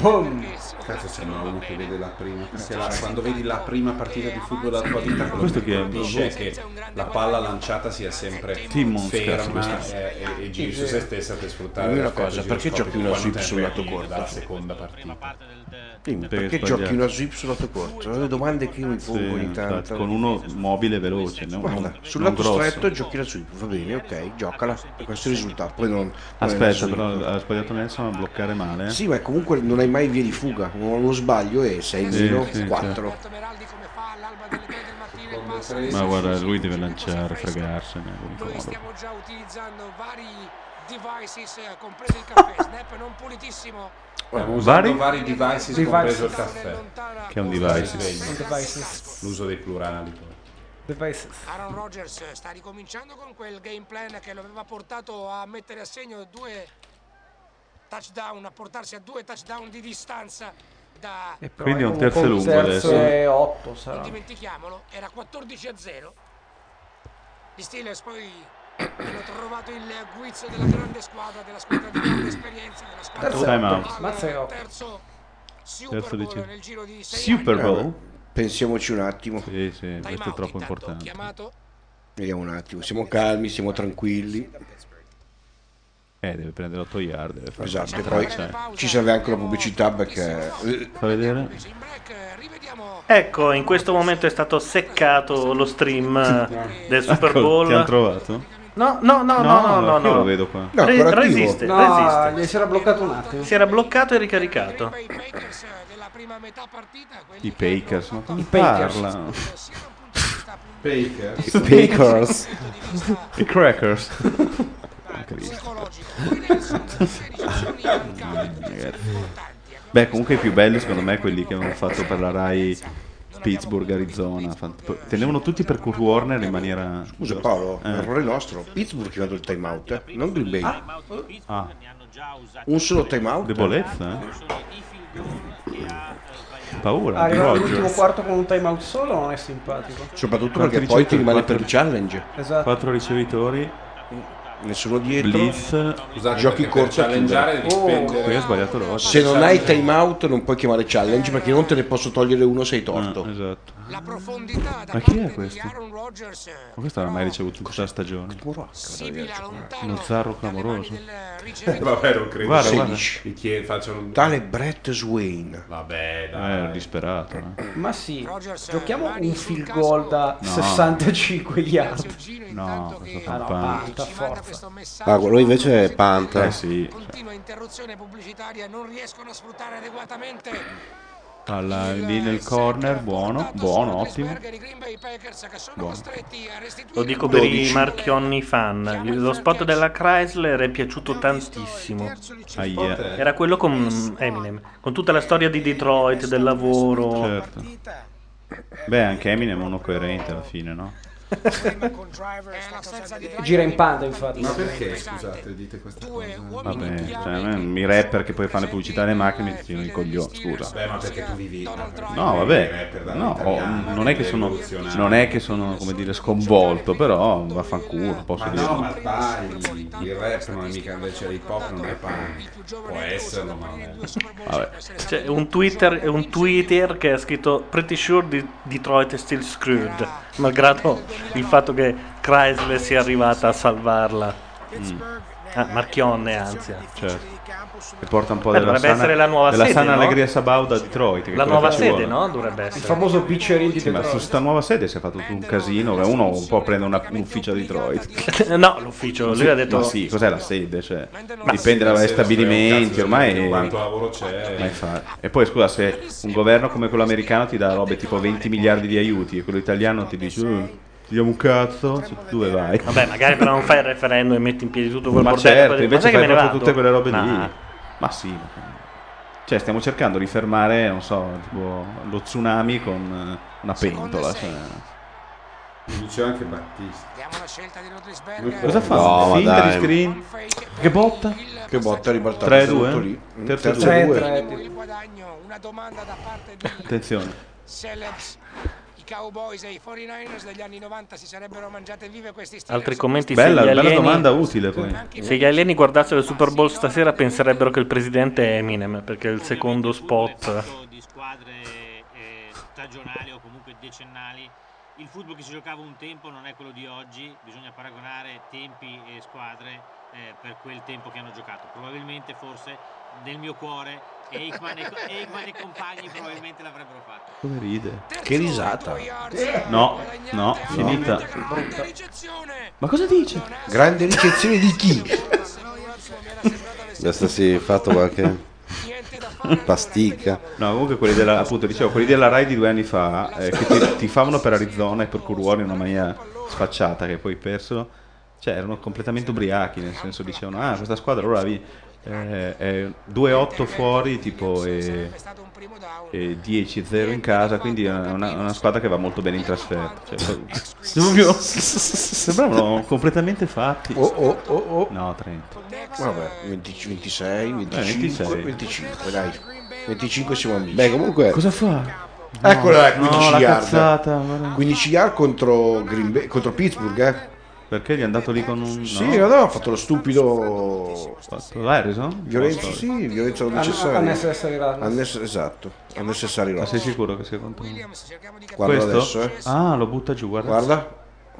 S1: Boom! Cazzo sembra uno che vede la prima. se la- quando vedi la prima partita di football della tua vita, quello
S3: Questo
S1: che
S3: chi è?
S1: capisce è che la palla lanciata sia sempre
S3: Timmons,
S1: ferma
S3: cazzo, questo.
S1: e, e, e giri su
S7: Sì.
S1: se stessa per sfruttare
S7: Dimmi una
S1: la
S7: cosa, perché giochi una sweep sul lato corto?
S1: Dalla seconda partita.
S7: Dimmi,
S3: Perché
S7: perché
S3: è
S7: giochi
S3: sbagliato.
S7: una sweep sulla tua corte? Sono le domande che io mi
S3: Sì,
S7: pongo ogni
S3: infatti,
S7: tanto.
S3: con uno mobile veloce, no?
S7: Guarda,
S3: Non-
S7: sul
S3: non
S7: lato
S3: grosso.
S7: stretto giochi la sweep, va bene, ok, giocala. Questo è il risultato. Poi non, non è la
S3: Aspetta,
S7: sweep.
S3: però ha sbagliato Nelson a bloccare male. eh?
S7: Sì, ma comunque non hai mai via di fuga. Uno sbaglio e sei
S3: Sì,
S7: meno
S3: sì,
S7: 4.
S3: Ma guarda, lui deve lanciare, fregarsene. lui comodo.
S8: Stiamo già utilizzando vari devices, eh, compreso il caffè. Snap non pulitissimo.
S1: Stiamo usando
S3: Vari?
S1: Eh, vari devices,
S6: Devices.
S1: compreso il caffè.
S3: Che è un device.
S1: Svegli.
S6: Devices.
S1: L'uso dei plurali. poi.
S8: Aaron Rodgers sta ricominciando con quel game plan che lo aveva portato a mettere a segno due touchdown, a portarsi a due touchdown di distanza da
S6: E però
S3: Quindi
S5: Eh,
S3: è un
S6: comunque
S3: terzo e lungo
S6: terzo
S3: adesso.
S6: e 8
S8: non
S6: sarà.
S8: dimentichiamolo, era 14 a 0. Gli Steelers poi hanno trovato il guizzo della grande squadra, della squadra di grande esperienza, della squadra
S3: Terzo Time out.
S8: Al
S6: Mazza che otto.
S8: terzo
S3: Terzo
S8: Super
S3: di
S8: Bowl
S3: cinque.
S8: nel giro di 6
S3: Super
S7: Eh,
S3: Bowl?
S7: Pensiamoci un attimo.
S3: Sì, sì, questo è troppo importante.
S7: Vediamo un attimo, siamo calmi, siamo tranquilli.
S3: Eh, deve prendere 8 yard. Deve fare
S7: Esatto,
S3: una
S7: e poi
S3: traccia, eh.
S7: ci serve anche la pubblicità perché... eh,
S3: Fa vedere?
S5: Ecco, in questo momento è stato seccato lo stream eh, del Super
S3: Eccolo,
S5: Bowl.
S3: Ecco, Ti hanno trovato?
S5: No, no, no, no,
S3: No,
S5: no, no.
S3: io
S5: no.
S3: lo vedo qua. No,
S5: Re-
S3: ancora attivo.
S5: resiste,
S3: No,
S5: resiste.
S6: gli si era bloccato un attimo.
S5: Si era bloccato e ricaricato.
S3: I Pakers, ma come
S5: Packers.
S3: parla?
S1: Baker.
S3: I Pakers. I Crackers. Beh, comunque i più belli secondo me quelli che avevano fatto per la Rai Pittsburgh, Arizona. Fant- Tenevano tutti per Kurt Warner in maniera...
S7: Scusa Paolo,
S3: Eh.
S7: errore nostro, Pittsburgh ha dato il timeout, eh, non Green Bay.
S3: Ah.
S7: Un solo timeout?
S3: Debolezza, eh? Paura, di
S6: Arriva all'ultimo
S3: Rogers.
S6: quarto con un timeout solo non è simpatico.
S7: Soprattutto
S3: Quanti
S7: perché poi ti
S3: ricevuti?
S7: rimane
S3: Quattro-
S7: per il challenge.
S6: Esatto.
S3: Quattro ricevitori.
S7: nessuno dietro.
S3: Blitz. Scusate,
S7: Giochi
S3: perché per
S7: corti. a
S3: challengeare
S7: chiudere.
S3: devi Oh. spendere- Qui ho sbagliato la volta.
S7: Se non hai time out non puoi chiamare challenge perché non te ne posso togliere uno sei torto.
S3: esatto. Ma chi è questo? Ma questo non ha mai ricevuto tutta la stagione. Uno zarro clamoroso.
S27: Vabbè, non credo.
S3: Guarda,
S27: Sì.
S3: guarda.
S27: I Chi facciano un...
S7: Tale Brett Swain.
S27: Vabbè,
S3: Eh, ero disperato. eh.
S6: Ma sì, giochiamo un field goal da
S3: No.
S6: 65 yard.
S3: No, questo fa
S6: Ah,
S3: un
S6: no,
S3: pan.
S6: panta, forza.
S15: Ah, lui invece è Panta.
S3: Eh sì. Palla lì nel corner, buono, buono, ottimo. Buono.
S5: Lo dico per i marchionni fan. Lo spot della Chrysler è piaciuto tantissimo.
S3: Aia.
S5: Era quello con Eminem, con tutta la storia di Detroit, del lavoro.
S3: Certo. Beh, anche Eminem è uno coerente alla fine, no?
S6: Gira in panda, infatti.
S27: Ma perché, scusate, dite questa cosa?
S3: Vabbè, cioè, a me- mi rapper che poi fanno pubblicità alle macchine mi tirano i coglioni, scusa.
S27: Beh, ma perché tu vivi in Italia?
S3: No, vabbè, no, oh, non, è che sono, non è che sono, come dire, sconvolto, però vaffanculo, posso
S27: Ma
S3: dire.
S27: no, ma dai, il rap non è mica invece l'hip hop, non è punk. Può esserlo, ma non è.
S5: C'è un Twitter, un Twitter che ha scritto Pretty sure di- Detroit is still screwed, malgrado il fatto che Chrysler sia arrivata a salvarla. Ah, Marchionne, anzi.
S3: E Cioè, porta un po'
S5: Beh,
S3: della
S5: dovrebbe
S3: sana,
S5: essere la nuova
S3: della
S5: sede,
S3: sana
S5: no?
S3: allegria Sabauda a Detroit. che
S5: La
S3: cosa
S5: nuova
S3: ci
S5: sede,
S3: vuole?
S5: no? Dovrebbe essere.
S6: Il famoso piccerin di
S3: Sì, ma su
S6: Detroit.
S3: sta nuova sede si è fatto tutto un casino, che uno un po' prende una- un ufficio a Detroit.
S5: no, l'ufficio, Cioè, lui ha detto-
S3: Ma sì, cos'è la sede? Cioè,
S5: Ma-
S3: dipende
S27: Sì,
S3: dai
S27: sì,
S3: stabilimenti,
S27: un cazzo,
S3: ormai...
S27: Quanto lavoro c'è?
S3: Ma infatti. E poi scusa, se un governo come quello americano ti dà robe tipo 20 miliardi di aiuti e quello italiano ti dice "Eh, ti diamo un cazzo, su dove vai?
S5: Vabbè, magari però non fai il referendum e metti in piedi tutto quel
S3: Ma
S5: bordello.
S3: certo,
S5: poi dici,
S3: invece
S5: "Ma sai che
S3: fai
S5: me ne vado?"
S3: proprio tutte quelle robe
S5: Ma-
S3: lì. Ma sì. ma- Cioè, stiamo cercando di fermare, non so, tipo lo tsunami con eh, una pentola. cioè.
S27: Dice anche Battista.
S3: Cosa fa?
S27: No, ma
S3: Finta di
S27: dai.
S3: screen. Che botta?
S7: Che botta ribaltata.
S3: 3
S7: seduto
S3: 2
S7: lì.
S3: terzo
S7: Terzo
S3: due.
S7: due.
S3: Attenzione.
S8: Celebs, i Cowboys e i 49ers degli anni 90 si sarebbero mangiate vive questi
S5: Altri commenti
S3: Bella-
S5: se gli
S3: bella
S5: alieni-
S3: domanda utile, poi.
S5: Se gli alieni guardassero il Super Bowl stasera penserebbero che il presidente è Eminem perché è il secondo spot.
S24: di squadre eh, stagionali o comunque decennali. Il football che si giocava un tempo non è quello di oggi, bisogna paragonare tempi e squadre eh, per quel tempo che hanno giocato. Probabilmente, forse, nel mio cuore, Eichmann e, Eichmann e compagni probabilmente l'avrebbero fatto.
S3: Come ride?
S7: Che risata.
S3: No, no, finita. Ma cosa dice?
S7: Grande ricezione di chi?
S15: Adesso si è fatto qualche pasticca.
S3: No, comunque quelli della, appunto, dicevo, quelli della Rai di due anni fa eh, che ti, tifavano per Arizona e per Curuoli in una maniera sfacciata che poi hai perso, cioè erano completamente ubriachi, nel senso dicevano ah questa squadra allora vi- eh, è 2-8 fuori tipo e, e 10-0 in casa, quindi è una, una squadra che va molto bene in trasferta. Cioè, proprio- proprio- sembravano completamente fatti.
S7: Oh, oh, oh, oh.
S3: No, Eh, 30.
S7: Vabbè, 20 26, 25,
S3: 26.
S7: 25, dai. 25 siamo amici.
S15: Beh, comunque-
S3: Cosa fa?
S7: Eccola,
S3: No,
S7: 15
S3: la
S7: yard.
S3: cazzata, guarda.
S7: 15 yard contro, Green Bay- contro Pittsburgh, eh.
S3: Perché gli è andato lì con un...
S7: Sì,
S3: no?
S7: allora ha fatto lo stupido
S3: Harrison?
S7: violenza, sì, violenza non
S6: An-
S7: necessaria.
S6: unnecessary roughness.
S7: Unnecess- esatto, unnecessary roughness.
S3: sei sicuro che sia contro
S7: Guarda
S3: Questo?
S7: adesso, eh.
S3: Ah, lo butta giù, guarda.
S7: Guarda.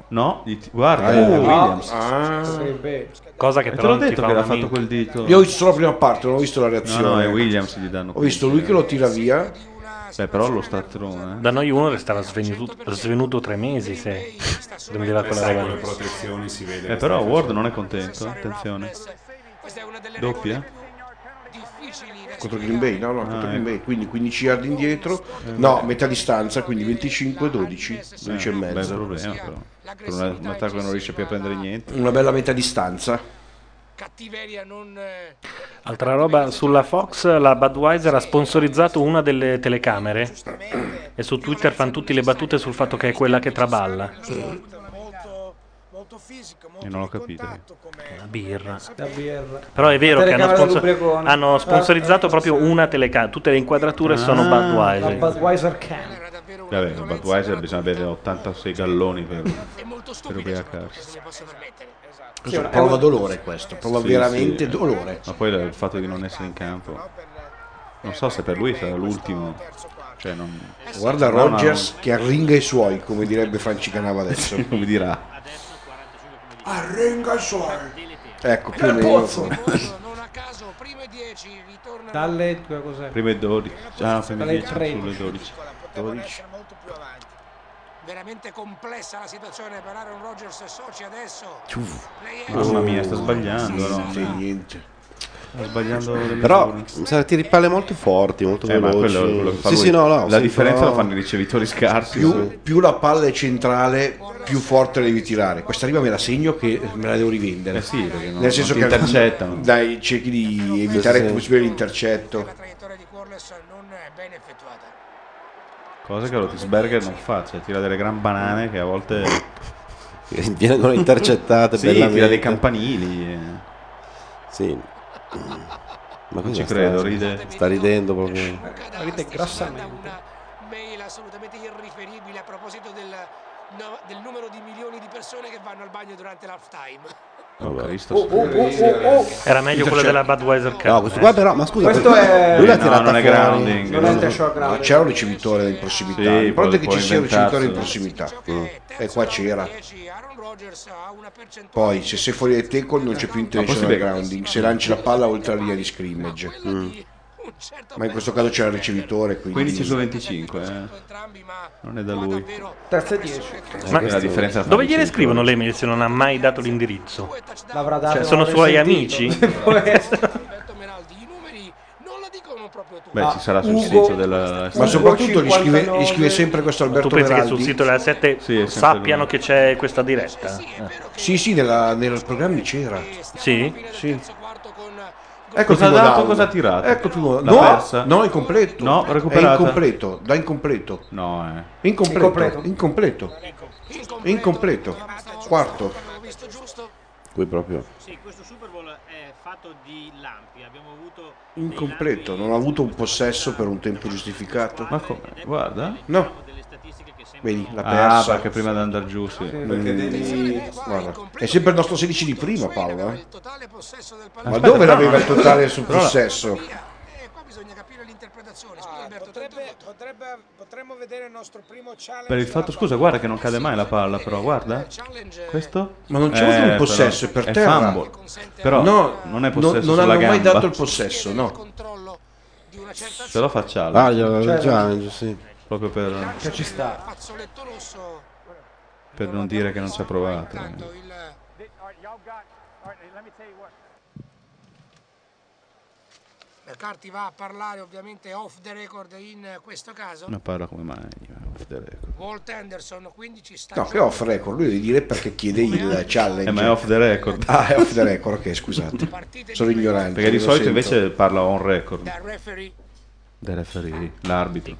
S3: No, gli ti- guarda,
S7: Ah,
S3: eh,
S7: no.
S3: Williams.
S6: Ah. Sarebbe-
S5: Cosa che
S3: E te
S5: però
S3: l'ho
S5: non ti
S3: detto
S5: fa
S3: che l'ha
S5: un
S3: fatto
S5: amico.
S3: quel dito.
S7: Ah. Io ho visto solo la prima parte, non ho visto la
S3: No,
S7: reazione.
S3: no, è Williams gli danno.
S7: Ho visto lui che lo tira via.
S3: Beh, però lo eh. statrone.
S5: Da noi uno restava svenuto, svenuto tre mesi se se vedeva
S27: Beh,
S5: quella
S27: sai,
S5: roba
S27: con
S5: lì.
S27: le protezioni si vede.
S3: Eh, però Ward non è contento, eh, attenzione. Doppia?
S7: Contro Green Bay, no, no, contro
S3: Ah,
S7: Green
S3: ecco. Eh.
S7: Bay, quindi 15 yard indietro, no, metà distanza, quindi 25, 12, 12 e
S3: un Eh, bel
S7: mezzo.
S3: problema, però. Per una- un attacco che non riesce più a prendere niente.
S7: Una bella metà distanza.
S5: Altra roba sulla Fox, la Budweiser ha sponsorizzato una delle telecamere e su Twitter fanno tutti le battute sul fatto che è quella che traballa.
S3: E non l'ho capito.
S5: La birra.
S6: La birra.
S5: Però è vero
S6: La
S5: che hanno,
S6: telecamera Ah,
S5: sponsor-
S6: dell'ubriacone.
S5: hanno sponsorizzato proprio una telecamera, tutte le inquadrature sono
S6: La
S5: Budweiser.
S6: Budweiser Can.
S3: Vabbè, con Budweiser bisogna bere 86 galloni per, per ubriacarsi.
S7: Questo prova dolore questo, prova
S3: Sì,
S7: veramente
S3: sì.
S7: dolore.
S3: Ma poi il fatto di non essere in campo. Non so se per lui sarà l'ultimo. Cioè, non-
S7: Guarda
S3: No, ma-
S7: Rogers che arringa i suoi, come direbbe Franci Canava adesso.
S3: come dirà.
S7: Arringa i suoi.
S8: Eh,
S7: Ecco, più o meno.
S6: Dalle due cos'è?
S3: Prima e 12. Ah, no, prima
S6: Dalle
S3: e 10,
S6: tre.
S3: solo e 12.
S7: 12.
S8: Veramente complessa la situazione per Aaron Rodgers e soci adesso.
S3: Mamma mia, sta sbagliando.
S15: Sì,
S3: no?
S15: sì,
S3: Sta sbagliando. delle
S15: Però
S3: misure.
S15: mi sa, tiri palle molto forti, molto
S3: Eh, ma
S15: veloci.
S3: quello, quello che fa
S15: sì,
S3: lui.
S15: sì, no, no,
S3: la
S15: sì,
S3: differenza
S15: però-
S3: la fanno i ricevitori scarsi.
S7: Più, più la palla è centrale, più forte la devi tirare. Questa riva me la segno che me la devo rivendere.
S3: Eh non-
S7: Nel senso
S3: non
S7: che
S3: ti intercettano.
S7: Dai, cerchi di evitare
S3: Sì,
S7: il
S3: sì.
S7: possibile l'intercetto.
S3: Cosa che Rotisberger non fa, cioè tira delle gran banane che a volte
S15: Vengono intercettate
S3: sì,
S15: bellamente.
S3: tira dei campanili. eh.
S15: Sì. Ma
S3: Non ci
S15: cosa sta-
S3: credo, ride.
S15: Sta ridendo proprio.
S6: Avete grassamente.
S8: Mail assolutamente irriferibile a proposito del, no- del numero di milioni di persone che vanno al bagno durante l'halftime.
S3: Cristo,
S8: Oh, oh, oh, oh, oh.
S5: Era meglio
S7: Cioè,
S5: quello della Budweiser Cup.
S15: No, questo qua
S5: eh.
S15: però, ma scusa,
S5: Questo
S15: perché-
S5: è-
S15: lui l'ha
S5: No,
S15: tirata
S5: non è
S15: fuori.
S5: grounding. Non è
S7: No,
S5: intentional grounding.
S7: c'era un ricevitore in prossimità.
S3: Sì,
S7: L'importante è che
S3: può-
S7: ci
S3: può
S7: sia un ricevitore in
S3: inventarselo.
S7: prossimità. Mm. E qua c'era. Poi, se sei fuori dai tackle, non c'è più
S3: Ma
S7: intentional
S3: possibile-
S7: grounding. Se lanci la palla oltre la linea di scrimmage. Mm. Ma in questo caso c'era il ricevitore. Quindi...
S3: 15 su 25, eh. non è da lui.
S6: Terza e 10.
S5: Ma
S3: la differenza fra
S5: dove
S3: i
S5: gliele
S3: genitori.
S5: scrivono le mail se non ha mai dato l'indirizzo?
S6: L'avrà dato,
S5: Cioè,
S6: non
S5: sono
S6: l'avrei
S5: suoi
S6: sentito.
S5: amici?
S6: Può essere.
S3: Beh, ci sarà sul
S6: Ah, Ugo-
S3: sito della
S7: Ma soprattutto gli scrive, gli scrive sempre questo Alberto
S5: tu pensi
S7: Veraldi.
S5: che sul sito della 7 sappiano che c'è questa diretta? Eh.
S7: Sì, sì, nella- nel programma c'era.
S5: Sì?
S7: Sì.
S3: Ecco cosa ha
S7: primo
S3: dato,
S7: down.
S3: cosa ha tirato?
S7: Ecco il primo
S3: L'ha
S7: no,
S3: persa?
S7: No, è incompleto.
S3: No,
S7: È
S3: recuperata.
S7: incompleto, da incompleto.
S3: No, eh.
S7: Incompleto.
S3: Incompleto.
S7: Incompleto. Incompleto. Quarto.
S15: Qui proprio.
S24: Sì, questo Super Bowl è fatto di lampi. Abbiamo avuto
S7: Incompleto, non ha avuto un possesso per un tempo giustificato.
S3: Ma come? Guarda.
S7: No. Vedi, l'ha
S3: Ah,
S7: persa.
S3: perché prima di andare giù, sì.
S7: Mm, guarda. È sempre il nostro 16 di prima, Paolo. eh. Ma
S3: Aspetta,
S7: dove
S3: no,
S7: l'aveva
S3: no.
S7: il totale sul
S3: Però la-
S7: possesso?
S6: Ah,
S3: Per il fatto, scusa, guarda che non cade mai la palla, però guarda. Questo?
S7: Ma non c'è avuto un possesso, è per terra.
S3: fumble. Però
S7: No,
S3: non è possesso
S7: non- non
S3: sulla
S7: hanno mai
S3: gamba.
S7: dato il possesso, no.
S3: Ce l'ho facciale.
S15: Ah, glielo- Cioè, già, sì.
S3: Proprio per,
S6: Cioè, ci sta.
S3: per non dire che non ci ha provato. eh.
S8: Mercarti va a parlare ovviamente off the record in questo caso.
S3: Una parla come mai. eh, off the record.
S8: Walt Anderson 15 sta
S7: No, che off record, lui deve dire perché chiede il challenge.
S3: Eh, ma è off the record.
S7: Ah, è off the record, ok, scusate. Sono ignorante.
S3: Perché di
S7: lo
S3: solito
S7: sento.
S3: invece parla on record.
S8: referee.
S3: Del referee, l'arbitro.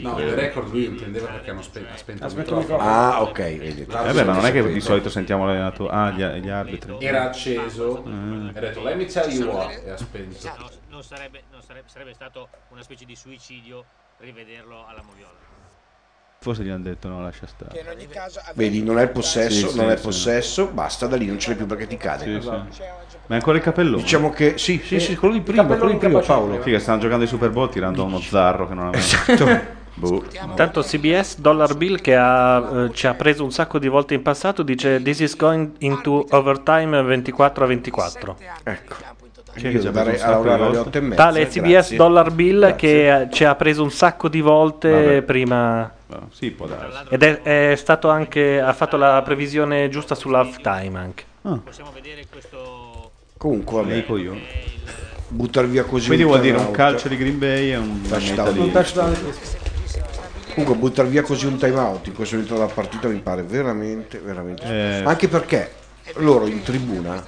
S1: No, il record lui intendeva perché hanno spe- ha spento
S3: Ha
S1: il
S3: spento
S1: microfono.
S3: il
S7: Ah, ok, vedi.
S3: Eh beh, ma non è che di solito sentiamo l'allenatore. Ah, gli, gli arbitri.
S1: Era acceso e ha detto let me tell you what e ha spento.
S24: Esatto, non sarebbe, non sarebbe, sarebbe stato una specie di suicidio rivederlo alla Moviola.
S3: Forse gli hanno detto no, lascia stare.
S7: Vedi, non è il possesso,
S3: Sì,
S7: non
S3: sì,
S7: è
S3: sì.
S7: possesso, basta, da lì non ce n'è più perché ti cade.
S3: Sì, sì. Ma è ancora il capellone.
S7: Diciamo che sì, sì, sì, quello di prima, quello di prima Paolo. Esatto.
S3: Figa, stanno giocando ai Super Bowl tirando uno zarro che non aveva. Boh.
S5: Tanto CBS Dollar Bill che ha, eh, ci ha preso un sacco di volte in passato dice This is going into overtime 24 a 24.
S7: Ecco.
S3: Chi è che
S7: Io
S3: ci ha
S7: andare
S3: preso un
S7: a
S3: sacco di
S7: lavorare alle
S3: volte?
S7: otto e mezza,
S5: Tale CBS
S7: grazie.
S5: Dollar Bill che eh, ci ha preso un sacco di volte
S3: Vabbè.
S5: prima.
S3: Sì, può darsi.
S5: Ed è, è stato anche ha fatto la previsione giusta sull'half time anche.
S6: Ah.
S7: Comunque, vabbè.
S3: Dico io.
S7: Buttar via così.
S3: Quindi
S7: un
S3: vuol dire un
S7: timeout.
S3: calcio di Green Bay e un
S7: Touchdown.
S3: Un
S6: touchdown.
S7: Comunque buttar via così un time out in questo momento della partita mi pare veramente, veramente.
S3: Eh.
S7: Anche perché loro in tribuna,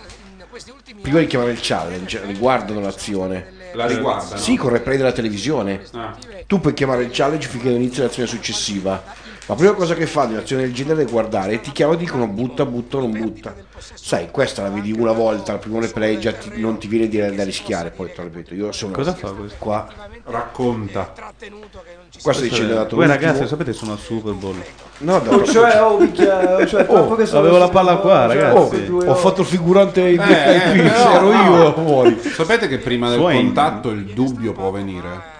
S7: prima di chiamare il challenge, riguardano l'azione.
S1: La riguardano?
S7: Sì, con il replay della televisione.
S1: Ah.
S7: Tu puoi chiamare il challenge finché non inizia l'azione successiva. La prima cosa che fa di un'azione del genere è guardare e ti chiamano e dicono butta, butta, non butta. Sai, questa la vedi una volta, al primo replay già ti- non ti viene di andare a rischiare, poi te lo ripeto, io sono
S3: Cosa fa questo?
S7: qua.
S1: Racconta.
S7: Questo dice
S3: è-
S7: dato
S3: Voi
S7: l'ultimo-
S3: ragazzi, lo sapete, sono al Super Bowl.
S7: No, da-
S6: Oh, cioè, oh, minchia, oh, cioè, proprio che sono-
S3: avevo la palla qua, ragazzi.
S7: Oh, ho fatto il figurante in
S1: Eh,
S7: Black Eyed
S1: eh,
S7: Peas,
S1: no,
S7: ero io
S1: no.
S7: a fuori.
S1: Sapete che prima del
S7: Swain.
S1: contatto il dubbio può venire?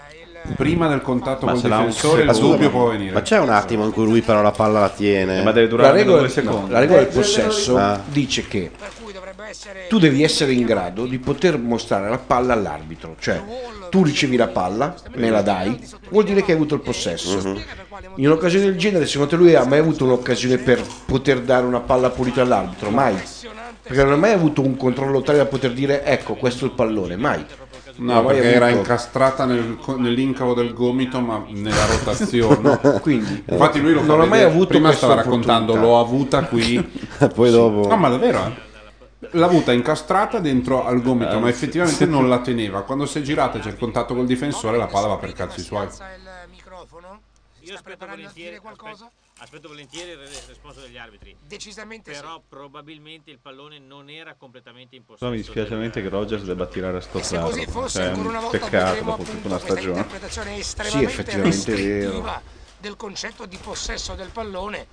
S1: Prima del contatto col
S15: se la-
S1: difensore il
S15: Ma scusa,
S1: dubbio
S15: ma-
S1: può venire.
S15: Ma c'è un attimo in cui lui però la palla la tiene.
S3: Eh, Ma deve
S7: La regola, no, la regola del
S15: Ah.
S7: possesso dice che tu devi essere in grado di poter mostrare la palla all'arbitro, cioè tu ricevi la palla, me la dai, vuol dire che hai avuto il possesso.
S1: Mhm.
S7: In un'occasione del genere, secondo te lui ha mai avuto un'occasione per poter dare una palla pulita all'arbitro? Mai. Perché non ha mai avuto un controllo tale da poter dire ecco questo è il pallone, mai. Non ha
S1: No,
S7: mai
S1: perché era
S7: avuto-
S1: incastrata nel co- nell'incavo del gomito, ma nella rotazione.
S15: Eh.
S7: Quindi,
S1: infatti, lui lo fa
S7: non ho mai
S1: vedere.
S7: avuto
S1: Prima
S7: questa
S1: stava raccontando, l'ho avuta qui.
S15: Poi dopo.
S1: No, ma davvero? eh? L'ha avuta incastrata dentro al gomito, ma effettivamente non la teneva. Quando si è girata e c'è il contatto col difensore, la palla va per cazzi suoi.
S24: Io aspetto volentieri, aspetto, aspetto volentieri il re- responso degli arbitri.
S8: Decisamente
S24: Però probabilmente il pallone non era completamente in possesso.
S3: Però mi dispiace veramente che Rogers debba tirare a sto
S24: se
S3: ferro.
S24: così fosse,
S3: Cioè, è
S24: ancora una
S3: un
S24: volta
S3: peccato
S24: vedremo
S3: dopo tutta una stagione.
S8: interpretazione estremamente
S3: effettivamente è vero.
S8: restrittiva del concetto di possesso del pallone.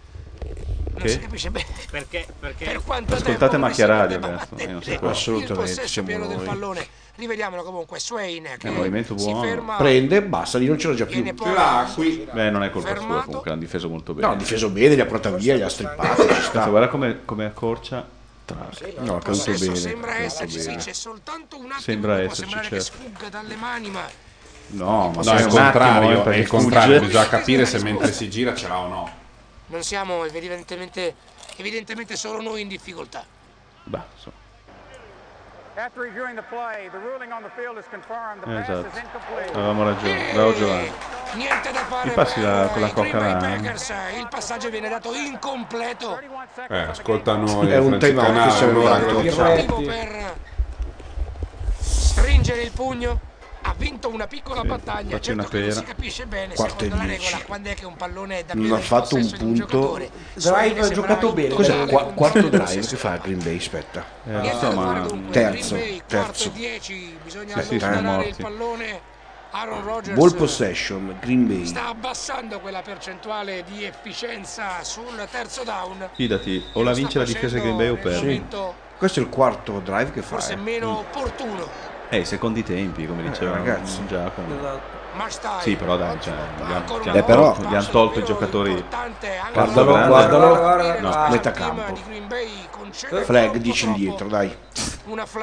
S8: Non
S3: Che?
S8: si capisce bene.
S24: Perché? Perché?
S8: Per quanto
S3: Ascoltate
S8: tempo
S3: Macchia
S8: noi
S3: Radio
S8: siamo
S3: adesso. eh, non so
S8: attenti
S3: qua.
S8: al possesso pieno del pallone. Rivediamolo comunque, Swain
S3: È un
S8: che
S3: movimento buono.
S7: Prende e basta, lì non c'era già più.
S8: Ce l'ha
S1: qui.
S3: Beh, non è colpa sua comunque, l'hanno difeso molto bene.
S7: No, ha difeso bene, li ha portati via, li ha strippati. ci sta.
S3: Cioè, guarda come, come accorcia. Tra...
S7: No, ha caduto
S3: Possesso
S7: bene,
S8: sembra
S7: ha caduto
S8: esserci, sì,
S7: bene.
S8: c'è soltanto un attimo
S3: Sembra
S8: che può
S3: esserci,
S8: sembrare
S3: certo.
S8: che sfugga dalle mani, ma
S3: No,
S1: No, è
S3: ma
S1: il
S3: un attimo,
S1: contrario,
S3: eh,
S1: è il
S3: perché
S1: contrario,
S3: fugge.
S1: bisogna capire se mentre si gira ce l'ha o no.
S8: non siamo evidentemente, evidentemente solo noi in difficoltà.
S3: Bah, insomma.
S11: After reviewing the play, the ruling on the field is confirmed. The
S3: Eh,
S11: pass is
S3: Esatto.
S11: incomplete.
S3: Avevamo ragione. Bravo Giovanni.
S8: Eh, Niente da fare
S3: Mi passi la,
S8: per, eh,
S3: quella
S8: i Green
S3: coca
S8: Bay
S3: là?
S8: Packers, eh, il passaggio viene dato incompleto.
S1: Eh, ascolta noi,
S7: È un
S1: Franci
S7: time out
S1: Canale,
S7: che siamo
S1: allora,
S7: andati.
S1: cosa facciamo?
S7: Diretti.
S8: per stringere il pugno ha vinto una piccola battaglia
S7: facci una
S8: certo che non
S7: pera.
S8: si capisce bene
S7: Quarto
S8: secondo
S7: e
S8: la
S7: dieci.
S8: regola quando è che un pallone è davvero
S7: Non ha
S8: in
S7: fatto un
S8: possesso di
S7: punto.
S8: giocatore. Swain
S6: Drive ha
S8: sembrava
S6: giocato bene.
S7: Cos'è?
S6: Dai.
S7: Qua- quarto drive che fa Green Bay? Aspetta.
S3: Eh, non so, ma-
S7: Terzo,
S8: quarto
S7: terzo.
S8: e 10 bisogna
S7: Sì, sì, sono
S8: allontanare il
S7: morti.
S8: pallone Aaron Rodgers
S7: Ball possession, Green Bay.
S8: sta abbassando quella percentuale di efficienza sul terzo down
S3: Fidati, o la vince la difesa di Green Bay o perdi.
S7: Questo è il quarto drive che fa. eh.
S8: forse meno
S3: Mm.
S8: opportuno
S3: Eh, i secondi tempi, come diceva
S7: ragazzi.
S3: Giacomo.
S8: Marstein
S3: Sì, però dai, cioè, gli hanno
S8: Ancora
S3: gli
S8: una
S3: han
S8: volta.
S3: tolto, gli han tolto i giocatori.
S7: Guardalo,
S3: Grande.
S7: guardalo.
S3: No.
S7: No, metà campo. Flag, dici indietro, dai.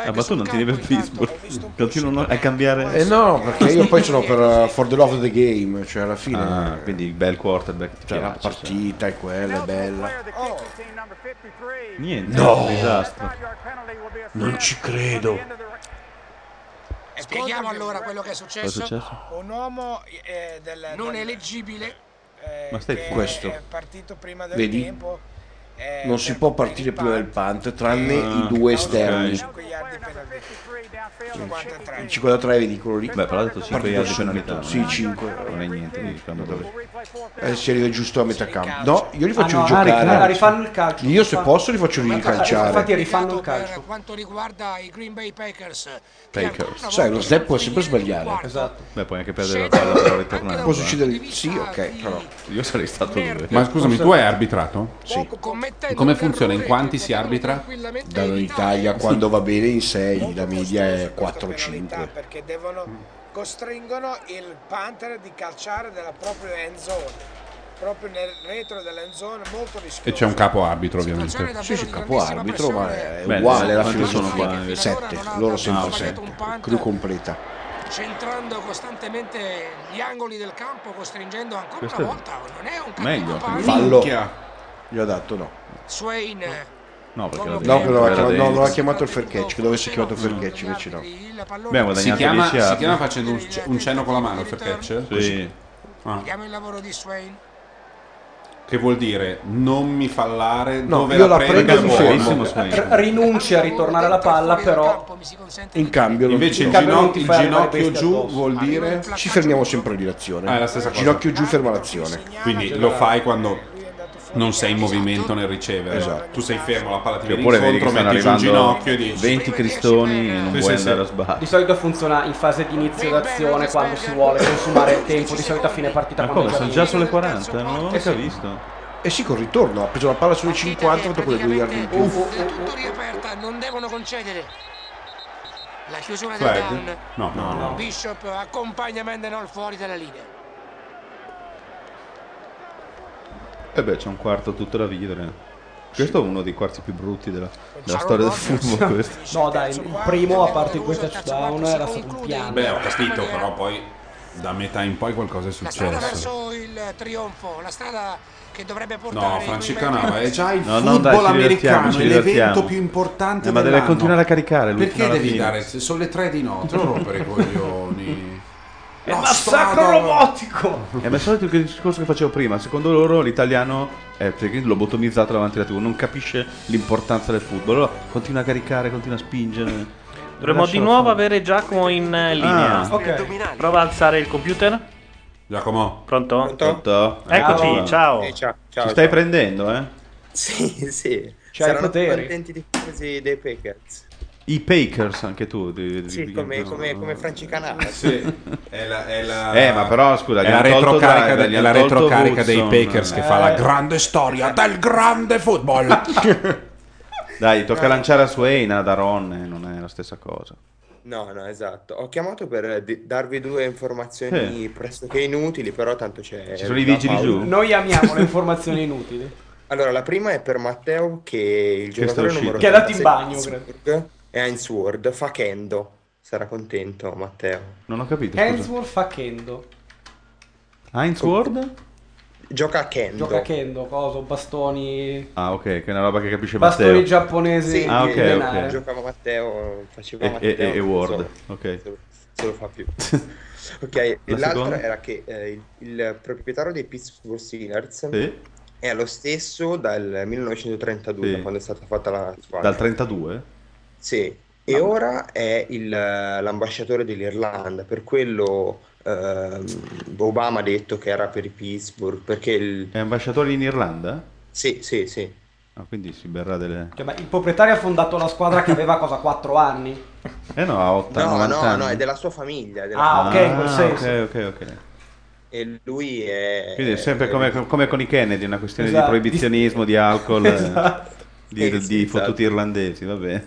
S3: Ah, ma tu non ti devi per Pittsburgh. Continuano a cambiare.
S7: Eh no, perché io poi sono per uh, for the love of the game, cioè alla fine
S3: Ah, quindi il bel quarterback.
S7: cioè, la partita è quella, è bella.
S3: Niente,
S7: No.
S3: un disastro.
S7: Non ci credo.
S8: Spieghiamo allora quello che è successo.
S3: Cosa è successo?
S22: Un uomo eh, del,
S8: Non
S22: del-
S8: eleggibile.
S22: eh,
S3: Ma stai
S22: che
S7: Questo.
S22: è partito prima del
S7: Vedi?
S22: tempo. eh,
S7: Non si può partire prima del punt tranne
S3: Ah,
S7: i due
S3: ok.
S7: esterni.
S22: 5 yard di penalità. 53.
S7: Il 53 vedi quello lì.
S3: Beh, però ha detto 5
S7: Partito
S3: yard eh. di penalità.
S7: subito.
S3: no?
S7: Sì, 5.
S3: Non è niente di clamoroso.
S7: Eh, si arriva giusto a metà campo. No, io li
S6: Ah,
S7: faccio
S6: no,
S7: giocare.
S6: ah, rifà- ah, rifanno il calcio.
S7: Io se posso li faccio ricalciare.
S6: Infatti rifanno il calcio.
S8: Quanto riguarda i Green Bay Packers,
S7: Sai, lo snap può sempre sbagliare.
S3: Esatto. Beh, puoi anche perdere la palla però ritornare.
S7: Può succedere. Sì, ok, però.
S3: Io sarei stato lui.
S1: Ma scusami, tu hai arbitrato?
S7: Sì.
S1: Come funziona? In quanti si arbitra?
S7: Dall'Italia quando va bene in 6, la media è 4-5.
S22: Perché devono costringono il Panther di calciare della propria end zone. Proprio nel retro della end zone, molto rischioso.
S1: E c'è un capo arbitro, ovviamente.
S7: Sì, sì, capo arbitro, ma è
S1: Beh,
S7: uguale alla
S1: quanti
S7: fine.
S1: sono qua, invece?
S7: 7, loro sempre 7. Crew completa.
S8: centrando costantemente gli angoli del campo, costringendo ancora
S7: Questo
S8: una
S7: è-
S8: volta. Non è un
S7: Meglio.
S8: calcio di
S7: Fallo.
S8: palo.
S7: Gli ho dato no.
S8: Swain
S3: No, perché
S7: No, però
S3: l'ha
S7: l'ha chiamato- no,
S3: dentro.
S7: l'aveva chiamato il fair catch, che dovesse chiamato il fair catch invece no.
S3: Beh, ha
S1: Si
S3: guadagnato
S1: chiama,
S3: 10
S1: si
S3: yard.
S1: chiama facendo un, un cenno con la mano il fair catch?
S3: Sì.
S1: Ah.
S8: Vediamo il lavoro di Swain.
S1: Che vuol dire non mi fallare
S6: No,
S1: dove
S6: io
S1: la
S6: la
S1: prendo,
S6: prendo
S1: buono.
S6: fermo. R- rinuncia a ritornare alla palla, però
S7: In cambio,
S1: Invece il
S7: in cambio non
S1: ginocchio,
S7: ti
S1: il
S7: ferma le
S1: ginocchio
S7: bestie
S1: giù
S7: addosso.
S1: vuol dire
S7: ci fermiamo sempre lì l'azione.
S1: Ah, è la stessa cosa.
S7: Ginocchio giù ferma l'azione.
S1: Quindi lo fai quando non sei in movimento nel ricevere.
S7: Esatto.
S1: Tu sei fermo, la palla ti viene
S3: Oppure vedi che
S1: incontro,
S3: stanno
S1: metti giù il
S3: arrivando
S1: ginocchio e dici
S3: 20 cristoni e non
S1: Sì,
S3: vuoi
S1: sì,
S3: andare
S1: sì.
S3: a sbagliare.
S6: di solito funziona in fase di inizio d'azione quando si vuole consumare il tempo, di solito a fine partita
S3: Ma
S6: quando
S3: come? Sono già sulle 40? Non l'avevo
S1: Eh
S3: mica visto.
S7: E Eh sì, col ritorno, ha preso la palla sulle 50, ha fatto quelle due yard in più.
S8: eh, Tutto riaperta, non devono concedere. La chiusura del
S7: Flag?
S8: down.
S1: No, no, no.
S8: Bishop accompagna Mendenol fuori dalla linea.
S3: E Eh beh, c'è un quarto tutto da vivere. Questo è uno dei quarti più brutti della, della storia del football. Questo.
S6: No, dai, il primo a parte quel touchdown era stato un piano.
S1: Beh, ho capito, però poi da metà in poi qualcosa è
S8: La strada
S1: successo.
S8: verso il trionfo, la strada che dovrebbe portare
S1: No,
S8: i
S1: Francesco
S8: Wimmer-
S1: Canava è già il
S3: No, no,
S1: football
S3: dai, ci divertiamo,
S1: americano,
S3: ci
S1: è l'evento
S3: divertiamo.
S1: più importante
S3: Eh, ma deve
S1: dell'anno.
S3: continuare a caricare lui fino
S1: Perché
S3: alla
S1: devi
S3: fine.
S1: dare? Sono le tre di notte, non rompere i coglioni.
S3: È
S1: La
S6: massacro
S1: strada-
S6: robotico!
S3: Eh, ma è solito il discorso che facevo prima. Secondo loro l'italiano è perché lobotomizzato davanti alla TV, non capisce l'importanza del football. Allora continua a caricare, continua a spingere.
S5: Dovremmo di
S3: Lascialo
S5: nuovo
S3: fare.
S5: avere Giacomo in eh, linea.
S3: Ah,
S5: ok. Prova a alzare il computer.
S1: Giacomo.
S5: Pronto?
S3: Pronto?
S5: Eccoci, ciao.
S2: Eh, ciao, ciao,
S3: Ci stai
S2: ciao.
S3: prendendo, eh?
S2: Sì,
S6: Cioè,
S2: sì.
S3: C'hai
S2: Saranno
S3: poteri.
S2: contenti di così dei Packers.
S3: I Pakers anche tu. di- di-
S2: Sì,
S3: di-
S2: come, come, come Franci Canale.
S1: È la, è la-
S3: Eh, ma però scusa,
S1: è la retrocarica, de- è la retrocarica dei Packers che
S3: Eh.
S1: fa la grande storia del grande football.
S3: Dai, tocca lanciare a Suena da Ron, eh, non è la stessa cosa.
S2: No, no, esatto. Ho chiamato per di- darvi due informazioni pressoché inutili, però tanto c'è
S3: Ci sono i
S2: la
S3: vigili
S2: pausa.
S3: giù?
S6: Noi amiamo le informazioni inutili.
S2: Allora, la prima è per Matteo che il
S6: Che sta
S2: giocatore
S6: uscito.
S2: numero
S6: Che è andato in
S2: 86
S6: bagno,
S2: di Pittsburgh è Heinz Ward, fa Kendo. Sarà contento Matteo.
S3: Non ho capito.
S6: Hainsworth fa Kendo.
S3: Heinz Ward?
S2: Gioca a Kendo.
S6: Gioca Kendo, cosa? Bastoni.
S3: Ah, ok, che è una roba che capisce
S6: Bastoni
S3: Matteo.
S6: giapponesi.
S3: Ah, ok,
S6: millenari.
S3: ok.
S2: Giocava Matteo, faceva
S3: E, e,
S2: Matteo.
S3: e- e
S2: non
S3: Ward,
S2: so.
S3: ok.
S2: se lo fa più. ok, e
S3: La
S2: l'altra
S3: seconda?
S2: era che eh, il, il proprietario dei Pittsburgh Steelers
S3: Sì.
S2: è lo stesso dal 1932,
S3: Sì.
S2: quando è stata fatta la squadra.
S3: Dal Ah. 32?
S2: Sì, e ora è il, eh, l'ambasciatore dell'Irlanda, per quello ehm, Obama ha detto che era per i Pittsburgh, perché il...
S3: È ambasciatore in Irlanda?
S2: Sì, sì, sì.
S3: Ah, quindi si berrà delle...
S6: Cioè, ma il proprietario ha fondato la squadra che aveva cosa? 4 anni?
S3: Eh no, ha 8
S2: No,
S3: 90
S2: no,
S3: anni.
S2: no, è della sua famiglia. è della
S6: Ah, ok, in
S2: famiglia.
S6: quel senso.
S3: ok, ok.
S2: E lui è...
S3: Quindi è sempre come, come con i Kennedy, una questione
S2: Eh, Esatto.
S3: di proibizionismo, di alcol, eh,
S2: Esatto.
S7: Eh,
S3: di,
S2: Sì,
S3: di
S2: sì, esatto.
S3: fottuti irlandesi, vabbè.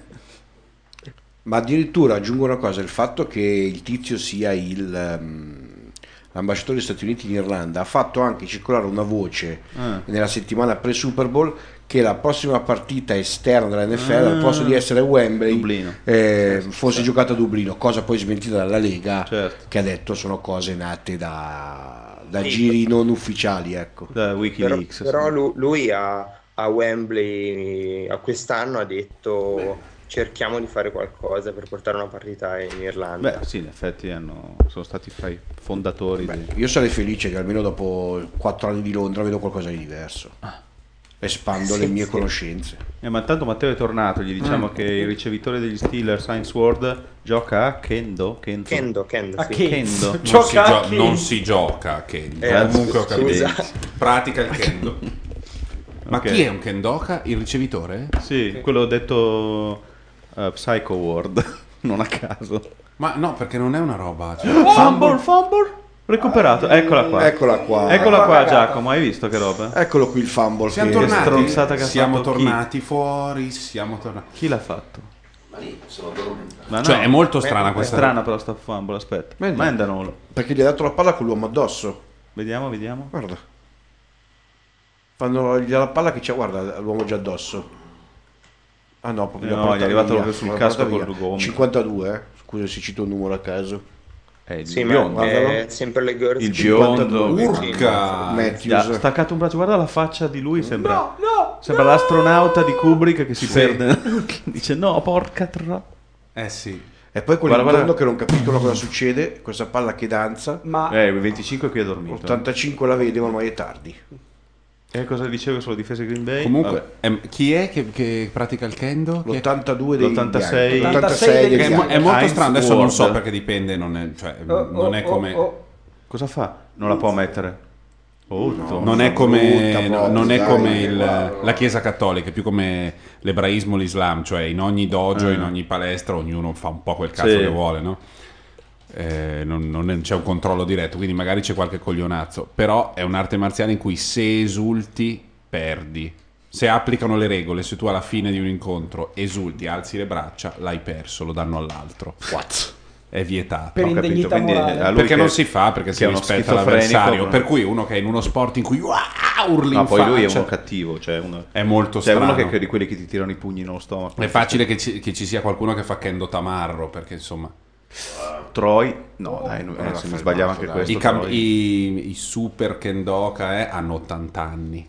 S7: Ma addirittura aggiungo una cosa, il fatto che il tizio sia il, ehm, l'ambasciatore degli Stati Uniti in Irlanda ha fatto anche circolare una voce
S3: Ah.
S7: nella settimana pre-Super Bowl che la prossima partita esterna della NFL al
S3: Ah.
S7: posto di essere a Wembley
S3: Dublino.
S7: eh, fosse giocata a Dublino, cosa poi smentita dalla Lega
S3: Certo.
S7: che ha detto sono cose nate da, da
S2: Sì.
S7: giri non ufficiali. Ecco.
S3: Da
S2: Però, però lu- lui a, a Wembley a quest'anno ha detto cerchiamo di fare qualcosa per portare una partita in Irlanda.
S3: Beh, sì, in effetti hanno- sono stati fra i fondatori. di-
S7: Io sarei felice che almeno dopo 4 anni di Londra vedo qualcosa di diverso. Espando le
S3: Sì,
S7: mie
S3: sì.
S7: conoscenze.
S3: Eh, ma intanto Matteo è tornato, gli diciamo
S7: Mm.
S3: che il ricevitore degli Steelers, Heinz Ward, gioca a Kendo. Kendo,
S2: Kendo, Kendo,
S3: A
S2: sì.
S3: Kendo.
S1: Non, si gio- non si gioca a Kendo.
S3: Eh,
S1: Comunque ho capito.
S3: scusa.
S1: Pratica il Kendo. Ma
S3: Ok.
S1: chi è un Kendoka? Il ricevitore?
S3: Sì, quello detto eh, Psycho Ward, non a caso. Oh,
S1: Ma no, perché non è una roba.
S6: Oh,
S1: cioè-
S3: Fumble, fumble, recuperato. Eccola qua.
S7: Eccola qua.
S3: Eccola qua,
S7: Cagata.
S3: Giacomo, hai visto che roba?
S7: Eccolo qui il fumble.
S1: Siamo
S7: che-
S1: tornati.
S7: che stronzata che ha
S1: siamo
S7: fatto.
S1: tornati fuori. Siamo tornati.
S3: Chi l'ha fatto? Ma no.
S1: Cioè, è molto strana
S3: è
S1: questa.
S3: strana però sta fumble, aspetta.
S7: Mendano.
S3: Mendanolo.
S7: Perché gli ha dato la palla con l'uomo addosso.
S3: Vediamo, vediamo.
S7: Guarda. Fanno gli dà la palla che c'è, guarda, l'uomo già addosso. Ah no, proprio
S3: No,
S7: l'ha portata
S3: gli è arrivato
S7: via,
S3: proprio sul
S7: l'ha
S3: casco
S7: portata
S3: col
S7: via.
S3: gomito.
S7: 52, eh. Scusa se cito un numero a caso.
S3: È il
S2: Sì, ma è sempre le girls.
S3: Il biondo. Gli ha
S7: Matthews.
S3: staccato un braccio, guarda la faccia di lui, sembra... Sembra l'astronauta di Kubrick che si
S7: Sì.
S3: perde. Dice no, porca tra...
S1: Eh sì.
S7: E poi quel
S3: Guarda, guarda.
S7: ritorno che non capiscono cosa succede, questa palla che danza.
S1: Eh,
S6: Ma
S3: Eh, 25 qui ha dormito.
S7: 85 la vedono ormai è tardi.
S3: E Eh, cosa dicevo sulla difesa di Green Bay? Vabbè.
S1: Comunque, ehm, chi è che, che pratica il kendo? Chi è?
S3: L'82 dei bianchi.
S1: Che
S3: L'86 dei
S1: È, mo- è
S3: bianchi.
S1: molto
S3: Heinz
S1: strano, adesso non so
S3: Ward.
S1: perché dipende, non è, cioè,
S3: Oh,
S1: non è
S3: oh,
S1: come...
S3: oh, oh. Cosa fa? Non la può mettere. Oh, Madonna,
S1: non è
S3: brutta
S1: come, no,
S3: botta,
S1: non è
S3: dai,
S1: come il-
S3: guarda.
S1: la Chiesa cattolica, è più come l'ebraismo, l'Islam, cioè in ogni dojo,
S3: Eh.
S1: in ogni palestra, ognuno fa un po' quel cazzo
S3: Sì.
S1: che vuole, no? Eh, non, non è- c'è un controllo diretto, quindi magari c'è qualche coglionazzo, però è un'arte marziale in cui se esulti perdi. Se applicano le regole, se tu alla fine di un incontro esulti, alzi le braccia, l'hai perso, lo danno all'altro. What? È vietato.
S6: Per
S1: Ho capito.
S6: indegnità
S1: Quindi,
S6: morale.
S1: eh, Perché
S3: che-
S1: non si fa, perché
S3: che
S1: si
S3: è uno
S1: rispetta
S3: schizofrenico,
S1: l'avversario.
S3: no?
S1: Per cui uno che è in uno sport in cui "Uah!" urli
S3: Ma
S1: in
S3: poi lui è
S1: faccia.
S3: uno cattivo, cioè uno,
S1: È molto
S3: cioè uno
S1: strano. Eh.
S3: che, che di quelli che ti tirano i pugni nello stomaco.
S1: È facile che ci, che ci sia qualcuno che fa Kendo Tamarro, perché insomma...
S3: Troy, no, dai, no,
S1: Eh,
S3: eh, se
S1: Raffaele
S3: mi sbagliava
S1: Basso,
S3: anche
S1: dai.
S3: questo.
S1: I, cam-
S3: Troy.
S1: i- i super Kendoka eh, hanno 80 anni.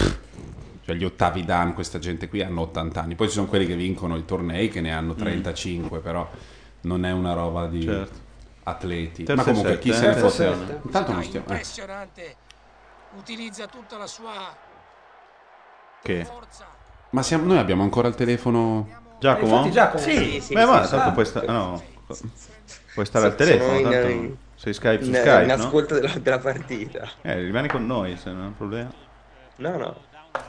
S1: Cioè gli ottavi Dan, questa gente qui, hanno 80 anni. Poi ci sono quelli che vincono i tornei che ne hanno 35, però non è una roba di
S3: Mm. Certo.
S1: atleti.
S3: Terza
S1: Ma comunque
S3: e
S1: chi se
S3: sette,
S1: ne
S3: eh?
S1: fotte?
S3: Terza e sette.
S1: Intanto non stiamo... eh.
S8: Impressionante. Utilizza tutta la sua
S1: Che? Ma siamo- noi abbiamo ancora il telefono...
S3: Giacomo?
S6: Infatti Giacomo.
S3: Sì,
S6: Sì,
S3: sì,
S6: sì,
S3: Beh, ma
S6: sì,
S3: tanto
S6: sì.
S3: puoi, sta- ah, no. puoi stare
S4: Sì,
S3: al telefono,
S4: sono in-
S3: tanto
S4: in-
S3: sei Skype su
S4: in-
S3: Skype,
S4: in
S3: no?
S4: ascolto della, della partita.
S3: Eh, rimani con noi, se non è un problema.
S4: No, no.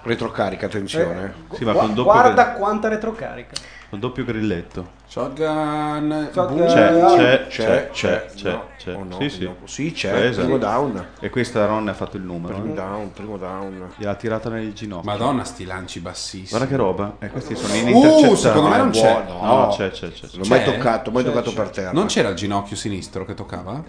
S3: Retrocarica,
S7: attenzione.
S6: Eh,
S3: sì, ma
S6: gua-
S3: con doppio,
S6: guarda quanta retrocarica.
S3: gri- con doppio grilletto.
S1: Shotgun...
S6: Shotgun.
S3: C'è,
S6: C'è,
S3: c'è, c'è, c'è,
S7: Eh, c'è,
S3: c'è.
S7: no, o no,
S3: sì, sì.
S7: no. Sì, c'è,
S3: Esatto.
S7: primo down.
S3: E questa Ron ha fatto il numero.
S7: Primo
S3: eh.
S7: down, primo down.
S3: Gliel'ha tirata nel ginocchio.
S1: Madonna, sti lanci bassissimi.
S3: Guarda che roba. Eh, questi sono in
S1: Uh,
S3: intercettati.
S1: secondo me non c'è.
S3: No, no, c'è, c'è, c'è.
S7: L'ho mai toccato, mai toccato per terra.
S1: Non c'era il ginocchio sinistro che toccava?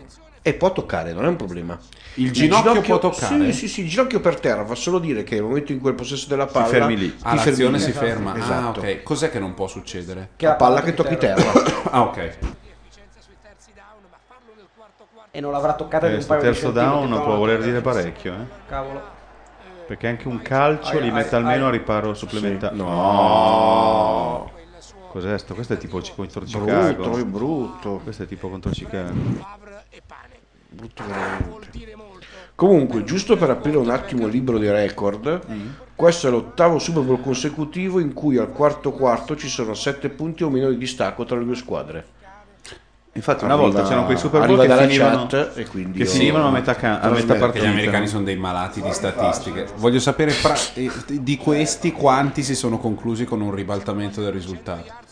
S7: E può toccare, non è un problema.
S1: Il ginocchio può toccare?
S7: Sì, sì, sì, il ginocchio per terra fa solo dire che nel momento in cui il possesso della palla
S1: fermi lì.
S7: ti
S1: Ah, l'azione si
S7: fermi lì.
S1: ferma. Ah,
S7: Esatto.
S1: ok. Cos'è che non può succedere?
S7: Che la palla che tocchi terra.
S1: ah, ok.
S6: E non l'avrà toccata di un
S3: Questo
S6: paio di
S3: Eh, terzo down
S6: centimetri,
S3: può
S6: no?
S3: voler dire parecchio, eh.
S6: Cavolo.
S3: Perché anche un calcio li
S6: Ai-
S3: mette
S6: ai-
S3: almeno a
S6: ai-
S3: riparo supplementare.
S7: Sì.
S3: No. Cos'è sto? Questo è tipo ci- contro
S7: Brutto,
S3: Chicago.
S7: proprio brutto.
S3: Questo è tipo contro Chicago.
S7: Brutto veramente. Comunque, giusto per aprire un attimo il libro dei record,
S1: Mm.
S7: questo è l'ottavo Super Bowl consecutivo in cui al quarto quarto ci sono 7 punti o meno di distacco tra le due squadre.
S3: Infatti, una
S7: Arriva-
S3: volta c'erano quei Super Bowl
S7: arriva
S3: che
S7: dalla
S3: finivano,
S7: chat e quindi
S3: che
S7: io-
S3: finivano a metà, ca- a metà
S1: Perché
S3: partita.
S1: Gli americani sono dei malati di statistiche. Voglio sapere fra- eh, di questi quanti si sono conclusi con un ribaltamento del risultato.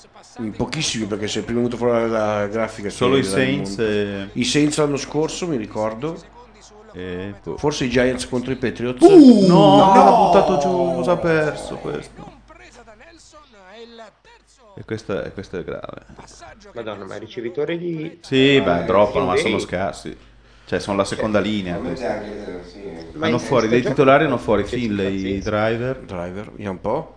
S7: Mm, Pochissimi perché se è prima venuto fuori la grafica. che
S3: Solo i
S7: era il
S3: Saints
S7: mondo.
S3: e-
S7: I Saints l'anno scorso, mi ricordo.
S3: boh.
S7: Forse i Giants contro i Patriots.
S3: Uh, no, l'ha buttato giù, cosa ha perso questo? E questo è, questo è grave.
S4: Madonna, ma i ricevitori di...
S3: Sì,
S4: Ah,
S2: Eh,
S3: beh, droppano, ma
S4: Green
S3: sono
S4: Bay.
S3: scarsi. Cioè, sono la seconda linea. questi.
S4: Ma
S3: Hanno
S4: in-
S3: fuori dei
S4: sta
S3: titolari, hanno fuori Finley, Driver.
S7: Driver, vediamo un po'.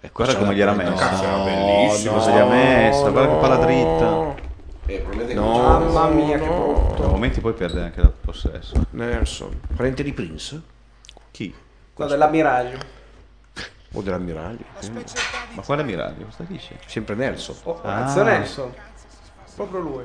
S3: E guarda come gliel'ha messa.
S7: Cazzo, era
S3: No,
S7: bellissimo.
S3: Cosa gli ha messo? guarda che
S7: no.
S3: palla dritta.
S7: No,
S6: Mamma mia, che brutto.
S3: A momenti poi perde anche dal possesso.
S7: Nelson, parente di Prince?
S3: Chi?
S6: Quello dell'ammiraglio.
S7: O dell'ammiraglio?
S3: Ma quale ammiraglio? Cosa dici? Ah,
S7: Sempre Nelson.
S6: Oh, Cazzo Nelson. Proprio lui.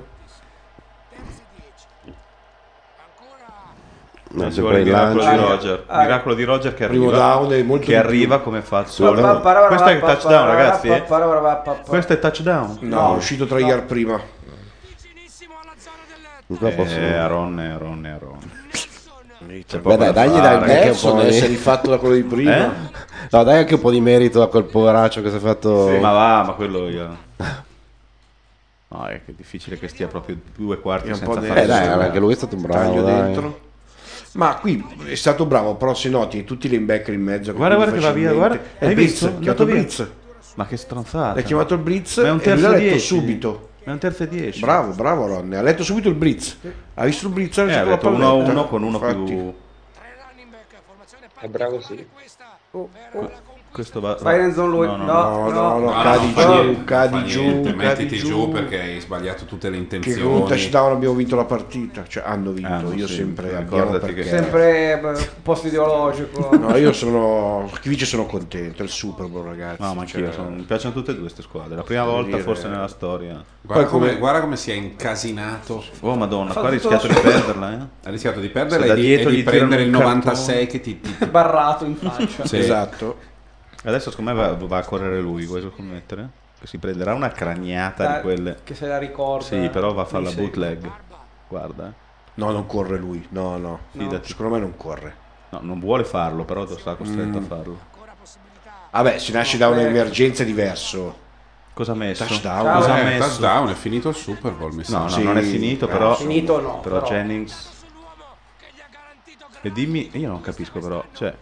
S15: No,
S3: Ci
S15: se
S3: vuole
S15: poi
S3: il miracolo
S15: lanci-
S3: di Roger.
S6: Ah.
S3: Miracolo di Roger che
S15: Primo
S3: arriva,
S15: down è molto
S3: che
S15: di più.
S3: arriva come fa
S7: Pa- pa-
S3: solo.
S7: pa- pa-
S3: Questo è il
S7: pa- pa-
S3: touchdown,
S7: pa- pa-
S3: ragazzi.
S7: pa-
S3: eh.
S7: pa- pa- pa- pa- pa-
S3: Questo è touchdown.
S7: No, è uscito tre yard prima.
S3: Eh, Aaron, Aaron, Aaron.
S15: Beh, dai, dagli
S3: Ah,
S15: dal terzo
S7: deve
S15: deve
S7: essere rifatto da quello di
S3: Eh?
S7: prima.
S15: Eh? No, dai anche un po' di merito a quel poveraccio che si è fatto...
S3: Ma va, ma quello io. No, è che è difficile che stia proprio due quarti
S15: È un
S3: senza
S15: po'
S3: fare
S15: dentro. Eh, dai,
S3: nulla.
S15: anche lui è stato bravo,
S7: Taglio
S15: dai.
S7: dentro. Ma qui è stato bravo, però se noti tutti i linebacker in mezzo.
S3: Guarda, guarda che va via, guarda.
S7: È
S3: Hai
S7: Blitz,
S3: visto?
S7: ha
S3: È
S7: chiamato
S3: andato via.
S7: Blitz.
S3: Ma che stronzata.
S7: Ha chiamato il Blitz
S3: Ma è un
S7: e lui
S3: terzo
S7: ha
S3: e
S7: letto
S3: 10.
S7: subito.
S3: Ma è un terzo e 10.
S7: Bravo, bravo Ronne. Ha letto subito il Blitz. Ha visto il Blitz, ha
S3: Eh,
S7: letto
S3: ha
S7: la
S3: detto 1 a
S7: palletta.
S3: 1 con uno
S7: Infatti.
S3: più...
S6: Oh.
S4: È bravo, sì.
S3: Questo va.
S6: Vai in zone lui. No, no, no,
S7: cadi
S1: Ah, no,
S7: giù, cadi
S1: fa
S7: giù,
S1: niente,
S7: cadi
S1: mettiti
S7: giù.
S1: giù perché hai sbagliato tutte le
S7: Che
S1: intenzioni.
S7: con Touchdown abbiamo vinto la partita, cioè hanno vinto,
S1: Hanno
S7: io sempre,
S1: sempre,
S7: abbiamo
S1: ricordati
S7: perché.
S1: che-
S6: Sempre eh, post ideologico.
S7: No, io sono. Chi vince sono contento, è il Super Bowl, ragazzi.
S3: No, ma anch'io sono- mi piacciono tutte e due queste squadre. La prima
S7: Devo
S3: volta,
S7: dire-
S3: forse nella storia.
S1: Guarda, come, guarda come si è incasinato.
S3: Oh, madonna, Ha qua ha fatto rischiato tutto- di perderla, eh.
S1: Ha rischiato di
S3: Se
S1: perderla
S3: da
S1: e di,
S3: dietro
S1: e di
S3: gli tirano
S1: prendere il
S3: un
S1: 96 che ti, ti-
S6: Barrato in faccia.
S1: Sì.
S3: Esatto. Adesso, secondo me, va, va a correre lui. Vuoi scommettere? Che si prenderà una craniata
S6: Da-
S3: di quelle.
S6: che se la ricorda.
S3: Sì, però va a fare
S6: Sì,
S3: la
S6: sì.
S3: bootleg. Guarda. eh.
S7: No, non corre lui. No, no.
S3: Fidati.
S7: Secondo me non corre.
S3: No, non vuole farlo, però sarà costretto
S7: Mm.
S3: a farlo.
S7: Vabbè, si nasce da un'emergenza diverso.
S3: Cosa ha messo?
S7: Touchdown.
S3: Ciao. Cosa ha
S1: Eh,
S3: messo?
S1: touchdown, è finito il Super Bowl. Mi sa.
S3: No, no, non è
S7: eh,
S3: finito, però. però Jennings. E dimmi, io non capisco, però. Cioè,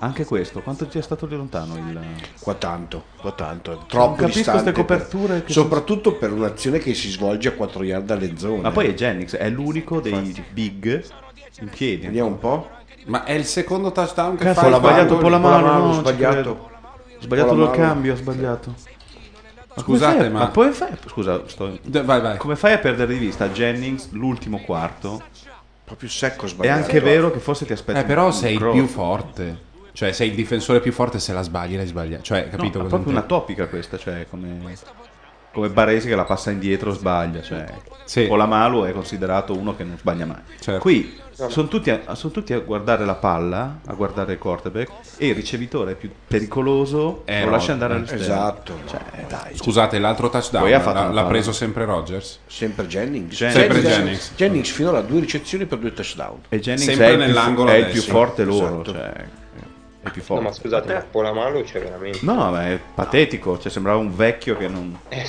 S3: anche questo, quanto ci è stato di lontano il.
S7: Qua tanto, qua tanto.
S3: Non
S7: Troppo
S3: capisco
S7: distante.
S3: queste coperture. Che
S7: soprattutto per un'azione che si svolge a 4 yard dalle zone.
S3: Ma poi è Jennings, è l'unico dei big in piedi.
S7: Vediamo un po'.
S1: Ma è il secondo touchdown che
S3: Cazzo,
S1: fa.
S3: l'ha
S1: il
S3: sbagliato
S1: Bangor.
S3: con la mano, no,
S1: ho
S3: non ci credo. Ho sbagliato
S1: Con la
S3: il
S1: mano.
S3: cambio, ho sbagliato. Ma
S1: Scusate,
S3: come fai-
S1: ma-
S3: ma poi fai, scusa, sto...
S1: vai, vai.
S3: come fai a perdere di vista Jennings l'ultimo quarto?
S7: Proprio secco
S3: È
S7: sbagliato.
S3: anche vero che forse ti aspetti.
S1: Eh, però
S3: un
S1: sei il
S3: cross.
S1: più forte. Cioè, sei il difensore più forte. Se la sbagli, l'hai sbagliata. Cioè,
S3: No,
S1: capito?
S3: è
S1: cosa
S3: proprio una
S1: intendo?
S3: topica questa, cioè come, come Baresi che la passa indietro sbaglia, cioè Olamalu è considerato uno che non sbaglia mai. Qui sono tutti, a, son tutti a guardare la palla, a guardare il quarterback e il ricevitore più pericoloso
S1: Eh,
S3: lo lascia
S1: no,
S3: andare
S1: eh,
S3: all'esterno.
S1: esatto.
S3: Cioè, eh, dai.
S1: Scusate, l'altro touchdown
S3: Poi ha fatto
S1: l'ha,
S3: una
S1: l'ha
S3: palla.
S1: preso sempre Rogers.
S7: Sempre Jennings.
S1: Sempre Jennings.
S7: Jennings finora ha due ricezioni per due touchdown.
S3: E Jennings
S1: Sempre
S3: è, il più-
S1: nell'angolo
S3: è il
S1: destro.
S3: più forte loro,
S7: Esatto.
S3: cioè, è più
S2: No,
S3: forte.
S2: ma
S6: Eh.
S2: scusate, ma Polamalo c'è veramente.
S3: No, no, ma è patetico, cioè sembrava un vecchio che non,
S2: Eh,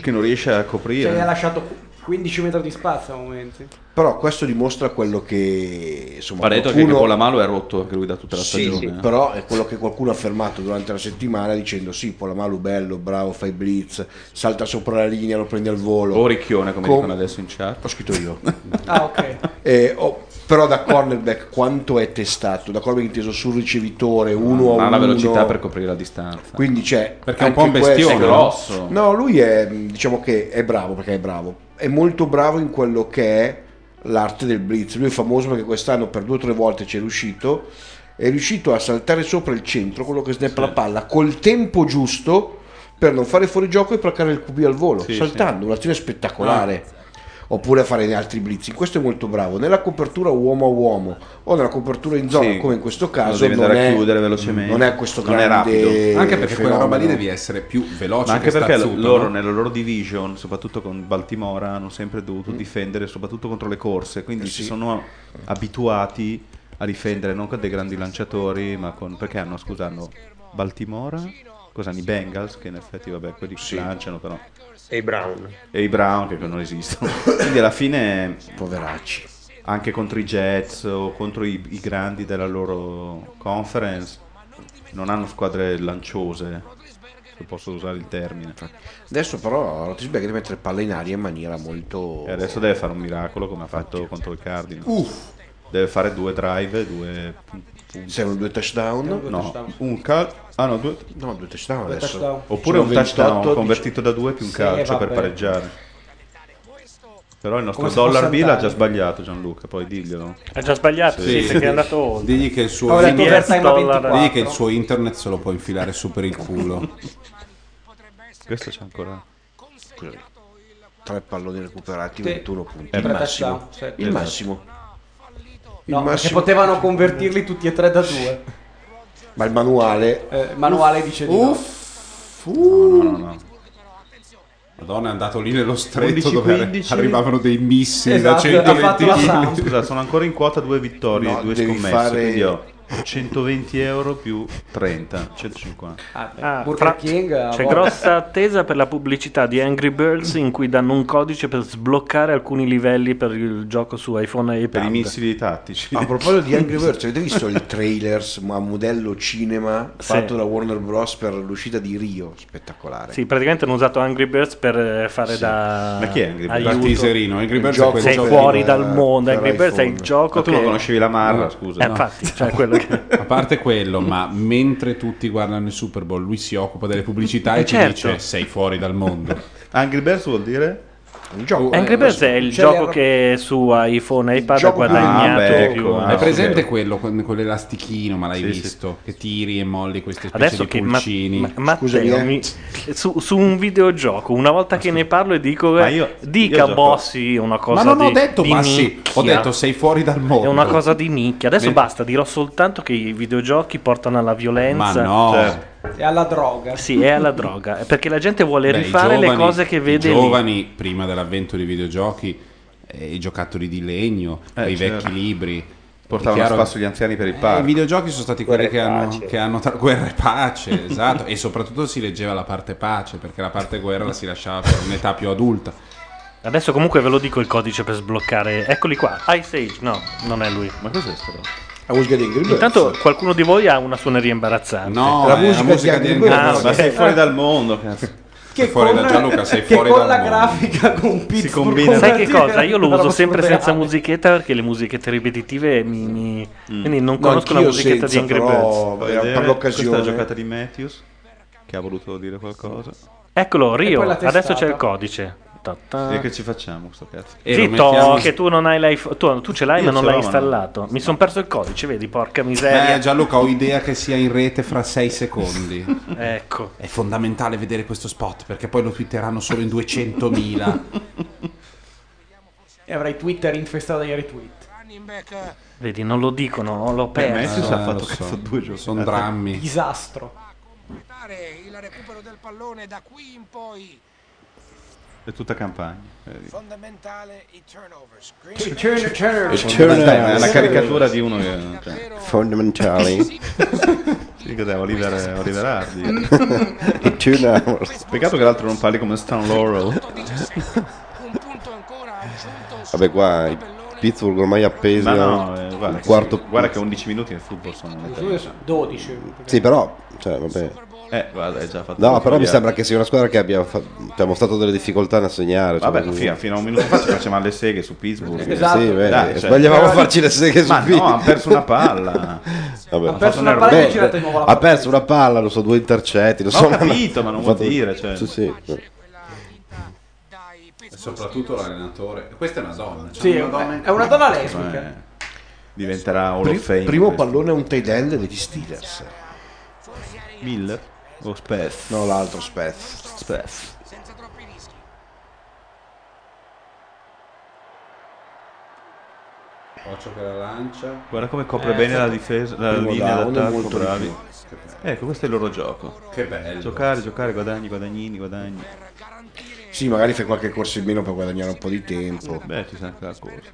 S3: che non riesce a coprire.
S6: Cioè, gli ha lasciato 15 metri di spazio a momenti.
S7: Però questo dimostra quello che insomma,
S3: Va detto che
S7: qualcuno-
S3: con la mano è rotto anche lui da tutta la
S7: Sì,
S3: stagione.
S7: sì,
S3: eh.
S7: però è quello che qualcuno ha affermato durante la settimana dicendo sì, Polamalu bello, bravo, fai blitz, salta sopra la linea, lo prende al volo.
S3: O Ricchione, come
S7: Com-
S3: dicono adesso in chat.
S7: Ho scritto io.
S6: Ah, ok.
S7: Eh, oh, però da cornerback quanto è testato? Da cornerback inteso sul ricevitore, uno a uno.
S3: ha la velocità per coprire la distanza.
S7: Quindi c'è...
S3: Perché è un
S7: anche
S3: po' un
S7: questo-
S3: bestione, È grosso.
S7: No, lui è, diciamo che è bravo perché è bravo. È molto bravo in quello che è l'arte del blitz. Lui è famoso perché quest'anno per due o tre volte ci è riuscito. È riuscito a saltare sopra il centro, quello che snappa la palla, col tempo giusto per non fare fuori gioco e placare il QB al volo,
S29: Sì,
S7: saltando, un'azione spettacolare.
S3: Ah.
S7: Oppure a fare altri blitz. In questo è molto bravo. Nella copertura uomo a uomo o nella copertura in zona,
S3: Sì.
S7: come in questo
S3: Quando
S7: caso,
S3: devi
S7: non
S3: andare a
S7: è,
S3: chiudere velocemente.
S7: non è questo
S3: Non è
S7: grande
S3: rapido.
S1: Anche perché quella roba lì
S7: fenomeno.
S1: devi essere più veloce.
S3: Ma anche
S1: che
S3: perché
S1: Stazzuto,
S3: loro
S1: no?
S3: nella loro division, soprattutto con Baltimora, hanno sempre dovuto difendere, soprattutto contro le corse. Quindi
S7: Eh
S3: si
S7: sì.
S3: sono abituati a difendere non con dei grandi lanciatori, ma con. Perché hanno, scusa, hanno Baltimora? Cosa hanno i Bengals? Che in effetti, vabbè, quelli lanciano però.
S2: E i Brown.
S3: E i Brown che non esistono. Quindi alla fine.
S7: Poveracci.
S3: Anche contro i Jets o contro i, i grandi della loro conference. Non hanno squadre lanciose, se posso usare il termine.
S7: Adesso però Rotisberg deve mettere palla in aria in maniera molto...
S3: E adesso deve fare un miracolo come ha fatto contro il Cardinal.
S7: Uff.
S3: Deve fare due drive, due punti.
S7: Servono due touchdown?
S3: No, un calcio. Ah no, due,
S7: no, due touchdown
S3: Due
S7: adesso.
S3: touchdown. Oppure
S7: Sono
S3: un touchdown
S7: 28,
S3: convertito da due più un
S7: Sì,
S3: calcio per
S7: vabbè.
S3: pareggiare. Però il nostro
S1: Come se fosse
S3: dollar bill ha
S1: andare.
S3: già sbagliato Gianluca, poi diglielo.
S5: Ha già sbagliato, sì, perché è andato oltre.
S1: Digli che il suo,
S5: Avevo detto overtime a 24.
S1: digli che il suo internet se lo può infilare su per il culo.
S3: Questo c'è ancora.
S7: Tre palloni recuperati,
S6: Sì.
S7: 21 punti.
S6: È
S7: Il
S6: tre
S7: massimo.
S6: touchdown, sì.
S7: Il
S6: Esatto.
S7: massimo. Il
S6: No, perché
S7: massimo.
S6: potevano convertirli tutti e tre da due.
S7: Ma il manuale...
S6: Eh, manuale dice di no.
S1: No, no, no, no. Madonna, è andato lì nello stretto
S3: 11,
S1: dove
S3: 15.
S1: arrivavano dei missili
S3: Esatto,
S1: da
S3: ha fatto la
S1: 120
S3: Sam.
S1: km.
S3: Scusa, sono ancora in quota due vittorie
S1: No,
S3: e due
S1: devi
S3: scommesse.
S1: fare-
S3: Quindi ho 120 euro più 30, 150.
S5: Ah,
S6: Burger
S5: fra-
S6: King a
S5: c'è
S6: volte.
S5: grossa attesa per la pubblicità di Angry Birds in cui danno un codice per sbloccare alcuni livelli per il gioco su iPhone e iPad.
S3: Per i missili tattici.
S7: A proposito di Angry Birds, avete visto il trailers ma a modello cinema
S5: Sì.
S7: fatto da Warner Bros. per l'uscita di Rio? Spettacolare.
S5: Sì, praticamente hanno usato Angry Birds per eh, fare
S7: Sì.
S5: da.
S7: Ma chi è Angry Birds?
S5: aiuto.
S7: Da teaserino, Angry Birds è
S5: Sei
S7: quello
S5: fuori
S7: per-
S5: dal mondo.
S7: per
S5: Angry Birds è il
S7: iPhone.
S5: gioco.
S3: Ma tu non
S5: che-
S3: conoscevi la Marla,
S5: Eh,
S3: scusa.
S5: Infatti, cioè quello
S1: A parte quello, ma mentre tutti guardano il Super Bowl, lui si occupa delle pubblicità e
S5: Certo.
S1: ci dice sei fuori dal mondo.
S3: Eh, Angry Birds vuol dire?
S1: Un
S7: Eh,
S5: Angry Birds è il gioco che su iPhone e iPad ha
S7: Ah,
S5: guadagnato di
S7: ecco,
S5: più.
S1: Ah, ecco. È presente quello con quell'elastichino, ma l'hai visto? Che tiri e molli queste specie
S5: Adesso
S1: di
S5: che ma,
S1: pulcini. eh.
S5: ma- Matteo mi- su, su un videogioco, una volta che ne parlo e dico eh,
S1: Ma io-
S5: dica
S1: io gioco-
S5: Bossi una cosa
S1: Ma non ho
S5: di-
S1: detto
S5: di
S1: Bassi, ho
S5: nicchia.
S1: detto sei fuori dal mondo.
S5: È una cosa di nicchia. Adesso
S1: Me-
S5: basta, dirò soltanto che i videogiochi portano alla violenza. Cioè,
S1: Ma no. Certo.
S6: E alla droga.
S5: Sì, è alla droga. È Perché la gente vuole
S1: Beh, i
S5: rifare le
S1: giovani-
S5: cose che vede
S1: I
S5: lì.
S1: giovani, prima dell'avvento dei videogiochi, eh, i giocattoli di legno,
S3: Eh,
S1: i
S3: certo.
S1: vecchi libri.
S3: Portavano
S1: È
S3: a
S1: chiaro-
S3: spasso gli anziani per il
S1: Eh,
S3: parco.
S1: I videogiochi sono stati quelli che
S3: Guerra e
S1: hanno,
S3: pace.
S1: che hanno tra guerra e pace, esatto. e soprattutto si leggeva la parte pace, perché la parte guerra la si lasciava diciamo, per un'età più adulta.
S5: Adesso comunque ve lo dico il codice per sbloccare. Eccoli qua. Ice Age. No, non è lui. Ma cos'è sto?
S7: La musica di Angry Birds.
S5: Intanto qualcuno di voi ha una suoneria imbarazzante.
S1: No,
S3: eh,
S1: La è la musica di musica di Angry Angry Birds. Birds.
S5: Ah,
S3: Ma sei
S5: ok.
S3: fuori dal mondo, cazzo.
S5: Sei fuori con- da Gianluca, sei che fuori con dal la mondo. grafica
S6: con Pittsburgh
S5: Sai che cosa? Io lo
S6: Una
S5: uso
S6: roba
S5: sempre
S6: surreale.
S5: senza musichetta perché le musichette ripetitive mi. mi- Quindi non
S7: No,
S5: conosco la
S7: anch'io
S5: musichetta
S7: senza,
S5: di Angry
S1: eh,
S7: però,
S5: Birds.
S7: era per l'occasione.
S3: Mm. Questa è la giocata di Matthews che ha voluto dire qualcosa.
S5: Eccolo, Oh, Rio.
S3: poi la testata.
S5: Adesso c'è il codice. Ta ta.
S3: E che ci facciamo sto cazzo?
S5: Zitto, che tu non hai l'iPhone. Tu, tu ce l'hai,
S3: Io
S5: ma non
S3: ce
S5: l'hai
S3: l'ho, ma no.
S5: installato. Mi sono perso il codice, vedi, porca miseria.
S1: Eh, Gianluca, ho idea che sia in rete fra 6 secondi.
S5: ecco.
S1: È fondamentale vedere questo spot perché poi lo twitteranno solo in 200.000.
S6: E avrai Twitter infestato dai retweet.
S5: Vedi, non lo dicono, l'ho
S3: Beh,
S5: perso.
S3: Matthews ha fatto cazzo due
S5: Cioè,
S3: giochi.
S1: Sono drammi.
S6: Disastro.
S8: il recupero del pallone da qui in poi
S3: È tutta campagna. vedi.
S8: fondamentale i turnovers
S6: Turn- turn- turn.
S3: È fondamentale, è la caricatura di uno che. Cioè.
S15: Fondamentali.
S3: Sì, cos'è? Oliver, Oliver Hardy.
S15: I turnovers.
S3: Peccato che l'altro non parli come Stan Laurel.
S15: Vabbè, qua i Pittsburgh ormai appesi
S3: Ma
S15: a
S3: no, eh,
S15: un
S3: guarda,
S15: quarto
S3: sì, guarda che 11 minuti nel football sono una
S6: Due sono 12. perché-
S15: Sì, però, cioè, vabbè.
S3: Eh, guarda, è già fatto.
S15: No, però mi sembra che sia una squadra che abbia, fa- cioè, ha mostrato delle difficoltà nel segnare. cioè,
S3: Vabbè,
S15: così.
S3: fino, fino a un minuto fa ci facevamo le seghe su Pittsburgh. cioè,
S15: Sì, Esatto. sì, vedi,
S3: eh,
S15: sbagliavamo a farci le seghe su
S3: Ma no,
S15: Pittsburgh.
S3: hanno perso una palla.
S15: Vabbè.
S3: Ha perso una palla
S15: Beh,
S3: e ha girato di nuovo la
S15: ha perso una palla, non so, due intercetti. Non
S3: Ma
S15: so,
S3: ho capito, ma non
S15: ha
S3: vuol
S15: fatto-
S3: dire, cioè.
S15: Sì, sì.
S1: E soprattutto l'allenatore. Questa è una donna.
S3: cioè,
S6: Sì, è una- è una donna
S3: eh.
S6: lesbica.
S3: Diventerà Hall
S7: Pri-
S3: of Fame.
S7: primo
S3: questo.
S7: pallone è un tight end degli Steelers.
S3: Miller o Speth?
S7: No, l'altro Speth.
S3: Speth.
S1: Faccio che la lancia.
S3: Guarda come copre bene la difesa, la
S1: Primo
S3: linea
S1: down,
S3: d'attacco,
S1: Eh, molto
S3: bravi.
S1: ricco.
S3: Ecco, questo è il loro gioco.
S1: Che bello.
S3: Giocare, giocare, guadagni, guadagnini, guadagni.
S7: Sì, magari fai qualche corso in meno per guadagnare un po' di tempo.
S3: Beh, ci sarà anche la corsa.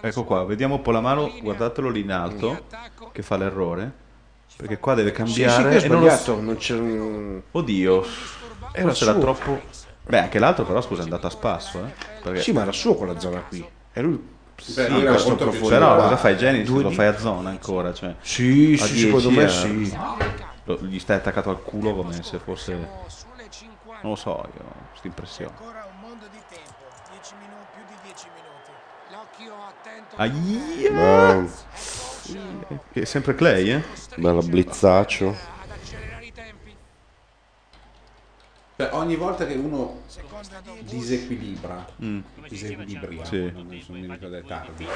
S3: Ecco qua, vediamo Polamaro, guardatelo lì in alto, che fa l'errore. Perché qua deve cambiare.
S7: Sì, sì, che è
S3: e non lo
S7: sbagliato,
S3: so-
S7: non c'è un-
S3: Oddio.
S7: Era
S3: Forse era
S7: suo.
S3: troppo... Beh, anche l'altro però, scusa, è andato a spasso, eh. Perché-
S7: Sì, ma era suo quella zona qui. E lui...
S3: Sì,
S7: lui era
S3: questo
S7: molto
S3: più-
S7: più
S3: però
S7: giocato.
S3: cosa fai Genesis?
S7: Due
S3: Lo
S7: di-
S3: fai a zona ancora? Cioè,
S7: Sì,
S3: a
S7: sì,
S3: 10
S7: secondo me
S3: a-
S7: sì.
S3: lo- gli stai attaccato al culo come se fosse. Non lo so, io ho questa impressione. Aia!
S15: No.
S3: È sempre Clay, eh?
S15: Bello blizzaccio.
S1: Cioè, ogni volta che uno disequilibra, disequilibria,
S3: Mm. Sì.
S1: non so nemmeno cosa è tardi,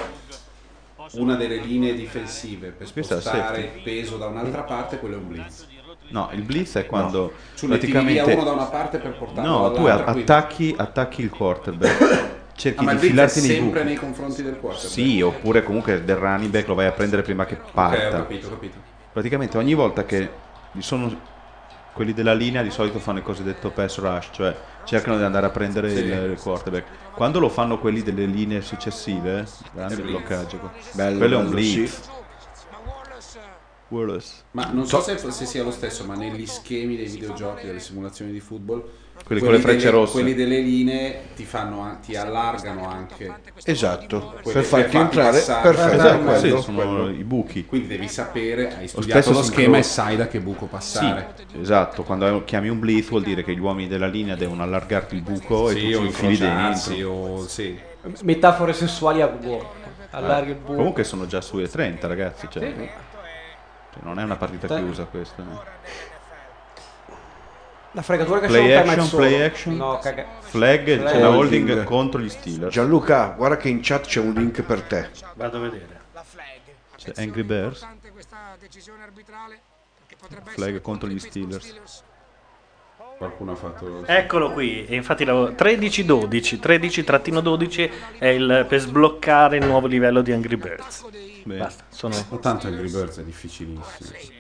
S1: una delle linee difensive per
S3: Questa è la
S1: spostare
S3: safety.
S1: il peso da un'altra parte, quello è un blitz.
S3: No, il blitz è quando
S1: No. Su, ne tiri
S3: praticamente
S1: via uno da una parte per portarlo
S3: No, tu
S1: dall'altra, quindi-
S3: attacchi, attacchi il quarterback.
S1: Ah,
S3: Cerchi
S1: ma
S3: di
S1: il blitz è
S3: filarti nei
S1: sempre
S3: buchi.
S1: nei confronti del quarterback.
S3: Sì, oppure comunque del running back lo vai a prendere prima che parta.
S1: ho capito, ho capito.
S3: Praticamente ogni volta che ci sono quelli della linea di solito fanno il cosiddetto pass rush, cioè cercano di andare a prendere
S1: Sì.
S3: il, il quarterback. Quando lo fanno quelli delle linee successive, grande
S1: blitz.
S3: bloccaggio. qua.
S1: Bello,
S3: Quello è un
S1: bello,
S3: blitz. Wallace.
S1: Ma non so se, se sia lo stesso, ma negli schemi dei videogiochi, delle simulazioni di football,
S3: Quelli con le frecce
S1: delle-
S3: rosse.
S1: quelli delle linee ti, fanno, an- ti allargano anche
S7: Esatto,
S1: Quelli
S7: per farti entrare,
S1: passare.
S7: perfetto,
S1: Esatto,
S7: quello,
S1: sì,
S7: sono
S3: i buchi.
S1: Quindi devi sapere, hai
S3: Lo
S1: studiato
S3: stesso
S1: lo, schema
S3: sincro-
S1: e sai da che buco passare.
S3: Sì, esatto, quando chiami un blitz vuol dire che gli uomini della linea devono allargarti il buco
S1: Sì,
S3: e tu
S1: o
S3: ci infili
S1: incrociarsi,
S3: dentro.
S1: o- sì.
S6: Metafore sessuali a buono. Allarga Ah, il buco.
S3: Comunque sono già sui 30 ragazzi, cioè.
S6: Sì.
S3: Cioè, non è una partita
S6: Te-
S3: chiusa questa. eh.
S6: La fregatura che c'è
S3: Play
S6: un
S3: action,
S6: timeout solo.
S3: play action.
S6: No, caga.
S3: Flag, c'è
S6: Flag.
S3: una holding contro gli Steelers.
S7: Gianluca, guarda che in chat c'è un link per te.
S23: Vado a vedere.
S3: C'è Angry Bears. Flag contro gli Steelers.
S1: Qualcuno ha fatto.
S5: Eccolo qui, e infatti la 13-12, 13-12 è il, per sbloccare il nuovo livello di Angry Birds. Basta, sono...
S1: Ma tanto Angry Birds è difficilissimo.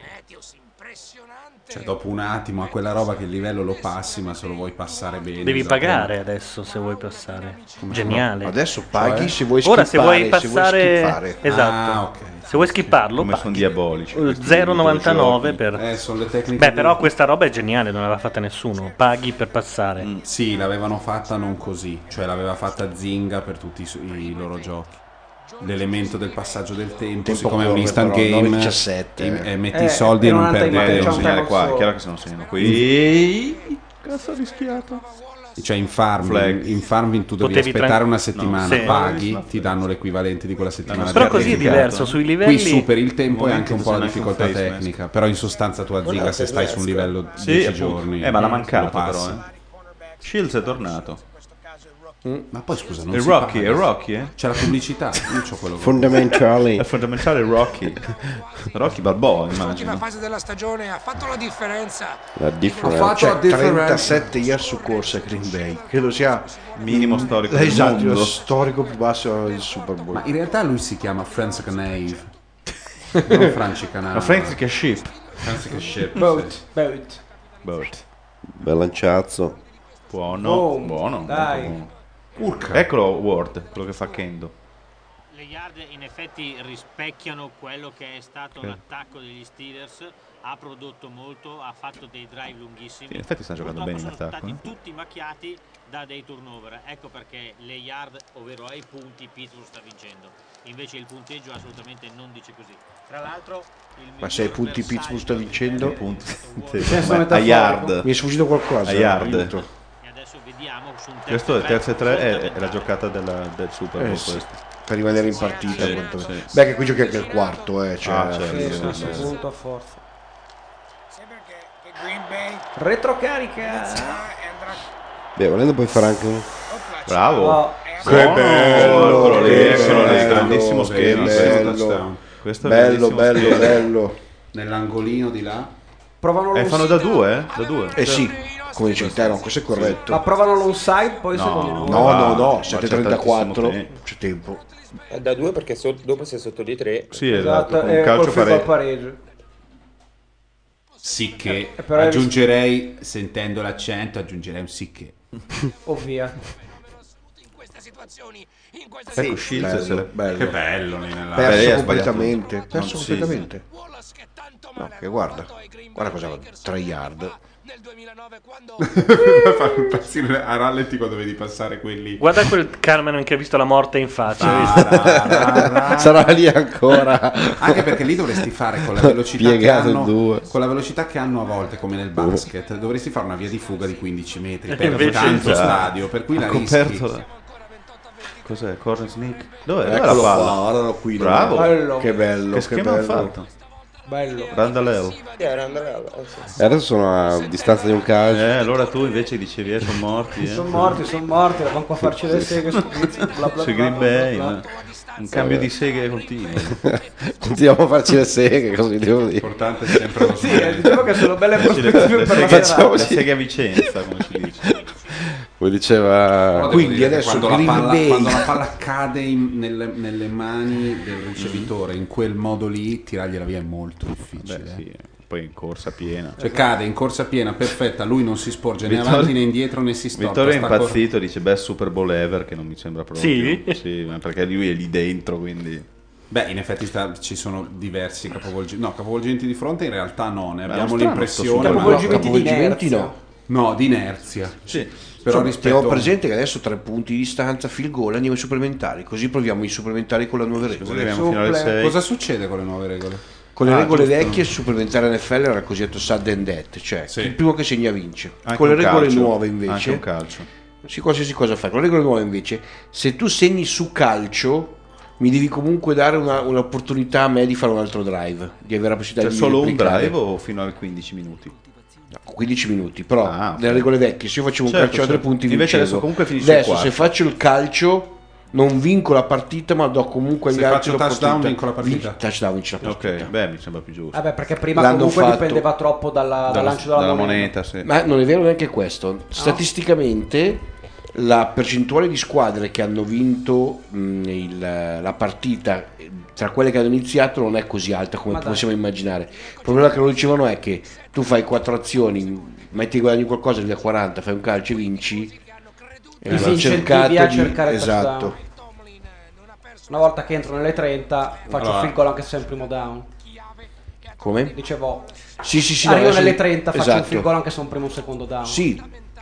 S1: Cioè, dopo un attimo a quella roba che il livello lo passi, ma se lo vuoi passare bene. esatto.
S5: Devi
S1: dopo-
S3: esatto.
S5: pagare adesso se vuoi passare. Geniale.
S1: Adesso paghi se vuoi
S5: Ora se vuoi
S1: skippare, se vuoi
S5: passare
S1: skippare.
S5: Esatto.
S1: Ah, ok.
S5: Se vuoi skipparlo,
S3: Come sono diabolici.
S5: Eh, 0,99 per...
S1: Eh, sono le tecniche.
S5: Beh, però questa roba è geniale, non l'aveva fatta nessuno. Ecco. Paghi per passare.
S1: Mm, Sì, l'avevano fatta non così, cioè l'aveva fatta Zinga per tutti i, su- i loro giochi. L'elemento del passaggio del tempo,
S7: Tempo
S1: siccome è un
S7: corre,
S1: instant
S7: però,
S1: game,
S7: 9:17,
S1: e-
S7: eh.
S1: e metti
S7: Eh,
S1: i soldi e
S7: era
S1: non
S7: un
S1: perdi
S7: antimatter,
S1: tempo.
S7: c'è un segnale
S3: qua, è chiaro che se non segnano qui.
S23: Cazzo rischiato.
S1: Cioè in farming, in farming tu devi
S5: Potevi
S1: aspettare
S5: tran-
S1: una settimana,
S5: no, sì.
S1: paghi, ti danno l'equivalente di quella settimana.
S5: Però
S1: di
S5: così è
S1: attività.
S5: diverso, sui livelli-
S1: Qui superi il tempo e anche un po' la
S3: Non c'è
S1: difficoltà
S3: neanche un face
S1: tecnica, però in sostanza tu a
S3: No,
S1: Zinga se
S3: face
S1: stai su un
S3: mask.
S1: livello
S3: Sì,
S1: 10
S3: appunto.
S1: giorni.
S3: Eh, ma l'ha
S1: lo
S3: mancato
S1: passi.
S3: però, eh. Shields è tornato.
S6: Mm.
S1: Ma poi scusa, non
S3: È
S1: si
S3: Rocky,
S1: paga.
S3: è Rocky, eh?
S1: C'è la pubblicità, io c'ho quello.
S15: Fondamentale.
S3: è fondamentale Rocky. Rocky Balboa,
S8: L'ultima
S3: immagino.
S8: fase della stagione ha fatto la differenza.
S15: La
S7: Ha
S15: differenza.
S7: fatto 37 yard su corsa a Green Bay. Credo sia
S3: minimo storico del
S7: Esatto,
S3: mondo.
S7: lo storico più basso del Super Bowl.
S1: Ma in realtà lui si chiama Franz Canave. non Franci Canave.
S3: Ma Franz che ship.
S1: Franz che ship.
S6: Boat,
S1: sì.
S6: boat.
S3: Boat.
S15: Bel lanciazzo.
S3: Boh. Buono,
S6: Boom.
S3: buono.
S6: Dai.
S3: molto buono.
S6: Urca.
S3: Eccolo Ward, quello che fa Kendo.
S24: Le yard in effetti rispecchiano quello che è stato
S3: Sì.
S24: l'attacco degli Steelers, ha prodotto molto, ha fatto dei drive lunghissimi.
S3: Sì, in effetti sta giocando
S24: Purtroppo
S3: bene in
S24: sono
S3: attacco,
S24: stati
S3: eh.
S24: tutti macchiati da dei turnover. Ecco perché le yard, ovvero ai punti, Pittsburgh sta vincendo. Invece il punteggio assolutamente non dice così. Tra l'altro il
S7: Ma se ai punti Pittsburgh sta vincendo,
S3: Senso metaforico. a yard.
S7: mi è sfuggito qualcosa.
S3: A yard.
S7: aiuto.
S3: Questo è il terzo e tre, è, è la giocata della- del Super Bowl.
S7: Eh sì,
S3: questo.
S7: per rimanere in partita.
S3: Sì,
S7: quanto-
S3: sì.
S7: Beh, che qui giochi anche il quarto, eh, cioè,
S3: Ah,
S7: alla
S3: certo,
S7: fine,
S3: sì,
S7: no,
S3: sì,
S7: no.
S3: sì.
S6: Punto a forza.
S22: Green Bay.
S6: Retrocarica.
S15: Beh, volendo puoi fare anche un...
S3: Bravo.
S15: Che bello,
S3: Eccolo lì,
S15: che
S3: eccolo lì,
S15: bello,
S3: grandissimo
S15: che
S3: schema. questo è un
S15: bello.
S3: touchdown. Questo è un
S15: Bello,
S3: grandissimo
S15: bello,
S3: schema.
S15: bello.
S1: Nell'angolino di là.
S6: Provano
S3: Eh,
S6: l'onside.
S3: fanno da due, eh? Da due.
S7: Eh sì, come dice te, no, questo è corretto.
S6: Ma provano l'onside, poi
S7: No,
S6: secondo
S7: no,
S6: voi.
S7: no, no,
S3: ma c'è
S7: 7.34
S3: tantissimo
S7: c'è tempo.
S2: Eh,
S4: È da due perché so- dopo si è sotto di tre.
S3: Sì,
S6: Esatto, eh, col free ball pareggio.
S1: Sì che
S6: Eh, però è-
S1: aggiungerei, sentendo l'accento, aggiungerei un sì che.
S6: O Oh, via.
S1: Ecco Shields
S7: bello,
S1: se le-
S7: bello.
S1: Che bello lì nella-
S7: Perso
S1: Beh, lei ha
S7: completamente,
S1: sbagliato.
S7: perso
S1: Non si-
S7: completamente. No, che guarda, guarda cosa fa, 3 yard.
S1: Fa impazzire a rallenti quando vedi passare quelli.
S5: Guarda quel Carmen che ha visto la morte in faccia. hai visto?
S1: Ah,
S15: Sarà lì ancora.
S1: Anche perché lì dovresti fare con la velocità che
S15: Piegato in
S1: hanno,
S15: due. Uh.
S1: con la velocità che hanno a volte, come nel basket, dovresti fare una via di fuga di 15 metri per
S3: Eh, Invece
S1: tanto
S3: già
S1: stadio, per cui
S3: ha
S1: la
S3: coperto
S1: rischi.
S3: la- Cos'è? Corner sneak? Dove è
S7: Eccolo
S3: la palla?
S7: qua, guardalo qui,
S3: Bravo.
S7: bello. Che bello,
S3: Oh, Che
S7: che
S3: schema ha
S7: bello.
S3: fatto?
S6: Bello.
S3: Randall
S4: Sì, era Andrea,
S2: oh,
S4: eh, sì.
S15: E adesso sono a distanza di un calcio.
S3: Eh, allora tu invece dicevi, eh, sono morti. Eh.
S6: Sono morti, sono morti, eravamo qua a farci le seghe su bla, bla,
S3: Sui
S6: bla,
S3: Green
S6: bla, bla,
S3: Bay.
S6: bla.
S3: ma- Un cambio di seghe continuo.
S15: Continuiamo a farci le seghe, cosa vi devo dire?
S1: Importante sempre lo
S6: Sì, eh, diciamo che sono belle
S3: Facci le-
S6: prospettive
S3: le
S6: per la
S3: seghe-
S6: serata.
S3: le seghe a Vicenza, come si dice.
S15: Come diceva...
S1: Però devo
S15: Quindi
S1: dire che
S15: adesso
S1: quando
S15: Green
S1: la, palla,
S15: Bay...
S1: quando la palla cade in- nelle, nelle mani del ricevitore in quel modo lì, tirargliela via è molto difficile.
S3: Beh, sì, eh. poi in corsa piena.
S1: Cioè cade in corsa piena, perfetta, lui non si sporge né
S3: Vittorio-
S1: avanti né indietro né si stoppa.
S3: Vittorio è
S1: sta cor-
S3: impazzito, dice beh Super Bowl ever che non mi sembra proprio.
S1: Sì?
S3: Sì, ma perché lui è lì dentro, quindi
S1: Beh, in effetti sta- ci sono diversi capovolgimenti. No, capovolgimenti di fronte in realtà no, ne
S3: Ma
S1: abbiamo
S3: strano sto
S1: l'impressione.
S3: Super
S1: ma-
S3: Bowl. Capovolgimenti di Capovolgimenti
S7: inerzia.
S1: No, di inerzia. Però
S7: Però
S1: rispetto
S7: teniamo Cioè, presente che adesso tre punti di distanza, field goal, andiamo ai supplementari, così proviamo i supplementari con le nuove regole.
S1: Cosa succede con le nuove regole?
S7: Con le
S1: Ah,
S7: regole
S1: giusto.
S7: vecchie il supplementare NFL era il cosiddetto sud and dead, cioè il primo che segna vince.
S3: Anche
S7: con le
S3: un
S7: regole
S3: calcio,
S7: nuove invece...
S3: anche un calcio.
S7: Sì, qualsiasi cosa fai. Con le regole nuove invece, se tu segni su calcio, mi devi comunque dare una- un'opportunità a me di fare un altro drive, di avere la possibilità di
S3: Cioè solo un
S7: replicare.
S3: drive o fino a 15 minuti?
S7: 15 minuti, però nelle regole vecchie, se io facevo un
S3: Ah, Certo,
S7: calcio a tre
S3: certo.
S7: punti
S3: Invece
S7: vincevo.
S3: adesso comunque finisce
S7: Adesso
S3: il quarto.
S7: se faccio il calcio non vinco la partita, ma do comunque agli
S1: Se
S7: altri
S1: faccio touchdown,
S7: l'opportunità.
S1: vinco la partita.
S7: Vinci- touchdown vinci la partita.
S3: Ok, beh, mi sembra più giusto.
S6: Vabbè, perché prima
S7: L'hanno
S6: comunque
S7: fatto.
S6: dipendeva troppo dalla- dal
S7: Dalla-
S6: lancio della,
S3: dalla
S6: moneta.
S3: moneta, sì.
S7: Ma non è vero neanche questo. Statisticamente la percentuale di squadre che hanno vinto mh, il- la partita eh, tra quelle che hanno iniziato non è così alta come
S6: Ma dai.
S7: possiamo immaginare. Il problema che loro dicevano è che tu fai quattro azioni, metti e guadagni qualcosa, arrivi a 40, fai un calcio e vinci. Eh,
S6: Ti si
S7: hanno
S6: incentivi a
S7: di-
S6: cercare il
S7: esatto.
S6: touchdown. Una volta che entro nelle 30 faccio
S7: Allora.
S6: il field goal anche se è un primo down.
S7: Come?
S6: Dicevo,
S7: Sì, sì, sì, no,
S6: arrivo
S7: adesso-
S6: nelle 30 faccio il
S7: esatto.
S6: field goal anche se è un primo o un secondo down.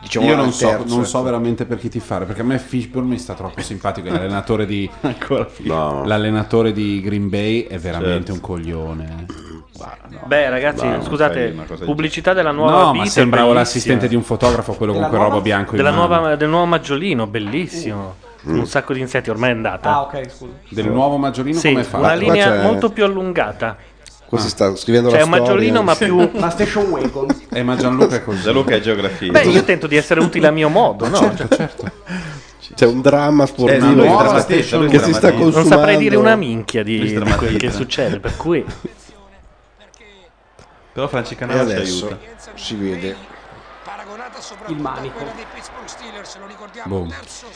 S7: diciamo
S1: io
S7: alla
S1: non so,
S7: terza.
S1: non so veramente per chi ti fare perché a me Fishburne mi sta troppo simpatico. L'allenatore di, l'allenatore di Green Bay è veramente
S3: Certo.
S1: un coglione. eh.
S5: Beh, ragazzi,
S1: Bah, non sai
S5: scusate,
S1: una cosa del
S5: pubblicità della nuova
S1: No,
S5: vita
S1: ma sembrava
S5: bellissima.
S1: l'assistente di un fotografo, quello
S5: Della
S1: con quel
S5: nuova-
S1: roba bianco in
S5: della
S1: mano. Mm.
S5: nuova, del nuovo maggiolino, bellissimo. Un sacco di insetti, ormai è andata.
S6: Ah, ok, scusa.
S1: Del nuovo maggiolino
S5: Sì,
S1: come fa?
S5: Una
S1: Guarda, qua
S5: linea
S1: c'è-
S5: molto più allungata.
S15: Qua si sta scrivendo
S5: Cioè,
S15: la
S5: un
S15: storia.
S5: maggiolino, ma più.
S6: La station wagon.
S1: Eh, ma Gianluca è così.
S3: Gianluca è geografia.
S5: Beh, io tento di essere utile a mio modo, no?
S1: Certo,
S15: C'è un dramma
S5: Eh, no,
S15: sportivo
S5: lui
S15: che
S5: drammatizza, lui
S15: che si sta
S5: drammatizza.
S15: consumando.
S5: Non saprei dire una minchia di,
S3: Lui
S5: di
S3: drammatizza.
S5: quel che succede, per cui
S3: Però Franci
S7: E
S3: Canale ci
S7: adesso
S3: aiuta.
S7: si vede.
S6: Il manico.
S7: Boom.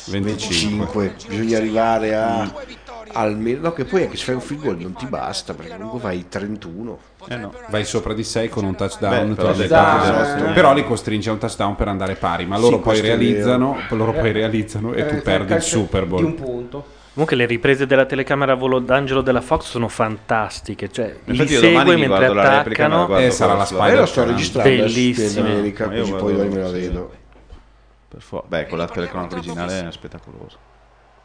S1: 25.
S7: bisogna arrivare a
S1: Mm.
S7: almeno no, che poi anche se fai un field goal non ti basta perché comunque fai 31
S1: Eh no, vai sopra di 6 con un touchdown,
S7: Beh,
S1: te l'ho
S7: però
S1: detto
S7: esatto,
S1: anche
S7: esatto.
S1: adesso.
S7: eh.
S1: però li costringe a un touchdown per andare pari, ma
S7: Sì,
S1: loro poi
S7: questo è
S1: realizzano,
S7: vero.
S1: loro poi
S7: Eh,
S1: realizzano e
S7: eh,
S1: tu
S7: fai
S1: perdi il
S7: calcio
S1: Super Bowl.
S7: di un
S6: punto.
S5: Comunque le riprese della telecamera a volo d'angelo della Fox sono fantastiche, cioè li
S3: Infatti io domani
S5: segue
S3: mi
S5: mentre
S3: guardo la replica, ma
S5: attaccano
S3: la
S7: Eh,
S3: guardo con Eh, la slide.
S5: Io
S3: Io la sto registrando eh, adesso in
S5: Bellissima.
S3: America,
S7: così
S3: io
S7: poi
S3: vado-
S7: me la
S3: sì,
S7: vedo
S3: Per fo- Beh, con la telecronaca originale è spettacolosa.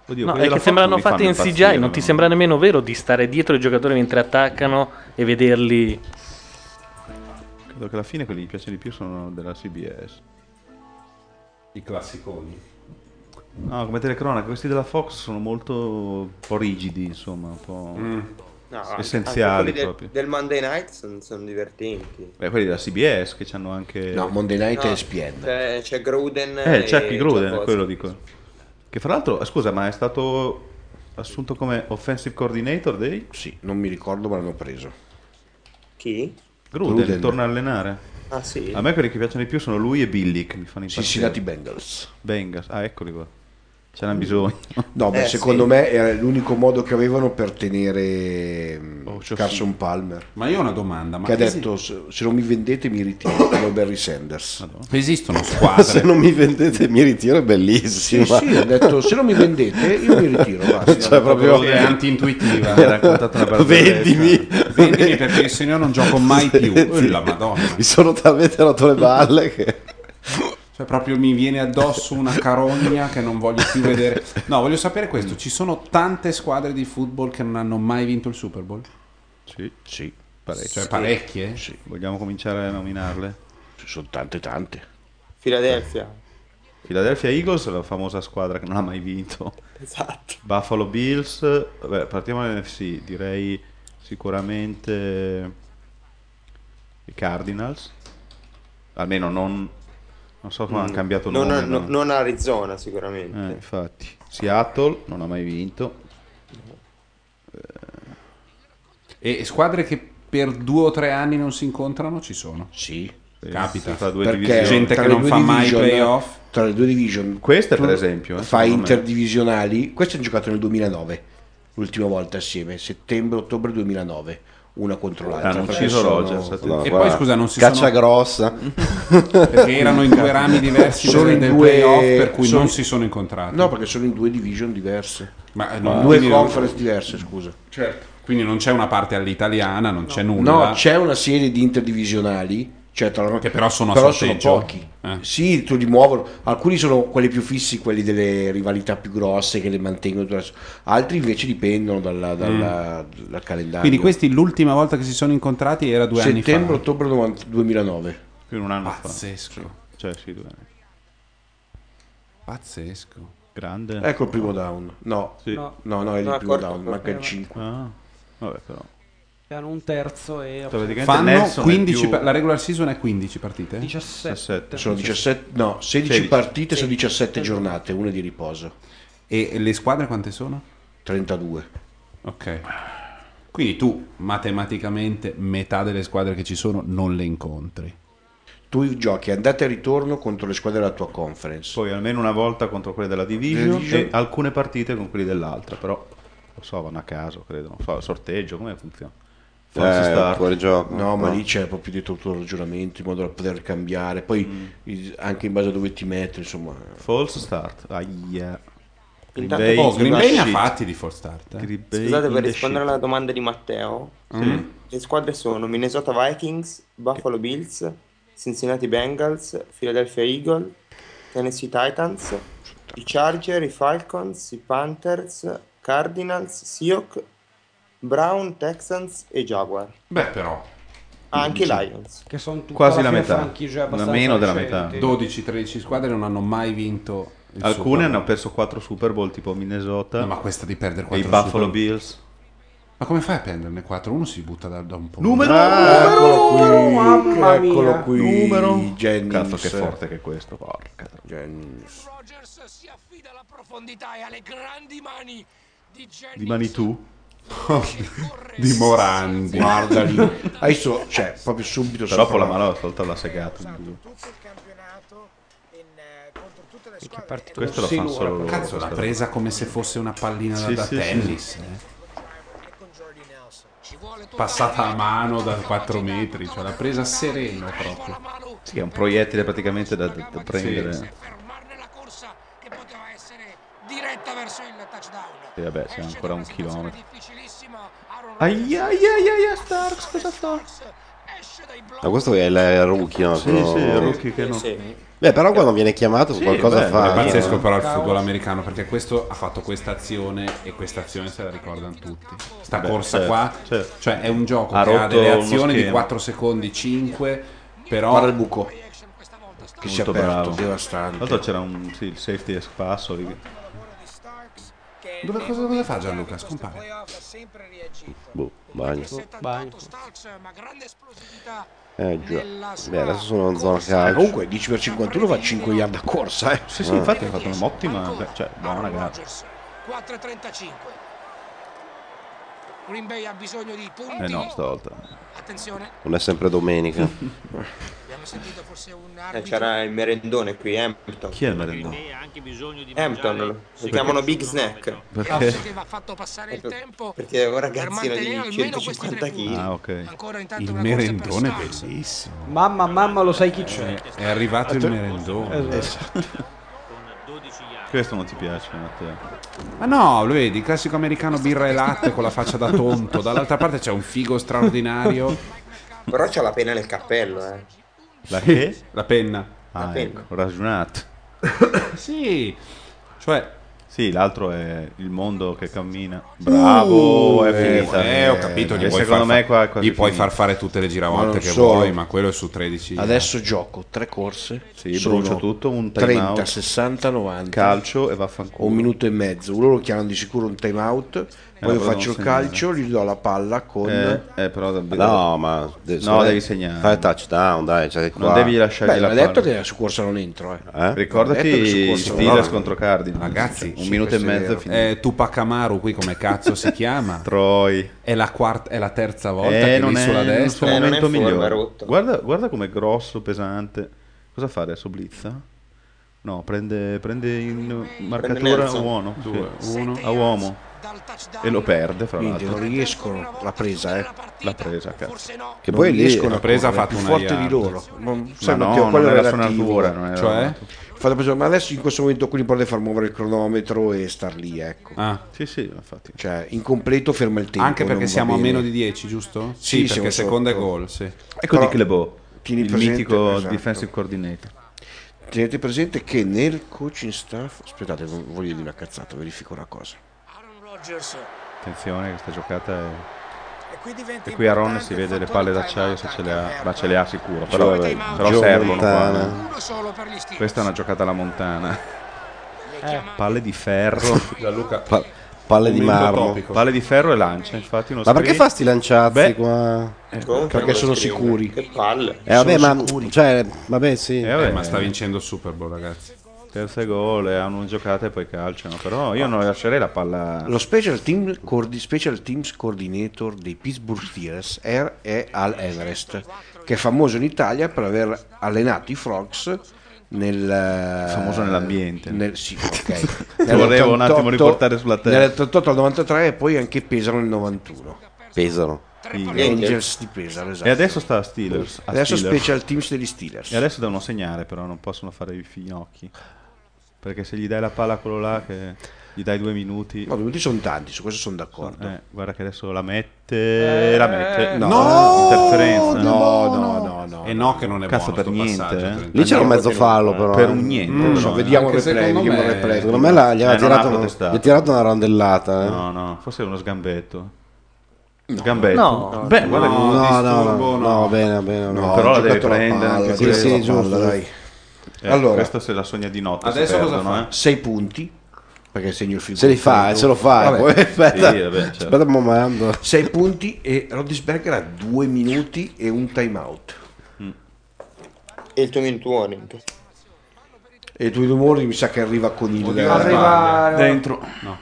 S3: Oddio,
S5: No, è
S3: quelli della
S5: che
S3: Fox
S5: sembrano
S3: mi fanno
S5: fatte in
S3: impazzire,
S5: CGI, non
S3: veramente.
S5: ti sembra nemmeno vero di stare dietro i giocatori mentre attaccano e vederli.
S3: Credo che alla fine quelli che piace di più sono della CBS.
S1: I classiconi.
S3: No, come telecronaca, questi della Fox sono molto un po' rigidi, insomma, un po'
S2: Mm. No, anche-
S3: Mm. essenziali
S2: anche quelli
S3: proprio.
S2: del, del Monday Night sono, sono divertenti.
S3: Beh, quelli della CBS che hanno anche...
S7: No, Monday Night
S2: No,
S7: è ESPN.
S2: C'è, c'è Gruden.
S3: Eh, Chucky
S2: e
S3: Gruden,
S2: Giacobos.
S3: quello dico. Che fra l'altro, eh, scusa, ma è stato assunto come offensive coordinator dei...
S7: Sì, non mi ricordo, ma l'hanno preso.
S2: Chi?
S3: Gruden,
S7: Gruden.
S3: torna a allenare.
S2: Ah, sì?
S3: A me quelli che piacciono di più sono lui e Billy, che mi fanno impazzire.
S7: Cincinnati Bengals.
S3: Bengals, ah, eccoli qua. Ce n'hanno bisogno.
S7: no
S2: Eh,
S3: Eh,
S7: beh, secondo me era l'unico modo che avevano per tenere mm, Carson Palmer
S1: Ma io ho una domanda, ma
S7: che ha
S1: esi-
S7: detto se se non mi vendete mi ritiro come Barry Sanders
S1: Esistono squadre.
S15: Se non mi vendete mi ritiro è bellissimo.
S7: Sì, sì, ha detto, "Se non mi vendete, io mi ritiro", basta.
S15: cioè, proprio
S1: Sì, è anti-intuitiva.
S15: Mi ha raccontato una barzelletta.
S1: Vendimi. Vendimi perché se no non gioco mai più. Eh, la madonna.
S15: Mi sono talmente rotto le balle che...
S1: Cioè, proprio mi viene addosso una carogna che non voglio più vedere. No, voglio sapere questo: ci sono tante squadre di football che non hanno mai vinto il Super Bowl?
S3: Sì, sì.
S1: Parecchie. Cioè, parecchie?
S3: Sì. Vogliamo cominciare a nominarle?
S7: Ci sono tante, tante.
S2: Philadelphia.
S3: Philadelphia Eagles, la famosa squadra che non ha mai vinto.
S2: Esatto.
S3: Buffalo Bills, vabbè, partiamo dall'NFC, direi sicuramente i Cardinals, almeno non, non so come
S2: Mm.
S3: hanno cambiato
S2: non,
S3: nome.
S2: non-
S3: ma-
S2: non Arizona, sicuramente.
S3: Eh, infatti, Seattle non ha mai vinto.
S1: E squadre che per due o tre anni non si incontrano ci sono?
S7: Sì.
S1: Capita.
S3: Sì, tra due
S7: perché
S1: gente
S7: tra
S1: che
S7: le
S1: non
S7: due
S1: fa mai
S7: division-
S1: playoff.
S7: tra le due division
S3: queste
S7: tu
S3: per esempio, eh,
S7: fai
S3: secondo me.
S7: interdivisionali queste hanno giocato nel 2009 l'ultima volta assieme settembre ottobre 2009 una contro l'altra
S3: Hanno
S7: perché
S3: ucciso
S7: sono-
S3: Rodgers, attenzione.
S1: E poi scusa, non si
S15: Caccia
S1: sono...
S15: grossa.
S1: Perché erano in due rami diversi
S7: Sono
S1: del,
S7: in
S1: del
S7: due-
S1: playoff, per cui
S7: sono-
S1: non si sono incontrati.
S7: no perché sono in due division diverse
S1: Ma
S7: In
S1: non-
S7: due
S1: quindi non-
S7: conference diverse scusa
S1: Certo. Quindi non c'è una parte all'italiana, non c'è nulla.
S7: No, c'è una serie di interdivisionali. Cioè, tra-
S1: Che però sono a Eh. sorteggio.
S7: pochi. Sì, tu li muovono. Alcuni sono quelli più fissi, quelli delle rivalità più grosse che le mantengono. tutto il resto. Altri invece dipendono dalla- dalla- dal calendario.
S1: Mm. Quindi questi l'ultima volta che si sono incontrati era due
S7: Settembre,
S1: anni fa.
S7: ottobre 90 2009.
S3: Più un anno
S1: Pazzesco.
S3: fa. Cioè, sì, due anni.
S1: Pazzesco.
S3: Grande.
S7: Ecco il primo down. No,
S3: Sì.
S7: no, no, è il
S6: No,
S7: primo
S6: corto,
S7: down,
S6: corto.
S7: manca il
S6: Eh,
S7: 5.
S3: Ah, vabbè però.
S6: Che hanno un terzo e
S1: Cioè, Fanno 15
S7: più-
S1: pa- la regular season è 15 partite?
S7: 17. Sono 17, no, 16
S1: Sedici.
S7: partite sono 17 giornate, una di riposo.
S1: E le squadre quante sono?
S7: 32.
S1: Ok. Quindi tu matematicamente metà delle squadre che ci sono non le incontri.
S7: Tu giochi andata e ritorno contro le squadre della tua conference.
S3: Poi almeno una volta contro quelle della Division
S7: Division.
S3: e alcune partite con quelli dell'altra, però lo so, vanno a caso, credo, non so, sorteggio, come funziona? Forse start.
S7: No, ma lì c'è proprio dietro tutto il ragionamento in modo da poter cambiare. Poi i- anche in base a dove ti metti, insomma.
S3: False start. Aia.
S2: Intanto- Oh, Green Bay ne ha fatti di
S1: false start.
S2: Scusate, per rispondere alla domanda di Matteo,
S1: Mm.
S2: le squadre sono Minnesota Vikings, Buffalo Bills, Cincinnati Bengals, Philadelphia Eagles, Tennessee Titans, i Charger, i Falcons, i Panthers, Cardinals, Seahawks, Brown, Texans e Jaguar.
S1: Beh, però.
S2: Ah, anche i Lions.
S6: Che sono tutte
S3: Quasi alla la fine metà. franchigie abbastanza Meno della metà.
S1: 12-13 squadre non hanno mai vinto. il Super Bowl.
S3: Alcune hanno perso 4 Super Bowl tipo Minnesota.
S1: No, ma questa di perdere
S3: E i
S1: 4
S3: Buffalo Bills.
S1: Ma come fai a prenderne 4? Uno si butta da, da un
S7: Ecco.
S1: po'. Ah,
S3: Numero
S7: Ah,
S1: Eccolo
S3: uno,
S1: qui,
S3: mamma
S1: eccolo
S3: mia.
S1: qui,
S3: Numero-
S1: Jennings.
S3: Cazzo che forte che è questo, porca.
S1: Di Manitou.
S7: Di
S1: Morandi.
S7: Guarda lì. Adesso, cioè, proprio subito
S3: Però
S7: sopra
S3: con la mano tolta la segata. Questo lo fanno solo loro.
S1: Cazzo, l'ha
S3: questa
S1: presa come se fosse una pallina da,
S3: Sì,
S1: da
S3: sì,
S1: tennis.
S3: sì.
S1: eh. Passata a mano da 4 metri, cioè l'ha presa sereno proprio.
S3: Sì, è un proiettile praticamente da, da- da prendere.
S1: Sì.
S8: diretta verso il touchdown.
S3: Sì, vabbè, siamo ancora a un chilometro.
S8: Ai ai ai ai Starks, cosa Starks?
S15: Ma questo è il rookie, no?
S3: Sì,
S15: Quello-
S3: sì, il rookie che non-
S15: Beh, però quando viene chiamato su qualcosa eh. fa.
S1: È pazzesco però il
S15: Caos.
S1: football americano perché questo ha fatto questa azione e questa azione se la ricordano tutti. Sta
S3: Beh,
S1: corsa
S3: certo,
S1: qua,
S3: certo.
S1: cioè è un gioco
S3: Ha
S1: che ha
S3: rotto
S1: delle
S3: uno
S1: azioni di
S3: schema.
S1: 4 secondi, 5, però...
S7: Guarda il buco.
S3: Che
S7: si è aperto, devastante.
S3: Tra l'altro c'era un sì, il safety a spasso. lì.
S1: Dove, cosa, cosa fa Gianluca? Scompare.
S15: Boh, bagno.
S8: Starks, ma grande esplosività.
S15: Eh, già. Beh, adesso sono in zona calcio.
S7: Comunque 10x51 fa 5 yard a corsa, eh.
S3: Sì, sì, infatti ha fatto un'ottima, cioè, buona gara.
S8: 4.35. Green Bay ha bisogno di punti.
S15: Eh no, stavolta.
S8: Attenzione.
S15: Non è sempre domenica.
S8: Abbiamo sentito forse un
S2: Eh,
S8: arbitro.
S2: c'era il merendone qui, Hampton.
S15: Chi è il
S2: merendone? Hampton, lo
S15: Perché?
S2: chiamano Big Snack.
S8: Perché? Ah, Va fatto passare il tempo.
S2: Perché è un ragazzino
S8: mantenere
S2: di
S8: almeno
S2: 150 kg.
S3: Ah, ok.
S8: Ancora
S1: Il merendone è bellissimo.
S6: Mamma, mamma, lo sai chi c'è?
S7: Eh,
S1: È, è arrivato il merendone.
S3: Questo non ti piace, Matteo.
S1: Ma no, lo vedi, il classico americano birra e latte con la faccia da tonto. Dall'altra parte c'è un figo straordinario.
S2: Però c'ha la pena nel cappello, eh.
S3: La che?
S1: La penna.
S3: Ah,
S2: penna.
S3: ecco, ragionato.
S1: sì. Cioè...
S3: Sì, l'altro è il mondo che cammina. Bravo, è
S1: Uh, Eh,
S3: finita.
S1: Eh, ho capito, gli
S3: E
S1: puoi,
S3: secondo
S1: far,
S3: me qua è quasi
S1: gli puoi
S3: finita.
S1: far fare tutte le
S7: Ma
S1: giravolte
S7: non
S1: che
S7: solo.
S1: vuoi, ma quello è su 13.
S7: Adesso gioco tre corse.
S3: Sì,
S7: sono
S3: brucio tutto, un
S7: 30,
S3: timeout.
S7: 60, 90.
S3: Calcio e vaffanculo. Eh,
S7: Un minuto e mezzo. Loro chiamano di sicuro un time out. Poi io
S3: però
S7: faccio il
S3: non segna.
S7: calcio, gli do la palla con.
S3: Eh, eh, però davvero-
S15: No, ma
S3: No, devi segnare.
S15: Fai touchdown, dai. Cioè, qua.
S3: Non devi lasciargli
S7: Beh,
S3: la
S7: l'ha
S3: palla.
S7: detto che su corsa non entro. Eh.
S15: Eh?
S3: Ricordati
S7: Detto che su
S3: i
S7: corsa non
S3: Steelers
S7: entro.
S3: contro Cardinals.
S1: Ragazzi,
S3: un minuto e mezzo finito.
S1: Eh, Tupac Amaru qui come cazzo si chiama?
S3: Troy.
S1: È la, quarta- è la terza volta
S3: Eh,
S1: che
S3: non
S1: lì
S3: è
S1: sulla
S3: il suo
S1: destra.
S3: momento migliore. Oh, Guarda, guarda com'è grosso, pesante. Cosa fa adesso Blizza? No, prende, prende in marcatura a
S7: Nelson.
S3: uomo, sì.
S7: Due, uno.
S3: a uomo e lo perde fra
S7: Quindi
S3: l'altro.
S7: non riescono. La presa, eh.
S3: L'ha presa, cazzo.
S7: Che poi lì riescono
S1: la
S7: a
S1: presa ha
S7: correre,
S1: fatto
S7: più
S1: una
S7: forte
S1: yard.
S7: di loro. Non, sai,
S3: Ma no,
S7: Matteo,
S3: non
S7: quello
S3: era
S7: è
S3: su
S7: relativo.
S3: natura, non era-
S1: Cioè?
S7: Fate presente, ma adesso in questo momento quindi potete far muovere il cronometro e star lì, ecco.
S3: Sì, sì, infatti.
S7: Cioè, incompleto ferma il tempo.
S1: Anche perché
S7: non va
S1: siamo a
S7: bene.
S1: meno di 10, giusto?
S7: Sì,
S1: Sì, perché
S7: siamo
S1: seconda è
S7: sotto.
S1: gol, sì.
S3: Ecco
S7: Però
S3: Dick LeBeau,
S7: tieni
S3: il
S7: presente-
S3: mitico
S7: esatto.
S3: defensive coordinator.
S7: Tenete presente che nel coaching staff. Aspettate, voglio dire una cazzata, verifico una cosa.
S8: Rodgers.
S3: Attenzione, questa giocata è...
S8: E qui diventa
S3: E qui Aaron si vede le palle d'acciaio se ce le ha, ma ce le ha sicuro, però, eh,
S15: Gio-
S3: però
S15: Gio
S3: servono qua.
S15: Montana.
S3: eh. Questa è una giocata alla Montana. Palle di ferro.
S1: Gianluca.
S15: Pa- palle di
S3: Momento
S15: marmo.
S3: topico. Palle di ferro e lancia, infatti uno
S15: Ma perché
S3: sprint- Eh,
S15: fa sti lanciazzi
S3: Beh,
S15: qua?
S3: eh,
S15: Perché sono
S3: sicuri.
S2: Ecco, Che palle.
S15: Eh vabbè, ma cioè, vabbè, sì.
S1: Eh, ma sta vincendo il Super Bowl, ragazzi.
S3: Terza gol, eh, hanno giocata e poi calciano. Però io non lascerei la palla.
S7: Lo special, team coordi- special teams coordinator dei Pittsburgh Steelers er- è Al Everest, che è famoso in Italia per aver allenato i Frogs nel eh,
S3: Famoso nell'ambiente.
S7: nel, sì, ok.
S3: Lo
S7: Nell'
S3: volevo un attimo
S7: 88
S3: riportare sulla terra.
S7: nell'88 al 93 e poi anche Pesaro nel 91
S15: Pesano
S7: gli Angels di Pesaro esatto.
S3: E adesso sta a Steelers. a
S7: adesso
S3: Steelers.
S7: special teams degli Steelers
S3: E adesso devono segnare, però non possono fare i finocchi. Perché se gli dai la palla a quello là, che gli dai due minuti.
S7: No, due minuti sono tanti, su questo sono d'accordo.
S3: Eh, guarda che adesso la mette.
S15: Eh,
S3: la mette.
S7: no.
S3: interferenza.
S7: No, no, no,
S1: E Eh, no, che non è
S3: Cazzo
S1: buono
S3: per
S1: sto
S3: niente.
S1: passaggio,
S3: eh.
S1: Trentino.
S15: Lì c'era un mezzo fallo, però.
S3: Per
S15: eh.
S3: un niente.
S15: Mm,
S3: però, eh.
S15: vediamo il replay.
S1: secondo
S15: vediamo il
S1: me-
S15: replay. Secondo me la, gli,
S3: Eh,
S15: ha
S3: non
S15: tirato,
S3: ha
S15: una-
S3: protestato.
S15: gli ha tirato una rondellata. Eh.
S3: No, no, forse è uno sgambetto. Gambetto.
S15: No.
S3: Beh,
S15: No,
S3: guarda che
S15: no,
S3: disturbo,
S15: no, no, bene, bene, no.
S3: Però la
S15: Ha
S3: deve
S15: giocato la
S3: prendere.
S15: palla,
S3: anche
S15: sì,
S3: questa.
S15: sì, giusto, dai.
S3: Eh,
S15: Allora.
S3: Questo se la sogna di notte.
S7: Adesso
S3: si
S7: cosa
S3: perdono,
S7: fa?
S3: eh.
S7: 6 punti perché segno il figo.
S15: Se li fa, eh, se lo fa,
S7: Vabbè.
S15: poi aspetta,
S7: Sì, vabbè, certo.
S15: aspetta un momento.
S7: 6 punti e Rodisberger ha 2 minuti e un time out.
S2: E il tuo minuto warning.
S7: E i tuoi rumori mi sa che arriva con il eh,
S2: Oddio, arriva-
S3: Dentro.
S1: No.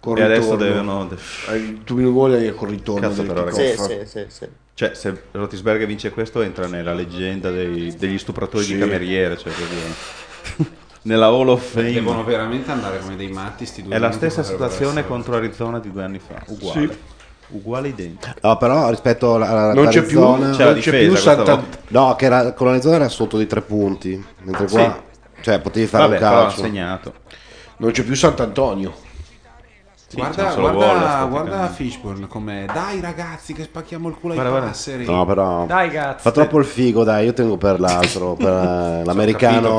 S7: Col
S3: E adesso
S7: ritorno.
S3: devono-
S7: Eh, Tu mi vuoi e col ritorno
S3: Cazzo,
S7: del
S3: però,
S7: kickoff.
S3: ragazzi. Cioè, se Rotisberger vince questo, entra nella leggenda dei- degli stupratori
S1: Sì.
S3: di cameriere. Cioè, proprio- nella Hall of Fame.
S1: Devono veramente andare come dei matti sti due
S3: È la
S1: minuti
S3: stessa
S1: potrebbero
S3: situazione
S1: essere-
S3: contro Arizona di due anni fa. Uguale.
S1: Sì.
S3: Uguale identica.
S15: No, però rispetto alla, alla
S3: Non c'è
S15: alla
S3: più-
S15: zona-
S3: c'è la non c'è difesa più questa Santa- volta.
S15: No, che era, con la zona era sotto di tre punti, mentre
S3: Sì.
S15: qua cioè potevi fare
S3: Vabbè,
S15: un
S3: però ha
S15: calcio.
S3: segnato.
S7: Non c'è più Sant'Antonio.
S1: guarda, guarda, guarda Fishburne come dai ragazzi che spacchiamo il culo ai
S3: Guarda, guarda.
S1: passeri.
S15: No, però
S1: Dai, cazzo.
S15: Ah, fa troppo il figo, dai, io tengo per l'altro, per eh, l'americano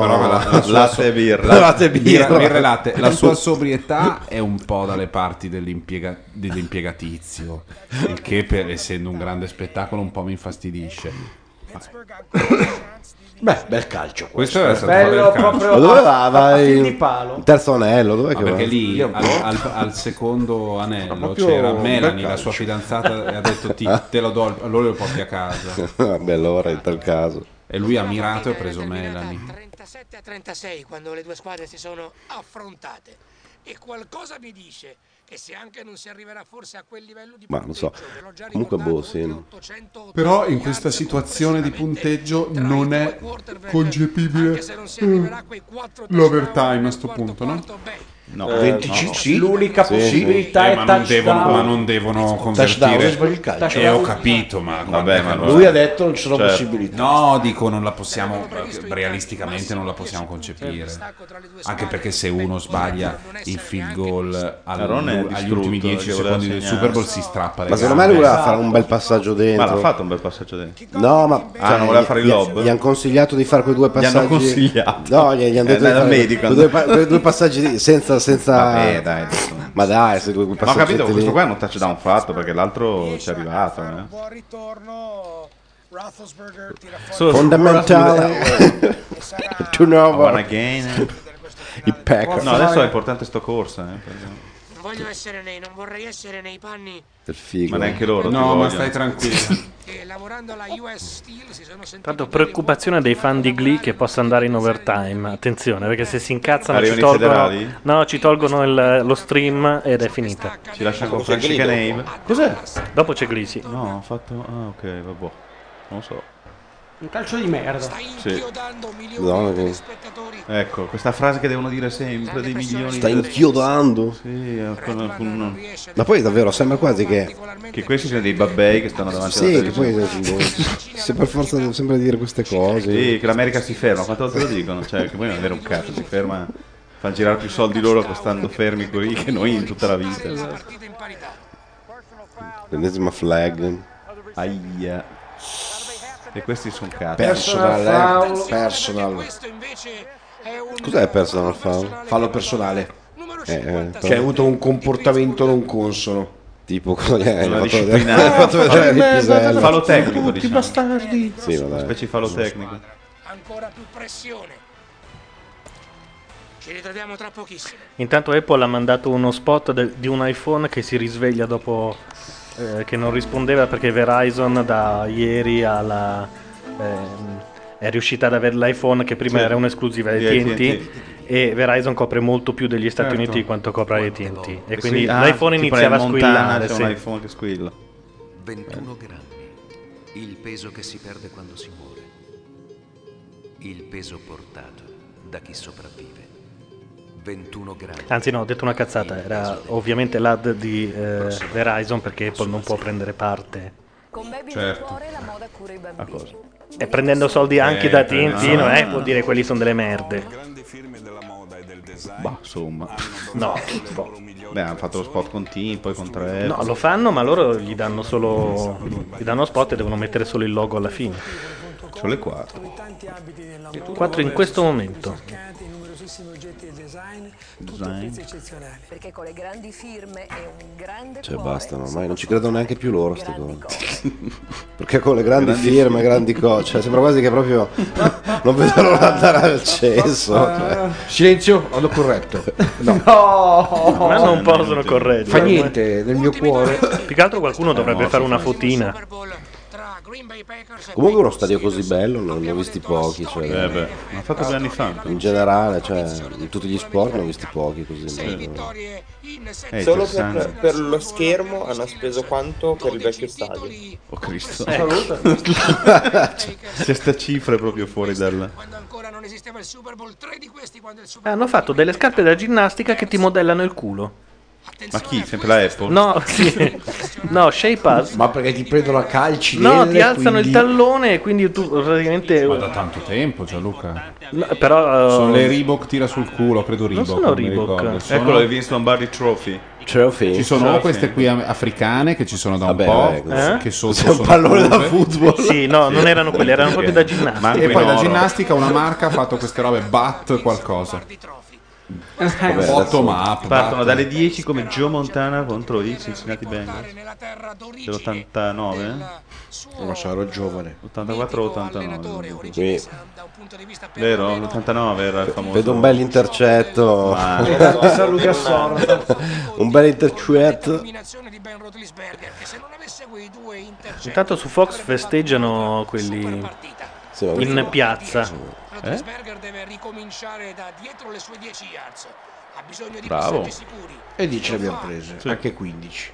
S1: Capito, però la, la sua
S15: latte
S1: so-
S15: e birra.
S1: la-
S15: Latte e birra.
S1: birra- birra e latte. La sua sobrietà è un po' dalle parti dell'impiega- dell'impiegatizio, il che per essendo un grande spettacolo un po' mi infastidisce.
S7: Beh, bel calcio.
S1: Questo era stato
S15: eh.
S6: Bello
S1: bel calcio.
S6: proprio
S15: Ma dove
S6: a-
S15: va?
S6: a
S15: Va
S6: fil
S15: il-
S6: di palo.
S15: il terzo anello, dov'è
S1: Ma
S15: che
S1: perché
S15: va?
S1: lì
S15: Io-
S1: al, al- al secondo anello
S15: proprio
S1: c'era
S15: un bel
S1: Melanie, la
S15: calcio.
S1: sua fidanzata, e ha detto "Ti- te lo do, allora lo porti a casa.
S15: Vabbè, allora in tal caso.
S1: E lui ha mirato e ha preso Melanie.
S8: 37 a 36 quando le due squadre si sono affrontate. E qualcosa mi dice che se anche non si arriverà forse a quel livello di
S15: Ma non so. Comunque boh, sì. no.
S19: Però in questa situazione di punteggio non è concepibile eh, l'overtime a sto punto, no?
S3: No,
S1: Eh, 25 sì.
S6: L'unica
S1: Sì,
S6: possibilità
S1: sì. Eh,
S6: è
S1: ma non
S6: touchdown.
S1: devono, ma non devono
S7: Touchdown,
S1: convertire.
S7: sbagli il calcio.
S1: Eh, ho capito, ma
S3: Vabbè, ma Certo.
S7: allora- Lui ha detto non ci
S1: Certo.
S7: sono possibilità.
S1: No, dico non la possiamo realisticamente non la possiamo concepire. Anche perché se uno sbaglia il field goal al-
S3: Aaron è
S1: agli ultimi
S3: distrutto,
S1: 10
S3: che voleva
S1: secondi del
S3: segnare.
S1: Super Bowl si strappa le
S15: Ma secondo me lui
S1: gambe.
S15: voleva fare un bel passaggio dentro.
S3: Ma l'ha fatto un bel passaggio dentro.
S15: No, ma cioè,
S3: Ah, non voleva fare il
S15: gli-
S3: lob?
S15: Gli hanno consigliato di fare quei due
S3: Gli hanno
S15: passaggi.
S3: consigliato?
S15: No, gli, gli hanno
S3: Eh,
S15: detto
S3: dai,
S15: di
S3: dal
S15: fare
S3: medico.
S15: quei due, pa- quei due passaggi lì senza senza
S3: Vabbè, Ah, eh, dai, adesso.
S15: Ma dai, se quei
S3: Ma ho
S15: passaggi
S3: capito,
S15: lì-
S3: questo qua è un touchdown fatto perché l'altro ci è arrivato. Eh.
S15: So- Fondamentale.
S3: I
S15: Turnover.
S3: wanna gain.
S15: I Packers.
S3: No, adesso è importante sto corsa. Eh,
S8: Non voglio essere nei, non vorrei essere nei panni
S3: Ma neanche
S1: No,
S3: loro. ti
S1: ma
S3: vogliono.
S1: stai tranquillo.
S8: che lavorando alla US Steel si sono sentiti
S5: Tanto preoccupazione dei fan di Glee che possa andare in overtime. Attenzione, perché se si incazzano ci
S3: Arrivano i
S5: tolgono,
S3: federali?
S5: no, ci tolgono il- lo stream ed è finita.
S3: Ci lasciano con Frank Name.
S5: Cos'è? Dopo c'è Glee, sì.
S3: No, ho fatto. Ah, ok, vabbè. Non so.
S6: Un calcio di merda.
S3: Sì. Ecco, questa frase che devono dire sempre dei milioni
S15: Sta
S3: di-
S15: inchiodando.
S3: Sì, con- con-
S15: Ma poi davvero sembra quasi che
S3: che questi sono dei babbei che stanno davanti alla
S15: Sì, che poi
S3: televisione.
S15: se per forza devo sempre dire queste cose.
S3: Sì, che l'America si ferma, quante volte lo dicono? Cioè, che poi non è vero un cazzo, si ferma, fa girare più soldi loro che stando fermi qui che noi in tutta la vita.
S15: L'ennesima flag.
S3: Aia. E questi sono cazzi.
S7: Personal, eh, personal.
S15: Cos'è personal foul?
S7: Fallo personale.
S15: Eh, eh,
S7: Che Cioè, hai avuto un comportamento non consono. Cioè, eh,
S15: Tipo cosa gli hai
S7: Una
S15: fatto
S7: disciplina.
S15: vedere? Fatto vedere il pisello.
S3: Fallo tecnico,
S7: Tutti
S3: diciamo.
S7: bastardi.
S15: Sì, vabbè.
S3: Specie fallo tecnico.
S8: ancora più pressione. Ci ritroviamo tra pochissimo.
S5: Intanto Apple ha mandato uno spot del- di un iPhone che si risveglia dopo eh, che non rispondeva perché Verizon da ieri alla, ehm, è riuscita ad avere l'iPhone che prima
S3: Sì.
S5: era un'esclusiva
S3: Di
S5: AT&T
S3: AT&T.
S5: e Verizon copre molto più degli Stati
S3: Certo.
S5: Uniti di quanto copra AT&T e
S3: Sì,
S5: quindi
S3: ah,
S5: l'iPhone
S3: tipo
S5: iniziava a
S3: la Montana,
S5: squillare.
S3: c'è
S5: sì.
S3: un iPhone che squilla.
S9: 21 grammi. Il peso che si perde quando si muore. Il peso portato da chi sopravvive. 21 grammi.
S5: Anzi no, ho detto una cazzata, era ovviamente l'ad di eh, Verizon perché Apple non può prendere parte.
S21: Con Baby
S5: Certo.
S21: nel cuore la moda cura i bambini.
S5: E prendendo soldi anche
S3: Eh,
S5: da
S3: per-
S5: TNT, no,
S3: ah.
S5: eh, vuol dire quelli sono delle merde.
S3: Bah, insomma.
S5: No,
S3: Beh, hanno fatto lo spot con Tim, poi con tre.
S5: No, lo fanno, ma loro gli danno solo. Gli danno spot e devono mettere solo il logo alla fine.
S3: Sono le 4.
S5: 4 in questo momento.
S21: Cercate numerosissimi oggetti del design,
S15: Design. pezzi
S21: eccezionali. Perché con le grandi firme e un grande
S15: Cioè
S21: cuore
S15: basta, no, ormai non ci credono neanche più loro a ste cose. Perché con le grandi,
S9: Grandi
S15: firme, grandi cose, cioè, sembra quasi che proprio non vedo l'ora di andare al cesso.
S7: Ah.
S15: cioè.
S7: Eh, Silenzio, hanno corretto. No,
S5: Ma non possono correggere.
S7: Fa niente, nel mio cuore.
S5: Più che altro qualcuno dovrebbe
S15: no,
S5: fare
S15: sì,
S5: una
S15: sì,
S5: fotina.
S15: Eh, Comunque uno stadio così bello non ne ho visti pochi. Cioè,
S3: Eh beh, l'ha fatto due anni fa.
S15: In generale, cioè, in tutti gli sport ne ho visti pochi così.
S3: Eh,
S2: Solo
S3: interessante.
S2: per, per lo schermo hanno speso quanto per il vecchio stadio?
S3: Oh Cristo.
S2: Ecco.
S3: C'è sta cifra proprio fuori dal...
S5: Hanno fatto delle scarpe da ginnastica che ti modellano il culo.
S3: Ma chi? Sempre la Apple?
S5: No, sì. no, shape us.
S7: Ma perché ti prendono a calci?
S5: No,
S7: nelle,
S5: ti alzano
S7: quindi-
S5: il tallone e quindi tu praticamente.
S1: Ma da tanto tempo, Gianluca.
S5: però, eh,
S1: Sono le Reebok tira sul culo, credo Reebok.
S5: sono
S1: mi
S5: Reebok.
S1: ricordo. Sono-
S3: Eccolo, hai visto Lombardi Trophy.
S1: Ci sono o queste qui am- africane che ci sono da un
S3: Vabbè,
S1: po',
S3: eh, così.
S1: che sotto
S3: C'è un
S1: sono
S3: pallone da
S1: curve.
S3: football. Sì, no, non erano quelle, erano proprio da ginnastica. Manco
S1: E
S3: in
S1: poi da
S3: oro.
S1: ginnastica una marca ha fatto queste robe, Bat qualcosa.
S7: Eh,
S3: Vabbè, adesso
S1: Otto map. Bat.
S3: Partono dalle 10 come Joe Montana contro i Cincinnati Bengals. Dell'89?
S7: Non so, ero giovane.
S3: 84-89. Vero? L'89 era il famoso.
S15: Vedo un bel intercetto.
S3: Ma-
S15: un bel intercetto.
S5: Intanto su Fox festeggiano quelli in piazza.
S8: Rotlisberger deve ricominciare da dietro le sue 10 yards. Ha bisogno di
S3: Bravo.
S8: passaggi sicuri.
S7: E 10 le abbiamo prese,
S3: Sì.
S7: anche 15.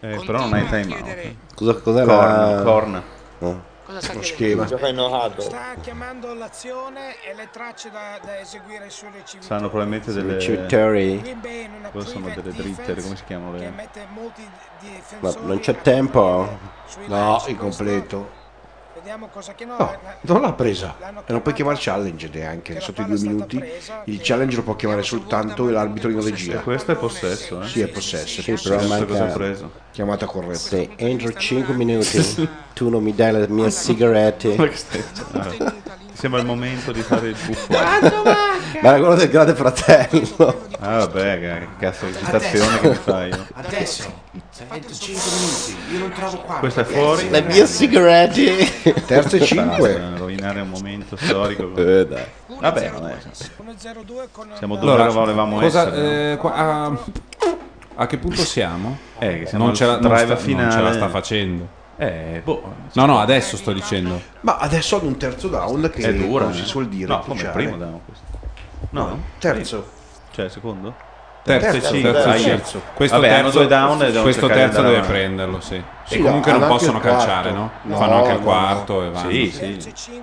S3: Eh, però non hai time out.
S15: Cosa, cos'è
S3: Corna,
S15: la... Eh?
S3: corna.
S8: Cosa sta
S15: Uno schema.
S8: Sta chiamando l'azione e le tracce da, da eseguire sul ricevitore.
S3: Saranno probabilmente delle.
S8: Green Bay in una
S3: Cosa sono delle dritte? Come si chiamano
S8: che
S3: le.
S8: mette molti difensori.
S15: Ma non c'è tempo?
S7: No, il completo.
S8: Vediamo cosa che no.
S7: No, non l'ha presa. E non puoi chiamare challenge neanche. Sotto i due minuti il challenge lo può chiamare soltanto l'arbitro in regia.
S3: Questo è possesso, eh?
S7: Sì, è possesso.
S15: Sì, però
S7: Possesso
S15: manca-
S7: cosa ha preso. Chiamata corretta.
S15: Se entro 5 minuti tu non mi dai le mie sigarette.
S3: Ma che stai- Allora, ti sembra il momento di fare il buffone.
S15: Ma era quello del grande fratello.
S3: Ah, vabbè, che cazzo di citazione che mi fai. no?
S9: Adesso, tra 25 minuti, io non trovo qua.
S3: Questo è fuori.
S15: Le mie sigarette.
S7: Terzo e cinque.
S3: Basta, Rovinare un momento storico.
S15: Eh, dai.
S3: Vabbè, non è. Siamo dove
S1: Allora,
S3: volevamo
S1: cosa-
S3: essere.
S1: eh, qua- a, a che punto siamo?
S3: Eh, che siamo
S1: non
S3: al
S1: ce la, non
S3: drive
S1: sta-
S3: finale.
S1: non ce la sta facendo.
S3: Eh, boh.
S1: No, no, adesso sto dicendo.
S7: Ma adesso hanno un terzo down che
S3: È dura,
S7: non si
S3: eh.
S7: suol dire.
S3: No, come
S7: ufficiale.
S3: primo down questo.
S7: No, terzo.
S3: Cioè, secondo?
S1: Terzo, terzo, terzo,
S3: Ah,
S1: terzo.
S3: terzo.
S1: Questo
S3: Vabbè,
S1: terzo-
S3: hanno due down e devono
S1: questo
S3: cercare di
S1: terzo
S3: andare
S1: deve
S3: avanti.
S1: prenderlo, sì.
S3: Sì,
S1: e comunque
S3: hanno
S1: non
S3: anche
S1: possono
S3: il quarto.
S1: calciare, no?
S3: No,
S1: Fanno anche il
S3: no.
S1: quarto e
S3: Sì,
S1: vanno.
S3: sì.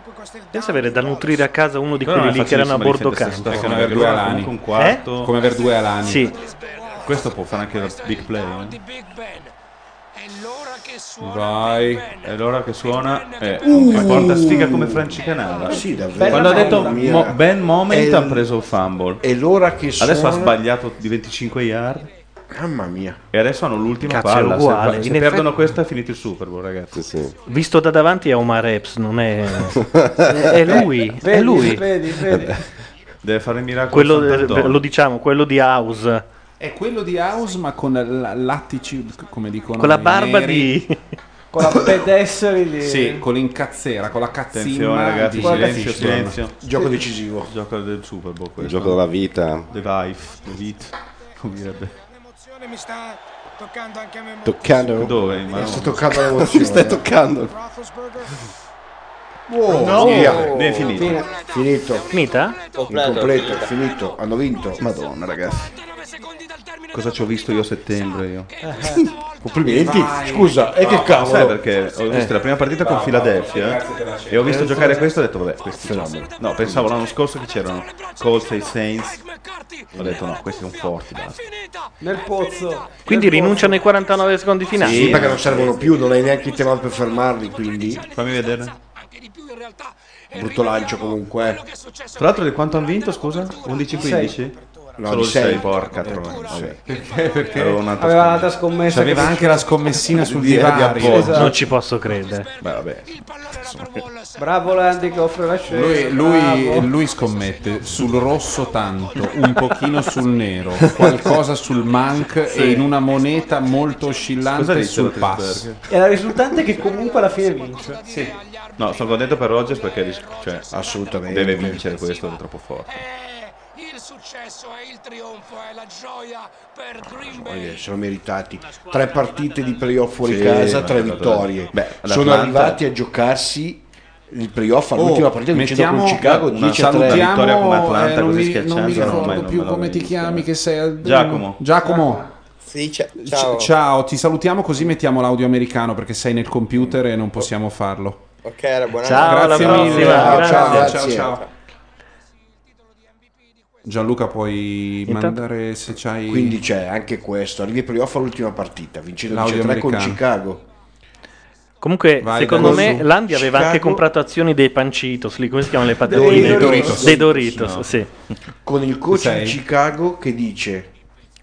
S5: Pensa avere da nutrire a casa uno di
S1: Però
S5: quelli
S1: non è
S5: lì che erano a bordo
S1: facilissimo
S5: campo.
S1: difendersi, come Verdue Alani.
S3: Con quarto.
S1: Eh? Come Verdue Alani.
S3: Sì. Questo può fare anche la big play. eh.
S1: Vai.
S3: E l'ora che suona Eh, è
S1: Uh!
S3: porta sfiga come Franci Canada.
S7: Mm. Sì, davvero.
S3: Quando ha detto
S7: Bella mia.
S3: mo- ben moment
S7: È-
S3: ha preso il fumble.
S7: E l'ora che suona-
S3: Adesso ha sbagliato di 25 yard.
S7: Mamma mia.
S3: E adesso hanno l'ultima
S5: Cazzo, è
S3: palla. Se-
S5: uguale.
S3: Se,
S5: In
S3: perdono
S5: effetti-
S3: questa è finito il Super Bowl, ragazzi.
S5: Visto da davanti è Omar Epps, non è. È lui. È lui.
S3: Deve fare il miracolo.
S5: Quello,
S3: Sant'Antonio.
S5: lo diciamo, quello di House.
S1: È quello di House, ma con l- l'attici, come dicono.
S5: Con la
S1: i
S5: barba
S1: neri,
S5: di-
S6: con la pedesseri di...
S1: Sì, con l'incazzera, con la cazzina
S3: Attenzione, ragazzi,
S1: di
S3: silenzio,
S1: System.
S3: silenzio.
S1: Gioco di
S3: decisivo. Gioco del Super Bowl, questo.
S15: Il gioco della vita.
S3: The Vife, The Vit, come direbbe.
S22: Mi sta toccando anche a me molto.
S15: Toccando.
S3: Dove? Ma
S15: Mi sta
S3: no.
S15: toccando l'emozione. Mi stai toccando.
S3: Wow. No.
S7: Via.
S3: Ne è finito.
S7: Finito.
S5: Finita?
S7: Completo. Completo, finito. Hanno vinto.
S3: Madonna, ragazzi. Cosa ci ho visto io a settembre? Io. Eh.
S7: Complimenti. Scusa, e che cavolo?
S3: Sai perché ho visto la prima partita con
S7: Bravo.
S3: Philadelphia
S7: Grazie per la scelta.
S3: e ho visto
S7: Penso-
S3: giocare questo e ho detto, vabbè, questo fenomeno. No, pensavo l'anno scorso che c'erano Colts e i Saints. Ho detto, no, questi sono forti. Basta.
S6: Nel pozzo.
S5: Quindi rinunciano ai 49 secondi finali.
S7: Sì, perché non servono più, non hai neanche il tema per fermarli, quindi.
S3: Fammi vedere.
S7: Brutto lancio comunque. eh.
S3: Tra l'altro, di quanto hanno vinto? Scusa? 11-15?
S7: No,
S3: Solo
S7: di sei.
S3: 6, porca troia. Vabbè. Avevo un'altra
S6: Aveva un'altra scommessa.
S1: C'aveva
S6: che-
S1: anche la scommessina sul
S3: Di- di
S1: divario.
S3: appoggio. Esatto.
S5: Non ci posso credere.
S3: Beh, vabbè.
S6: Bravo Landy che offre la scelta.
S1: Lui, lui-
S6: bravo.
S1: lui scommette sul rosso tanto, un pochino sul nero, qualcosa sul mank
S3: Sì.
S1: e in una moneta molto
S3: Cosa
S1: oscillante
S3: dice
S1: sul
S3: Rottenberg?
S1: pass.
S6: E la risultante è che comunque alla fine vince. Sì.
S3: No, sono contento per Rogers perché ris- cioè, assolutamente deve vincere questo, è troppo forte.
S8: Il successo è il trionfo, è la gioia per Green Bay.
S7: Eh, sono meritati tre partite di playoff fuori
S3: Sì,
S7: casa,
S3: ma
S7: tre
S3: guarda,
S7: vittorie.
S3: beh,
S7: sono
S3: l'Atlanta-
S7: arrivati a giocarsi il playoff
S1: Oh,
S7: all'ultima partita vincendo con Chicago
S1: una
S7: 10 a 3.
S1: salutiamo,
S3: vittoria come Atlanta,
S1: eh, non
S3: così
S1: mi-
S3: schiacciante,
S1: Non mi
S3: no,
S1: ricordo
S3: ormai non
S1: più
S3: me lo
S1: come ti chiami, che sei al-
S3: Giacomo.
S1: Giacomo.
S4: Sì,
S6: cioè,
S4: ciao.
S1: C- Ciao. ti salutiamo così mettiamo l'audio americano perché sei nel computer e non possiamo farlo.
S4: Ok, era buona
S1: Grazie mille. Ciao, ciao, ciao,
S4: Grazie.
S1: ciao. Gianluca puoi mandare se c'hai
S7: Quindi c'è anche questo, arrivi ai playoff all'ultima partita, vincendo
S1: L'audio
S7: 10 3 con
S1: americano.
S7: Chicago.
S5: Comunque,
S7: Vai,
S5: secondo
S7: dai,
S5: me,
S7: su.
S5: Landi aveva anche
S7: Chicago.
S5: comprato azioni dei Pancitos, lì come si chiamano le patatine?
S7: Dei Doritos.
S5: Dei Doritos,
S7: No.
S5: sì.
S7: Con il coach
S5: Sei?
S7: di Chicago che dice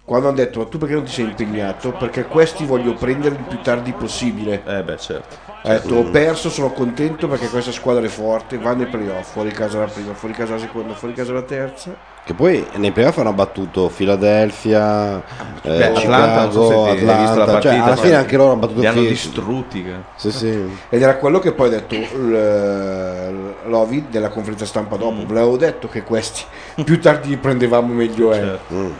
S7: quando hanno detto ma tu perché non ti sei impegnato? Perché questi voglio prenderli il più tardi possibile.
S3: Eh beh certo.
S7: Ha detto ho perso, sono contento perché questa squadra è forte, va nei playoff, fuori casa la prima, fuori casa la seconda, fuori casa la terza.
S15: Che poi nei playoff hanno battuto Philadelphia, eh,
S7: Beh, Atlanta, non so se
S15: Chicago,
S7: ti- hai visto la
S15: Atlanta,
S7: partita,
S15: cioè, alla
S7: poi
S15: fine anche loro hanno battuto
S7: li hanno
S15: Phil-
S3: distrutti, che-
S15: Sì, sì.
S7: Ed era quello che poi ha detto l- Lovi della conferenza stampa dopo.
S3: Mm.
S7: Ve l'avevo detto che questi più tardi li prendevamo meglio eh. è.
S3: Certo.
S15: Mm.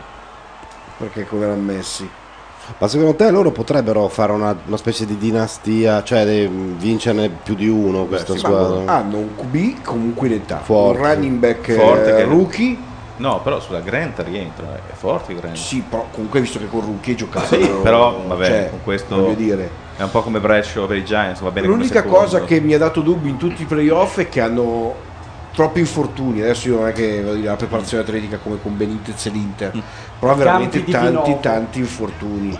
S7: Perché come l'hanno messi?
S15: Ma secondo te loro potrebbero fare una, una specie di dinastia, cioè de- vincerne più di uno questa
S7: Sì, ma ah.
S15: squadra?
S7: hanno un QB comunque in età,
S15: Forte.
S7: un running back
S3: Forte
S7: eh,
S3: che-
S7: rookie.
S3: No, però sulla Grant rientra, eh, è forte Grant.
S7: Sì, però comunque visto che con rookie giocava.
S3: Sì, però vabbè,
S7: cioè,
S3: con questo
S7: voglio dire.
S3: è un po' come Brescio per i Giants, va bene come
S7: L'unica
S3: secondo.
S7: cosa che mi ha dato dubbi in tutti i playoff è che hanno troppi infortuni. Adesso io non è che voglio dire la preparazione atletica come con Benitez e
S3: Mm.
S7: l'Inter, però veramente
S6: Campi di
S7: tanti,
S6: Pinovo.
S7: tanti infortuni.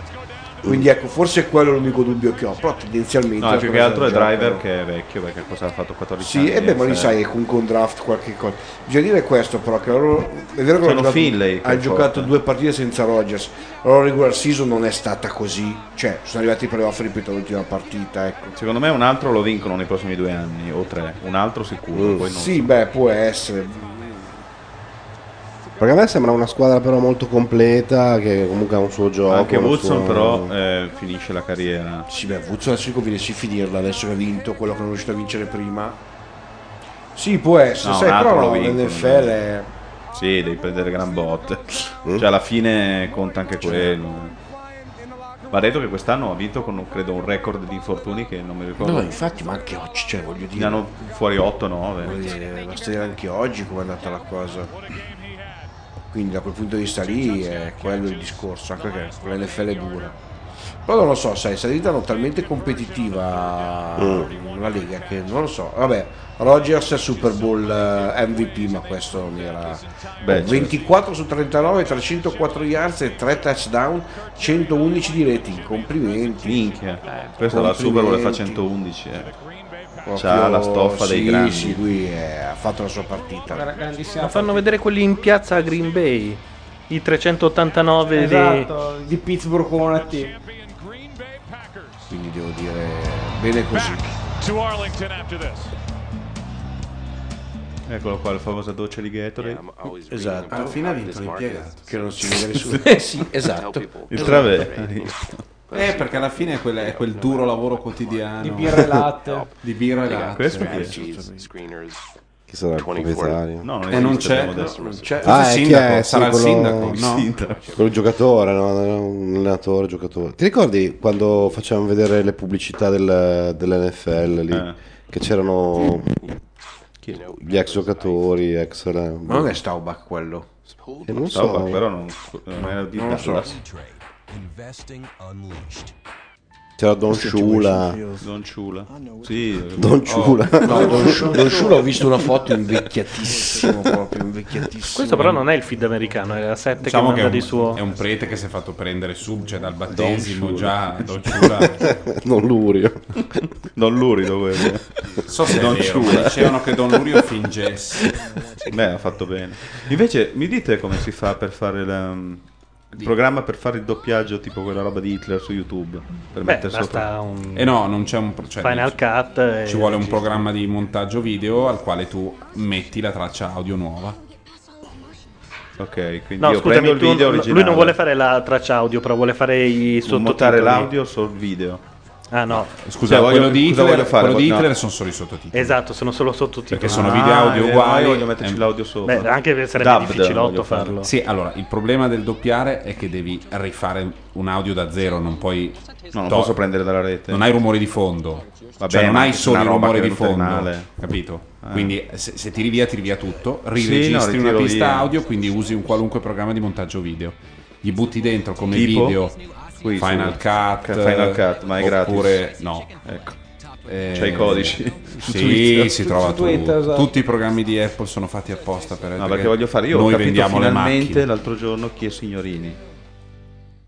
S7: Quindi ecco, forse quello è l'unico dubbio che ho, però tendenzialmente...
S3: No,
S7: la
S3: più che
S7: cosa
S3: altro è
S7: del genere-
S3: Driver che è vecchio perché cosa ha fatto 14 anni.
S7: eh.
S3: eh.
S7: Sì, e beh, ma
S3: di
S7: lì sai, con un draft qualche cosa. Bisogna dire questo però, che loro... È vero che
S3: Sono
S7: hanno giocato-
S3: Finlay che
S7: ha
S3: è
S7: giocato
S3: forte.
S7: due partite senza Rogers, la loro regular season non è stata così, cioè sono arrivati i playoff, ripeto, l'ultima partita, ecco.
S3: Secondo me un altro lo vincono nei prossimi due anni o tre, un altro sicuro. poi non
S7: Mm. Sì, beh, può essere.
S15: Perché a me sembra una squadra però molto completa, che comunque ha un suo gioco.
S3: Anche
S15: un
S3: Woodson
S15: suo-
S3: però eh, finisce la carriera.
S7: Sì, beh, Woodson adesso conviene sì finirla, adesso che ha vinto quello che non è riuscito a vincere prima. Sì, può essere,
S3: No,
S7: sai,
S3: un altro
S7: però
S3: lo
S7: no,
S3: vincono,
S7: l'NFL
S3: dai.
S7: è...
S3: Sì, devi prendere gran botte.
S7: Mm?
S3: Cioè alla fine conta anche quello. Va detto che quest'anno ha vinto con credo un record di infortuni che non mi ricordo.
S7: No, infatti, ma anche oggi, cioè, voglio dire...
S3: Ne hanno fuori
S7: Voglio
S3: 8-9.
S7: dire, basta dire anche oggi come è andata la cosa. Quindi da quel punto di vista lì è quello il discorso, anche perché l'NFL è dura. Però non lo so, sai, sta diventando talmente competitiva
S3: Mm.
S7: la Lega che non lo so. Vabbè, Rogers è Super Bowl eh, MVP, ma questo non era...
S3: Beh,
S7: Oh,
S3: certo.
S7: 24 su 39, 304 yards e 3 touchdown, 111 di rating, complimenti.
S3: Minchia, Questa la Super Bowl e fa
S7: Complimenti.
S3: 111. eh. C'ha
S7: Proprio-
S3: la stoffa dei
S7: sì,
S3: grandi.
S7: Sì, lui è- ha fatto la sua partita.
S5: Ma fanno vedere quelli in piazza a Green Bay, i 389 di-
S6: Esatto, di Pittsburgh con una T.
S7: Quindi devo dire bene così.
S11: To Arlington after this.
S3: Eccolo qua, la famosa doccia di Gatorade.
S7: Esatto.
S1: Alla fine ha vinto l'impiegato. esatto.
S7: Che non si vede nessuno. sì, esatto.
S3: Il Traverso.
S1: Eh, perché alla fine è quel, è quel duro lavoro quotidiano.
S6: Di birra e latte.
S1: Di birra e
S12: They got
S1: latte.
S12: Questo
S1: Eh,
S12: Screeners.
S15: Chi sarà il
S12: 24.
S15: proprietario?
S12: No, non
S1: Eh, non
S12: esiste,
S1: c'è.
S12: abbiamo adesso.
S1: non c'è.
S15: Ah,
S1: Forse il
S15: è chi
S1: sindaco,
S15: è? Sì,
S1: sarà il
S15: quello-
S1: sindaco, no?
S15: Quello giocatore, no? un allenatore, giocatore. Ti ricordi quando facevamo vedere le pubblicità del- dell'NFL lì?
S1: Eh.
S15: Che c'erano gli ex giocatori, ex...
S7: Ma non è Staubach quello?
S15: Eh, non so.
S3: Staubach, però non- non era di
S7: Non lo so.
S3: Dallas.
S15: C'era Don Shula.
S3: Don Ciula.
S15: Ah,
S3: Sì.
S15: Don Ciula.
S7: No, Don Sciu- Don Sciula ho visto una foto invecchiatissimo, proprio invecchiatissimo.
S5: Questo però non è il feed americano, è la 7
S1: Diciamo
S5: che
S1: che è
S5: manda
S1: un,
S5: di suo.
S1: è un prete che si è fatto prendere sub, cioè dal battesimo
S15: Don Shula.
S1: già. Don Shula.
S15: non Lurio.
S3: Don Lurio dove è?
S1: So se è vero, ma dicevano che Don Lurio fingesse.
S3: Beh, ha fatto bene. Invece, mi dite come si fa per fare la- mm, il programma per fare il doppiaggio tipo quella roba di Hitler su YouTube? Per
S5: Beh,
S3: mettere sotto-
S5: basta un-
S1: E no, non c'è un pro- cioè,
S5: Final
S1: non-
S5: Cut e
S1: Ci vuole un
S5: registri.
S1: programma di montaggio video al quale tu metti la traccia audio nuova.
S3: Ok, quindi
S5: No,
S3: io
S5: scusami,
S3: prendo il
S5: tu-
S3: video
S5: no,
S3: originale.
S5: lui non vuole fare la traccia audio, però vuole fare i sottotitoli.
S3: montare l'audio sul video.
S5: Ah no.
S1: Scusa,
S3: Cioè, voglio-
S1: quello di
S3: cosa
S1: Hitler,
S3: voglio fare?
S1: quello di
S3: No.
S1: Hitler sono solo i sottotitoli.
S5: Esatto, sono solo sottotitoli. Ah, eh,
S1: Perché sono video e audio uguali.
S3: io Ah, eh, voglio metterci
S1: ehm,
S3: l'audio sopra.
S5: Beh, anche se sarebbe
S3: Dubbed,
S5: difficilotto
S3: voglio fare.
S5: farlo.
S1: Sì, allora il problema del doppiare è che devi rifare un audio da zero, non puoi.
S3: No, non posso prendere dalla rete.
S1: Non hai rumori di fondo,
S3: Vabbè,
S1: cioè non
S3: ma
S1: hai
S3: c'è
S1: solo
S3: una
S1: i
S3: roba
S1: rumori
S3: che
S1: di
S3: è venuta
S1: fondo,
S3: male.
S1: capito?
S3: Eh.
S1: Quindi se, se ti rivia, ti rivia tutto,
S3: Sì,
S1: riregistri
S3: no,
S1: una
S3: ritiro
S1: pista
S3: via.
S1: audio, quindi usi un qualunque programma di montaggio video. Gli butti dentro come
S3: Tipo?
S1: video
S3: Qui,
S1: Final
S3: su-
S1: Cut,
S3: Final Cut, ma è gratis.
S1: Oppure no.
S3: Ecco.
S1: Eh,
S3: C'hai i codici. Su
S1: Sì,
S3: Twitter.
S1: si trova
S3: Su Twitter,
S1: tutto.
S3: esatto.
S1: Tutti i programmi di Apple sono fatti apposta per
S3: No, perché voglio fare io. ho
S1: Noi
S3: capito
S1: vendiamo le
S3: finalmente
S1: macchine.
S3: l'altro giorno chi è Signorini.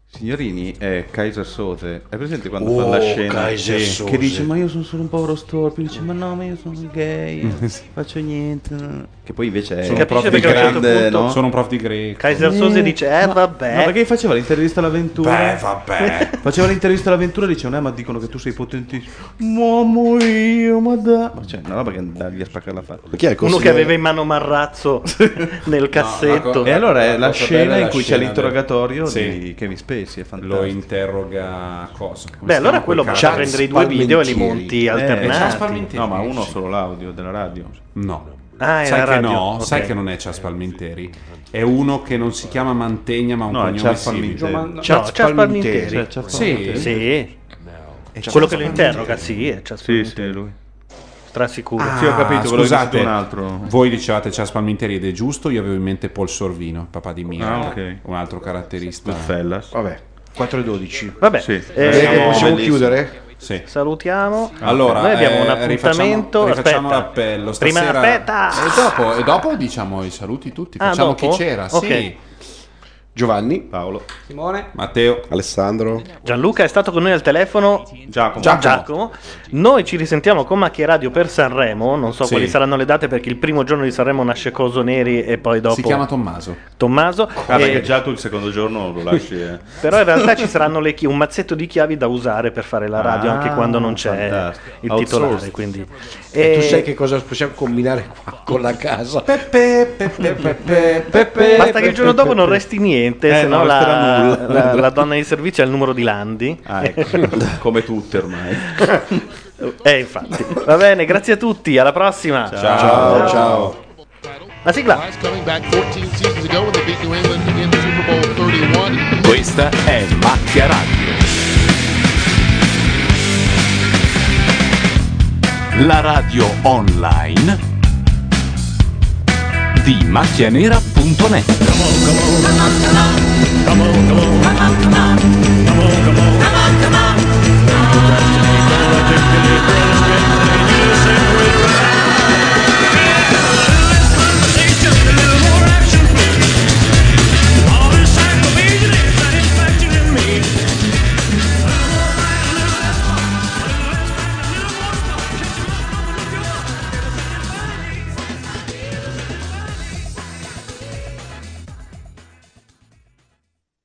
S3: Signorini è Kaiser Soze. Hai presente quando
S7: Oh,
S3: fa la scena
S7: Kaiser
S3: Sì.
S7: Soze.
S3: che dice "Ma io sono solo un povero storpio", dice "Ma no, ma io sono gay, non faccio niente". Che poi invece è
S1: Sono un prof di
S3: perché a un certo
S1: grande,
S3: punto-
S1: no? Sono un prof di greco.
S5: Kaiser Soze dice, "Eh,
S3: ma-
S5: vabbè".
S3: No, perché faceva l'intervista all'avventura.
S1: Beh, vabbè.
S3: faceva l'intervista all'avventura e diceva, "Eh, ma dicono che tu sei potentissimo". Mamma io, ma da... Ma Cioè, una roba che andargli a spaccare la faccia.
S5: Uno che aveva in mano Marrazzo nel cassetto.
S3: e allora è la
S1: cosa
S3: scena
S1: bella è
S3: in
S1: la
S3: cui
S1: scena
S3: c'è l'interrogatorio
S1: del- Sì.
S3: di Kevin Spacey, è fantastico.
S1: Lo interroga cosa? Come
S5: Beh,
S1: si
S5: allora
S1: chiama
S5: quello
S1: quel
S5: basta
S1: cazzo?
S5: prendere i due video e li monti
S1: Eh, Charles
S5: alternati.
S1: Palminteri.
S3: No, ma uno solo l'audio della radio.
S1: No.
S5: Ah, è
S1: sai
S5: la
S1: che
S5: radio.
S1: no,
S5: Ok.
S1: sai che non è Charles Palminteri. È uno che non si chiama Mantegna, ma un
S3: No, è
S1: cognome
S3: Charles
S1: simile.
S3: Palminteri. Giovanni-
S5: No, Charles Palminteri.
S1: Cioè, Charles Palminteri.
S5: Sì. Sì.
S1: È Charles
S5: Quello che lo
S1: Palminteri.
S5: interroga, sì, è Charles
S3: Sì, sì, lui.
S5: Strasicuro.
S3: Sì, ho capito, quello che
S1: Ah, scusate,
S3: dice un altro.
S1: voi dicevate Charles Palminteri ed è giusto, io avevo in mente Paul Sorvino, il papà di Mia,
S3: Ah, ok.
S1: un altro caratterista.
S3: Goodfellas.
S1: Vabbè,
S7: 4 e 12.
S5: Vabbè,
S1: Sì.
S5: eh,
S1: Siamo-
S7: possiamo
S1: bellissimo.
S7: chiudere?
S1: Sì.
S5: Salutiamo.
S1: Allora,
S5: noi abbiamo un
S1: eh, rifacciamo-
S5: appuntamento.
S1: Rifacciamo
S5: aspetta.
S1: l'appello.
S5: Prima
S1: Stasera...
S5: aspetta.
S1: E dopo, e dopo diciamo i saluti tutti.
S5: Ah,
S1: Facciamo
S5: dopo?
S1: chi c'era. Sì.
S5: Ok.
S7: Giovanni,
S3: Paolo,
S6: Simone.
S1: Matteo,
S15: Alessandro.
S5: Gianluca è stato con noi al telefono.
S3: Giacomo.
S5: Giacomo. Noi ci risentiamo con Macchia Radio per Sanremo. Non so
S1: Sì.
S5: quali saranno le date perché il primo giorno di Sanremo nasce Coso Neri e poi dopo
S1: Si chiama Tommaso.
S5: Tommaso.
S3: Ah,
S5: E-
S3: perché già tu il secondo giorno lo lasci. eh.
S5: Però in realtà ci saranno le chi- un mazzetto di chiavi da usare per fare la radio anche
S3: Ah,
S5: quando non c'è
S3: fantastico.
S5: il
S3: Outsourced.
S5: titolare. Quindi.
S7: E...
S5: E-
S7: tu sai che cosa possiamo combinare qua con la casa?
S5: Basta che il giorno dopo non resti niente,
S3: Eh,
S5: se no
S3: non resterà
S5: la,
S3: nulla.
S5: la- la donna di servizio ha il numero di Landi.
S3: Ah, ecco. Come tutte ormai.
S5: eh, infatti. Va bene, grazie a tutti, alla prossima.
S3: Ciao, ciao.
S5: La sigla.
S30: Questa è Macchia Radio. La radio online di macchianera.net.